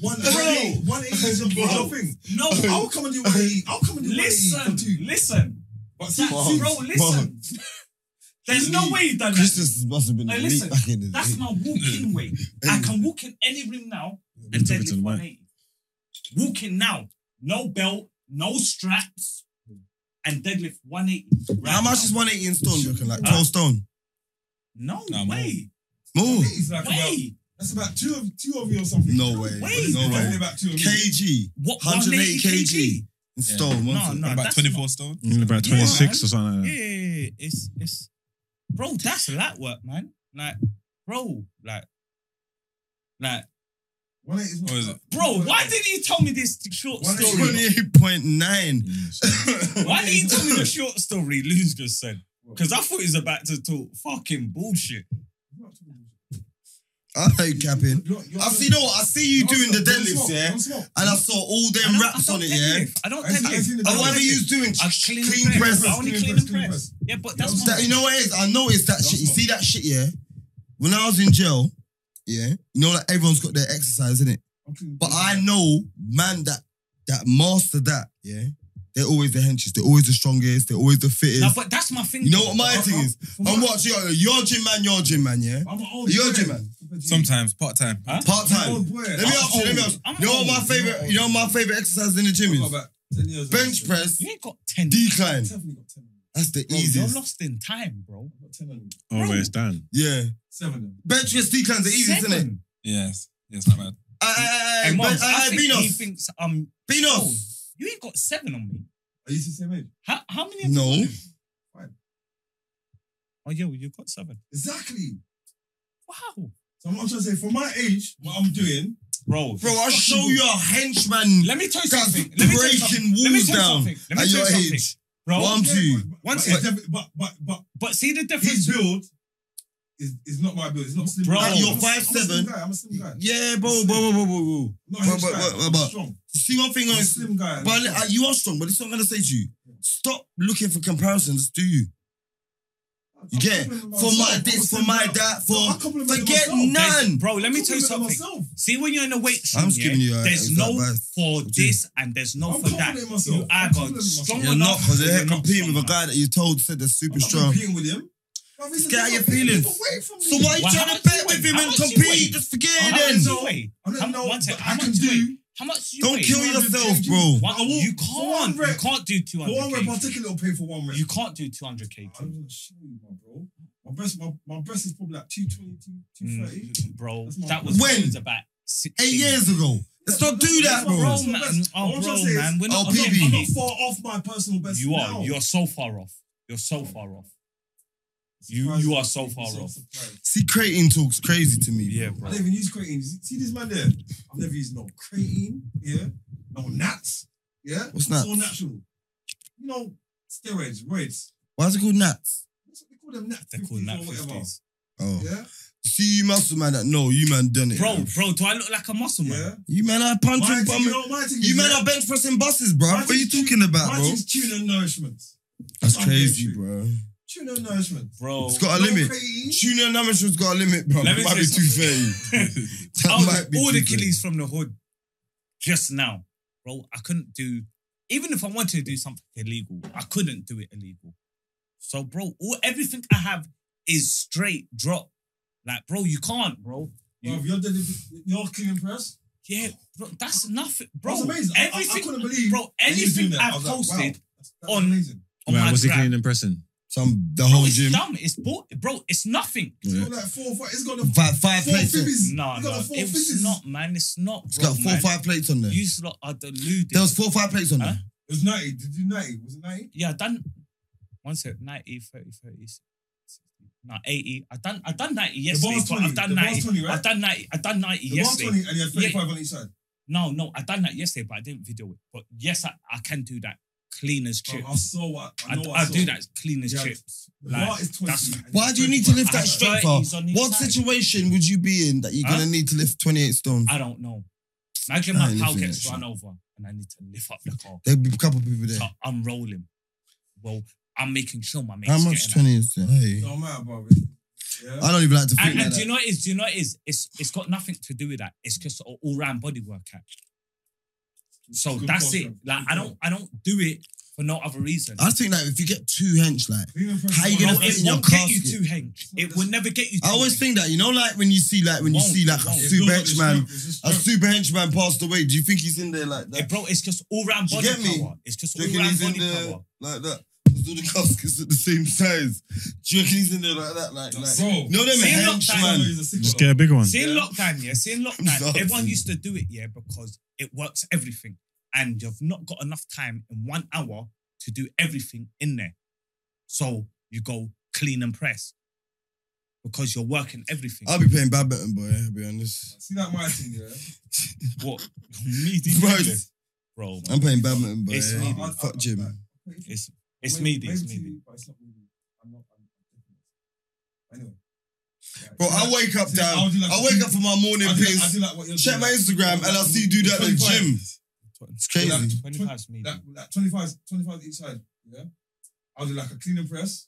Speaker 5: One eighty, one eighty is a bro. thing.
Speaker 1: No,
Speaker 5: I'll come and do one eighty. I'll come and do one
Speaker 1: listen,
Speaker 5: eighty.
Speaker 1: listen.
Speaker 5: But see,
Speaker 1: That,
Speaker 5: see,
Speaker 1: bro,
Speaker 4: Mom,
Speaker 1: listen. There's no way you done that.
Speaker 4: Christmas must have been
Speaker 1: Hey,
Speaker 4: elite
Speaker 1: listen,
Speaker 4: back in the
Speaker 1: That's
Speaker 4: day.
Speaker 1: my walking way. I can walk in any room now and
Speaker 2: Talking to
Speaker 1: deadlift
Speaker 2: the mic.
Speaker 1: 180. Walking now, no belt, no straps, and deadlift 180. right
Speaker 4: How much
Speaker 1: now.
Speaker 4: is 180 in stone? You reckon like
Speaker 1: Huh?
Speaker 4: 12 stone?
Speaker 1: No
Speaker 6: Nah, more.
Speaker 1: way.
Speaker 4: More?
Speaker 5: It's like about,
Speaker 1: Way.
Speaker 5: that's about two of two of you or something.
Speaker 4: No way.
Speaker 1: way.
Speaker 4: No
Speaker 5: Definitely
Speaker 4: way.
Speaker 5: about two of you.
Speaker 4: KG
Speaker 1: What
Speaker 4: 180
Speaker 1: 180
Speaker 4: kg? in stone.
Speaker 1: No,
Speaker 4: wasn't it?
Speaker 1: no,
Speaker 6: about
Speaker 1: that's
Speaker 6: 24 stone.
Speaker 2: Mm, About
Speaker 1: Yeah,
Speaker 2: 26
Speaker 1: man.
Speaker 2: or something like
Speaker 1: Yeah,
Speaker 2: that.
Speaker 1: yeah, yeah. It's it's bro, that's light work, man. Like, bro, like, like,
Speaker 5: One eighty is
Speaker 6: What is it?
Speaker 1: bro, why didn't you tell me this short story?
Speaker 4: 28.9.
Speaker 1: Why didn't you tell me the short story Loons just said? Because I thought he was about to talk fucking bullshit.
Speaker 4: I hate capping. I see, you know what? I see you doing the deadlifts, yeah? And I saw all
Speaker 1: I
Speaker 4: them
Speaker 1: don't-
Speaker 4: raps
Speaker 1: I
Speaker 4: on
Speaker 1: don't
Speaker 4: it, yeah?
Speaker 1: deadlift. I don't
Speaker 5: I see- I see
Speaker 1: deadlift.
Speaker 5: the
Speaker 4: And
Speaker 5: deadlift.
Speaker 4: whatever you was doing,
Speaker 1: I clean,
Speaker 4: clean
Speaker 1: press.
Speaker 4: press.
Speaker 1: I only
Speaker 5: Clean
Speaker 1: clean
Speaker 5: press,
Speaker 1: the
Speaker 5: clean
Speaker 1: press.
Speaker 5: press.
Speaker 1: Yeah, but that's
Speaker 5: That's
Speaker 1: my
Speaker 4: that, you know what it is? I noticed that shit. You see that shit, yeah? When I was in jail, yeah? You know, like everyone's got their exercise, innit? But I know, man, that that master that, yeah. They're always the henches. They're always the strongest. They're always the fittest.
Speaker 1: no, but that's my thing.
Speaker 4: you know
Speaker 1: though.
Speaker 4: what my thing is? I'm watching your, your gym man, your gym man, yeah.
Speaker 5: I'm an old
Speaker 4: You're
Speaker 5: boy.
Speaker 4: gym, man.
Speaker 6: Sometimes, part time.
Speaker 1: Huh?
Speaker 4: Part
Speaker 5: I'm an
Speaker 4: time.
Speaker 5: old boy.
Speaker 4: Let me ask you. Let me ask.
Speaker 1: I'm
Speaker 4: You know what my
Speaker 1: old.
Speaker 4: favorite? You know what my favorite exercise in the gym
Speaker 5: I've
Speaker 4: is
Speaker 5: got about 10 years of
Speaker 4: bench
Speaker 5: this.
Speaker 4: press
Speaker 1: You ain't got ten.
Speaker 4: decline.
Speaker 5: Definitely got 10
Speaker 4: That's the
Speaker 1: Bro, you're
Speaker 4: easiest.
Speaker 1: lost in time, bro.
Speaker 5: I've got 10 on you.
Speaker 2: Oh, where it's done.
Speaker 4: Yeah,
Speaker 5: Seven of them.
Speaker 4: bench press decline's the easiest, isn't it?
Speaker 1: Seven.
Speaker 6: Yes. Yes, not bad.
Speaker 4: I, I,
Speaker 1: Hey,
Speaker 4: I,
Speaker 1: Mons, I
Speaker 4: I,
Speaker 1: think he
Speaker 4: uh, Beanos,
Speaker 1: thinks um, old.
Speaker 4: Beanos.
Speaker 1: you ain't got seven on me.
Speaker 5: Are you the same age?
Speaker 1: How how many? Have
Speaker 4: No,
Speaker 1: You got? Oh yeah, well, you got seven.
Speaker 5: Exactly.
Speaker 1: Wow,
Speaker 5: So I'm not trying to say, for my age, what I'm doing,
Speaker 1: bro.
Speaker 4: bro, I'll show you a henchman.
Speaker 1: Let me tell you
Speaker 4: Guys,
Speaker 1: something. Let me tell you
Speaker 4: breaking
Speaker 1: something. Let me
Speaker 4: walls
Speaker 1: tell you something.
Speaker 4: down
Speaker 1: Let me tell
Speaker 4: at
Speaker 1: you
Speaker 4: your
Speaker 1: something,
Speaker 4: age.
Speaker 1: bro.
Speaker 4: What I'm
Speaker 5: Yeah,
Speaker 4: doing.
Speaker 5: but-
Speaker 1: One
Speaker 5: but-
Speaker 1: sec.
Speaker 5: defi- But, but, but
Speaker 1: But see the difference.
Speaker 5: his build is, is not my build. It's not slim.
Speaker 1: Bro.
Speaker 5: guy.
Speaker 1: You're
Speaker 5: I'm a-
Speaker 4: 5'7".
Speaker 5: I'm a slim guy. I'm a slim guy.
Speaker 4: Yeah, bro, bro, bro, bro, bro, bro.
Speaker 5: I'm not a
Speaker 4: But-
Speaker 5: huge
Speaker 4: but-
Speaker 5: guy.
Speaker 4: but-
Speaker 5: I'm
Speaker 4: but-
Speaker 5: strong.
Speaker 4: You see one thing
Speaker 5: I'm
Speaker 4: on
Speaker 5: a slim guy.
Speaker 4: But uh, you are strong, but it's not gonna say to you. Stop looking for comparisons, do you? You get it? for my this, for my that,
Speaker 5: I
Speaker 4: for
Speaker 5: compliment
Speaker 4: forget
Speaker 5: myself.
Speaker 4: none.
Speaker 1: bro, let me tell you something.
Speaker 5: Myself.
Speaker 1: See when you're in the weight room,
Speaker 4: I'm just
Speaker 1: yeah,
Speaker 4: giving you a-
Speaker 1: there's
Speaker 4: it's
Speaker 1: no
Speaker 4: not bad.
Speaker 1: for
Speaker 4: I'm
Speaker 1: this and there's no
Speaker 5: I'm
Speaker 1: for that.
Speaker 5: confident in myself.
Speaker 1: You
Speaker 5: I'm
Speaker 1: either
Speaker 5: confident in myself.
Speaker 1: strong
Speaker 4: You're
Speaker 1: enough
Speaker 4: not because
Speaker 1: or
Speaker 4: you're
Speaker 1: you're not
Speaker 4: competing with a
Speaker 1: strong
Speaker 4: guy that you told said they're super
Speaker 5: I'm not
Speaker 4: strong.
Speaker 5: competing with him. Bro, he's a
Speaker 4: Get out
Speaker 5: little
Speaker 4: your
Speaker 5: bit-
Speaker 4: feelings.
Speaker 5: Away from me.
Speaker 4: So why are you
Speaker 1: Well, how
Speaker 4: trying
Speaker 1: much
Speaker 4: to bet
Speaker 1: you
Speaker 4: with
Speaker 1: weigh?
Speaker 4: him
Speaker 1: How
Speaker 4: and
Speaker 1: much you weigh?
Speaker 4: compete? Just forget
Speaker 1: enough.
Speaker 4: it
Speaker 1: How
Speaker 4: then.
Speaker 1: much you weigh?
Speaker 5: I don't
Speaker 1: How-
Speaker 5: know,
Speaker 1: one sec,
Speaker 5: but
Speaker 1: how
Speaker 5: I
Speaker 1: much
Speaker 5: can
Speaker 1: you weigh?
Speaker 5: do-
Speaker 1: How much you
Speaker 4: Don't
Speaker 1: weigh?
Speaker 4: kill
Speaker 5: You're under
Speaker 4: yourself,
Speaker 5: KG.
Speaker 4: bro.
Speaker 1: What- oh,
Speaker 5: I won't-
Speaker 1: you
Speaker 5: for one
Speaker 1: can't. You
Speaker 5: rep-
Speaker 1: can't do
Speaker 5: For
Speaker 1: 200
Speaker 5: one rep, I'll
Speaker 1: kg.
Speaker 5: take a little pay for one rep.
Speaker 1: You can't do 200 kg,
Speaker 5: I'm gonna show you, my bro. My breast, my, my breast is probably like 220, 230.
Speaker 1: Mm, bro.
Speaker 5: That's my-
Speaker 1: That was
Speaker 4: When?
Speaker 1: it was about six
Speaker 4: Eight years ago. Let's not do that,
Speaker 1: bro,
Speaker 4: bro.
Speaker 1: man.
Speaker 5: All
Speaker 1: Oh,
Speaker 5: I'm trying
Speaker 1: bro,
Speaker 5: to say
Speaker 1: man.
Speaker 5: is-
Speaker 1: We're not,
Speaker 4: Oh,
Speaker 1: I'm not-
Speaker 4: PB.
Speaker 1: I'm
Speaker 5: I'm
Speaker 1: not
Speaker 5: not far off my personal best.
Speaker 1: You are.
Speaker 5: now.
Speaker 1: You're so far off. You're so far off. You
Speaker 5: Surprised
Speaker 1: you are
Speaker 5: me.
Speaker 1: so
Speaker 5: I'm
Speaker 1: far off.
Speaker 5: surprised.
Speaker 4: See, creatine talks crazy to me.
Speaker 1: Yeah,
Speaker 5: I
Speaker 1: bro.
Speaker 5: don't even use creatine. See this man there? I've never used no creatine. Yeah, no nats. Yeah,
Speaker 4: What's
Speaker 5: It's all
Speaker 4: nats?
Speaker 5: natural. You know, steroids, roids.
Speaker 4: Why is it called Nats?
Speaker 5: What's it- They call them nats.
Speaker 1: They're called
Speaker 5: 50s
Speaker 1: nat
Speaker 5: or whatever.
Speaker 1: 50s.
Speaker 4: Oh.
Speaker 5: Yeah,
Speaker 4: See, you muscle man that no, you man done it.
Speaker 1: Bro, bro, do I look like a muscle man?
Speaker 5: yeah.
Speaker 4: You man are
Speaker 5: My
Speaker 4: punching
Speaker 5: thing,
Speaker 4: bumming.
Speaker 5: you know, my thing is,
Speaker 4: You man
Speaker 5: yeah,
Speaker 4: are bench pressing buses, bro.
Speaker 5: My
Speaker 4: What are you
Speaker 5: thing's-
Speaker 4: talking about,
Speaker 5: my
Speaker 4: bro?
Speaker 5: thing's tune and nourishment.
Speaker 4: That's
Speaker 5: I'm
Speaker 4: crazy,
Speaker 5: going
Speaker 4: bro.
Speaker 5: Tuna nourishment.
Speaker 1: bro.
Speaker 4: It's got a limit.
Speaker 5: Protein.
Speaker 4: Junior Namish's got a limit, bro.
Speaker 1: Let
Speaker 4: That
Speaker 1: me
Speaker 4: might be
Speaker 1: say
Speaker 4: too fair. That
Speaker 1: I was
Speaker 4: might be
Speaker 1: all
Speaker 4: too
Speaker 1: the
Speaker 4: fair.
Speaker 1: kiddies from the hood just now, bro. I couldn't do, even if I wanted to do something illegal, I couldn't do it illegal. So, bro, all everything I have is straight drop. Like, bro, you can't, bro.
Speaker 5: Bro, if you're, dead, you're clean press.
Speaker 1: Yeah, bro, that's nothing, bro.
Speaker 5: That's amazing. I- I- I
Speaker 1: Everything,
Speaker 5: couldn't believe
Speaker 1: bro.
Speaker 5: that you was doing
Speaker 1: Anything
Speaker 5: that. I
Speaker 1: I've
Speaker 5: was like, wow.
Speaker 1: posted
Speaker 5: That's, that's
Speaker 1: Oh, on-
Speaker 5: amazing.
Speaker 1: on
Speaker 2: Right,
Speaker 1: my
Speaker 2: was he
Speaker 1: gram,
Speaker 2: cleaning and pressing?
Speaker 4: Some the
Speaker 1: bro,
Speaker 4: whole
Speaker 1: it's
Speaker 4: gym.
Speaker 1: dumb. It's bull- bro. It's nothing.
Speaker 5: It's
Speaker 2: Yeah.
Speaker 5: got like four, five. It's got the
Speaker 4: Five, five
Speaker 5: four
Speaker 4: plates. on.
Speaker 5: fibbies.
Speaker 1: No,
Speaker 5: It's got
Speaker 1: no,
Speaker 5: the four
Speaker 1: it's
Speaker 5: fibbies.
Speaker 1: not, man. It's not.
Speaker 4: It's
Speaker 1: bro,
Speaker 4: got four,
Speaker 1: man.
Speaker 4: five plates on there.
Speaker 1: You lot are deluded.
Speaker 4: There was four, five plates on
Speaker 1: Huh?
Speaker 4: there.
Speaker 5: It was 90. Did you 90? Was it 90?
Speaker 1: yeah, I done one sec, 90, 30, 30, 60, no, 80. I done I done 90 yesterday,
Speaker 5: bar's
Speaker 1: but
Speaker 5: 20,
Speaker 1: I've done
Speaker 5: the bar's
Speaker 1: 90.
Speaker 5: 20, right?
Speaker 1: I've done 90, I done 90
Speaker 5: The
Speaker 1: yesterday.
Speaker 5: 120 and you had 35 on each side.
Speaker 1: No, no, I done that yesterday, but I didn't video it. But yes, I, I can do that clean as
Speaker 5: Bro,
Speaker 1: chips.
Speaker 5: I saw what I
Speaker 1: I,
Speaker 5: know.
Speaker 1: d-
Speaker 5: what I
Speaker 1: I
Speaker 5: saw.
Speaker 1: do that clean as
Speaker 5: Yeah,
Speaker 1: chips.
Speaker 5: The
Speaker 1: Like,
Speaker 5: bar is 20.
Speaker 1: that's-
Speaker 5: and
Speaker 4: Why
Speaker 5: it's
Speaker 4: do you need to
Speaker 5: 25.
Speaker 4: lift
Speaker 1: I
Speaker 4: that
Speaker 1: had
Speaker 4: straight
Speaker 1: 30s
Speaker 4: for?
Speaker 1: on each
Speaker 4: What
Speaker 1: side.
Speaker 4: situation would you be in that you're
Speaker 1: Huh?
Speaker 4: gonna need to lift 28 stones?
Speaker 1: I don't know. Imagine
Speaker 4: Nah,
Speaker 1: my pal
Speaker 4: listen,
Speaker 1: gets
Speaker 4: listen.
Speaker 1: run over and I need to lift up the car.
Speaker 4: There'd be a couple people there.
Speaker 1: So I'm rolling. Well, I'm making sure my mate's
Speaker 4: How
Speaker 1: getting
Speaker 4: much
Speaker 1: out.
Speaker 4: 20 is there? Hey.
Speaker 5: Don't matter, bro. Yeah.
Speaker 4: I don't even like to think
Speaker 1: And,
Speaker 4: like
Speaker 1: and do you
Speaker 4: that.
Speaker 1: know what it is? Do you know what it is? It's it's got nothing to do with that. It's just an all round body workout. So
Speaker 5: Good
Speaker 1: that's
Speaker 5: call,
Speaker 1: it.
Speaker 5: fam.
Speaker 1: Like
Speaker 5: Good
Speaker 1: I
Speaker 5: call.
Speaker 1: don't I don't do it for no other reason.
Speaker 4: I think that if you get two hench, like
Speaker 5: Clean press
Speaker 4: How you
Speaker 5: is
Speaker 4: gonna
Speaker 5: one
Speaker 1: No,
Speaker 5: of
Speaker 4: fit
Speaker 5: those-
Speaker 1: it
Speaker 4: in your
Speaker 1: won't get you
Speaker 4: casket.
Speaker 1: to Hank. It will never get you. To
Speaker 4: I always
Speaker 1: Hank.
Speaker 4: think that, you know, like when you see like when you
Speaker 1: Won't,
Speaker 4: see like a
Speaker 1: won't.
Speaker 5: It builds
Speaker 4: super
Speaker 5: up the
Speaker 4: henchman,
Speaker 5: strength, it's just
Speaker 4: a
Speaker 5: strength.
Speaker 4: super henchman passed away. Do you think he's in there like
Speaker 1: Hey,
Speaker 4: that?
Speaker 1: bro, it's just all round
Speaker 4: You
Speaker 1: body
Speaker 4: get me?
Speaker 1: power. It's just
Speaker 4: Do
Speaker 1: all
Speaker 4: you reckon
Speaker 1: round
Speaker 4: he's in
Speaker 1: body
Speaker 4: there
Speaker 1: power.
Speaker 4: like that? 'Cause all the caskets at the same size. Do you reckon he's in there like that? Like, like
Speaker 5: Bro.
Speaker 4: no, them
Speaker 1: Same
Speaker 5: I know
Speaker 4: henchman.
Speaker 5: he's a six
Speaker 2: Just
Speaker 5: footer.
Speaker 2: get a bigger one.
Speaker 1: See in
Speaker 5: Yeah.
Speaker 1: lockdown, yeah. See in
Speaker 4: I'm
Speaker 1: lockdown,
Speaker 4: sorry.
Speaker 1: everyone used to do it, yeah, because it works everything, and you've not got enough time in one hour to do everything in there. So you go clean and press because you're working everything.
Speaker 4: I'll be playing badminton, boy. I'll be honest.
Speaker 5: See that my thing, yeah?
Speaker 1: What? me, the
Speaker 4: Bro,
Speaker 1: English?
Speaker 4: it's-
Speaker 1: bro.
Speaker 4: I'm playing badminton, boy.
Speaker 1: It's
Speaker 5: I- I- I-
Speaker 4: Fuck
Speaker 5: I-
Speaker 4: Jim.
Speaker 5: like,
Speaker 1: It's it's
Speaker 5: maybe-
Speaker 1: me, the- it's me.
Speaker 5: maybe to
Speaker 1: the-
Speaker 5: you, but it's not meaty. I'm not. I'm, I'm anyway. Right.
Speaker 4: Bro,
Speaker 5: So
Speaker 4: I
Speaker 5: like-
Speaker 4: wake up
Speaker 5: so
Speaker 4: down.
Speaker 5: I'll do like-
Speaker 4: I wake up for my morning
Speaker 5: I do, like, I
Speaker 4: piss.
Speaker 5: do like what you're
Speaker 4: Check
Speaker 5: doing.
Speaker 4: my Instagram and I see dude at the
Speaker 5: 25.
Speaker 4: gym.
Speaker 1: It's
Speaker 4: crazy.
Speaker 1: Twenty pounds, me.
Speaker 5: Like, like 25, 25 each side. Yeah. I'll do like a clean and press,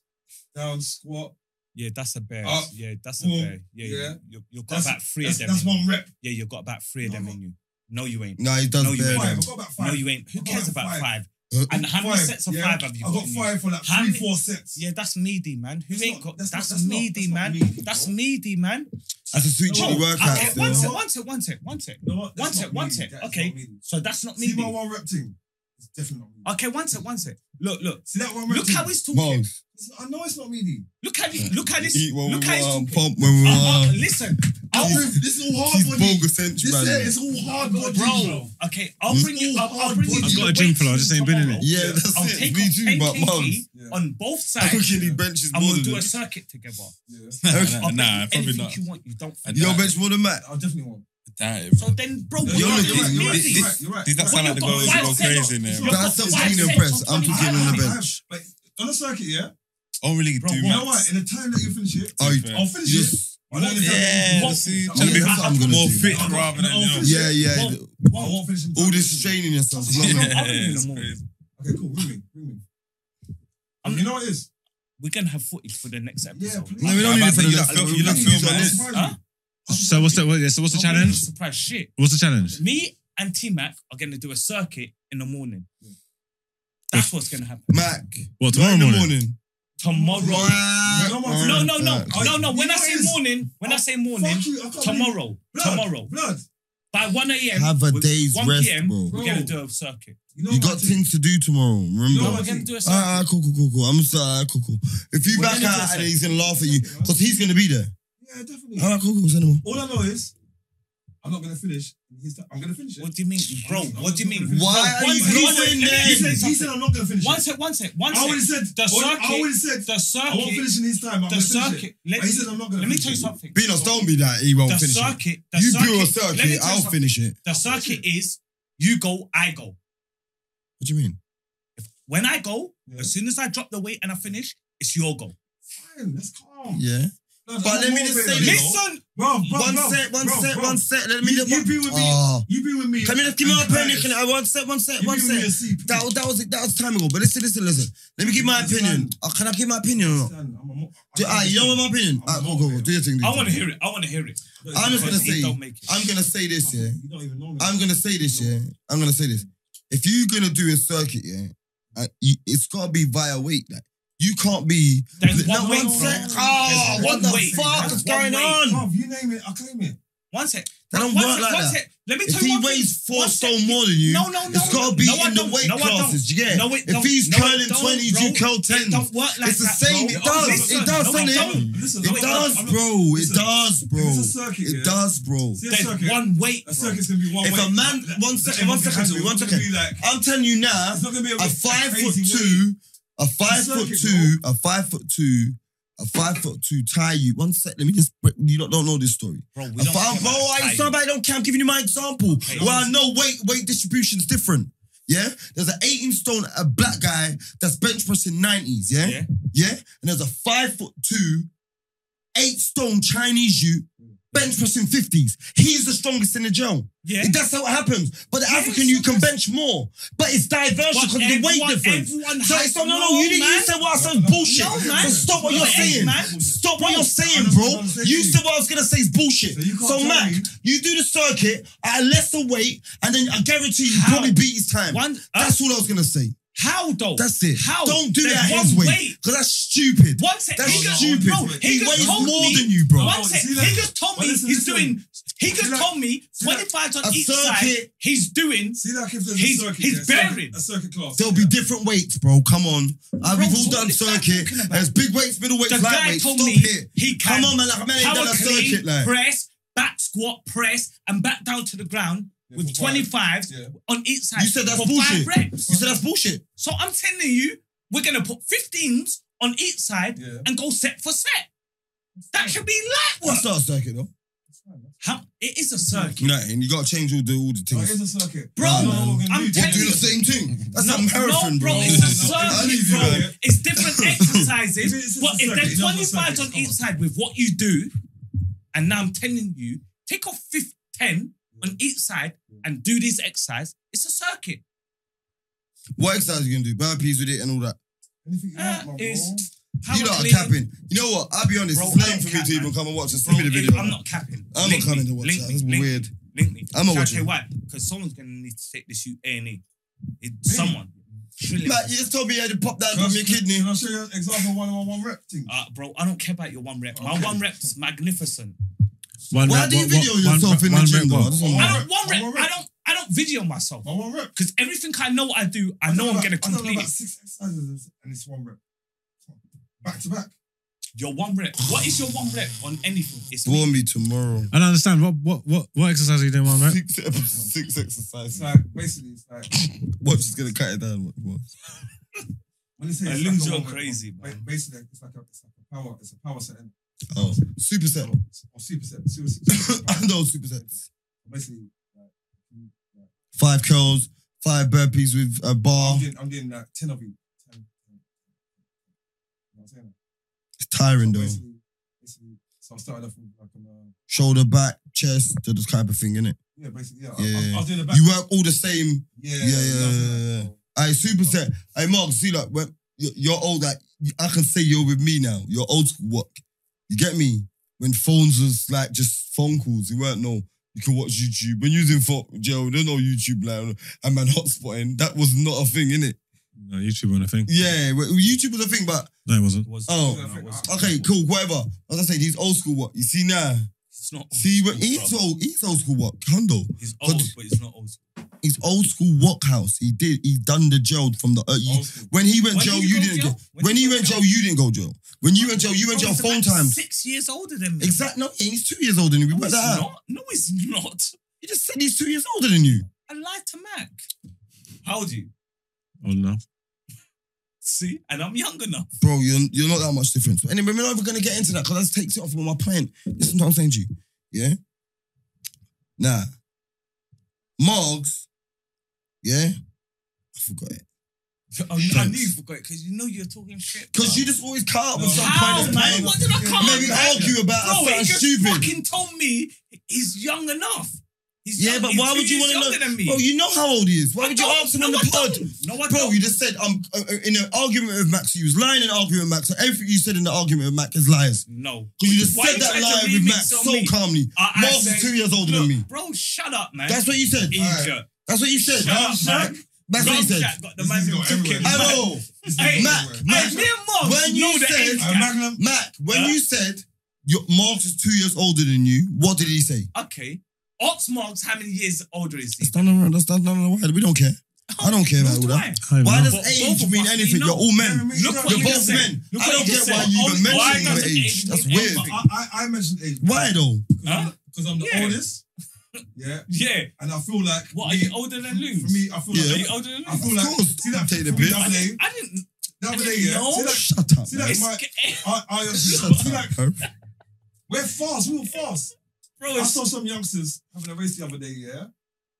Speaker 5: down squat.
Speaker 1: Yeah, that's a bear.
Speaker 5: Up,
Speaker 1: yeah, that's a
Speaker 5: boom,
Speaker 1: bear. Yeah,
Speaker 5: yeah.
Speaker 1: yeah. You, you've got
Speaker 5: That's,
Speaker 1: about three
Speaker 5: that's,
Speaker 1: of them.
Speaker 5: That's
Speaker 1: in you.
Speaker 5: one rep.
Speaker 1: Yeah, you've got about three of them
Speaker 5: No,
Speaker 1: in you. No, you ain't.
Speaker 4: Nah, he does
Speaker 1: No, you
Speaker 4: bear
Speaker 1: ain't.
Speaker 5: Five.
Speaker 4: them.
Speaker 5: I've got about five.
Speaker 1: No, you ain't. Who
Speaker 5: I've got
Speaker 1: cares
Speaker 5: about
Speaker 1: about five?
Speaker 5: five.
Speaker 1: And how many
Speaker 5: Five,
Speaker 1: sets of
Speaker 5: yeah.
Speaker 1: five have you
Speaker 5: I
Speaker 1: got?
Speaker 5: got
Speaker 1: in you?
Speaker 5: five for like
Speaker 1: How
Speaker 5: three,
Speaker 1: many-
Speaker 5: four sets.
Speaker 1: Yeah, that's meaty, man. Who
Speaker 5: That's
Speaker 1: ain't
Speaker 5: not-
Speaker 1: got? That's,
Speaker 5: that's not- that's not-
Speaker 1: meaty,
Speaker 5: that's not
Speaker 1: man.
Speaker 5: meaty,
Speaker 1: that's
Speaker 5: bro.
Speaker 1: meaty, man.
Speaker 4: That's a sweet
Speaker 5: No,
Speaker 4: chili workout.
Speaker 1: Okay,
Speaker 4: so-
Speaker 1: one sec, one sec, one sec, one sec.
Speaker 5: You know what?
Speaker 1: One
Speaker 5: That's
Speaker 1: sec,
Speaker 5: not
Speaker 1: one
Speaker 5: meaty.
Speaker 1: sec.
Speaker 5: That is
Speaker 1: Okay.
Speaker 5: not meaty.
Speaker 1: So that's not
Speaker 5: See
Speaker 1: meaty.
Speaker 5: my one rep thing? It's definitely not meaty.
Speaker 1: Okay, one sec, one sec. Look, look,
Speaker 5: See that one rep
Speaker 1: look
Speaker 5: thing?
Speaker 1: how he's talking.
Speaker 4: Mugs,
Speaker 5: I know it's not meaty.
Speaker 1: Look how he- look how this.
Speaker 4: eat when we
Speaker 1: Look how he's
Speaker 4: want,
Speaker 1: talking.
Speaker 4: pump when we
Speaker 1: Uh, uh,
Speaker 4: want.
Speaker 1: Listen, I'll bring,
Speaker 5: This is all hard
Speaker 4: He's
Speaker 5: body.
Speaker 4: bogus henchman.
Speaker 5: This is all hard body,
Speaker 1: bro. Okay, I'll
Speaker 4: Mm.
Speaker 1: bring you. I'll, I'll bring you.
Speaker 5: I've
Speaker 1: to
Speaker 2: got
Speaker 1: the
Speaker 2: a gym
Speaker 1: weight
Speaker 2: floor, I
Speaker 1: room
Speaker 2: just ain't been in
Speaker 1: tomorrow.
Speaker 2: it.
Speaker 4: Yeah,
Speaker 5: Yeah.
Speaker 4: that's
Speaker 1: I'll
Speaker 4: it.
Speaker 1: take
Speaker 4: Me
Speaker 1: off
Speaker 4: too,
Speaker 1: 10
Speaker 4: but mums.
Speaker 1: kg
Speaker 5: Yeah.
Speaker 1: on both
Speaker 4: I
Speaker 1: sides,
Speaker 4: don't think he benches
Speaker 1: and
Speaker 4: more
Speaker 1: we'll
Speaker 4: than
Speaker 1: do a
Speaker 4: that.
Speaker 1: circuit together.
Speaker 5: Yeah.
Speaker 1: I'll bet
Speaker 6: nah,
Speaker 1: you
Speaker 6: probably
Speaker 1: anything
Speaker 6: not.
Speaker 1: You want, you don't.
Speaker 6: I
Speaker 1: fuck.
Speaker 4: You don't bench more than Matt.
Speaker 5: I definitely won't.
Speaker 6: I doubt it,
Speaker 1: So
Speaker 6: bro.
Speaker 1: then, bro,
Speaker 5: You're
Speaker 1: what
Speaker 4: right,
Speaker 1: doing
Speaker 4: you're right,
Speaker 1: is
Speaker 5: you're right,
Speaker 1: meaty.
Speaker 5: you're right, you're right.
Speaker 6: Did that
Speaker 1: Well,
Speaker 6: sound like the
Speaker 1: you've
Speaker 6: girls
Speaker 1: got
Speaker 6: who go
Speaker 1: five set
Speaker 6: crazy in
Speaker 1: lots.
Speaker 6: there?
Speaker 1: You've
Speaker 6: bro?
Speaker 1: got
Speaker 4: That's
Speaker 1: five
Speaker 4: clean and
Speaker 1: sets
Speaker 4: press.
Speaker 1: of
Speaker 4: I'm
Speaker 1: 25.
Speaker 4: beginning on the bench.
Speaker 5: But on the circuit, yeah.
Speaker 6: I don't really
Speaker 1: Bro,
Speaker 6: do
Speaker 5: You
Speaker 6: maths.
Speaker 5: know what? In the time that you finish it,
Speaker 4: Oh,
Speaker 6: fair.
Speaker 5: I'll finish it.
Speaker 4: just
Speaker 5: I don't even
Speaker 6: Yeah,
Speaker 5: have to-
Speaker 6: see,
Speaker 5: I'll
Speaker 6: trying to be
Speaker 4: Yeah, that's what I'm gonna
Speaker 6: more
Speaker 4: do.
Speaker 6: fit
Speaker 5: I'll-
Speaker 6: rather than
Speaker 5: I'll
Speaker 6: you know.
Speaker 5: finish
Speaker 4: yeah,
Speaker 5: it.
Speaker 4: yeah.
Speaker 1: Well,
Speaker 5: I
Speaker 1: well,
Speaker 5: won't finish it.
Speaker 4: All this training yourself.
Speaker 1: Yeah.
Speaker 4: long
Speaker 1: I'm in the
Speaker 6: it's
Speaker 1: morning.
Speaker 6: crazy.
Speaker 5: Okay, cool. Ring me, ring me. And you know what it is?
Speaker 1: We're gonna have footage for the next episode.
Speaker 5: please.
Speaker 4: No, we don't
Speaker 6: I'm
Speaker 4: need it
Speaker 6: about
Speaker 4: for
Speaker 6: to-
Speaker 4: the
Speaker 6: you
Speaker 4: next
Speaker 6: lot
Speaker 4: one.
Speaker 6: film- you lot film
Speaker 5: Don't
Speaker 6: it.
Speaker 5: surprise me.
Speaker 1: Huh?
Speaker 2: So what's the what, yeah, so what's the
Speaker 1: I'll be
Speaker 2: challenge?
Speaker 1: Surprise shit.
Speaker 2: What's the challenge?
Speaker 1: Me and T Mac are gonna do a circuit in the morning. That's what's gonna happen
Speaker 4: Mac.
Speaker 2: Well,
Speaker 4: not
Speaker 2: tomorrow
Speaker 4: in the
Speaker 2: morning.
Speaker 4: morning.
Speaker 1: tomorrow.
Speaker 4: Right.
Speaker 1: No,
Speaker 5: No,
Speaker 1: no, no,
Speaker 4: Right.
Speaker 1: no, no. When I say
Speaker 5: Yes.
Speaker 1: morning, when I say morning,
Speaker 5: Fuck you, I can't believe-
Speaker 1: tomorrow,
Speaker 5: Blood,
Speaker 1: tomorrow
Speaker 5: Blood.
Speaker 1: by one a.m.
Speaker 4: Have a
Speaker 1: we-
Speaker 4: day's
Speaker 1: 1
Speaker 4: rest,
Speaker 1: PM,
Speaker 4: bro.
Speaker 1: We're gonna do a circuit.
Speaker 5: You know
Speaker 4: You
Speaker 5: what
Speaker 4: got
Speaker 5: I think?
Speaker 4: things to do tomorrow.
Speaker 5: No,
Speaker 1: We're
Speaker 4: Remember.
Speaker 5: I
Speaker 1: gonna do a circuit.
Speaker 4: Ah, ah, cool, cool, cool, cool. I'm sorry. ah, cool, cool. If you
Speaker 1: We're
Speaker 4: back
Speaker 1: gonna do
Speaker 4: out
Speaker 1: a
Speaker 4: and he's gonna laugh at you, cause he's gonna be there.
Speaker 5: Yeah, definitely.
Speaker 4: Ah, cool, cool. Send him.
Speaker 5: All I know is I'm not gonna finish. He's I'm gonna finish it.
Speaker 1: What do you mean, bro? What do you mean?
Speaker 4: Why
Speaker 1: Bro,
Speaker 4: are
Speaker 1: one
Speaker 4: you
Speaker 1: sec,
Speaker 4: doing
Speaker 1: one sec, let me
Speaker 5: He
Speaker 4: that?
Speaker 1: say
Speaker 5: said, he said
Speaker 1: something.
Speaker 5: I'm not gonna finish
Speaker 1: One
Speaker 5: it.
Speaker 1: sec, one sec, one
Speaker 5: I already
Speaker 1: sec.
Speaker 5: said
Speaker 1: The circuit-
Speaker 5: I already said
Speaker 1: The
Speaker 5: I won't
Speaker 1: circuit,
Speaker 5: finish in his time. I'm
Speaker 1: the
Speaker 5: gonna finish
Speaker 1: circuit.
Speaker 5: it.
Speaker 1: Let
Speaker 5: But he said I'm not gonna
Speaker 1: let me
Speaker 5: finish
Speaker 1: tell you
Speaker 5: it.
Speaker 1: something.
Speaker 4: Beanos, don't be that. He won't
Speaker 1: The
Speaker 4: finish it.
Speaker 1: circuit, the
Speaker 4: You
Speaker 1: circuit.
Speaker 4: build a
Speaker 1: let me
Speaker 4: circuit.
Speaker 1: tell you
Speaker 4: I'll
Speaker 1: something.
Speaker 4: finish it.
Speaker 1: The circuit is you go, I go.
Speaker 4: What do you mean?
Speaker 1: When I go,
Speaker 5: Yeah.
Speaker 1: as soon as I drop the weight and I finish, it's your go.
Speaker 5: Fine, that's calm.
Speaker 4: Yeah. But let me just say this.
Speaker 1: Listen,
Speaker 5: Bro, bro,
Speaker 4: One
Speaker 5: bro,
Speaker 4: sec, one
Speaker 5: bro,
Speaker 4: sec,
Speaker 5: bro.
Speaker 4: one sec. Let me
Speaker 5: You-
Speaker 4: just.
Speaker 5: you be with me.
Speaker 4: Ah.
Speaker 5: You be with me.
Speaker 4: Can we just give me
Speaker 5: and
Speaker 4: my
Speaker 5: Curtis.
Speaker 4: opinion? Can I, one sec, one sec,
Speaker 5: You
Speaker 4: one
Speaker 5: be with me
Speaker 4: sec.
Speaker 5: and see, please.
Speaker 4: That, was- that was it. That was time ago. But listen, listen, listen. Let me give my opinion.
Speaker 5: Understand.
Speaker 4: Uh, can I give my opinion or not?
Speaker 5: Understand, I'm a mo-
Speaker 4: Do, uh, you know what my opinion?
Speaker 5: I'm
Speaker 4: Uh,
Speaker 5: a
Speaker 4: go, go, go. Do your thing. do
Speaker 1: I
Speaker 4: your
Speaker 1: want to
Speaker 4: thing.
Speaker 1: hear it. I want to hear it.
Speaker 4: I'm just gonna
Speaker 1: Because he
Speaker 4: say.
Speaker 1: don't make it.
Speaker 4: I'm gonna say this, yeah.
Speaker 5: You don't even know me.
Speaker 4: I'm gonna say this, yeah. I'm gonna say this. If you're gonna do a circuit, yeah, uh, you, it's gotta be via weight. Like you can't be.
Speaker 1: There's
Speaker 4: No,
Speaker 1: one way.
Speaker 4: one
Speaker 1: bro.
Speaker 4: sec. Oh,
Speaker 1: There's
Speaker 4: what
Speaker 1: one
Speaker 4: the
Speaker 1: way.
Speaker 4: fuck
Speaker 1: There's
Speaker 4: is
Speaker 1: one
Speaker 4: going
Speaker 1: way.
Speaker 4: on?
Speaker 5: Bro, you name it, I claim it.
Speaker 1: One sec.
Speaker 4: That don't
Speaker 1: One
Speaker 4: work
Speaker 1: sec,
Speaker 4: like
Speaker 1: one
Speaker 4: that.
Speaker 1: sec. Let me
Speaker 4: If
Speaker 1: tell you
Speaker 4: he
Speaker 1: one thing.
Speaker 4: weighs four
Speaker 1: One sec.
Speaker 4: stone more than you,
Speaker 1: No, no, no.
Speaker 4: it's gotta be
Speaker 1: no, I
Speaker 4: in the
Speaker 1: don't.
Speaker 4: weight
Speaker 1: no, I don't.
Speaker 4: classes. You get? it?
Speaker 1: No, it
Speaker 4: if
Speaker 1: don't.
Speaker 4: he's
Speaker 1: No, it
Speaker 4: curling
Speaker 1: don't,
Speaker 4: 22
Speaker 1: bro.
Speaker 4: curl 10,
Speaker 1: It don't work like
Speaker 4: it's the
Speaker 1: that,
Speaker 4: same.
Speaker 1: bro.
Speaker 4: It does.
Speaker 1: Listen,
Speaker 4: it does,
Speaker 1: no,
Speaker 4: doesn't
Speaker 1: it
Speaker 4: it?
Speaker 1: don't. Listen, no,
Speaker 4: It does,
Speaker 1: don't.
Speaker 4: bro. It
Speaker 5: Listen,
Speaker 4: does, bro.
Speaker 5: It's a circuit. yeah.
Speaker 4: It does, bro.
Speaker 5: See a
Speaker 1: There's
Speaker 5: circuit.
Speaker 1: one weight.
Speaker 5: A circuit's gonna be one
Speaker 4: If
Speaker 5: way.
Speaker 4: a man- one second, one second to me, one
Speaker 5: It's
Speaker 4: second.
Speaker 5: gonna be like,
Speaker 4: I'm telling you now,
Speaker 5: it's not gonna be
Speaker 4: a five foot
Speaker 5: crazy weight.
Speaker 4: two, a five
Speaker 5: It's
Speaker 4: foot
Speaker 5: circuit,
Speaker 4: two, a five foot two, a five foot two tie you. One sec, let me just. break- You don't, don't know this story.
Speaker 1: Bro, we
Speaker 4: A
Speaker 1: don't
Speaker 4: five,
Speaker 1: care
Speaker 4: bro,
Speaker 1: about
Speaker 4: I,
Speaker 1: time.
Speaker 4: somebody don't care. I'm giving you my example.
Speaker 1: Okay.
Speaker 4: well, I know weight weight distribution's different. Yeah, there's an 18 stone a black guy that's bench pressing 90s. Yeah,
Speaker 1: Yeah.
Speaker 4: Yeah? and there's a five foot two, eight stone Chinese you
Speaker 1: Mm.
Speaker 4: bench pressing 50s. He's the strongest in the gel.
Speaker 1: Yeah.
Speaker 4: It- That's how it happens. But the
Speaker 1: Yeah,
Speaker 4: African you
Speaker 1: so
Speaker 4: can bench more, but it's diversion because of the weight
Speaker 1: everyone-
Speaker 4: difference.
Speaker 1: everyone
Speaker 4: So
Speaker 1: has-
Speaker 4: it's no, no, no. You didn't. You said what I said was bullshit.
Speaker 1: No, man.
Speaker 4: So stop what
Speaker 1: No,
Speaker 4: you're
Speaker 1: it ain't,
Speaker 4: saying.
Speaker 1: man.
Speaker 4: Stop what
Speaker 1: Bro,
Speaker 4: you're saying,
Speaker 5: understand what
Speaker 4: bro.
Speaker 5: I'm saying
Speaker 4: You
Speaker 5: to you.
Speaker 4: said what I was gonna say is bullshit.
Speaker 5: So you can't
Speaker 4: So
Speaker 5: tell
Speaker 4: Mac,
Speaker 5: me.
Speaker 4: you do the circuit at a lesser weight, and then I guarantee you
Speaker 1: How?
Speaker 4: probably beat his time.
Speaker 1: One. uh,
Speaker 4: That's all I was gonna say.
Speaker 1: How though?
Speaker 4: That's it.
Speaker 1: How?
Speaker 4: Don't do
Speaker 1: There's
Speaker 4: that at
Speaker 1: one
Speaker 4: his weight
Speaker 1: weight.
Speaker 4: because that's stupid.
Speaker 1: One sec.
Speaker 4: That's
Speaker 1: he just,
Speaker 4: stupid.
Speaker 1: Bro,
Speaker 4: he,
Speaker 1: just
Speaker 4: weighs
Speaker 1: told
Speaker 4: more
Speaker 1: me,
Speaker 4: than you, bro.
Speaker 1: One sec.
Speaker 5: see
Speaker 1: He
Speaker 5: that?
Speaker 1: just told
Speaker 5: But
Speaker 1: me
Speaker 5: listen,
Speaker 1: he's
Speaker 5: listen.
Speaker 1: doing. He just
Speaker 5: that?
Speaker 1: told me
Speaker 4: that?
Speaker 1: 25
Speaker 4: A
Speaker 1: on each side.
Speaker 4: circuit.
Speaker 1: He's doing.
Speaker 5: See like if there's
Speaker 1: He's-
Speaker 5: a circuit.
Speaker 1: he's
Speaker 5: yeah, a circuit-
Speaker 1: buried.
Speaker 5: A circuit class.
Speaker 4: There'll be different weights, bro. Come on. Uh,
Speaker 1: Bro,
Speaker 4: we've all
Speaker 1: what
Speaker 4: done
Speaker 1: is that
Speaker 4: circuit.
Speaker 1: talking about?
Speaker 4: There's big weights, middle weights,
Speaker 1: The
Speaker 4: light
Speaker 1: guy
Speaker 4: weights.
Speaker 1: told
Speaker 4: Stop
Speaker 1: me
Speaker 4: it.
Speaker 1: he can.
Speaker 4: Come on, man. Like, man, ain't
Speaker 1: power
Speaker 4: done a
Speaker 1: clean,
Speaker 4: circuit, like.
Speaker 1: press, back squat, press, and back down to the ground
Speaker 5: Yeah,
Speaker 1: with
Speaker 5: for five.
Speaker 1: 25
Speaker 5: Yeah.
Speaker 1: on each side.
Speaker 4: You said that's
Speaker 1: for Five
Speaker 4: bullshit.
Speaker 1: reps.
Speaker 4: You said that's bullshit.
Speaker 1: so I'm telling you, we're gonna put 15s on each side
Speaker 5: Yeah.
Speaker 1: and go set for set. That should be light work.
Speaker 4: That's not a circuit, though.
Speaker 1: How, it is a circuit.
Speaker 4: You know, and you gotta change all the all the
Speaker 5: Like,
Speaker 4: things.
Speaker 5: it's a circuit.
Speaker 1: Bro,
Speaker 5: You know
Speaker 1: I'm
Speaker 5: we're gonna do.
Speaker 1: telling
Speaker 4: What do
Speaker 1: you-
Speaker 4: the same thing? That's
Speaker 1: no,
Speaker 4: a marathon,
Speaker 1: no, bro,
Speaker 4: bro.
Speaker 1: it's a
Speaker 4: I
Speaker 1: circuit,
Speaker 4: leave you,
Speaker 1: bro.
Speaker 4: man.
Speaker 1: It's different exercises.
Speaker 5: If it's a
Speaker 1: but if
Speaker 5: circuit,
Speaker 1: there's
Speaker 5: it's not
Speaker 1: 25
Speaker 5: a circuit,
Speaker 1: on
Speaker 5: come
Speaker 1: each
Speaker 5: on.
Speaker 1: side with what you do, and now I'm telling you, take off 5th 10 on each side and do this exercise, it's a circuit.
Speaker 4: What exercise you gonna do? Burpees with it and all that.
Speaker 5: Anything you
Speaker 1: Ah,
Speaker 5: want, my
Speaker 1: it's-
Speaker 5: bro.
Speaker 1: Power
Speaker 4: you know, I'm
Speaker 1: clean.
Speaker 4: capping. You know what? I'll be honest.
Speaker 1: Bro,
Speaker 4: it's lame
Speaker 1: I don't
Speaker 4: for me
Speaker 1: cap,
Speaker 4: to even
Speaker 1: man.
Speaker 4: come and watch this.
Speaker 1: Bro,
Speaker 4: Send me the video.
Speaker 1: I'm not capping.
Speaker 4: I'm not
Speaker 1: Link me,
Speaker 4: coming to watch
Speaker 1: link
Speaker 4: that.
Speaker 1: me,
Speaker 4: That's
Speaker 1: link
Speaker 4: weird.
Speaker 1: me, Link me.
Speaker 4: I'm
Speaker 1: Shall I tell
Speaker 4: not watching.
Speaker 1: you why? Because someone's gonna need to take this U A and E. Someone. Surely.
Speaker 4: Like, you just told me you had to pop that
Speaker 5: Can I-
Speaker 4: from your kidney.
Speaker 5: Can I show you an example of one on one rep thing?
Speaker 1: Uh, bro, I don't care about your one rep. My
Speaker 5: Okay.
Speaker 1: one rep's magnificent.
Speaker 2: One
Speaker 4: Why
Speaker 2: rep-
Speaker 4: do you
Speaker 2: one-
Speaker 4: video
Speaker 2: one-
Speaker 4: yourself
Speaker 2: one
Speaker 4: in the
Speaker 2: rep-
Speaker 4: gym,
Speaker 2: one
Speaker 4: though?
Speaker 2: rep-
Speaker 4: I just
Speaker 5: One
Speaker 1: I
Speaker 4: wanna-
Speaker 5: rep,
Speaker 1: don't one rep.
Speaker 5: one
Speaker 1: I
Speaker 5: rep.
Speaker 1: don't. I don't video myself
Speaker 5: On one rep.
Speaker 1: because everything I know I do, I know I'm
Speaker 5: done about-
Speaker 1: gonna
Speaker 5: done
Speaker 1: complete.
Speaker 5: about six exercises and it's one rep. Back to back.
Speaker 1: Your one rep. What is your one rep on anything? It's
Speaker 4: Warn me tomorrow.
Speaker 2: I don't understand. What what what what exercise are you doing, one rep?
Speaker 4: Six, ep- six
Speaker 5: It's
Speaker 4: exercises.
Speaker 5: like basically it's like
Speaker 4: Watch is gonna cut it down. Watch, watch.
Speaker 5: when they say
Speaker 1: Uh,
Speaker 5: it's
Speaker 1: limbs
Speaker 5: like a
Speaker 1: are
Speaker 5: one rep,
Speaker 1: crazy,
Speaker 5: ba-
Speaker 1: man.
Speaker 5: Basically, it's like a it's like a power it's a power set innit?
Speaker 4: Oh, superset.
Speaker 5: or super set. Super set. super
Speaker 4: I
Speaker 5: set.
Speaker 4: know supersets.
Speaker 5: Basically,
Speaker 4: Five curls, five burpees with a bar.
Speaker 5: I'm doing I'm doing like ten of you. Ten. ten, ten. You know what I'm saying?
Speaker 4: It's tiring
Speaker 5: So
Speaker 4: though.
Speaker 5: basically, basically, so I started off with like um, uh,
Speaker 4: Shoulder, back, chest, that type of thing, innit?
Speaker 5: yeah, basically, yeah. I, I,
Speaker 4: Yeah.
Speaker 5: I was doing the back.
Speaker 4: You work all the same
Speaker 5: yeah,
Speaker 4: yeah,
Speaker 5: you know what I'm saying?
Speaker 4: yeah,
Speaker 5: So-
Speaker 4: I superset. Hey Mark, see like when you- you're old, like I can say you're with me now. You're old school work. You get me? When phones was like just phone calls, you weren't no. You can watch YouTube. When using phone jail, there's no YouTube like and man hotspotting. That was not a thing, innit?
Speaker 2: No, YouTube wasn't a thing.
Speaker 4: Yeah, well, YouTube was a thing, but
Speaker 2: No, it wasn't.
Speaker 1: was,
Speaker 4: Oh.
Speaker 1: no, it was-
Speaker 4: okay, cool, whatever. As I say, he's old school work. You see now.
Speaker 1: It's not.
Speaker 4: See
Speaker 1: what
Speaker 4: when he's old, he's old school work. Hondo.
Speaker 1: He's old, but he's not old.
Speaker 4: He's old school work house. He did, he done the jail from the uh, you-
Speaker 5: old school.
Speaker 4: when he went
Speaker 1: Oh. When
Speaker 4: jail,
Speaker 1: did
Speaker 4: you
Speaker 1: go
Speaker 4: didn't
Speaker 1: jail? Oh,
Speaker 4: go. When
Speaker 1: did
Speaker 4: he
Speaker 1: go
Speaker 4: went jail, you didn't go jail. When you went jail, you went
Speaker 1: Bro,
Speaker 4: jail
Speaker 1: he's
Speaker 4: phone
Speaker 1: about
Speaker 4: times.
Speaker 1: Six years older than me.
Speaker 4: Exactly. No, and he's two years older than you.
Speaker 1: No,
Speaker 4: What
Speaker 1: he's
Speaker 4: the hell?
Speaker 1: not. No, he's not.
Speaker 4: You just said he's two years older than you.
Speaker 1: I lied to Mac. How old are you?
Speaker 2: Old enough.
Speaker 1: See, and I'm young enough.
Speaker 4: Bro, you're, you're not that much difference. But anyway, we're not even going to get into that because that takes it off from my point. Listen to what I'm saying to you. Yeah? Nah. Moggs. Yeah? I forgot it.
Speaker 1: I, I knew you forgot it because you know you're talking shit.
Speaker 4: Because you just always caught up with some
Speaker 1: How,
Speaker 4: kind of
Speaker 1: man?
Speaker 4: plan.
Speaker 1: What did I come
Speaker 4: Maybe
Speaker 1: up with?
Speaker 4: argue about
Speaker 1: Bro,
Speaker 4: something
Speaker 1: he just
Speaker 4: stupid.
Speaker 1: fucking told me he's young enough. He's
Speaker 4: Yeah,
Speaker 1: young,
Speaker 4: but
Speaker 1: he's
Speaker 4: why
Speaker 1: two
Speaker 4: would you
Speaker 1: years
Speaker 4: want
Speaker 1: younger
Speaker 4: to know?
Speaker 1: Than me.
Speaker 4: Bro, you know how old he is. Why
Speaker 1: I
Speaker 4: would you
Speaker 1: don't.
Speaker 4: ask him
Speaker 1: No,
Speaker 4: on the
Speaker 1: I
Speaker 4: pod?
Speaker 1: don't. No, I
Speaker 4: Bro,
Speaker 1: don't.
Speaker 4: you just said um, uh, uh, in an argument with Max, you was lying in an argument with Max. So everything you said in the argument with Max is lies.
Speaker 1: no.
Speaker 4: Because you just
Speaker 1: Why
Speaker 4: said
Speaker 1: you
Speaker 4: that
Speaker 1: trying to
Speaker 4: lie with
Speaker 1: remix
Speaker 4: Max
Speaker 1: on
Speaker 4: so
Speaker 1: me?
Speaker 4: calmly.
Speaker 1: I- I
Speaker 4: Marks
Speaker 1: said-
Speaker 4: is two years older than
Speaker 1: Look,
Speaker 4: me.
Speaker 1: Bro, shut up, man.
Speaker 4: That's what you said. Alright.
Speaker 1: idiot.
Speaker 4: That's what you said.
Speaker 1: Shut up, man.
Speaker 4: That's what you said.
Speaker 1: Ramshack got the man who
Speaker 5: got
Speaker 1: took
Speaker 5: everywhere.
Speaker 1: him.
Speaker 4: I
Speaker 1: back.
Speaker 4: know.
Speaker 1: Hey,
Speaker 4: Mac, Mac,
Speaker 1: Hey, me and Mark
Speaker 4: when
Speaker 1: know
Speaker 4: you
Speaker 1: that
Speaker 4: said-
Speaker 1: age
Speaker 5: Uh,
Speaker 1: gap.
Speaker 5: Magnum.
Speaker 4: Mac, when
Speaker 1: Huh?
Speaker 4: you said your Marks is two years older than you, what did he say?
Speaker 1: okay, Ox Marks, how many years older is he?
Speaker 4: That's none of that's none of the We don't care. I don't care about all that.
Speaker 1: Why?
Speaker 4: Why does
Speaker 1: But
Speaker 4: age
Speaker 1: both of
Speaker 4: mean
Speaker 1: us, we
Speaker 4: anything?
Speaker 1: know.
Speaker 4: You're all men.
Speaker 5: Jeremy,
Speaker 1: Look
Speaker 5: You're
Speaker 1: what you
Speaker 4: You're
Speaker 1: just
Speaker 4: both
Speaker 1: said.
Speaker 4: men.
Speaker 1: Look
Speaker 4: I
Speaker 1: what you
Speaker 4: don't get
Speaker 1: just
Speaker 4: why
Speaker 1: said.
Speaker 4: you
Speaker 1: Only-
Speaker 4: even
Speaker 1: why does
Speaker 4: mentioned
Speaker 1: it
Speaker 4: your age.
Speaker 1: even
Speaker 4: That's
Speaker 1: mean
Speaker 4: weird.
Speaker 1: anything?
Speaker 5: I, I, I mentioned age.
Speaker 4: Why though?
Speaker 1: Huh?
Speaker 5: Because I'm the
Speaker 1: Yeah.
Speaker 5: oldest. Yeah.
Speaker 1: Yeah.
Speaker 5: And I feel like.
Speaker 1: What are
Speaker 5: me-
Speaker 1: you older than Lou?
Speaker 5: For me, I feel
Speaker 1: Are
Speaker 5: like.
Speaker 1: you older than
Speaker 5: I
Speaker 1: Lou?
Speaker 5: feel like.
Speaker 4: course.
Speaker 5: See that,
Speaker 4: Take the
Speaker 5: for me,
Speaker 4: piss.
Speaker 5: the other day.
Speaker 1: I didn't. eh,
Speaker 5: The
Speaker 1: I
Speaker 5: other day,
Speaker 1: didn't
Speaker 5: yeah. See
Speaker 1: know.
Speaker 5: that,
Speaker 4: Shut up.
Speaker 5: see
Speaker 4: man.
Speaker 5: that,
Speaker 1: It's
Speaker 5: my,
Speaker 1: ca-
Speaker 5: I, I, see that, we're fast, we were fast.
Speaker 1: bro.
Speaker 5: I
Speaker 1: It's,
Speaker 5: saw some youngsters having a race the other day, yeah.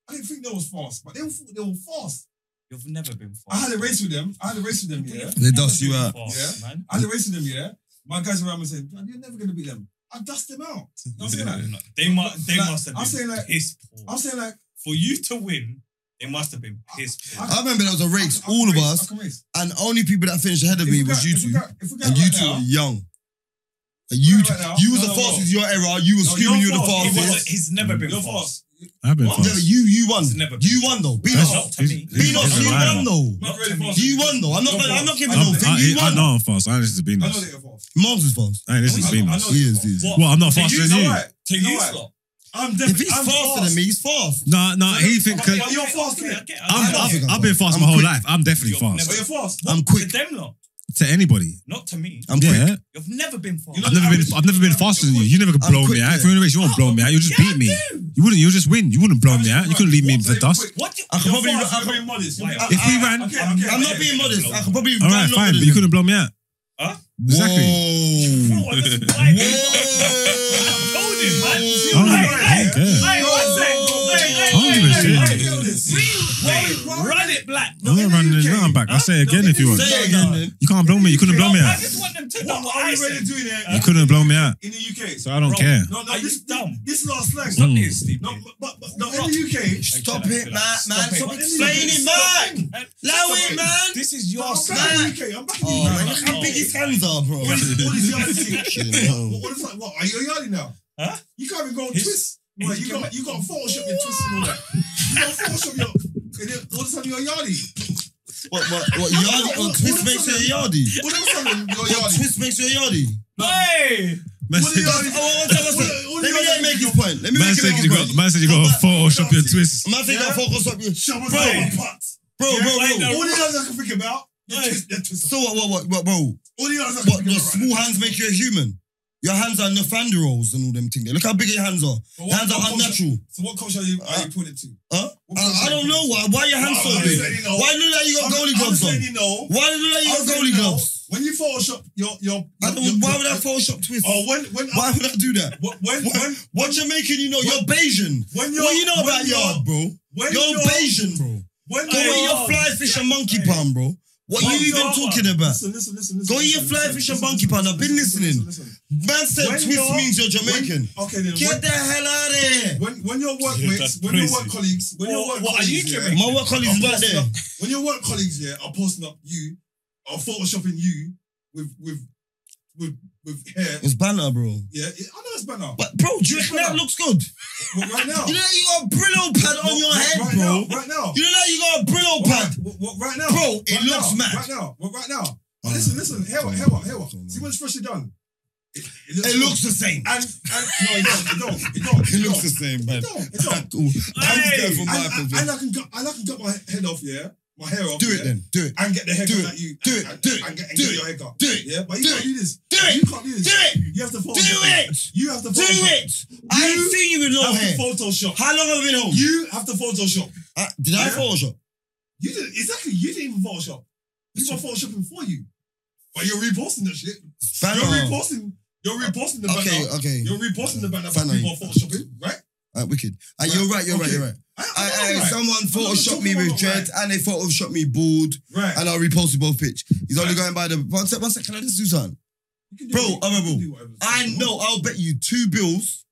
Speaker 5: I didn't think they was fast, but they were, they were fast.
Speaker 1: you've never been
Speaker 5: I had
Speaker 1: fast.
Speaker 5: a race with them. I had a race with them, yeah.
Speaker 4: They dust you out.
Speaker 1: Fast, man.
Speaker 5: I had a race with them, yeah. My guys around me saying, "Man, "You're never gonna beat them." I dust them out. You know what I'm saying? Like,
Speaker 1: They must. They
Speaker 5: Like,
Speaker 1: must have
Speaker 5: I'm
Speaker 1: been
Speaker 5: saying, like-
Speaker 1: piss
Speaker 5: I'm
Speaker 1: poor.
Speaker 5: saying like,
Speaker 1: For you to win, they must have been piss poor.
Speaker 4: I remember there was a race,
Speaker 5: I- I
Speaker 4: all
Speaker 5: can
Speaker 4: of
Speaker 5: race,
Speaker 4: us,
Speaker 5: I can race.
Speaker 4: and the only people that finished ahead of
Speaker 5: If we
Speaker 4: me was
Speaker 5: got-
Speaker 4: you
Speaker 5: if we
Speaker 4: two.
Speaker 5: got- if we got
Speaker 4: And you
Speaker 5: right
Speaker 4: two
Speaker 5: now-
Speaker 4: were young. And you
Speaker 5: Right
Speaker 4: two,
Speaker 5: now.
Speaker 4: you was
Speaker 5: No,
Speaker 4: the
Speaker 5: no,
Speaker 4: fastest your era. You was
Speaker 5: No, you're
Speaker 4: screaming you were the
Speaker 5: fast.
Speaker 1: He
Speaker 5: You're
Speaker 1: wasn't,
Speaker 4: fastest.
Speaker 1: he's never been
Speaker 5: You're
Speaker 1: fast.
Speaker 5: fast.
Speaker 2: I've been
Speaker 4: Yeah,
Speaker 2: fast.
Speaker 4: you you won.
Speaker 1: He's never been
Speaker 4: You won though. Be
Speaker 1: Not
Speaker 4: not.
Speaker 1: to me.
Speaker 4: Be not.
Speaker 2: He's
Speaker 4: You
Speaker 2: lying.
Speaker 4: won though.
Speaker 5: Not really
Speaker 1: Not
Speaker 5: fast.
Speaker 4: You won though. I'm not.
Speaker 1: You're
Speaker 4: I'm not giving
Speaker 2: I'm,
Speaker 4: no thing.
Speaker 2: I,
Speaker 4: You
Speaker 2: I, I
Speaker 4: won.
Speaker 2: know I'm fast. I ain't listening to
Speaker 5: I know that
Speaker 2: Beaners.
Speaker 5: you're fast.
Speaker 4: Mars is fast.
Speaker 2: I ain't listening to
Speaker 5: I know- I
Speaker 2: Beaners.
Speaker 5: know
Speaker 4: He is. He is.
Speaker 1: What?
Speaker 2: Well, I'm not
Speaker 1: To
Speaker 2: faster
Speaker 1: you,
Speaker 2: than
Speaker 1: know
Speaker 2: you.
Speaker 1: what? To
Speaker 5: know
Speaker 1: you,
Speaker 5: what?
Speaker 1: lot.
Speaker 5: I'm
Speaker 4: If
Speaker 5: definitely.
Speaker 4: he's
Speaker 5: I'm
Speaker 4: faster
Speaker 5: fast.
Speaker 4: than me, he's fast.
Speaker 2: No, no, he think.
Speaker 1: Okay,
Speaker 2: 'cause
Speaker 1: okay,
Speaker 5: you're
Speaker 1: okay,
Speaker 5: fast,
Speaker 1: okay,
Speaker 5: innit?
Speaker 1: okay,
Speaker 4: I
Speaker 2: I'm,
Speaker 4: don't think
Speaker 2: I've,
Speaker 4: I'm
Speaker 2: I've been fast
Speaker 4: I'm
Speaker 2: my whole
Speaker 4: quick.
Speaker 2: life. I'm definitely
Speaker 1: You're
Speaker 5: Oh,
Speaker 2: fast
Speaker 5: you're fast.
Speaker 4: I'm
Speaker 1: To
Speaker 4: quick.
Speaker 1: them lot,
Speaker 2: to anybody.
Speaker 1: not to me.
Speaker 4: I'm quick.
Speaker 2: Yeah,
Speaker 1: You've never been fast.
Speaker 2: I've never been. I've never been faster than you. You never could
Speaker 4: I'm
Speaker 2: blow
Speaker 4: quick,
Speaker 2: me out.
Speaker 4: yeah.
Speaker 2: If you're in a race, you won't blow me out. You'll just
Speaker 1: Yeah, I
Speaker 2: beat me.
Speaker 1: do.
Speaker 2: You wouldn't. You'll just win. You wouldn't blow me out. You couldn't leave me in the
Speaker 5: Right.
Speaker 2: dust.
Speaker 1: What? You,
Speaker 4: I can
Speaker 1: you're
Speaker 4: probably-
Speaker 1: fast.
Speaker 4: I can-
Speaker 5: being modest.
Speaker 1: Why?
Speaker 5: I-
Speaker 4: If
Speaker 5: I-
Speaker 4: we
Speaker 2: ran-
Speaker 5: okay, okay,
Speaker 4: I'm not
Speaker 5: okay.
Speaker 4: being modest. I can probably.
Speaker 2: All right, fine, but you couldn't blow me out.
Speaker 1: Huh?
Speaker 2: Exactly.
Speaker 4: Whoa.
Speaker 1: Bro, I just- I- told him, man.
Speaker 4: Whoa.
Speaker 2: I'm
Speaker 1: Hey, hey,
Speaker 2: like, oh, God.
Speaker 1: hey, what's that? Hey, hey,
Speaker 2: I don't give
Speaker 1: hey,
Speaker 2: a shit.
Speaker 1: hey,
Speaker 2: I don't
Speaker 1: hey,
Speaker 5: give a shit.
Speaker 1: hey, hey, Run it black.
Speaker 2: I'm not running this nothing back. I'll say it again if you want.
Speaker 4: Say it again then.
Speaker 2: You can't blow me. You couldn't blow me
Speaker 1: I
Speaker 2: out.
Speaker 1: just want them to know
Speaker 5: What
Speaker 1: what
Speaker 5: are
Speaker 1: I
Speaker 5: we ready to
Speaker 1: said.
Speaker 5: do there?
Speaker 2: You couldn't blow me out.
Speaker 5: in the UK.
Speaker 2: So I don't
Speaker 1: Bro,
Speaker 2: care.
Speaker 5: no, no,
Speaker 1: Are
Speaker 5: this,
Speaker 1: you dumb?
Speaker 5: This is not slang.
Speaker 1: Stop it, Steve.
Speaker 5: No, but, but, but no, in the UK.
Speaker 4: Stop
Speaker 1: Chill out,
Speaker 4: it,
Speaker 1: chill
Speaker 4: man.
Speaker 1: out.
Speaker 4: Man,
Speaker 1: Stop
Speaker 4: stop
Speaker 1: it.
Speaker 4: explaining,
Speaker 1: Stop
Speaker 4: man.
Speaker 1: it.
Speaker 4: Allow
Speaker 1: Stop
Speaker 4: it, man.
Speaker 1: This is your
Speaker 5: I'm
Speaker 1: slang.
Speaker 5: back in the UK. I'm back in the
Speaker 4: Oh,
Speaker 5: UK.
Speaker 4: man,
Speaker 5: Like,
Speaker 4: look how
Speaker 1: no.
Speaker 4: big his hands are, bro.
Speaker 5: All these yardies.
Speaker 4: Shit, no.
Speaker 5: What what is that? What are you a yardie now?
Speaker 1: Huh?
Speaker 5: You can't even go on
Speaker 1: His-
Speaker 5: twist. Right,
Speaker 1: his
Speaker 5: you got
Speaker 1: comment-
Speaker 5: you got Photoshop your twist and all that. You got Photoshop your. And then all of a sudden you're a yardie.
Speaker 4: What, what, what, yardie? Or twist makes you a yardie?
Speaker 5: All of a sudden you're a
Speaker 4: What,
Speaker 5: yardie.
Speaker 4: twist makes you a yardie?
Speaker 1: Hey!
Speaker 2: Man
Speaker 5: What are
Speaker 2: said-
Speaker 5: you-
Speaker 4: That's- Oh, one second, one second.
Speaker 5: All the- all
Speaker 4: Let
Speaker 5: the
Speaker 4: me let
Speaker 5: yardies-
Speaker 4: me make his point. Let me
Speaker 2: man
Speaker 4: make
Speaker 2: said you
Speaker 4: his
Speaker 2: got.
Speaker 4: point.
Speaker 2: Man said you got to Photoshop your twists.
Speaker 4: Man think
Speaker 5: Yeah.
Speaker 4: I'll focus up you.
Speaker 5: Shabbos
Speaker 4: Bro.
Speaker 5: day, putts.
Speaker 4: Bro,
Speaker 5: Yeah,
Speaker 1: right
Speaker 4: bro,
Speaker 1: now.
Speaker 4: bro.
Speaker 5: All the yardies I can think about. your
Speaker 1: Hey.
Speaker 5: twist- your twist.
Speaker 4: So what, what, what, what, bro?
Speaker 5: All the yardies I can
Speaker 4: What, your
Speaker 5: think about. right
Speaker 4: small hands make you a human? Your hands are Nathanderals and all them things. Look how big your hands are.
Speaker 5: now. But what-
Speaker 4: Hands
Speaker 5: what
Speaker 4: are
Speaker 5: culture-
Speaker 4: unnatural.
Speaker 5: So what culture are you, are you
Speaker 4: Uh,
Speaker 5: pointing to?
Speaker 4: Huh?
Speaker 5: What
Speaker 4: I, I
Speaker 5: culture are you
Speaker 4: don't know
Speaker 5: pointing to?
Speaker 4: why. Why your hands
Speaker 5: I'm
Speaker 4: so
Speaker 5: not
Speaker 4: big?
Speaker 5: saying no.
Speaker 4: Why look like you got goalie
Speaker 5: I'm, I'm
Speaker 4: gloves on?
Speaker 5: saying you know.
Speaker 4: Why look like you
Speaker 5: I'm
Speaker 4: got
Speaker 5: saying
Speaker 4: goalie
Speaker 5: you know,
Speaker 4: gloves?
Speaker 5: When you Photoshop your your,
Speaker 4: I
Speaker 5: your,
Speaker 4: don't,
Speaker 5: your
Speaker 4: why would I Photoshop twist?
Speaker 5: Oh, when when
Speaker 4: why would I do that?
Speaker 5: when when
Speaker 4: What,
Speaker 5: when
Speaker 4: what Jamaican you know? You're Bayesian.
Speaker 5: when you're
Speaker 4: What you know
Speaker 5: when
Speaker 4: about
Speaker 5: you're-
Speaker 4: yard, bro?
Speaker 5: When
Speaker 4: You're Bayesian, bro.
Speaker 5: When
Speaker 4: Go eat your
Speaker 5: you're-
Speaker 4: fly fish and monkey palm, bro. What
Speaker 5: when
Speaker 4: you even
Speaker 5: you're-
Speaker 4: talking about?
Speaker 5: Listen, listen, listen, listen.
Speaker 4: Go eat your
Speaker 5: listen,
Speaker 4: fly
Speaker 5: listen,
Speaker 4: fish and
Speaker 5: listen,
Speaker 4: monkey
Speaker 5: listen,
Speaker 4: pan. I've been
Speaker 5: listen,
Speaker 4: listening.
Speaker 5: listen, listen.
Speaker 4: Man said
Speaker 5: When
Speaker 4: twist
Speaker 5: you're-
Speaker 4: means you're Jamaican.
Speaker 5: When, okay, then.
Speaker 4: Get
Speaker 5: When,
Speaker 4: the hell out of here.
Speaker 5: when when your workmates,
Speaker 1: that's
Speaker 5: when your
Speaker 1: crazy.
Speaker 5: work colleagues, when your
Speaker 1: What-
Speaker 5: work
Speaker 1: what, are
Speaker 5: colleagues,
Speaker 1: you
Speaker 5: yeah,
Speaker 1: Jamaican?
Speaker 4: My work colleagues is
Speaker 5: I'm
Speaker 4: right there.
Speaker 5: posting Oh, when your work colleagues yeah are posting up you, are photoshopping you with with with with hair.
Speaker 4: It's banner, bro.
Speaker 5: Yeah, it- I know it's better.
Speaker 4: But
Speaker 5: But,
Speaker 4: bro, do you reckon that looks good?
Speaker 5: right now,
Speaker 4: You know that you got a Brillo pad on your
Speaker 5: right,
Speaker 4: head,
Speaker 5: right
Speaker 4: bro.
Speaker 5: Now, right now,
Speaker 4: You know that you got a Brillo pad.
Speaker 5: Right, what, right now,
Speaker 4: Bro, it
Speaker 5: right
Speaker 4: looks
Speaker 5: now,
Speaker 4: mad.
Speaker 5: Right now, well, right now. But listen, listen. Hear what? Hear what? Hear what? See what's freshly done. It,
Speaker 4: It looks the same.
Speaker 5: And, and no, it don't. It don't. It don't.
Speaker 3: It looks the same,
Speaker 5: It
Speaker 3: man.
Speaker 5: don't. It don't.
Speaker 4: Ah, Cool.
Speaker 1: Hey!
Speaker 3: there for
Speaker 5: And,
Speaker 3: my
Speaker 5: and,
Speaker 3: position.
Speaker 5: and I can cut. And I can cut my head off. Yeah, my hair off.
Speaker 4: Do
Speaker 5: yeah,
Speaker 4: it then. Do it.
Speaker 5: And get the haircut
Speaker 4: Do it.
Speaker 5: that you.
Speaker 4: Do
Speaker 5: and-
Speaker 4: it.
Speaker 5: And,
Speaker 4: Do it.
Speaker 5: And get, and
Speaker 4: Do
Speaker 5: get
Speaker 4: it.
Speaker 5: your haircut.
Speaker 4: Do it.
Speaker 5: Yeah, but you
Speaker 4: Do
Speaker 5: can't
Speaker 4: it.
Speaker 5: do this.
Speaker 4: Do
Speaker 5: You
Speaker 4: it.
Speaker 5: can't do this.
Speaker 4: Do it.
Speaker 5: You have to
Speaker 4: Do it.
Speaker 5: You have to
Speaker 4: Do
Speaker 5: Photoshop.
Speaker 4: it. I ain't seen you with
Speaker 5: You
Speaker 4: long hair.
Speaker 5: have to Photoshop.
Speaker 4: How long have I been home?
Speaker 5: You have to Photoshop.
Speaker 4: Uh, did I
Speaker 5: Yeah.
Speaker 4: Photoshop?
Speaker 5: You didn't exactly. You didn't even Photoshop. You were photoshopping for you, but you're reposting that shit. You're
Speaker 4: Banner.
Speaker 5: reposting. You're reposting the banner.
Speaker 4: Okay, okay.
Speaker 5: You're reposting the banner for
Speaker 4: Banner.
Speaker 5: people photoshopping, right?
Speaker 4: Alright, wicked. Uh, you're right, you're right, you're right.
Speaker 5: I,
Speaker 4: I, I,
Speaker 5: right.
Speaker 4: Someone photoshopped
Speaker 5: talking
Speaker 4: me with
Speaker 5: about
Speaker 4: dread and they photoshopped me bald
Speaker 5: right.
Speaker 4: and I reposted both pitch. He's only going by the one sec, one sec, can I just do something?
Speaker 5: You can do
Speaker 4: Bro,
Speaker 5: what you- you can
Speaker 4: honourable.
Speaker 5: do whatever the fuck
Speaker 4: I
Speaker 5: you
Speaker 4: know, I'll bet you two bills,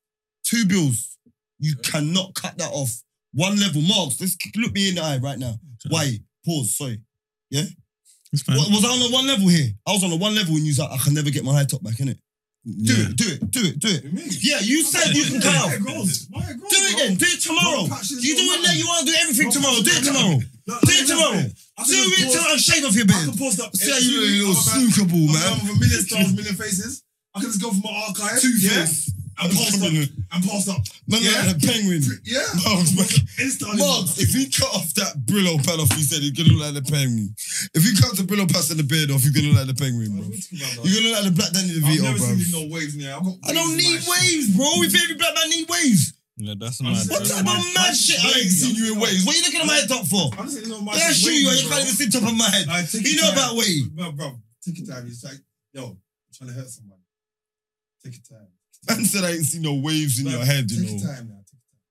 Speaker 4: two bills. You cannot cut that off. One level, Marks, let's look me in the eye right now. Why? Pause, sorry.
Speaker 6: It's fine.
Speaker 4: Wa- Was I on the one level here? I was on the one level and you was like, I can never get my high top back, innit? Do it, do it, do it, do it.
Speaker 5: want. Me?
Speaker 4: Yeah, you said you can cut off.
Speaker 5: My goals. My goals,
Speaker 4: Do it
Speaker 5: bro.
Speaker 4: then. Do it tomorrow.
Speaker 5: Rock patches,
Speaker 4: You do
Speaker 5: rock
Speaker 4: it now. You want to do everything
Speaker 5: Rock
Speaker 4: tomorrow. Do it
Speaker 5: patches.
Speaker 4: tomorrow.
Speaker 5: Look,
Speaker 4: Do
Speaker 5: look,
Speaker 4: it
Speaker 5: look,
Speaker 4: tomorrow.
Speaker 5: I
Speaker 4: Do
Speaker 5: can
Speaker 4: it
Speaker 5: pause-
Speaker 4: till I shave off your
Speaker 5: I can
Speaker 4: beard.
Speaker 5: post up.
Speaker 4: See how
Speaker 5: every
Speaker 4: you
Speaker 5: week
Speaker 4: little
Speaker 5: on my back.
Speaker 4: snooker ball,
Speaker 5: I'm
Speaker 4: man.
Speaker 5: done with a million stars, million faces. I can just go from my archive.
Speaker 4: Two
Speaker 5: yeah,
Speaker 4: faces.
Speaker 5: and post up. And post up.
Speaker 4: Oh, Man,
Speaker 5: Yeah.
Speaker 4: like a penguin.
Speaker 5: Yeah.
Speaker 4: Marks, man.
Speaker 5: Insta.
Speaker 4: Marks, if he cut off that Brillo pad off, he said he's gonna look like the penguin. If he cut the Brillo pad and the beard off, he's gonna look like the penguin, bro. You're gonna look like the Black Danny
Speaker 5: I've
Speaker 4: DeVito,
Speaker 5: never
Speaker 4: bro.
Speaker 5: seen you no waves now. I've got
Speaker 4: I don't
Speaker 5: waves in my
Speaker 4: need
Speaker 5: shit.
Speaker 4: waves, bro. If every black man need waves,
Speaker 6: Yeah, that's
Speaker 5: I'm
Speaker 6: mad.
Speaker 5: just-
Speaker 4: what
Speaker 5: Yeah,
Speaker 4: type of
Speaker 5: man.
Speaker 4: mad shit I ain't seen you in waves? What are you looking at my head top for?
Speaker 5: I'm just saying, you know, my
Speaker 4: Yeah,
Speaker 5: shit's
Speaker 4: shoot you.
Speaker 5: wavy,
Speaker 4: You
Speaker 5: bro.
Speaker 4: can't even see top of my head.
Speaker 5: Like, take
Speaker 4: You
Speaker 5: your
Speaker 4: know
Speaker 5: time.
Speaker 4: about wave.
Speaker 5: Bro, bro, take your time. It's like, yo, I'm trying to hurt someone. Take your time.
Speaker 4: Man said I ain't seen no waves in
Speaker 5: Like,
Speaker 4: your head, you
Speaker 5: Take
Speaker 4: know.
Speaker 5: your time now.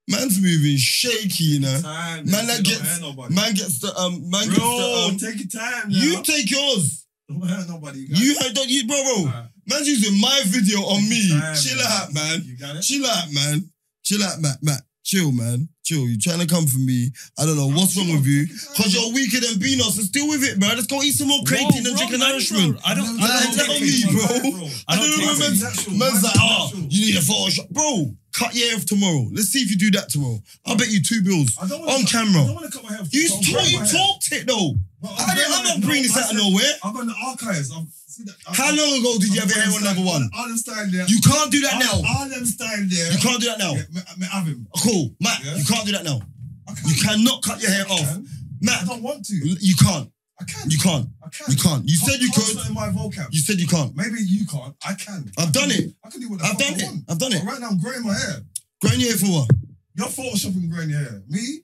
Speaker 4: Man's moving shaky, you know.
Speaker 5: Take your
Speaker 4: Man,
Speaker 5: time. now.
Speaker 4: that
Speaker 5: Don't
Speaker 4: gets-
Speaker 5: hurt nobody.
Speaker 4: Man gets the um. Man gets
Speaker 5: Bro,
Speaker 4: the um.
Speaker 5: take your time now.
Speaker 4: You take yours.
Speaker 5: don't hurt nobody.
Speaker 4: You had don't you, bro, bro.
Speaker 5: Alright,
Speaker 4: Man's using my video on me.
Speaker 5: Damn,
Speaker 4: Chill
Speaker 5: man.
Speaker 4: out, man.
Speaker 5: You got it?
Speaker 4: Chill out, man. Chill out, Matt. Matt. Chill, man. Chill. You trying to come for me? I don't know what's wrong with you. Cause you're weaker than Beano, so deal with it, bro. Let's go eat some more creatine and drink an Irishman.
Speaker 1: I don't.
Speaker 4: I
Speaker 1: I
Speaker 4: don't
Speaker 1: don't
Speaker 4: tell
Speaker 1: take
Speaker 4: me,
Speaker 1: it.
Speaker 4: bro.
Speaker 1: I
Speaker 4: I
Speaker 1: don't
Speaker 4: don't
Speaker 1: take
Speaker 4: remember.
Speaker 1: things.
Speaker 5: Natural.
Speaker 4: Man's like, ah,
Speaker 5: Natural.
Speaker 4: you need a Photoshop, bro. Cut your hair off tomorrow. Let's see if you do that tomorrow. I'll bet you two bills
Speaker 5: I don't wanna
Speaker 4: on
Speaker 5: cut- I don't
Speaker 4: camera.
Speaker 5: want to cut my hair.
Speaker 4: You,
Speaker 5: I'm
Speaker 4: talk,
Speaker 5: growing
Speaker 4: you
Speaker 5: my hair.
Speaker 4: talked it though. I
Speaker 5: Well,
Speaker 4: didn't, I'm
Speaker 5: growing
Speaker 4: not
Speaker 5: my
Speaker 4: bringing this
Speaker 5: hair. I
Speaker 4: out of
Speaker 5: said-
Speaker 4: nowhere.
Speaker 5: I've got the archives. I've seen that. I've-
Speaker 4: How long ago did you have
Speaker 5: I've
Speaker 4: your hair on
Speaker 5: got
Speaker 4: level one?
Speaker 5: All them style there.
Speaker 4: You can't do that
Speaker 5: All-
Speaker 4: now.
Speaker 5: All them style there.
Speaker 4: You can't do that now.
Speaker 5: Yeah, me- me have him.
Speaker 4: Cool, Matt.
Speaker 5: Yeah.
Speaker 4: You can't do that now.
Speaker 5: I
Speaker 4: You
Speaker 5: can't.
Speaker 4: cannot cut your hair off,
Speaker 5: I
Speaker 4: Matt.
Speaker 5: don't want to.
Speaker 4: You can't.
Speaker 5: I can.
Speaker 4: You can't.
Speaker 5: I can.
Speaker 4: You can't. You said you
Speaker 5: Can't-
Speaker 4: could.
Speaker 5: can't in my vocab.
Speaker 4: You said you can't.
Speaker 5: Maybe you can't. I can.
Speaker 4: I've done it.
Speaker 5: I can do what the
Speaker 4: I've
Speaker 5: fuck
Speaker 4: done
Speaker 5: I
Speaker 4: it.
Speaker 5: want.
Speaker 4: I've done it.
Speaker 5: But right now, I'm growing my hair.
Speaker 4: Growing your hair for what?
Speaker 5: You're photoshopping growing your hair. Me,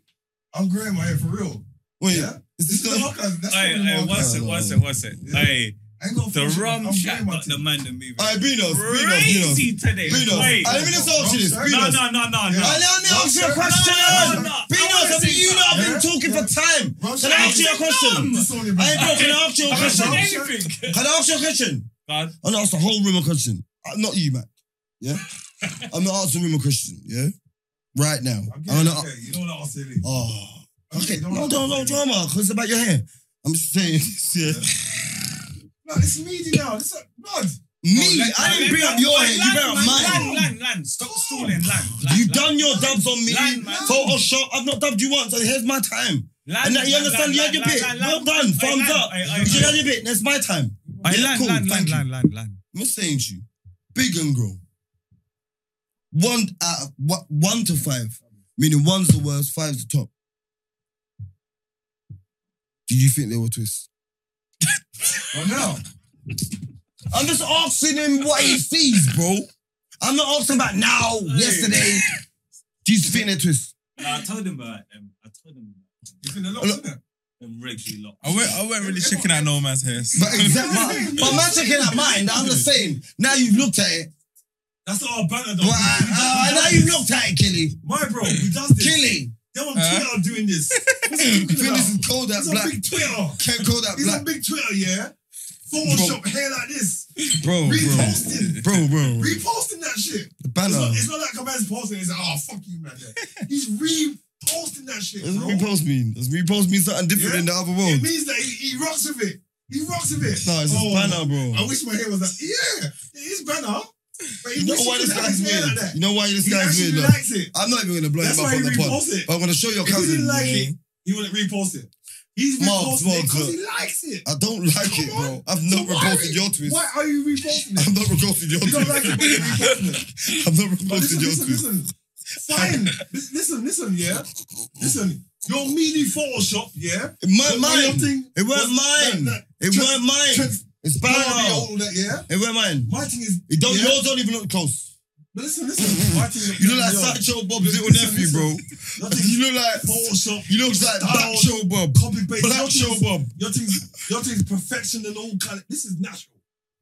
Speaker 5: I'm growing my hair for real.
Speaker 4: Wait,
Speaker 5: Yeah.
Speaker 4: is
Speaker 5: This
Speaker 4: this
Speaker 5: is the
Speaker 4: not?
Speaker 5: archives. That's not
Speaker 1: Hey,
Speaker 5: in the
Speaker 1: hey,
Speaker 5: archives.
Speaker 1: one sec, one sec, one sec.
Speaker 5: Yeah.
Speaker 1: Hey,
Speaker 5: I ain't gonna
Speaker 1: the
Speaker 5: Photoshop.
Speaker 1: rum
Speaker 5: I'm
Speaker 1: chat
Speaker 5: growing my
Speaker 1: got the
Speaker 5: thing.
Speaker 1: man to move.
Speaker 4: Alright, Beanos, Beanos, Beanos.
Speaker 1: Crazy today.
Speaker 4: Beanos.
Speaker 1: Wait.
Speaker 4: Alright, let me just ask you this.
Speaker 5: No,
Speaker 1: No,
Speaker 4: Beanos.
Speaker 1: no, no, no,
Speaker 5: Yeah.
Speaker 1: no.
Speaker 4: I let me ask you a
Speaker 5: No,
Speaker 4: question.
Speaker 1: no, no. I
Speaker 4: Beanos, have you
Speaker 1: wanna
Speaker 4: know I've
Speaker 5: see
Speaker 4: been
Speaker 5: that.
Speaker 4: talking for time. Can I
Speaker 5: Rum chat-
Speaker 4: ask you a question?
Speaker 5: This on your
Speaker 4: I ain't
Speaker 5: back.
Speaker 4: broken. I asked you a
Speaker 1: I
Speaker 4: question.
Speaker 1: said
Speaker 5: Rum
Speaker 4: Can
Speaker 5: chat-
Speaker 1: anything.
Speaker 4: I ask you a question?
Speaker 1: God.
Speaker 4: I'm gonna ask the whole room a question. Uh, Not you, Mac. Yeah? I'm gonna ask the room a question, yeah? Right now.
Speaker 5: I'm
Speaker 4: I'm
Speaker 5: getting
Speaker 4: gonna
Speaker 5: okay. You don't know what I'm saying.
Speaker 4: Oh.
Speaker 5: Okay,
Speaker 4: Okay,
Speaker 5: don't
Speaker 4: no,
Speaker 5: laugh.
Speaker 4: no, no drama, because it's about your hair. I'm just saying this, yeah.
Speaker 5: No, it's meaty now. It's a blood.
Speaker 4: Me, I didn't bring up your hair, you bring up mine.
Speaker 1: Land, land, land. Stop stalling, land.
Speaker 4: You've done your dubs on me.
Speaker 1: Land, man.
Speaker 4: Photoshop. I've not dubbed you once, and here's my time. And now you understand, you had your bit. Well done, thumbs up. You should have your bit, that's my time. Yeah,
Speaker 1: Land,
Speaker 4: cool,
Speaker 1: land,
Speaker 4: thank
Speaker 1: land,
Speaker 4: you.
Speaker 1: land, land, land.
Speaker 4: I'm not saying to you, big and grow. One out of one, one to five, meaning one's the worst, five's the top. Do you think they were twists?
Speaker 5: But now,
Speaker 4: I'm just asking him what he sees, bro. I'm not asking about now, yesterday. Do you think they're twists?
Speaker 7: Nah, I told
Speaker 1: uh,
Speaker 7: him about
Speaker 1: um,
Speaker 7: them. I told him
Speaker 5: it's in the locks, isn't it?
Speaker 7: them regularly locked.
Speaker 6: I went, I went really checking out no man's hair.
Speaker 4: But exactly, but man, checking out mine. I'm just saying. Now you've looked at it.
Speaker 5: That's all
Speaker 1: Oh,
Speaker 5: banner though.
Speaker 4: Well, I, I, now you've looked at it, Killy.
Speaker 5: My bro, who does this?
Speaker 4: Killy.
Speaker 5: They on
Speaker 6: Huh?
Speaker 5: Twitter doing this.
Speaker 4: You feel this is cold that Uh-huh.
Speaker 5: He's
Speaker 4: black?
Speaker 5: on big Twitter.
Speaker 4: Can't call that
Speaker 5: He's
Speaker 4: black, Oh,
Speaker 5: on big Twitter, yeah? Photoshop hair like this.
Speaker 4: bro, bro.
Speaker 5: Reposting.
Speaker 4: Bro, bro, bro.
Speaker 5: Reposting that shit.
Speaker 4: The
Speaker 5: It's
Speaker 4: banner.
Speaker 5: not, it's not like a man's posting. It's like, oh, fuck you, man. He's reposting that shit,
Speaker 4: What does
Speaker 5: bro.
Speaker 4: repost mean? Does repost mean something different
Speaker 5: Yeah?
Speaker 4: in the other
Speaker 5: It
Speaker 4: world?
Speaker 5: means that he, he rocks with it. He rocks with it.
Speaker 4: No, it's just
Speaker 5: Oh,
Speaker 4: banner, bro.
Speaker 5: I wish my hair was that. Yeah, it is banner. But he
Speaker 4: Mm-hmm. You know
Speaker 5: wish he
Speaker 4: why
Speaker 5: could
Speaker 4: this
Speaker 5: have
Speaker 4: guy's
Speaker 5: his hair
Speaker 4: weird?
Speaker 5: Like that.
Speaker 4: You know why this
Speaker 5: he
Speaker 4: guy's
Speaker 5: actually
Speaker 4: weird? though?
Speaker 5: likes it.
Speaker 4: I'm not even gonna blow him
Speaker 5: That's
Speaker 4: up on
Speaker 5: why he
Speaker 4: the pod.
Speaker 5: reposts it.
Speaker 4: But I'm gonna show your
Speaker 5: If he
Speaker 4: cousin.
Speaker 5: didn't like
Speaker 4: yeah.
Speaker 5: it, he wouldn't repost it. He's
Speaker 4: Marks,
Speaker 5: reposting it
Speaker 4: Marks,
Speaker 5: because he likes it.
Speaker 4: I don't like
Speaker 5: Come
Speaker 4: it,
Speaker 5: on.
Speaker 4: bro. I've not
Speaker 5: So why-
Speaker 4: reposted your twist.
Speaker 5: Why are you reposting it?
Speaker 4: I'm not reposting your
Speaker 5: You don't like it, but you're
Speaker 4: twist.
Speaker 5: reposting it.
Speaker 4: I'm not
Speaker 5: But
Speaker 4: reposting
Speaker 5: listen,
Speaker 4: your
Speaker 5: listen,
Speaker 4: twist.
Speaker 5: listen. Fine. Li- Listen, listen, yeah. Listen, your meaty Photoshop, yeah.
Speaker 4: My,
Speaker 5: Your
Speaker 4: mine.
Speaker 5: thing
Speaker 4: It weren't
Speaker 5: that-
Speaker 4: mine.
Speaker 5: that-
Speaker 4: It
Speaker 5: Trans-
Speaker 4: weren't mine.
Speaker 5: trans-
Speaker 4: It's
Speaker 5: trying to be
Speaker 4: banner.
Speaker 5: all that, yeah.
Speaker 4: It weren't mine.
Speaker 5: My thing is,
Speaker 4: It don't.
Speaker 5: Yeah.
Speaker 4: Yours don't even look close.
Speaker 5: but listen, listen. My thing is,
Speaker 4: You look like
Speaker 5: yo,
Speaker 4: Sideshow Bob's little
Speaker 5: Listen,
Speaker 4: nephew, bro.
Speaker 5: Your thing is
Speaker 4: You look like.
Speaker 5: Photoshop,
Speaker 4: You look like
Speaker 5: Style.
Speaker 4: Backshow Bob.
Speaker 5: copy paste. Your
Speaker 4: Black
Speaker 5: thing
Speaker 4: Show
Speaker 5: is-
Speaker 4: Bob.
Speaker 5: Your thing's your thing's perfection and all kind. Of, this is natural.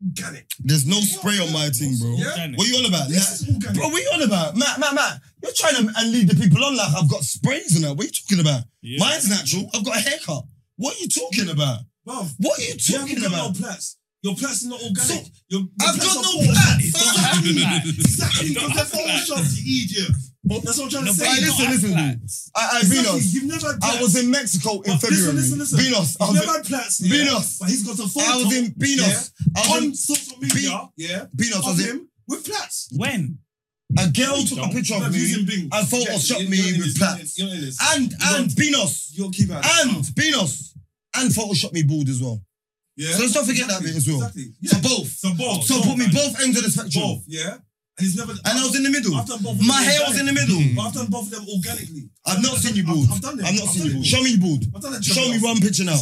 Speaker 5: organic.
Speaker 4: There's no spray on my thing, bro.
Speaker 5: Yeah.
Speaker 1: Organic.
Speaker 4: What are you on about?
Speaker 5: This is organic.
Speaker 4: Bro, what are you on about? Matt, Matt, Matt, you're trying to and lead the people on like I've got sprays and that. What are you talking about?
Speaker 1: Yeah.
Speaker 4: Mine's natural. I've got a haircut. What are you talking about?
Speaker 5: Bruv,
Speaker 4: What are you
Speaker 5: you haven't
Speaker 4: talking
Speaker 5: got no
Speaker 4: about?
Speaker 5: plats. Your plats are not organic.
Speaker 4: So,
Speaker 5: your, your
Speaker 4: I've
Speaker 5: plats
Speaker 4: got
Speaker 5: are
Speaker 4: no
Speaker 5: false.
Speaker 4: plats.
Speaker 5: Exactly. Exactly.
Speaker 1: You don't
Speaker 5: Because they're
Speaker 1: have
Speaker 5: photoshopped, you idiot. That's what I'm trying to say.
Speaker 4: Hey,
Speaker 1: you
Speaker 4: listen,
Speaker 1: don't
Speaker 4: listen,
Speaker 1: have
Speaker 4: dude. I, I,
Speaker 5: Exactly.
Speaker 4: Venos,
Speaker 5: You've never had
Speaker 4: I
Speaker 5: plats.
Speaker 4: was in Mexico in
Speaker 5: But
Speaker 4: February.
Speaker 5: Listen, listen, listen.
Speaker 4: Venos, I
Speaker 5: You've
Speaker 4: was
Speaker 5: never
Speaker 4: in-
Speaker 5: had plats. Yeah?
Speaker 4: Venos.
Speaker 5: But he's got a photo.
Speaker 4: I was in Benos. I
Speaker 5: on
Speaker 4: was
Speaker 5: social media, yeah,
Speaker 4: in Benos. I
Speaker 5: of
Speaker 4: was in,
Speaker 5: him with plats.
Speaker 1: When?
Speaker 4: a girl took a picture
Speaker 5: Bruv,
Speaker 4: of
Speaker 5: he's in
Speaker 4: me
Speaker 5: Bing.
Speaker 4: and photoshopped me with plats.
Speaker 5: You're in this.
Speaker 4: And and Benos.
Speaker 5: You'll keep out.
Speaker 4: And Benos. And photoshopped me bald as well.
Speaker 5: yeah.
Speaker 4: So let's not forget that bit as well.
Speaker 5: Exactly.
Speaker 4: So
Speaker 5: Yeah. Oh,
Speaker 4: both.
Speaker 5: So both.
Speaker 4: So put me
Speaker 5: man.
Speaker 4: both ends of the spectrum.
Speaker 5: Both. Yeah. And he's never.
Speaker 4: And I was in the middle.
Speaker 5: I've done both. of them
Speaker 4: My hair was in the middle.
Speaker 5: But I've done both of them organically.
Speaker 4: I've not seen you
Speaker 5: I've-
Speaker 4: bald.
Speaker 5: I've done it.
Speaker 4: I've not
Speaker 5: I've
Speaker 4: seen
Speaker 5: done
Speaker 4: you bald.
Speaker 5: it.
Speaker 4: Show me you bald.
Speaker 5: I've done that.
Speaker 4: Show me one picture now.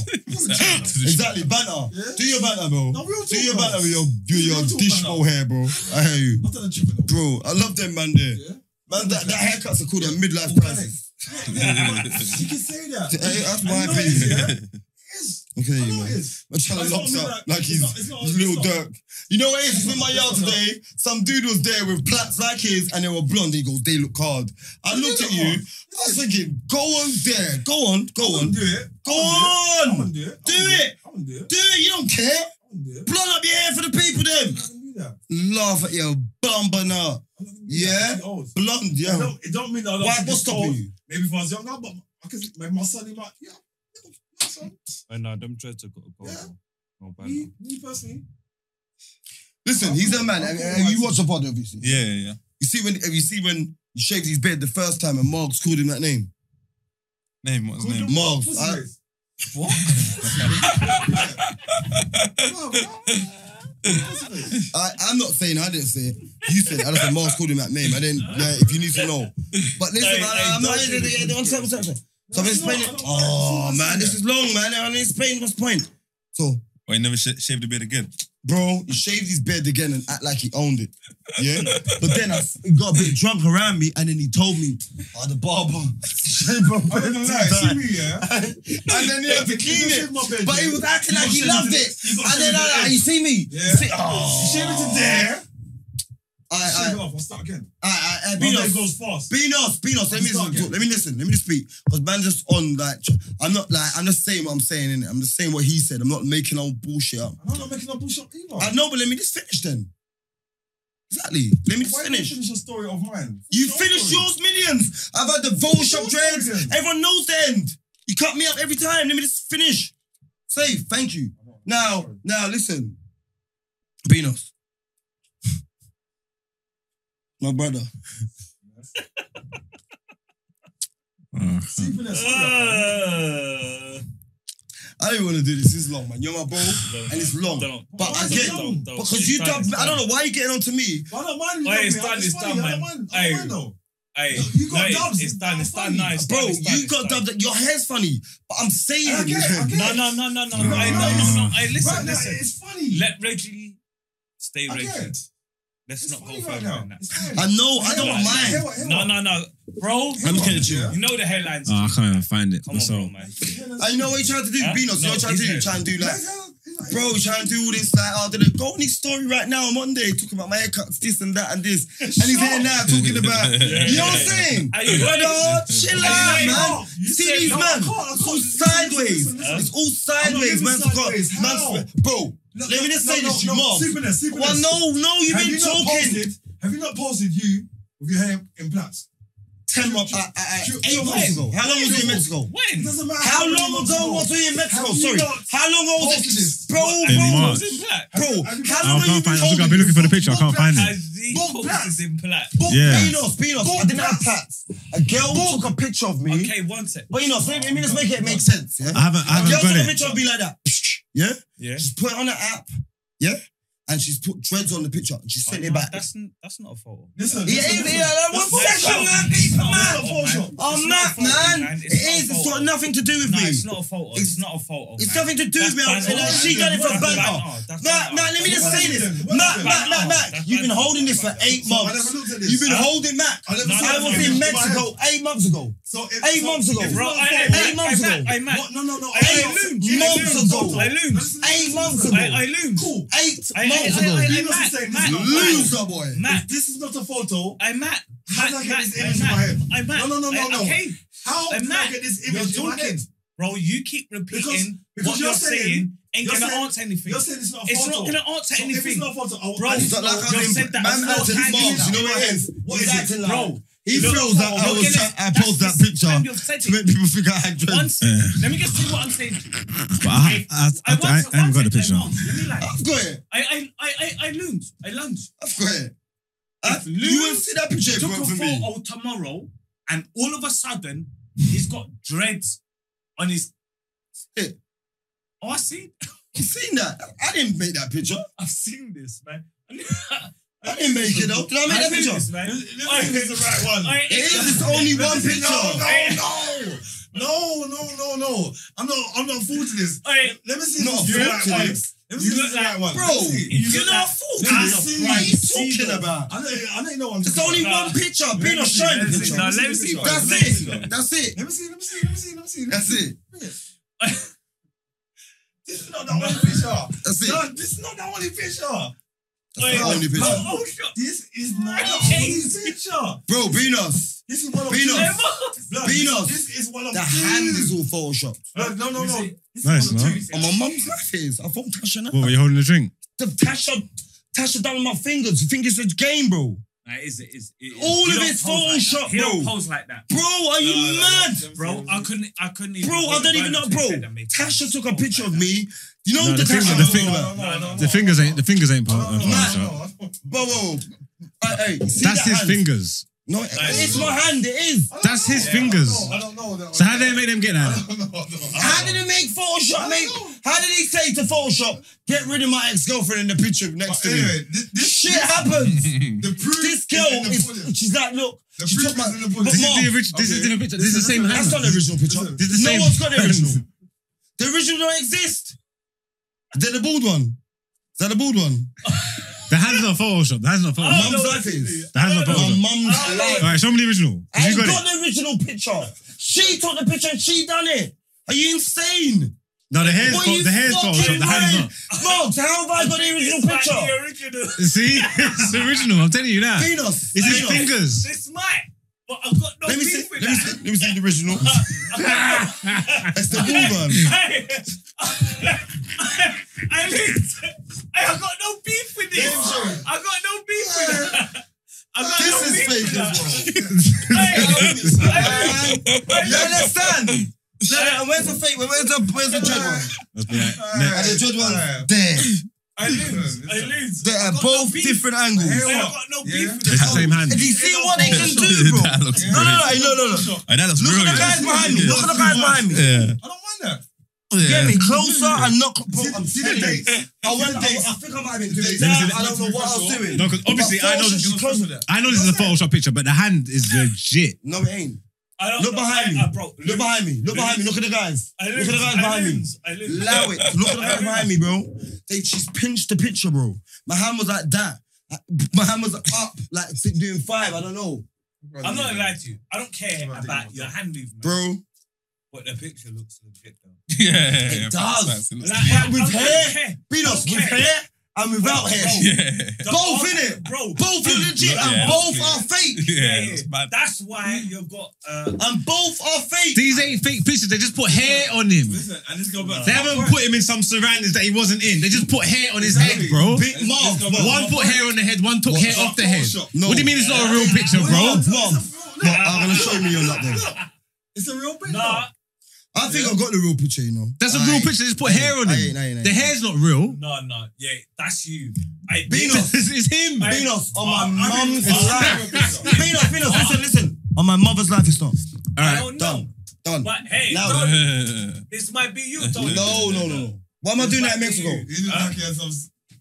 Speaker 6: exactly.
Speaker 4: Exactly, banter.
Speaker 5: Yeah.
Speaker 4: Do your banter, bro.
Speaker 5: No, real
Speaker 4: Do
Speaker 5: talk,
Speaker 4: your
Speaker 5: bro.
Speaker 4: banter with your, your, your
Speaker 5: Real talk
Speaker 4: dish
Speaker 5: banter.
Speaker 4: bowl hair, bro. I hear you.
Speaker 5: I've done a chip in
Speaker 4: Bro, I love them, man, there.
Speaker 5: Yeah.
Speaker 4: Man, that, that haircuts are called a midlife
Speaker 5: Organic.
Speaker 4: crisis.
Speaker 5: You can say that.
Speaker 4: Hey, That's my
Speaker 5: I know it is,
Speaker 4: opinion.
Speaker 5: yeah. It is.
Speaker 4: Okay,
Speaker 5: I know it
Speaker 4: man.
Speaker 5: is.
Speaker 4: I'm trying
Speaker 5: It's
Speaker 4: to
Speaker 5: not
Speaker 4: lock
Speaker 5: me
Speaker 4: up
Speaker 5: that-
Speaker 4: like
Speaker 5: it's
Speaker 4: he's,
Speaker 5: not- it's not-
Speaker 4: he's little
Speaker 5: it's not-
Speaker 4: Dirk. You know what it is?
Speaker 5: It's
Speaker 4: It's in my
Speaker 5: not-
Speaker 4: yard
Speaker 5: it's not-
Speaker 4: today. Some dude was there with plaits like his and they were blonde. He goes, they look hard. I
Speaker 5: They
Speaker 4: looked
Speaker 5: look
Speaker 4: at you.
Speaker 5: hard.
Speaker 4: I was thinking, go on there. Go on. Go
Speaker 5: I
Speaker 4: on.
Speaker 5: wouldn't do it.
Speaker 4: Go
Speaker 5: I
Speaker 4: on.
Speaker 5: wouldn't do it.
Speaker 4: Do
Speaker 5: I wouldn't
Speaker 4: it.
Speaker 5: I wouldn't do it.
Speaker 4: Do it. You don't care.
Speaker 5: I wouldn't do it.
Speaker 4: Blonde up your hair for the people then.
Speaker 5: I wouldn't do that.
Speaker 4: Laugh at your bum banana.
Speaker 5: I'm not gonna do
Speaker 4: Yeah?
Speaker 5: that. I'm too old.
Speaker 4: Blonde,
Speaker 5: It
Speaker 4: yeah.
Speaker 5: don't- It don't mean that. I don't
Speaker 4: Why?
Speaker 5: think
Speaker 4: What's
Speaker 5: it's
Speaker 4: stopping
Speaker 5: old.
Speaker 4: you?
Speaker 5: Maybe if I was younger, but because my, my son, he might. Yeah. my son.
Speaker 1: Oh, no, them dreads have got to go.
Speaker 5: Yeah.
Speaker 1: bro. Oh, No banter.
Speaker 5: Me, me personally.
Speaker 4: Listen, he's a man. and- and You watch the pod, obviously.
Speaker 6: Yeah, yeah, yeah.
Speaker 4: You see when you see when he shaved his beard the first time and Marks called him that name.
Speaker 6: Name, what's his name?
Speaker 4: Marks.
Speaker 5: Pussy
Speaker 4: I-
Speaker 5: race. What? Pussy race.
Speaker 4: I, I'm not saying I didn't say it. You said it. I just said Mars called him that name. I didn't. Yeah, if you need to know. But listen,
Speaker 1: Hey,
Speaker 4: I,
Speaker 1: hey,
Speaker 4: I'm not.
Speaker 1: don't
Speaker 4: Yeah,
Speaker 1: do
Speaker 4: yeah, yeah, one second, one second. one second. So I'm
Speaker 5: No, no,
Speaker 4: explaining.
Speaker 5: I don't- I
Speaker 4: Oh
Speaker 5: don't see
Speaker 4: man,
Speaker 5: that.
Speaker 4: this is long, man. I'm explaining what's point. So,
Speaker 6: Or he never sh- shaved the beard again.
Speaker 4: bro, he shaved his beard again and act like he owned it. Yeah. But then I s- he got a bit drunk around me, and then he told me, "Oh, the barber shaved my
Speaker 5: I'm
Speaker 4: beard."
Speaker 5: not
Speaker 4: to
Speaker 5: gonna lie, see
Speaker 4: die."
Speaker 5: me, yeah?
Speaker 4: and then he had to clean
Speaker 5: You
Speaker 4: it.
Speaker 5: got shaved my beard,
Speaker 4: But he
Speaker 5: yeah?
Speaker 4: was acting
Speaker 5: You
Speaker 4: like
Speaker 5: got
Speaker 4: he
Speaker 5: shaved
Speaker 4: loved
Speaker 5: to
Speaker 4: it.
Speaker 5: the- you got
Speaker 4: And then
Speaker 5: shaved to
Speaker 4: I,
Speaker 5: the
Speaker 4: like, you see me?
Speaker 5: Yeah.
Speaker 4: See, oh,
Speaker 5: Shave it to there.
Speaker 4: I,
Speaker 5: Shave it
Speaker 4: I,
Speaker 5: off. I'll start again.
Speaker 4: I, I, I,
Speaker 5: My
Speaker 4: Beano,
Speaker 5: leg goes fast.
Speaker 4: Beanos, Beanos, let me
Speaker 5: Start
Speaker 4: listen.
Speaker 5: again.
Speaker 4: Let me listen. Let me just speak. Because man, just on like, I'm not like, I'm just saying what I'm saying. Innit? I'm just saying what he said. I'm not making all bullshit up.
Speaker 5: And I'm not making up bullshit either.
Speaker 4: I know, but let me just finish then. Exactly. Let me just
Speaker 5: Why
Speaker 4: finish. Hmm.
Speaker 5: You finish a story of mine.
Speaker 4: You
Speaker 5: Your
Speaker 4: finished
Speaker 5: story.
Speaker 4: yours millions. I've had the Vol Shop
Speaker 5: Your
Speaker 4: dreads.
Speaker 5: story then.
Speaker 4: Everyone knows the end. You cut me up every time. Let me just finish. Say thank you. Now, now listen. Beanos. My brother.
Speaker 2: Uh,
Speaker 5: See, Vanessa,
Speaker 4: Ah.
Speaker 5: yeah.
Speaker 1: Uh,
Speaker 4: I don't want to do this. It's long, man. You're my bro, and it's long.
Speaker 1: Don't.
Speaker 4: But
Speaker 5: Why
Speaker 4: I
Speaker 5: is
Speaker 4: get
Speaker 5: it long?
Speaker 4: because you
Speaker 1: don't.
Speaker 4: dubbed me. I don't know why you're getting on to me.
Speaker 5: But I don't mind. you
Speaker 1: Hey,
Speaker 5: loving
Speaker 1: it's
Speaker 5: it.
Speaker 1: done,
Speaker 5: I just
Speaker 1: it's
Speaker 5: funny.
Speaker 1: done,
Speaker 5: I don't
Speaker 1: man.
Speaker 5: mind. I don't
Speaker 1: Hey.
Speaker 5: mind though.
Speaker 1: Hey,
Speaker 5: You got
Speaker 1: no,
Speaker 5: dubs,
Speaker 1: It's
Speaker 5: it's
Speaker 1: done. It's done.
Speaker 5: funny.
Speaker 1: No, it's
Speaker 4: Bro,
Speaker 1: done. it's done,
Speaker 4: you
Speaker 1: it's
Speaker 4: got
Speaker 1: done.
Speaker 4: dubbed. Your hair's funny, but I'm saying.
Speaker 5: I get it, I get
Speaker 1: No, no, no, no, no, no,
Speaker 6: No,
Speaker 1: hey, no,
Speaker 5: no,
Speaker 1: no, no. Hey, listen,
Speaker 5: Right now,
Speaker 1: listen.
Speaker 5: it's funny.
Speaker 1: Let Reggie stay
Speaker 5: I
Speaker 1: Reggie.
Speaker 5: get
Speaker 1: Let's
Speaker 5: It's
Speaker 1: not go
Speaker 5: funny right
Speaker 1: further
Speaker 5: now.
Speaker 1: than that.
Speaker 5: It's fine.
Speaker 4: I know. I
Speaker 5: Hey,
Speaker 4: don't
Speaker 5: what,
Speaker 1: Headline.
Speaker 5: hey,
Speaker 4: mind.
Speaker 5: what, hey,
Speaker 1: No,
Speaker 5: what?
Speaker 1: no, no, bro.
Speaker 5: Hey,
Speaker 2: I'm
Speaker 5: what,
Speaker 2: kidding you.
Speaker 5: yeah?
Speaker 1: You know the headlines.
Speaker 4: Ah,
Speaker 2: Oh, I
Speaker 1: Come
Speaker 2: can't even find it myself.
Speaker 1: on, bro, man.
Speaker 4: I know what you're trying to do,
Speaker 1: Huh?
Speaker 4: Beano. So
Speaker 1: No,
Speaker 4: you're trying
Speaker 1: he's
Speaker 4: to do. You're
Speaker 1: not.
Speaker 4: trying to do like,
Speaker 5: Like, hell, you know,
Speaker 4: bro. You're trying to do all this. Like, oh, did go on his story right now on Monday talking about my haircuts, this and that and this, and he's here now talking about. You know what I'm saying?
Speaker 1: Are you
Speaker 4: Brother,
Speaker 1: ready?
Speaker 4: chill
Speaker 1: Are
Speaker 4: out,
Speaker 1: you ready?
Speaker 4: man. You see
Speaker 1: said
Speaker 4: these
Speaker 1: no,
Speaker 4: man?
Speaker 5: I can't, I
Speaker 4: It's all
Speaker 5: can't.
Speaker 4: sideways.
Speaker 5: Listen, listen,
Speaker 1: listen.
Speaker 4: It's all
Speaker 5: I'm not
Speaker 4: sideways,
Speaker 5: giving
Speaker 4: man.
Speaker 5: sideways.
Speaker 4: Forgot,
Speaker 5: How?
Speaker 4: man. Bro,
Speaker 5: No,
Speaker 4: let me just
Speaker 5: no,
Speaker 4: say
Speaker 5: no,
Speaker 4: this, you
Speaker 5: no,
Speaker 4: mom.
Speaker 5: Sleepiness, sleepiness.
Speaker 4: Well, no, no, you've
Speaker 5: Have
Speaker 4: been
Speaker 5: you not
Speaker 4: talking.
Speaker 5: posted? Have you not posted you with your hair in plaits?
Speaker 4: Ten months,
Speaker 5: you-
Speaker 4: uh, uh, uh,
Speaker 5: you-
Speaker 4: eight
Speaker 5: you-
Speaker 4: months ago. How long was he in Mexico?
Speaker 5: It
Speaker 1: When?
Speaker 5: doesn't matter.
Speaker 4: How
Speaker 5: many
Speaker 4: long
Speaker 5: months
Speaker 4: ago was he in Mexico?
Speaker 5: Have you
Speaker 4: Sorry.
Speaker 5: not
Speaker 4: How long ago was
Speaker 5: posted
Speaker 4: it?
Speaker 5: this?
Speaker 4: Bro,
Speaker 1: What,
Speaker 2: in
Speaker 4: bro,
Speaker 2: March?
Speaker 1: Everyone's in black.
Speaker 4: bro.
Speaker 5: Have
Speaker 4: How
Speaker 5: you-
Speaker 2: I
Speaker 4: long have you
Speaker 2: Oh, can't find
Speaker 4: been
Speaker 2: it. Look,
Speaker 4: holding
Speaker 2: I've been looking for the
Speaker 4: this?
Speaker 2: picture. I can't find it.
Speaker 1: As the
Speaker 4: Both black.
Speaker 1: coach is in black.
Speaker 4: Book
Speaker 2: Yeah.
Speaker 4: Beanos, Beanos. I didn't have tats. A girl took a picture of me.
Speaker 1: Okay, one sec.
Speaker 4: But you know, let me- let me just make it make sense. Yeah.
Speaker 2: I haven't. I
Speaker 4: A girl
Speaker 2: haven't
Speaker 4: took a
Speaker 2: got it.
Speaker 4: picture of me like that. Yeah.
Speaker 1: Yeah.
Speaker 4: She's put it on her app. Yeah. And she's put dreads on the picture and she
Speaker 1: Oh,
Speaker 4: sent
Speaker 1: no,
Speaker 4: it back.
Speaker 1: That's n- that's not a photo.
Speaker 5: Listen,
Speaker 4: Yeah,
Speaker 5: listen,
Speaker 4: yeah,
Speaker 5: listen.
Speaker 4: yeah, like, one
Speaker 1: That's not
Speaker 4: second,
Speaker 1: a
Speaker 4: man.
Speaker 1: photo.
Speaker 4: It's
Speaker 1: It's
Speaker 4: mad.
Speaker 1: not a photo, man.
Speaker 4: I'm
Speaker 1: It's not a photo,
Speaker 4: mad, Oh,
Speaker 1: It's
Speaker 4: man. It is.
Speaker 1: not a
Speaker 4: It's got
Speaker 1: photo.
Speaker 4: nothing to do with
Speaker 1: No,
Speaker 4: me.
Speaker 1: it's not a photo. It's not a photo.
Speaker 4: It's
Speaker 1: man.
Speaker 4: nothing to do
Speaker 1: That's
Speaker 4: with me.
Speaker 1: banter,
Speaker 4: Like,
Speaker 1: man.
Speaker 4: she done it for
Speaker 1: That's
Speaker 4: banter.
Speaker 1: banter. That's
Speaker 4: Nah,
Speaker 1: banter.
Speaker 4: nah, let me just
Speaker 5: That's
Speaker 4: say
Speaker 5: banter.
Speaker 4: this.
Speaker 5: That's
Speaker 4: Matt,
Speaker 5: banter.
Speaker 4: Matt, Matt, Matt,
Speaker 1: That's
Speaker 4: you've been
Speaker 1: banter.
Speaker 4: holding this for
Speaker 1: That's
Speaker 4: eight
Speaker 5: So I
Speaker 4: months.
Speaker 5: never looked at this.
Speaker 4: You've been
Speaker 1: Huh?
Speaker 4: holding back.
Speaker 5: I never
Speaker 1: No,
Speaker 5: said
Speaker 4: I
Speaker 5: that.
Speaker 1: no,
Speaker 4: was
Speaker 1: no,
Speaker 4: in
Speaker 1: no.
Speaker 4: Mexico eight months ago.
Speaker 5: So if-
Speaker 4: Eight
Speaker 5: so
Speaker 4: months ago.
Speaker 5: if it's
Speaker 1: Bro,
Speaker 5: not a
Speaker 1: I, I,
Speaker 5: photo-
Speaker 4: Eight
Speaker 1: I,
Speaker 4: months
Speaker 1: I,
Speaker 4: ago.
Speaker 1: I, Matt.
Speaker 5: What? No, no, no.
Speaker 1: Hey,
Speaker 5: Eight
Speaker 1: Loons,
Speaker 5: months
Speaker 1: Loons,
Speaker 4: ago.
Speaker 1: Hey, Loons.
Speaker 5: Listen, listen,
Speaker 4: Eight months
Speaker 5: listen.
Speaker 4: ago.
Speaker 1: Hey, hey, Loons.
Speaker 5: Cool.
Speaker 4: Eight
Speaker 1: Hey,
Speaker 4: months
Speaker 1: I- I-
Speaker 4: ago.
Speaker 1: I-
Speaker 5: You
Speaker 1: I-
Speaker 5: must
Speaker 1: Matt,
Speaker 5: be saying
Speaker 1: Matt,
Speaker 5: this.
Speaker 1: Matt,
Speaker 4: Loser boy.
Speaker 1: Matt,
Speaker 5: This is not a photo.
Speaker 1: I Matt,
Speaker 5: How
Speaker 1: Matt,
Speaker 5: did I get
Speaker 1: Matt,
Speaker 5: this
Speaker 1: I
Speaker 5: image in my
Speaker 1: Matt,
Speaker 5: head?
Speaker 1: I Matt.
Speaker 5: No, no, no, no,
Speaker 1: I-
Speaker 5: no.
Speaker 1: Okay,
Speaker 5: How
Speaker 1: I'm
Speaker 5: did
Speaker 1: not-
Speaker 5: I get this
Speaker 1: you're
Speaker 5: image in my head?
Speaker 1: joking, bro. You keep repeating
Speaker 5: Because- because
Speaker 1: what
Speaker 5: you're
Speaker 1: you're, saying,
Speaker 5: saying-
Speaker 1: and
Speaker 5: you're
Speaker 1: gonna
Speaker 5: saying-
Speaker 1: answer anything.
Speaker 5: You're saying it's not a
Speaker 1: it's
Speaker 5: photo.
Speaker 1: not gonna answer
Speaker 5: So if
Speaker 1: anything,
Speaker 5: it's not a photo, I,
Speaker 1: bro.
Speaker 5: I,
Speaker 1: It's
Speaker 5: just
Speaker 1: not
Speaker 5: know-
Speaker 1: like I've said that.
Speaker 4: man
Speaker 1: it's
Speaker 4: acted
Speaker 1: not
Speaker 4: smart,
Speaker 1: handing
Speaker 4: you know
Speaker 1: out.
Speaker 4: what it is?
Speaker 1: What
Speaker 4: He's
Speaker 1: is
Speaker 4: acting
Speaker 1: it,
Speaker 4: like-
Speaker 1: bro?
Speaker 4: He
Speaker 1: Look,
Speaker 4: feels that I
Speaker 1: you're
Speaker 4: was
Speaker 1: gonna-
Speaker 4: I
Speaker 1: that's
Speaker 4: posed
Speaker 1: the
Speaker 4: that
Speaker 1: second
Speaker 4: picture
Speaker 1: time you've said
Speaker 4: to make
Speaker 1: it.
Speaker 4: people think I had dreads.
Speaker 1: Once,
Speaker 2: Yeah.
Speaker 1: let me just see what I'm saying.
Speaker 2: Uh, But I, I, I, I, I haven't got the
Speaker 1: once said,
Speaker 2: picture.
Speaker 1: like, Mom, Let me like,
Speaker 4: I've got it.
Speaker 1: I, I, I, I, I looned. I lunged.
Speaker 4: I've got it.
Speaker 1: If
Speaker 4: Huh?
Speaker 1: Lou
Speaker 4: you will see that picture
Speaker 1: Took
Speaker 4: bro,
Speaker 1: a
Speaker 4: for me.
Speaker 1: photo tomorrow, and all of a sudden, he's got dreads on his.
Speaker 4: Hey.
Speaker 1: Oh, I see.
Speaker 4: You seen that? I didn't make that picture.
Speaker 1: I've seen this, man.
Speaker 4: I didn't make it up. Did I make that
Speaker 1: I've seen
Speaker 4: picture?
Speaker 1: this, man.
Speaker 5: This is the right one.
Speaker 1: Alright,
Speaker 4: It is. It's only one
Speaker 5: No,
Speaker 4: picture.
Speaker 5: no, no, no, no, no, no. I'm not. I'm not fooled to this.
Speaker 1: Alright,
Speaker 5: Let me see
Speaker 4: Not
Speaker 5: this.
Speaker 4: fooled
Speaker 5: Right
Speaker 4: to
Speaker 5: one.
Speaker 4: this.
Speaker 5: Let me see
Speaker 1: You
Speaker 5: this
Speaker 1: look like-
Speaker 5: right one.
Speaker 4: Bro,
Speaker 5: Let me see.
Speaker 1: you're not fooled.
Speaker 5: Let me
Speaker 1: That's
Speaker 5: see.
Speaker 1: a crime.
Speaker 5: Right,
Speaker 4: He's talking about.
Speaker 5: I know. I know you know. what I'm
Speaker 4: It's
Speaker 5: talking
Speaker 4: only
Speaker 5: about.
Speaker 4: one picture. Being a
Speaker 5: Let me see,
Speaker 4: shine
Speaker 5: let me see,
Speaker 4: picture.
Speaker 5: let me
Speaker 1: let me see.
Speaker 5: the
Speaker 4: That's
Speaker 5: picture.
Speaker 4: it. That's it.
Speaker 5: Let me see. Let me see. Let me see. Let me see.
Speaker 4: That's it.
Speaker 5: This is not the only picture.
Speaker 4: That's it.
Speaker 5: No, this is not the only picture.
Speaker 4: That's the only picture.
Speaker 5: No, oh, shit. This is not the
Speaker 1: Okay.
Speaker 5: only picture.
Speaker 4: Bro, Venus.
Speaker 5: This is one of
Speaker 4: Venus.
Speaker 5: Blood,
Speaker 4: Venus.
Speaker 5: This is one of
Speaker 4: The
Speaker 5: two.
Speaker 4: hand is all photoshopped.
Speaker 5: Blood, No, no, no. This is
Speaker 2: Nice,
Speaker 5: one of
Speaker 2: no?
Speaker 5: two.
Speaker 4: On my mum's life is. I phone Tasha now.
Speaker 2: What, were you Oh, holding a drink?
Speaker 4: The Tasha, Tasha down on my fingers. You think it's a game, bro?
Speaker 1: Nah, it is, it is, it is.
Speaker 4: All
Speaker 1: He
Speaker 4: of
Speaker 1: don't
Speaker 4: it's
Speaker 1: pose like
Speaker 4: Photoshop,
Speaker 1: that. He don't
Speaker 4: bro.
Speaker 1: pose like that.
Speaker 4: Bro, are you
Speaker 5: No, no, no,
Speaker 4: mad?
Speaker 5: no.
Speaker 1: Bro, I couldn't, I couldn't even.
Speaker 4: Bro, I don't even know, bro. Tasha took a picture of me. You know
Speaker 2: No,
Speaker 4: the
Speaker 2: the finger-
Speaker 4: Tasha
Speaker 2: the
Speaker 4: I'm talking
Speaker 2: finger-
Speaker 4: about?
Speaker 5: No, no, no,
Speaker 2: The fingers ain't, the fingers ain't part of
Speaker 4: Oh,
Speaker 5: no,
Speaker 2: the
Speaker 4: Matt,
Speaker 2: photoshop.
Speaker 4: Whoa, whoa, whoa. Hey, hey, see
Speaker 2: That's
Speaker 4: that
Speaker 2: his
Speaker 4: hand?
Speaker 2: fingers.
Speaker 4: No, it's my hand. It is.
Speaker 5: I don't
Speaker 2: That's
Speaker 5: know.
Speaker 2: his
Speaker 5: Yeah,
Speaker 2: fingers.
Speaker 5: I don't know. I don't know.
Speaker 2: So how did they make them get that?
Speaker 5: I don't know. I don't know.
Speaker 4: How did it make Photoshop make? How did he say to Photoshop, get rid of my ex girlfriend in the picture next to
Speaker 5: But
Speaker 4: me?
Speaker 5: anyway, this,
Speaker 4: This
Speaker 5: this
Speaker 4: shit happens.
Speaker 5: the proof
Speaker 4: this girl
Speaker 5: is in the
Speaker 4: is,
Speaker 5: pudding.
Speaker 4: she's like, look,
Speaker 5: The
Speaker 4: she
Speaker 5: proof
Speaker 4: took my.
Speaker 5: is in the
Speaker 4: but
Speaker 5: pudding.
Speaker 2: This is
Speaker 4: Mark,
Speaker 2: the original. This is
Speaker 5: Okay.
Speaker 2: the different picture. This is the same hand.
Speaker 4: that's not the original picture.
Speaker 5: Listen.
Speaker 2: This is the
Speaker 4: No
Speaker 2: same
Speaker 4: one's got the
Speaker 2: hand.
Speaker 4: original. The original don't exist. Is that the bald one? Is that the bald one?
Speaker 2: The hand's not Photoshop. The hand's not
Speaker 1: Oh,
Speaker 2: Photoshop.
Speaker 1: no.
Speaker 4: Mum's life is.
Speaker 2: The hand's not
Speaker 4: My
Speaker 2: Photoshop.
Speaker 4: mum's life.
Speaker 2: All right, show me the original.
Speaker 4: I
Speaker 2: You
Speaker 4: ain't
Speaker 2: got
Speaker 4: got
Speaker 2: it?
Speaker 4: the original picture. She took the picture and she done it. Are you insane?
Speaker 2: No, the hair's
Speaker 4: What are you
Speaker 2: Photoshop. The hair's Photoshop.
Speaker 4: fucking
Speaker 2: The hand's
Speaker 4: mad?
Speaker 2: not.
Speaker 4: Mark, how have I got the original picture?
Speaker 1: original.
Speaker 2: See, it's the original. I'm telling you now.
Speaker 4: Venus.
Speaker 2: It's his
Speaker 4: Venus.
Speaker 2: fingers.
Speaker 1: This might, but I've got no
Speaker 4: Let me
Speaker 1: beef
Speaker 4: see.
Speaker 1: with
Speaker 4: Let me
Speaker 1: that.
Speaker 4: see. Let me see the original. It's the bald one.
Speaker 1: Hey, I mean, I have got no beef with this. I got no beef with that. I got
Speaker 4: Uh, This
Speaker 1: no
Speaker 4: is
Speaker 1: beef with
Speaker 4: fake
Speaker 1: that.
Speaker 4: as
Speaker 1: Hey, I mean,
Speaker 4: You understand? Like, and where's the fake? one? Where's the where's the judge one?
Speaker 2: That's behind-
Speaker 4: And
Speaker 2: next.
Speaker 4: the judge one there.
Speaker 1: I lose. I lose.
Speaker 4: They're
Speaker 1: I've
Speaker 4: at
Speaker 1: got no
Speaker 4: both
Speaker 1: beef.
Speaker 4: different angles.
Speaker 1: I have got no beef with
Speaker 2: It's the
Speaker 1: that.
Speaker 2: same hand.
Speaker 4: Do you see what they can do, bro?
Speaker 6: that looks brilliant.
Speaker 4: No, no, no, hey, no, no, no. Look
Speaker 6: Hey, that looks
Speaker 4: at the
Speaker 6: brilliant.
Speaker 4: guys behind me. Look at the guys behind me.
Speaker 6: Yeah.
Speaker 5: I don't mind that.
Speaker 4: Get
Speaker 6: Yeah.
Speaker 4: me closer and not. Bro, I'm
Speaker 5: See the
Speaker 4: telling you.
Speaker 5: dates.
Speaker 4: I went dates. I think I might have been doing that. I don't know what I was doing.
Speaker 2: No, because obviously I know,
Speaker 4: she's close with that.
Speaker 2: I know this is a Photoshop picture, but the hand is legit.
Speaker 4: No, it ain't.
Speaker 1: I don't
Speaker 4: Look
Speaker 1: know.
Speaker 4: behind me.
Speaker 1: I, I, bro,
Speaker 4: Look behind me. Look behind me. Look at the guys.
Speaker 1: I
Speaker 4: Look
Speaker 1: lose.
Speaker 4: at the guys
Speaker 1: I
Speaker 4: behind me.
Speaker 1: lose. I lose.
Speaker 4: Allow it. Look at the guys behind me, bro. They just pinched the picture, bro. My hand was like that. Like, My hand was up, like doing five. I don't know,
Speaker 1: I'm not gonna lie to you. I don't care about your hand movement,
Speaker 4: bro.
Speaker 1: but the picture looks legit though.
Speaker 6: Yeah.
Speaker 4: It
Speaker 6: Yeah.
Speaker 4: does.
Speaker 6: Facts, it looks-
Speaker 1: Like, I-
Speaker 4: with
Speaker 1: I don't
Speaker 4: hair?
Speaker 1: care.
Speaker 4: Beanos
Speaker 1: Okay.
Speaker 4: with
Speaker 1: Oh,
Speaker 4: hair and without hair.
Speaker 6: Yeah.
Speaker 1: The
Speaker 4: Both
Speaker 1: art-
Speaker 4: in it.
Speaker 1: bro.
Speaker 4: Both are legit
Speaker 6: Yeah,
Speaker 4: and both
Speaker 6: yeah.
Speaker 4: are fake.
Speaker 1: Yeah,
Speaker 6: Yeah.
Speaker 1: yeah.
Speaker 6: That's mad.
Speaker 1: That's why you've got. Uh,
Speaker 4: And both are fake.
Speaker 2: These ain't fake pictures. They just put hair on him.
Speaker 5: Listen, and this girl back.
Speaker 2: They haven't put him in some surroundings that he wasn't in. They just put hair on his head, bro.
Speaker 4: Big Mark.
Speaker 5: Let's go back.
Speaker 4: bro.
Speaker 2: One put hair on the head, one took hair off the head.
Speaker 5: Photoshop.
Speaker 4: No.
Speaker 2: What do you mean it's not a real picture, bro?
Speaker 4: Mom, mom, mom, I'm gonna show me your lap there.
Speaker 5: It's a real picture.
Speaker 1: nah,
Speaker 4: I think I got the real picture, you know.
Speaker 2: That's a
Speaker 4: I
Speaker 2: real
Speaker 4: ain't-
Speaker 2: picture. They just put hair on
Speaker 4: I ain't,
Speaker 2: him.
Speaker 4: I ain't, I ain't.
Speaker 2: The hair's not real.
Speaker 1: no, no. Yeah, that's you. I,
Speaker 4: Beano.
Speaker 2: This is him.
Speaker 1: I-
Speaker 4: Venus on
Speaker 1: I-
Speaker 4: my
Speaker 1: I mean,
Speaker 4: mum's
Speaker 1: it's
Speaker 4: life.
Speaker 1: not a real
Speaker 4: Venus, Venus, listen, listen. On my mother's life, it's not.
Speaker 1: I don't know.
Speaker 4: Done. Done.
Speaker 1: But hey,
Speaker 4: Now-
Speaker 1: don't-
Speaker 6: Yeah.
Speaker 1: this might be you,
Speaker 4: No,
Speaker 1: Tony.
Speaker 4: no, no, no. Why am I doing that in Mexico?
Speaker 5: He look like he had some.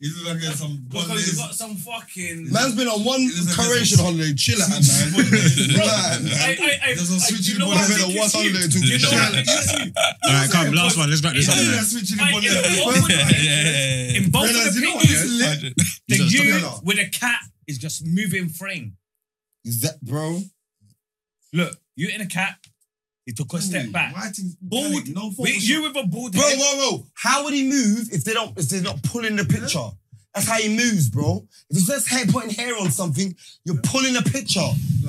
Speaker 5: He look like he had some.
Speaker 1: Because you got some fucking.
Speaker 4: Man's been on one
Speaker 5: Listen,
Speaker 4: Croatian holiday. Chill out, man.
Speaker 1: Bro,
Speaker 4: Man, man.
Speaker 1: I, I, I,
Speaker 5: There's a
Speaker 1: I,
Speaker 5: switch
Speaker 1: you
Speaker 5: in
Speaker 1: know
Speaker 5: the
Speaker 1: what I
Speaker 5: bottom
Speaker 4: of
Speaker 1: think
Speaker 4: the
Speaker 1: it's
Speaker 4: one
Speaker 1: you.
Speaker 4: hundred and two.
Speaker 1: You know what I think it's you.
Speaker 2: All right, come. Last one. Let's wrap this up.
Speaker 1: Yeah.
Speaker 2: man.
Speaker 1: I- in both of the- In both of the pictures, the
Speaker 2: He's a-
Speaker 1: you with a cat is just moving frame.
Speaker 4: Is that, bro?
Speaker 1: Look, you and a cat. He took a step back. Bald.
Speaker 5: No
Speaker 1: with-
Speaker 5: Photoshop.
Speaker 1: You with a bald
Speaker 4: Bro,
Speaker 1: head.
Speaker 4: whoa, whoa. How would he move if they don't? If they're not pulling the picture? That's how he moves, bro. If it's just hair putting hair on something, you're pulling a picture.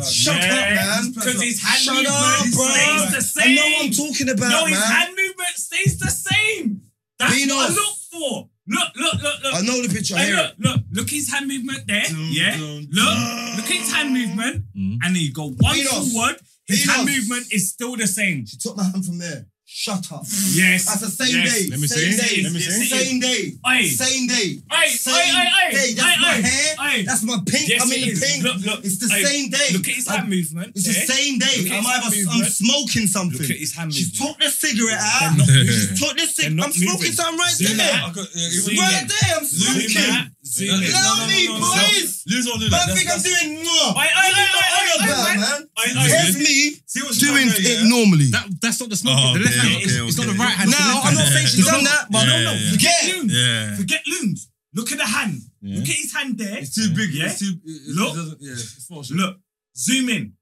Speaker 4: Shut up, man.
Speaker 5: Because
Speaker 1: his hand
Speaker 4: Shut
Speaker 1: movement
Speaker 4: up, bro.
Speaker 1: stays the
Speaker 4: I
Speaker 1: same.
Speaker 4: know what I'm talking about,
Speaker 1: no, his
Speaker 4: man.
Speaker 1: hand movement stays the same. That's what I
Speaker 4: Venus.
Speaker 1: look for. Look, look, look, look.
Speaker 4: I know the picture. I
Speaker 1: Hey,
Speaker 4: hear
Speaker 1: look, look, look his hand movement there. yeah. Look, look his hand movement. And then you go one
Speaker 4: Venus.
Speaker 1: forward. His hand
Speaker 4: Venus.
Speaker 1: movement is still the same.
Speaker 4: She took my hand from there. Shut up.
Speaker 1: Yes.
Speaker 4: That's the same
Speaker 1: yes.
Speaker 4: day.
Speaker 2: Let me
Speaker 4: same
Speaker 2: see.
Speaker 4: day.
Speaker 2: Let me see.
Speaker 4: Same day.
Speaker 1: Oi.
Speaker 4: Same day.
Speaker 1: Oi,
Speaker 4: Same
Speaker 1: oi, oi, oi.
Speaker 4: day. That's
Speaker 1: Oi,
Speaker 4: my
Speaker 1: oi.
Speaker 4: hair.
Speaker 1: Oi.
Speaker 4: That's my pink.
Speaker 1: Yes,
Speaker 4: I'm in
Speaker 1: it
Speaker 4: the
Speaker 1: is.
Speaker 4: pink.
Speaker 1: Look, look.
Speaker 4: It's the
Speaker 1: Oi,
Speaker 4: same day.
Speaker 1: Look at his
Speaker 4: I-
Speaker 1: hand movement.
Speaker 4: Oh, It's
Speaker 1: there.
Speaker 4: the same day.
Speaker 1: Look at
Speaker 4: I'm
Speaker 1: his hand
Speaker 4: either I'm
Speaker 1: movement.
Speaker 4: smoking something.
Speaker 1: Look at his hand
Speaker 4: She's
Speaker 1: movement.
Speaker 4: took the cigarette
Speaker 1: They're
Speaker 4: out.
Speaker 1: not
Speaker 4: She's took the
Speaker 1: They're
Speaker 4: cigarette.
Speaker 1: not
Speaker 4: I'm smoking
Speaker 1: moving.
Speaker 4: something right
Speaker 1: Zoom
Speaker 4: there.
Speaker 1: out.
Speaker 4: Right
Speaker 1: Zoom out.
Speaker 4: there. I'm
Speaker 1: Zoom out.
Speaker 4: smoking.
Speaker 1: Zoom out.
Speaker 4: Love me, boys.
Speaker 8: Lose all do
Speaker 4: Man,
Speaker 8: that.
Speaker 4: I think I'm doing.
Speaker 1: Oi, oi, oi, oi, oi,
Speaker 4: What are you on about,
Speaker 1: oi, oi.
Speaker 4: man?
Speaker 1: Oi, oi.
Speaker 4: Here's me
Speaker 5: See what she's
Speaker 4: doing
Speaker 5: done there,
Speaker 4: it
Speaker 5: yeah?
Speaker 4: normally.
Speaker 2: That, that's not the smoking.
Speaker 8: Oh,
Speaker 2: the left
Speaker 8: okay,
Speaker 2: hand.
Speaker 8: okay,
Speaker 2: it's, it's not
Speaker 8: okay.
Speaker 2: the right hand. it's the
Speaker 4: Now,
Speaker 2: left
Speaker 4: I'm not
Speaker 2: hand.
Speaker 4: saying she's done that,
Speaker 8: Yeah,
Speaker 4: but no, no.
Speaker 8: yeah.
Speaker 4: Forget.
Speaker 1: Loons.
Speaker 8: Yeah.
Speaker 1: Forget loons. Look at the hand. Look at his hand there.
Speaker 5: It's too big.
Speaker 1: Yeah.
Speaker 5: It's too. It, it,
Speaker 1: Look.
Speaker 5: It doesn't- yeah. It's Photoshop.
Speaker 1: Look. Zoom in.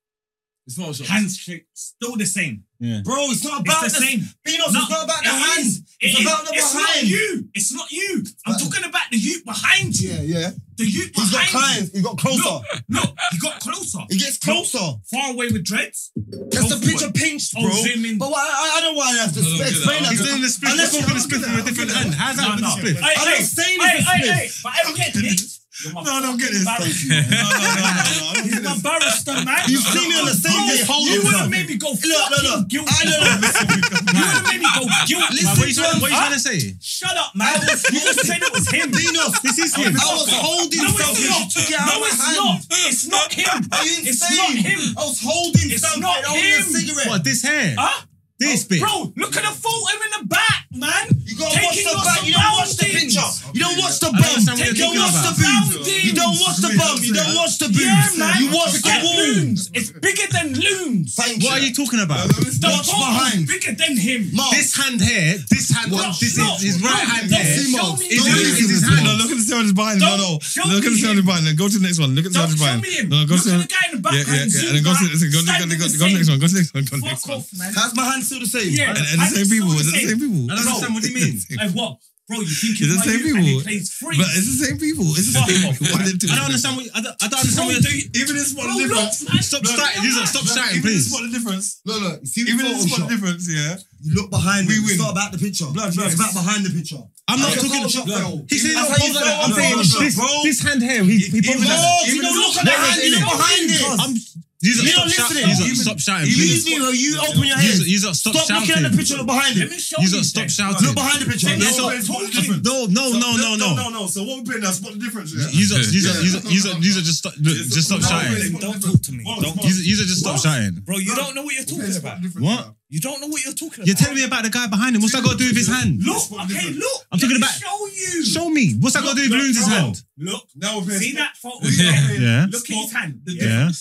Speaker 5: It's Photoshop.
Speaker 1: Hand shape still the same.
Speaker 4: Bro, it's not
Speaker 1: It's
Speaker 4: about
Speaker 1: the
Speaker 4: the
Speaker 1: same.
Speaker 4: Beanos, it's not about the
Speaker 1: it
Speaker 4: hand.
Speaker 1: is.
Speaker 4: It's
Speaker 1: It is.
Speaker 4: about the
Speaker 1: It's
Speaker 4: behind.
Speaker 1: not you. It's not you. I'm
Speaker 4: But-
Speaker 1: talking about the youth behind you.
Speaker 4: Yeah, yeah.
Speaker 1: The youth
Speaker 4: He's
Speaker 1: behind
Speaker 4: got
Speaker 1: you.
Speaker 4: clients. He got closer.
Speaker 1: Look, he got closer.
Speaker 4: He gets closer.
Speaker 1: Far away with dreads.
Speaker 4: That's
Speaker 1: Go
Speaker 4: the
Speaker 1: for
Speaker 4: picture
Speaker 1: it.
Speaker 4: pinched,
Speaker 1: Oh,
Speaker 4: bro.
Speaker 1: zoom in.
Speaker 4: But why, I, I don't want to have to explain that.
Speaker 2: He's
Speaker 4: to-
Speaker 2: doing the split.
Speaker 4: Unless
Speaker 2: Let's open the
Speaker 4: you-
Speaker 2: split from a different hand. How's
Speaker 1: No,
Speaker 2: that
Speaker 1: no.
Speaker 2: been split?
Speaker 1: Hey,
Speaker 4: I'm not
Speaker 1: hey,
Speaker 4: saying
Speaker 1: hey,
Speaker 4: it's a
Speaker 1: hey,
Speaker 4: split.
Speaker 1: hey, But I don't get this. You're my
Speaker 5: No, I don't get this.
Speaker 1: barrister. You're my barrister, man.
Speaker 4: You've seen me on the same day. Hold
Speaker 1: You
Speaker 4: on,
Speaker 1: would have
Speaker 4: son.
Speaker 1: made me go
Speaker 4: Look, no, no.
Speaker 1: fucking guilty.
Speaker 4: I don't know.
Speaker 1: You would have made me go guilty.
Speaker 4: Listen
Speaker 2: What are you
Speaker 4: to
Speaker 2: trying-
Speaker 4: him.
Speaker 2: what are you trying to say?
Speaker 1: Shut up, man. You just said it was him.
Speaker 4: Beanos,
Speaker 2: This is
Speaker 4: I
Speaker 2: him.
Speaker 4: was holding
Speaker 1: No,
Speaker 4: something. She
Speaker 1: it's
Speaker 4: took it
Speaker 1: not.
Speaker 4: out
Speaker 1: No,
Speaker 4: of my
Speaker 1: it's
Speaker 4: hand.
Speaker 1: not. It's not him.
Speaker 4: Are you
Speaker 1: It's
Speaker 4: insane?
Speaker 1: not him.
Speaker 4: I was holding
Speaker 1: It's
Speaker 4: something.
Speaker 1: not
Speaker 4: I holding a
Speaker 1: him.
Speaker 4: cigarette. Uh,
Speaker 2: What, this hair?
Speaker 1: Huh?
Speaker 2: This bit?
Speaker 1: Oh, Bro, look at the photo in the back, man.
Speaker 4: You gotta watch
Speaker 1: Taking
Speaker 4: the
Speaker 1: your
Speaker 4: back. You don't watch the
Speaker 1: surroundings.
Speaker 4: picture. You don't watch the
Speaker 2: I
Speaker 4: bum.
Speaker 2: understand what
Speaker 4: You
Speaker 2: you're
Speaker 4: don't
Speaker 2: talking
Speaker 4: watch the
Speaker 2: about.
Speaker 4: boob.
Speaker 1: Surroundings.
Speaker 4: You don't watch the bum. You don't watch the boob.
Speaker 1: Yeah, man.
Speaker 4: You watch the
Speaker 1: Forget
Speaker 4: womb.
Speaker 1: loons. It's bigger than loons.
Speaker 4: Thank
Speaker 2: What are you talking about?
Speaker 1: The
Speaker 4: Watch
Speaker 1: photo's
Speaker 4: behind.
Speaker 1: Bigger than him.
Speaker 4: Mark,
Speaker 2: This hand here, this hand,
Speaker 4: Watch.
Speaker 2: this
Speaker 1: No,
Speaker 2: is his
Speaker 1: no,
Speaker 2: right hand
Speaker 1: don't
Speaker 2: here.
Speaker 1: show me
Speaker 2: Is his-
Speaker 1: him.
Speaker 2: is his hand.
Speaker 8: No, look at the sound behind. No, no.
Speaker 1: Don't show
Speaker 8: Look at the
Speaker 1: me
Speaker 8: sound
Speaker 1: him.
Speaker 8: behind. Then go to the next one. Look at the sound
Speaker 1: Don't show
Speaker 8: behind.
Speaker 1: me him.
Speaker 8: No, go
Speaker 1: Look
Speaker 8: to
Speaker 1: at the guy in the back.
Speaker 8: Yeah, yeah, yeah. And then go to the go to go
Speaker 1: Standing
Speaker 8: to-
Speaker 1: the
Speaker 8: go to the next
Speaker 1: same.
Speaker 8: one. Go to the next one. Go to the next
Speaker 1: Fuck
Speaker 8: one.
Speaker 1: off, man.
Speaker 4: how's my hand still the same?
Speaker 1: Yeah,
Speaker 8: And and the
Speaker 1: and
Speaker 8: same
Speaker 1: it's
Speaker 8: people.
Speaker 1: still
Speaker 8: It's
Speaker 1: the
Speaker 8: the same people.
Speaker 2: I don't understand what you mean.
Speaker 1: Hey, what? Bro, you
Speaker 8: It's
Speaker 1: think he's
Speaker 8: the
Speaker 1: my
Speaker 8: same
Speaker 1: youth and he
Speaker 8: people.
Speaker 1: plays free.
Speaker 8: But it's the same people. It's the
Speaker 1: Fuck
Speaker 8: same
Speaker 1: off,
Speaker 8: people. Why they do
Speaker 2: I don't
Speaker 8: it?
Speaker 2: understand what you- I don't, I don't understand what you're doing.
Speaker 8: Even this one
Speaker 1: Bro,
Speaker 8: difference.
Speaker 1: look, man.
Speaker 2: Stop
Speaker 1: Look,
Speaker 2: starting,
Speaker 1: look,
Speaker 2: Lisa, stop
Speaker 1: man.
Speaker 2: starting,
Speaker 8: Even this
Speaker 2: please.
Speaker 8: one the difference.
Speaker 4: Look, look, you see the
Speaker 8: Even this one
Speaker 4: Photoshop.
Speaker 8: difference. Yeah.
Speaker 4: You look behind
Speaker 8: We
Speaker 4: it. It's
Speaker 8: win.
Speaker 4: not about the picture.
Speaker 8: Blood,
Speaker 4: it's
Speaker 8: blood.
Speaker 4: about behind the picture.
Speaker 2: I'm not
Speaker 4: That's a
Speaker 2: talking.
Speaker 4: Photoshop, bro.
Speaker 2: He said
Speaker 4: That's
Speaker 2: not
Speaker 4: how you
Speaker 2: pose like that.
Speaker 4: felt
Speaker 2: I'm
Speaker 4: "Oh, on
Speaker 2: saying
Speaker 4: Photoshop,
Speaker 2: this,
Speaker 4: bro.
Speaker 2: this hand here. He, he posed like that.
Speaker 4: Lord, you don't look at the
Speaker 2: Where is
Speaker 4: hand, you
Speaker 2: it?
Speaker 4: look behind it.
Speaker 2: I'm. Lisa,
Speaker 4: You
Speaker 2: stop
Speaker 4: don't
Speaker 2: shouting.
Speaker 4: listen.
Speaker 2: Lisa, stop shouting.
Speaker 4: You
Speaker 2: please.
Speaker 4: use me, or you open your head.
Speaker 2: Lisa, Lisa, stop
Speaker 4: Stop looking at the
Speaker 2: shouting.
Speaker 4: picture, look behind
Speaker 1: Let
Speaker 4: it.
Speaker 1: me show you.
Speaker 2: Lisa, stop
Speaker 1: then.
Speaker 2: shouting.
Speaker 4: Look behind the picture.
Speaker 1: Then
Speaker 4: That's
Speaker 1: no,
Speaker 4: what it's
Speaker 1: it's
Speaker 4: talking.
Speaker 1: different.
Speaker 2: No, no, no, no, no.
Speaker 5: No, no. So what we're putting that spot the difference. Yeah.
Speaker 2: User, user, user, user, user, just stop, look, just stop
Speaker 5: No,
Speaker 2: shouting.
Speaker 5: really.
Speaker 1: Then Don't talk to me.
Speaker 5: What?
Speaker 1: Don't-
Speaker 2: User, user, just stop shouting.
Speaker 1: Bro, you don't know what you're talking about.
Speaker 2: What?
Speaker 1: You don't know what you're talking about.
Speaker 2: You're telling me about the guy behind him. What's that got to do with his hand?
Speaker 1: Look, okay, look.
Speaker 2: I'm talking
Speaker 1: Let me
Speaker 2: about-
Speaker 1: Show you.
Speaker 2: Show me. What's that got to do with
Speaker 1: Look,
Speaker 2: Loons'
Speaker 1: bro.
Speaker 2: hand?
Speaker 1: Look.
Speaker 5: Now we're
Speaker 1: See
Speaker 5: playing.
Speaker 1: that photo?
Speaker 8: Yeah.
Speaker 2: Yeah.
Speaker 1: Look at his hand.
Speaker 2: Yeah.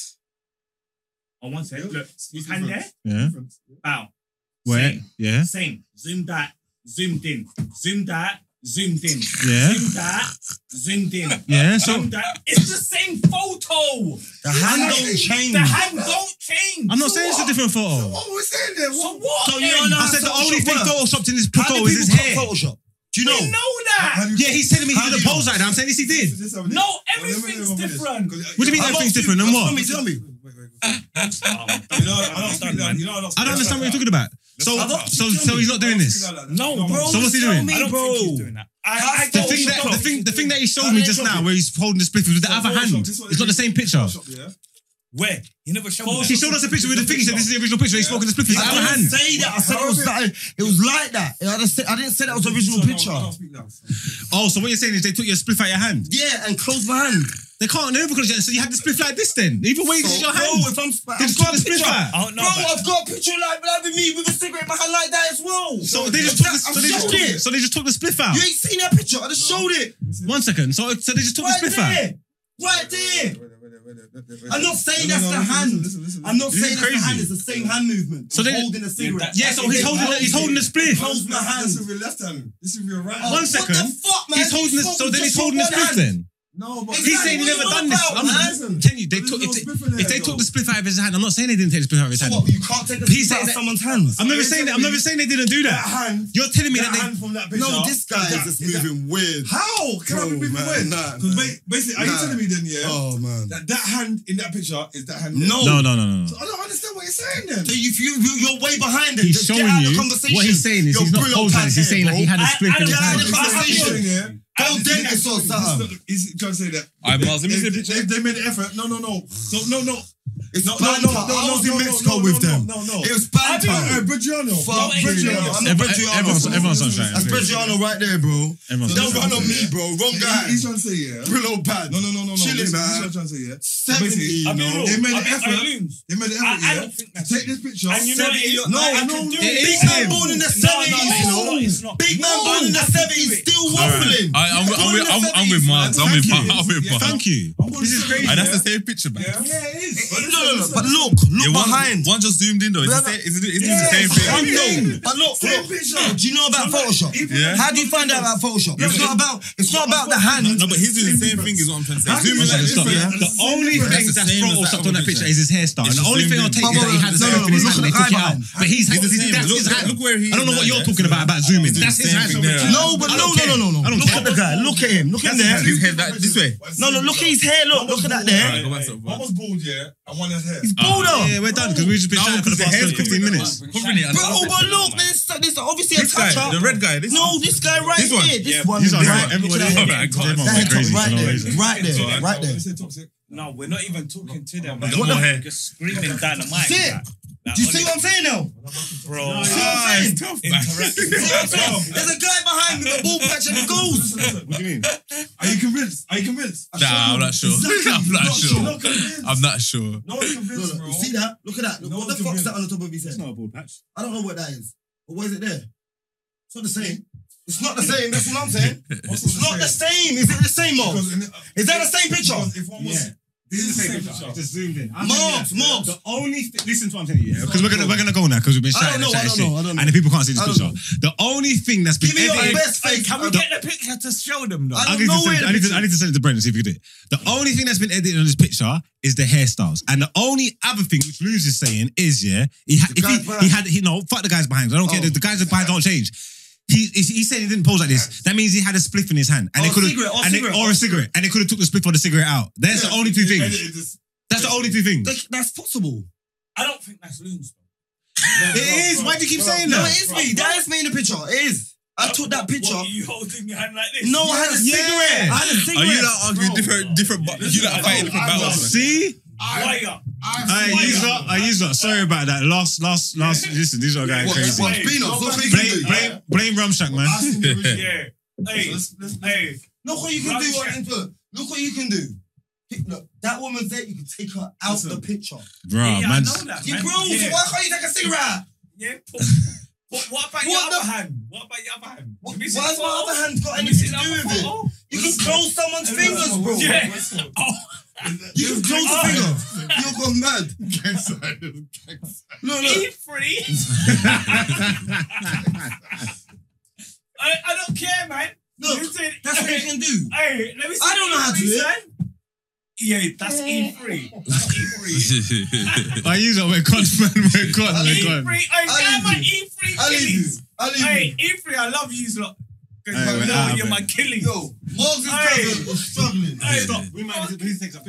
Speaker 1: On one side. Look, his hand there.
Speaker 2: Yeah.
Speaker 1: Bow.
Speaker 2: Wait. Yeah.
Speaker 1: Same. Zoomed out. Zoomed in. Zoomed out. Zoomed in.
Speaker 2: Yeah.
Speaker 1: Zoomed out. Zoomed in.
Speaker 2: Yeah. So
Speaker 1: Zoomed out. It's the same photo.
Speaker 4: The hand
Speaker 1: Like,
Speaker 4: don't change.
Speaker 1: The hand don't change.
Speaker 2: I'm not
Speaker 1: So
Speaker 2: saying it's a
Speaker 1: what?
Speaker 2: different photo.
Speaker 5: What we're saying there?
Speaker 1: So
Speaker 5: What?
Speaker 1: what?
Speaker 4: So you
Speaker 1: then?
Speaker 4: don't know
Speaker 2: I
Speaker 4: how
Speaker 2: said the only
Speaker 4: Photoshop
Speaker 2: thing
Speaker 4: works.
Speaker 2: photoshopped in this
Speaker 4: How
Speaker 2: photo
Speaker 4: do
Speaker 2: is his
Speaker 4: people cut
Speaker 2: hair.
Speaker 4: Photoshop? Do you
Speaker 1: We
Speaker 4: know?
Speaker 1: know that.
Speaker 2: Yeah, he's telling me he
Speaker 4: How
Speaker 2: did
Speaker 4: do
Speaker 2: a
Speaker 4: you
Speaker 2: pose like that. I'm saying yes, he did.
Speaker 1: No, everything's different.
Speaker 2: What do you mean everything's different? And what?
Speaker 4: Tell me, tell me.
Speaker 5: You know, I don't speak like- you know,
Speaker 2: I don't understand what you're talking about. So,
Speaker 4: I don't-
Speaker 2: so, so he's not doing this.
Speaker 1: No, bro.
Speaker 2: So what's he
Speaker 1: tell
Speaker 2: doing?
Speaker 1: Me,
Speaker 2: I
Speaker 1: don't bro. think he's doing that. I, I
Speaker 2: The
Speaker 1: don't-
Speaker 2: thing that, the thing, the thing that he showed me just now, where he's holding the split with the other hand,
Speaker 5: Photoshop, this is what
Speaker 2: it's not the same picture.
Speaker 1: Where? He never showed me
Speaker 2: He
Speaker 1: that.
Speaker 2: Oh, showed us a picture with the thing. He said, "This is the original picture." He spoke in the split with the
Speaker 4: I
Speaker 2: other hand.
Speaker 4: didn't say that. I said it was like it was like that. I didn't say, I didn't say that was the original picture.
Speaker 2: Oh, so what you're saying is they took your spliff out your hand?
Speaker 4: Yeah, and close my hand.
Speaker 2: They can't never because so you had the spliff like this then. Either way, it's your hand.
Speaker 4: Bro, if I'm,
Speaker 2: They
Speaker 4: I've
Speaker 2: just took the
Speaker 4: got a
Speaker 2: spliff
Speaker 4: picture.
Speaker 2: out.
Speaker 1: I don't
Speaker 4: Bro,
Speaker 1: know. about-
Speaker 4: I've got a picture like that with me with a cigarette in my hand like that as well.
Speaker 2: So they just took the, so they
Speaker 4: I've
Speaker 2: just
Speaker 4: showed
Speaker 2: took,
Speaker 4: it.
Speaker 2: so they just took the spliff out.
Speaker 4: You ain't seen that picture. I just showed it
Speaker 2: One second. So so they just took
Speaker 4: right
Speaker 2: the spliff out.
Speaker 4: there. Right there. I'm not saying that's the hand. I'm not
Speaker 2: This is
Speaker 4: saying that's the
Speaker 2: crazy.
Speaker 4: hand. It's the same hand movement.
Speaker 2: So
Speaker 4: So
Speaker 2: they-
Speaker 4: they holding a cigarette.
Speaker 2: Yeah, so he's holding the, he's holding the
Speaker 5: Oh,
Speaker 2: spliff.
Speaker 4: Close my hand.
Speaker 5: with your left hand. This is with your right
Speaker 2: One
Speaker 4: What
Speaker 2: second.
Speaker 4: the fuck, man?
Speaker 2: He's holding the, so then he's holding the
Speaker 4: this
Speaker 2: spliff then.
Speaker 5: No, but
Speaker 2: He's saying he's never done this. I'm not telling you, they
Speaker 5: There's
Speaker 2: took
Speaker 5: no
Speaker 2: if
Speaker 5: spliff in
Speaker 2: they,
Speaker 5: there,
Speaker 2: if they took
Speaker 5: though.
Speaker 2: the split out of his hand. I'm not saying they didn't take the split out of his hand.
Speaker 4: What, you can't take a
Speaker 2: He's
Speaker 4: piece out
Speaker 2: saying
Speaker 4: of
Speaker 2: that-
Speaker 4: someone's hands?
Speaker 2: I'm never saying that. I'm never saying they didn't do
Speaker 5: That
Speaker 2: that.
Speaker 5: hand.
Speaker 2: You're telling me
Speaker 5: That
Speaker 2: that they.
Speaker 5: hand from that picture.
Speaker 3: No, this guy
Speaker 5: that-
Speaker 3: is just moving weird.
Speaker 5: How
Speaker 4: Oh,
Speaker 5: can I
Speaker 3: Bro,
Speaker 5: be moving
Speaker 3: man,
Speaker 5: away?
Speaker 3: nah,
Speaker 5: Because
Speaker 3: man.
Speaker 5: basically, are you
Speaker 3: Nah.
Speaker 5: telling me then, yeah,
Speaker 3: Oh man.
Speaker 5: that that hand in that picture is that hand?
Speaker 3: No.
Speaker 2: No, no, no, no, no.
Speaker 5: I don't understand what you're saying then.
Speaker 4: So you, you, you- you're way behind it.
Speaker 2: He's
Speaker 4: Just
Speaker 2: showing
Speaker 4: get out of
Speaker 2: you
Speaker 4: the conversation.
Speaker 2: what he's saying is
Speaker 4: You're
Speaker 2: he's not
Speaker 4: brilliant
Speaker 2: posing.
Speaker 4: tight
Speaker 2: He's saying
Speaker 4: hair,
Speaker 2: that he
Speaker 4: bro.
Speaker 2: had a
Speaker 7: I-
Speaker 2: split
Speaker 7: I
Speaker 2: in his
Speaker 7: don't-
Speaker 4: Get out
Speaker 2: hand.
Speaker 4: of the conversation. Don't then I saw something.
Speaker 5: Is can't say that.
Speaker 6: All right, Miles, let me see the
Speaker 5: They-
Speaker 6: picture.
Speaker 5: They, they made an effort. No, no, no, no, no, no.
Speaker 4: It's
Speaker 5: No, no,
Speaker 4: banter.
Speaker 5: no, no,
Speaker 4: I was
Speaker 5: no,
Speaker 4: in
Speaker 5: no,
Speaker 4: Mexico
Speaker 5: no,
Speaker 4: with
Speaker 5: no,
Speaker 4: them.
Speaker 5: no, no, no.
Speaker 4: It was
Speaker 5: Hey,
Speaker 4: banter.
Speaker 5: Bridgiano.
Speaker 4: Fuck
Speaker 5: no,
Speaker 4: Bridgiano. I'm not
Speaker 2: Every-
Speaker 4: Bridgiano.
Speaker 2: Everyone's everyone's on
Speaker 4: That's Bridgiano right there, bro.
Speaker 2: Everyone's
Speaker 4: Don't
Speaker 2: on
Speaker 4: run on me, bro. Wrong guy.
Speaker 5: He's trying to say yeah.
Speaker 4: Brillo bad.
Speaker 5: No, no, no, no, no.
Speaker 4: Chill it,
Speaker 5: This- this
Speaker 4: man.
Speaker 5: is what I'm trying to say yeah.
Speaker 4: 70,
Speaker 5: Basically,
Speaker 4: you
Speaker 7: I mean,
Speaker 4: know.
Speaker 7: look,
Speaker 5: They made
Speaker 7: I
Speaker 5: an
Speaker 7: mean,
Speaker 5: effort.
Speaker 7: I mean,
Speaker 5: They made an
Speaker 7: I-
Speaker 5: effort.
Speaker 7: I
Speaker 5: yeah.
Speaker 7: don't think that's
Speaker 5: Take this picture.
Speaker 7: And you know,
Speaker 5: seventy-
Speaker 7: it- I-
Speaker 5: no,
Speaker 7: I
Speaker 5: I
Speaker 7: can
Speaker 5: know.
Speaker 7: do
Speaker 4: Big
Speaker 7: it.
Speaker 2: It's
Speaker 4: man
Speaker 2: him.
Speaker 4: born in the
Speaker 7: No, no, no, it's not,
Speaker 4: 70s.
Speaker 7: it's not.
Speaker 4: Big man
Speaker 7: No,
Speaker 4: born in the
Speaker 7: I can do
Speaker 4: 70s.
Speaker 7: it.
Speaker 4: Still
Speaker 6: All right.
Speaker 4: waffling.
Speaker 6: I- I'm, I'm, with- I'm, I'm with Mars. I'm with Mars. I'm with Mars.
Speaker 2: Thank you.
Speaker 5: I'm gonna
Speaker 2: This is
Speaker 5: say-
Speaker 2: crazy.
Speaker 6: All right,
Speaker 5: Yeah.
Speaker 6: that's the same picture, man.
Speaker 5: Yeah, yeah, it is.
Speaker 4: No, no, no. But look, look
Speaker 6: one,
Speaker 4: behind.
Speaker 6: One just zoomed in though. It's, the same, it's, it's the same
Speaker 4: Yes,
Speaker 6: thing.
Speaker 4: one thing. But look,
Speaker 5: Same
Speaker 4: look.
Speaker 5: picture.
Speaker 4: Do you know about Photoshop?
Speaker 6: Yeah.
Speaker 4: How do you find out about Photoshop? It's not about. It's not about the hand.
Speaker 6: No, but he's doing the same thing, is what I'm trying to say. Zoom in like this.
Speaker 2: Stop.
Speaker 6: yeah.
Speaker 2: The only thing
Speaker 6: the
Speaker 2: that's
Speaker 6: same as
Speaker 2: photoshopped
Speaker 6: that
Speaker 2: on that
Speaker 6: other
Speaker 2: picture
Speaker 6: picture.
Speaker 2: is his hairstyle.
Speaker 6: It's
Speaker 2: And the
Speaker 6: the
Speaker 2: only
Speaker 6: same
Speaker 2: thing I'll
Speaker 6: thing.
Speaker 2: take is that he had a
Speaker 4: No,
Speaker 2: split
Speaker 4: no,
Speaker 2: in his
Speaker 4: look
Speaker 2: hand and they
Speaker 4: at the
Speaker 2: took it
Speaker 4: guy
Speaker 2: out. But he's
Speaker 6: He's the same.
Speaker 2: that's
Speaker 6: Look-
Speaker 2: his
Speaker 6: look-
Speaker 2: hand.
Speaker 6: look where he
Speaker 2: I don't
Speaker 6: is
Speaker 2: know
Speaker 6: now,
Speaker 2: what you're
Speaker 6: yeah.
Speaker 2: talking about about zooming.
Speaker 6: the
Speaker 2: That's his
Speaker 6: same
Speaker 2: hand.
Speaker 6: thing there.
Speaker 4: No, but no, no, no, no, no. Look at the guy. Look at him. Look at
Speaker 6: That's
Speaker 4: there.
Speaker 6: his head that, this way.
Speaker 4: No, no. Look at his hair. Look. Look at that
Speaker 6: All right,
Speaker 4: there.
Speaker 6: go back to the
Speaker 5: One was bald, yeah, and one has hair.
Speaker 4: He's
Speaker 2: Yeah,
Speaker 4: bolder.
Speaker 2: we're done because we've just been
Speaker 6: No,
Speaker 2: chatting for the
Speaker 6: because
Speaker 2: past
Speaker 6: the
Speaker 2: 10,
Speaker 6: hair's
Speaker 2: 15 minutes.
Speaker 6: Covering it.
Speaker 4: But oh, but look, there's there's obviously a
Speaker 6: This guy,
Speaker 4: touch up.
Speaker 6: the red guy. This
Speaker 4: No, this guy right
Speaker 6: This one?
Speaker 4: here. This one.
Speaker 2: He's on
Speaker 4: right
Speaker 2: right. Everyone
Speaker 4: there.
Speaker 2: is on
Speaker 6: Alright,
Speaker 2: right.
Speaker 6: cool.
Speaker 2: Everyone's
Speaker 4: That
Speaker 2: going
Speaker 4: head
Speaker 2: crazy
Speaker 4: top
Speaker 2: for no reason.
Speaker 4: right there. Right there. Right there.
Speaker 5: When they say toxic,
Speaker 7: No, we're not even talking to them.
Speaker 6: Got more hair.
Speaker 7: You're screaming dynamite.
Speaker 4: That's it.
Speaker 7: like- like,
Speaker 4: Do you see what I'm saying now?
Speaker 7: bro?
Speaker 4: See what
Speaker 1: uh,
Speaker 4: I'm saying?
Speaker 6: tough, man.
Speaker 4: See what I'm
Speaker 7: Interact.
Speaker 4: saying? There's a guy behind with a ball patch and the goals.
Speaker 5: What do you mean? Are you convinced? Are you convinced? I
Speaker 6: Nah,
Speaker 5: showed you.
Speaker 6: I'm not sure.
Speaker 5: Exactly.
Speaker 6: I'm not sure. I'm not sure.
Speaker 5: Not convinced. No one's
Speaker 4: No,
Speaker 5: convinced,
Speaker 4: no,
Speaker 5: bro.
Speaker 4: you see that? Look at that. Look,
Speaker 5: No
Speaker 4: what the fuck's
Speaker 5: one's convinced.
Speaker 4: that on the top of his head?
Speaker 6: a ball patch.
Speaker 4: I don't know what that is. But why is it there? It's not the same. It's not the same. That's what I'm saying.
Speaker 5: What's
Speaker 4: It's not the same. Is it the same, Mark?
Speaker 5: Because in the-
Speaker 4: Is that the same picture?
Speaker 5: Because if one was, this is the same picture.
Speaker 2: Just zoomed in.
Speaker 4: Marks, marks.
Speaker 2: only thing, listen to what I'm telling you, because we're gonna we're gonna go now because we've been
Speaker 4: I
Speaker 2: shouting and
Speaker 4: don't know, I
Speaker 2: shouting
Speaker 4: don't
Speaker 2: shit,
Speaker 4: know, I don't know.
Speaker 2: and the people can't see this
Speaker 4: I don't
Speaker 2: picture. The only thing that's been
Speaker 4: Give me your
Speaker 2: evident-
Speaker 4: best face.
Speaker 7: Can we
Speaker 4: I don't-
Speaker 7: get the picture to show them though?
Speaker 2: I
Speaker 4: I don't
Speaker 2: need, to
Speaker 4: know where
Speaker 2: send, I,
Speaker 4: the
Speaker 2: need to,
Speaker 4: picture-
Speaker 2: I need to send it to Brendan, see if he can do it. The only thing that's been edited on this picture is the hairstyles. And the only other thing which Luz is saying is, yeah, he, ha- if he,
Speaker 4: The guys
Speaker 2: he
Speaker 4: behind.
Speaker 2: had, he, no, fuck the guys behind. I don't care.
Speaker 4: Oh.
Speaker 2: The, the guys behind don't change. He, he he said he didn't pose like this. That means he had a spliff in his hand, and
Speaker 4: Or
Speaker 2: they
Speaker 4: a
Speaker 2: could have,
Speaker 4: cigarette, or
Speaker 2: and they-
Speaker 4: cigarette,
Speaker 2: or a cigarette, and they could have took the spliff or the cigarette out. That's the only two things. That's the only two things.
Speaker 4: That- That's possible.
Speaker 7: I don't think that's loons.
Speaker 2: It is. Why do you keep saying
Speaker 4: No, it
Speaker 2: that?
Speaker 4: is me. That is me in the picture. It is. I took that picture.
Speaker 7: What, you holding your hand like this?
Speaker 4: No, I had a
Speaker 2: Yeah.
Speaker 4: cigarette. I had a
Speaker 6: Are
Speaker 4: cigarette.
Speaker 6: you not arguing different, different, ba- you not fighting different battles? man.
Speaker 2: See,
Speaker 7: Why up?
Speaker 2: I use that. I use that. Sorry about that. Last, last, last. Listen, these are going
Speaker 3: What,
Speaker 2: crazy.
Speaker 3: what, peanuts? What you
Speaker 2: Blame,
Speaker 3: do?
Speaker 2: blame, blame Ramshack, man.
Speaker 7: Yeah. Hey, hey.
Speaker 4: Look what you can do. on input. Look what you can do. Pick- Look, that woman's there. You can take her out the picture.
Speaker 2: Bro,
Speaker 7: yeah, I
Speaker 2: man.
Speaker 7: know that,
Speaker 4: You
Speaker 7: man.
Speaker 4: bro, so
Speaker 7: Yeah.
Speaker 4: why can't you take a cigarette?
Speaker 7: Yeah. But, but what about your
Speaker 4: What
Speaker 7: other
Speaker 4: the-
Speaker 7: hand? What about your other hand?
Speaker 4: Why
Speaker 7: Have you
Speaker 4: has
Speaker 7: seen the
Speaker 4: my
Speaker 7: photo?
Speaker 4: other hand got
Speaker 7: Have you seen
Speaker 4: anything
Speaker 7: the
Speaker 4: to do
Speaker 7: other
Speaker 4: with it?
Speaker 7: photo?
Speaker 4: You can close someone's fingers, bro.
Speaker 7: Yeah. Oh,
Speaker 4: You can close the
Speaker 7: Oh.
Speaker 4: finger. You've gone mad. Look, look.
Speaker 7: E3. I, I don't care, man.
Speaker 4: Look,
Speaker 7: You did-
Speaker 4: That's what you can do.
Speaker 7: Hey, let me see.
Speaker 4: I don't know how to do it.
Speaker 7: it. Yeah, that's E3. That's E E3.
Speaker 2: I use that. We're gone, man. We're gone. We're
Speaker 7: E3.
Speaker 2: gone.
Speaker 7: E Hey, E I
Speaker 4: leave
Speaker 7: my
Speaker 4: you.
Speaker 7: E3
Speaker 4: I leave you.
Speaker 7: killings.
Speaker 4: I leave
Speaker 7: Hey,
Speaker 4: you.
Speaker 7: E3, I love you lot.
Speaker 2: Hey,
Speaker 7: Because
Speaker 2: we're
Speaker 7: you know
Speaker 2: out,
Speaker 7: you're
Speaker 2: man.
Speaker 7: my killings.
Speaker 4: Yo, Moses'
Speaker 7: Hey.
Speaker 4: cousin is struggling.
Speaker 7: Hey, stop. We might
Speaker 2: Please take a picture.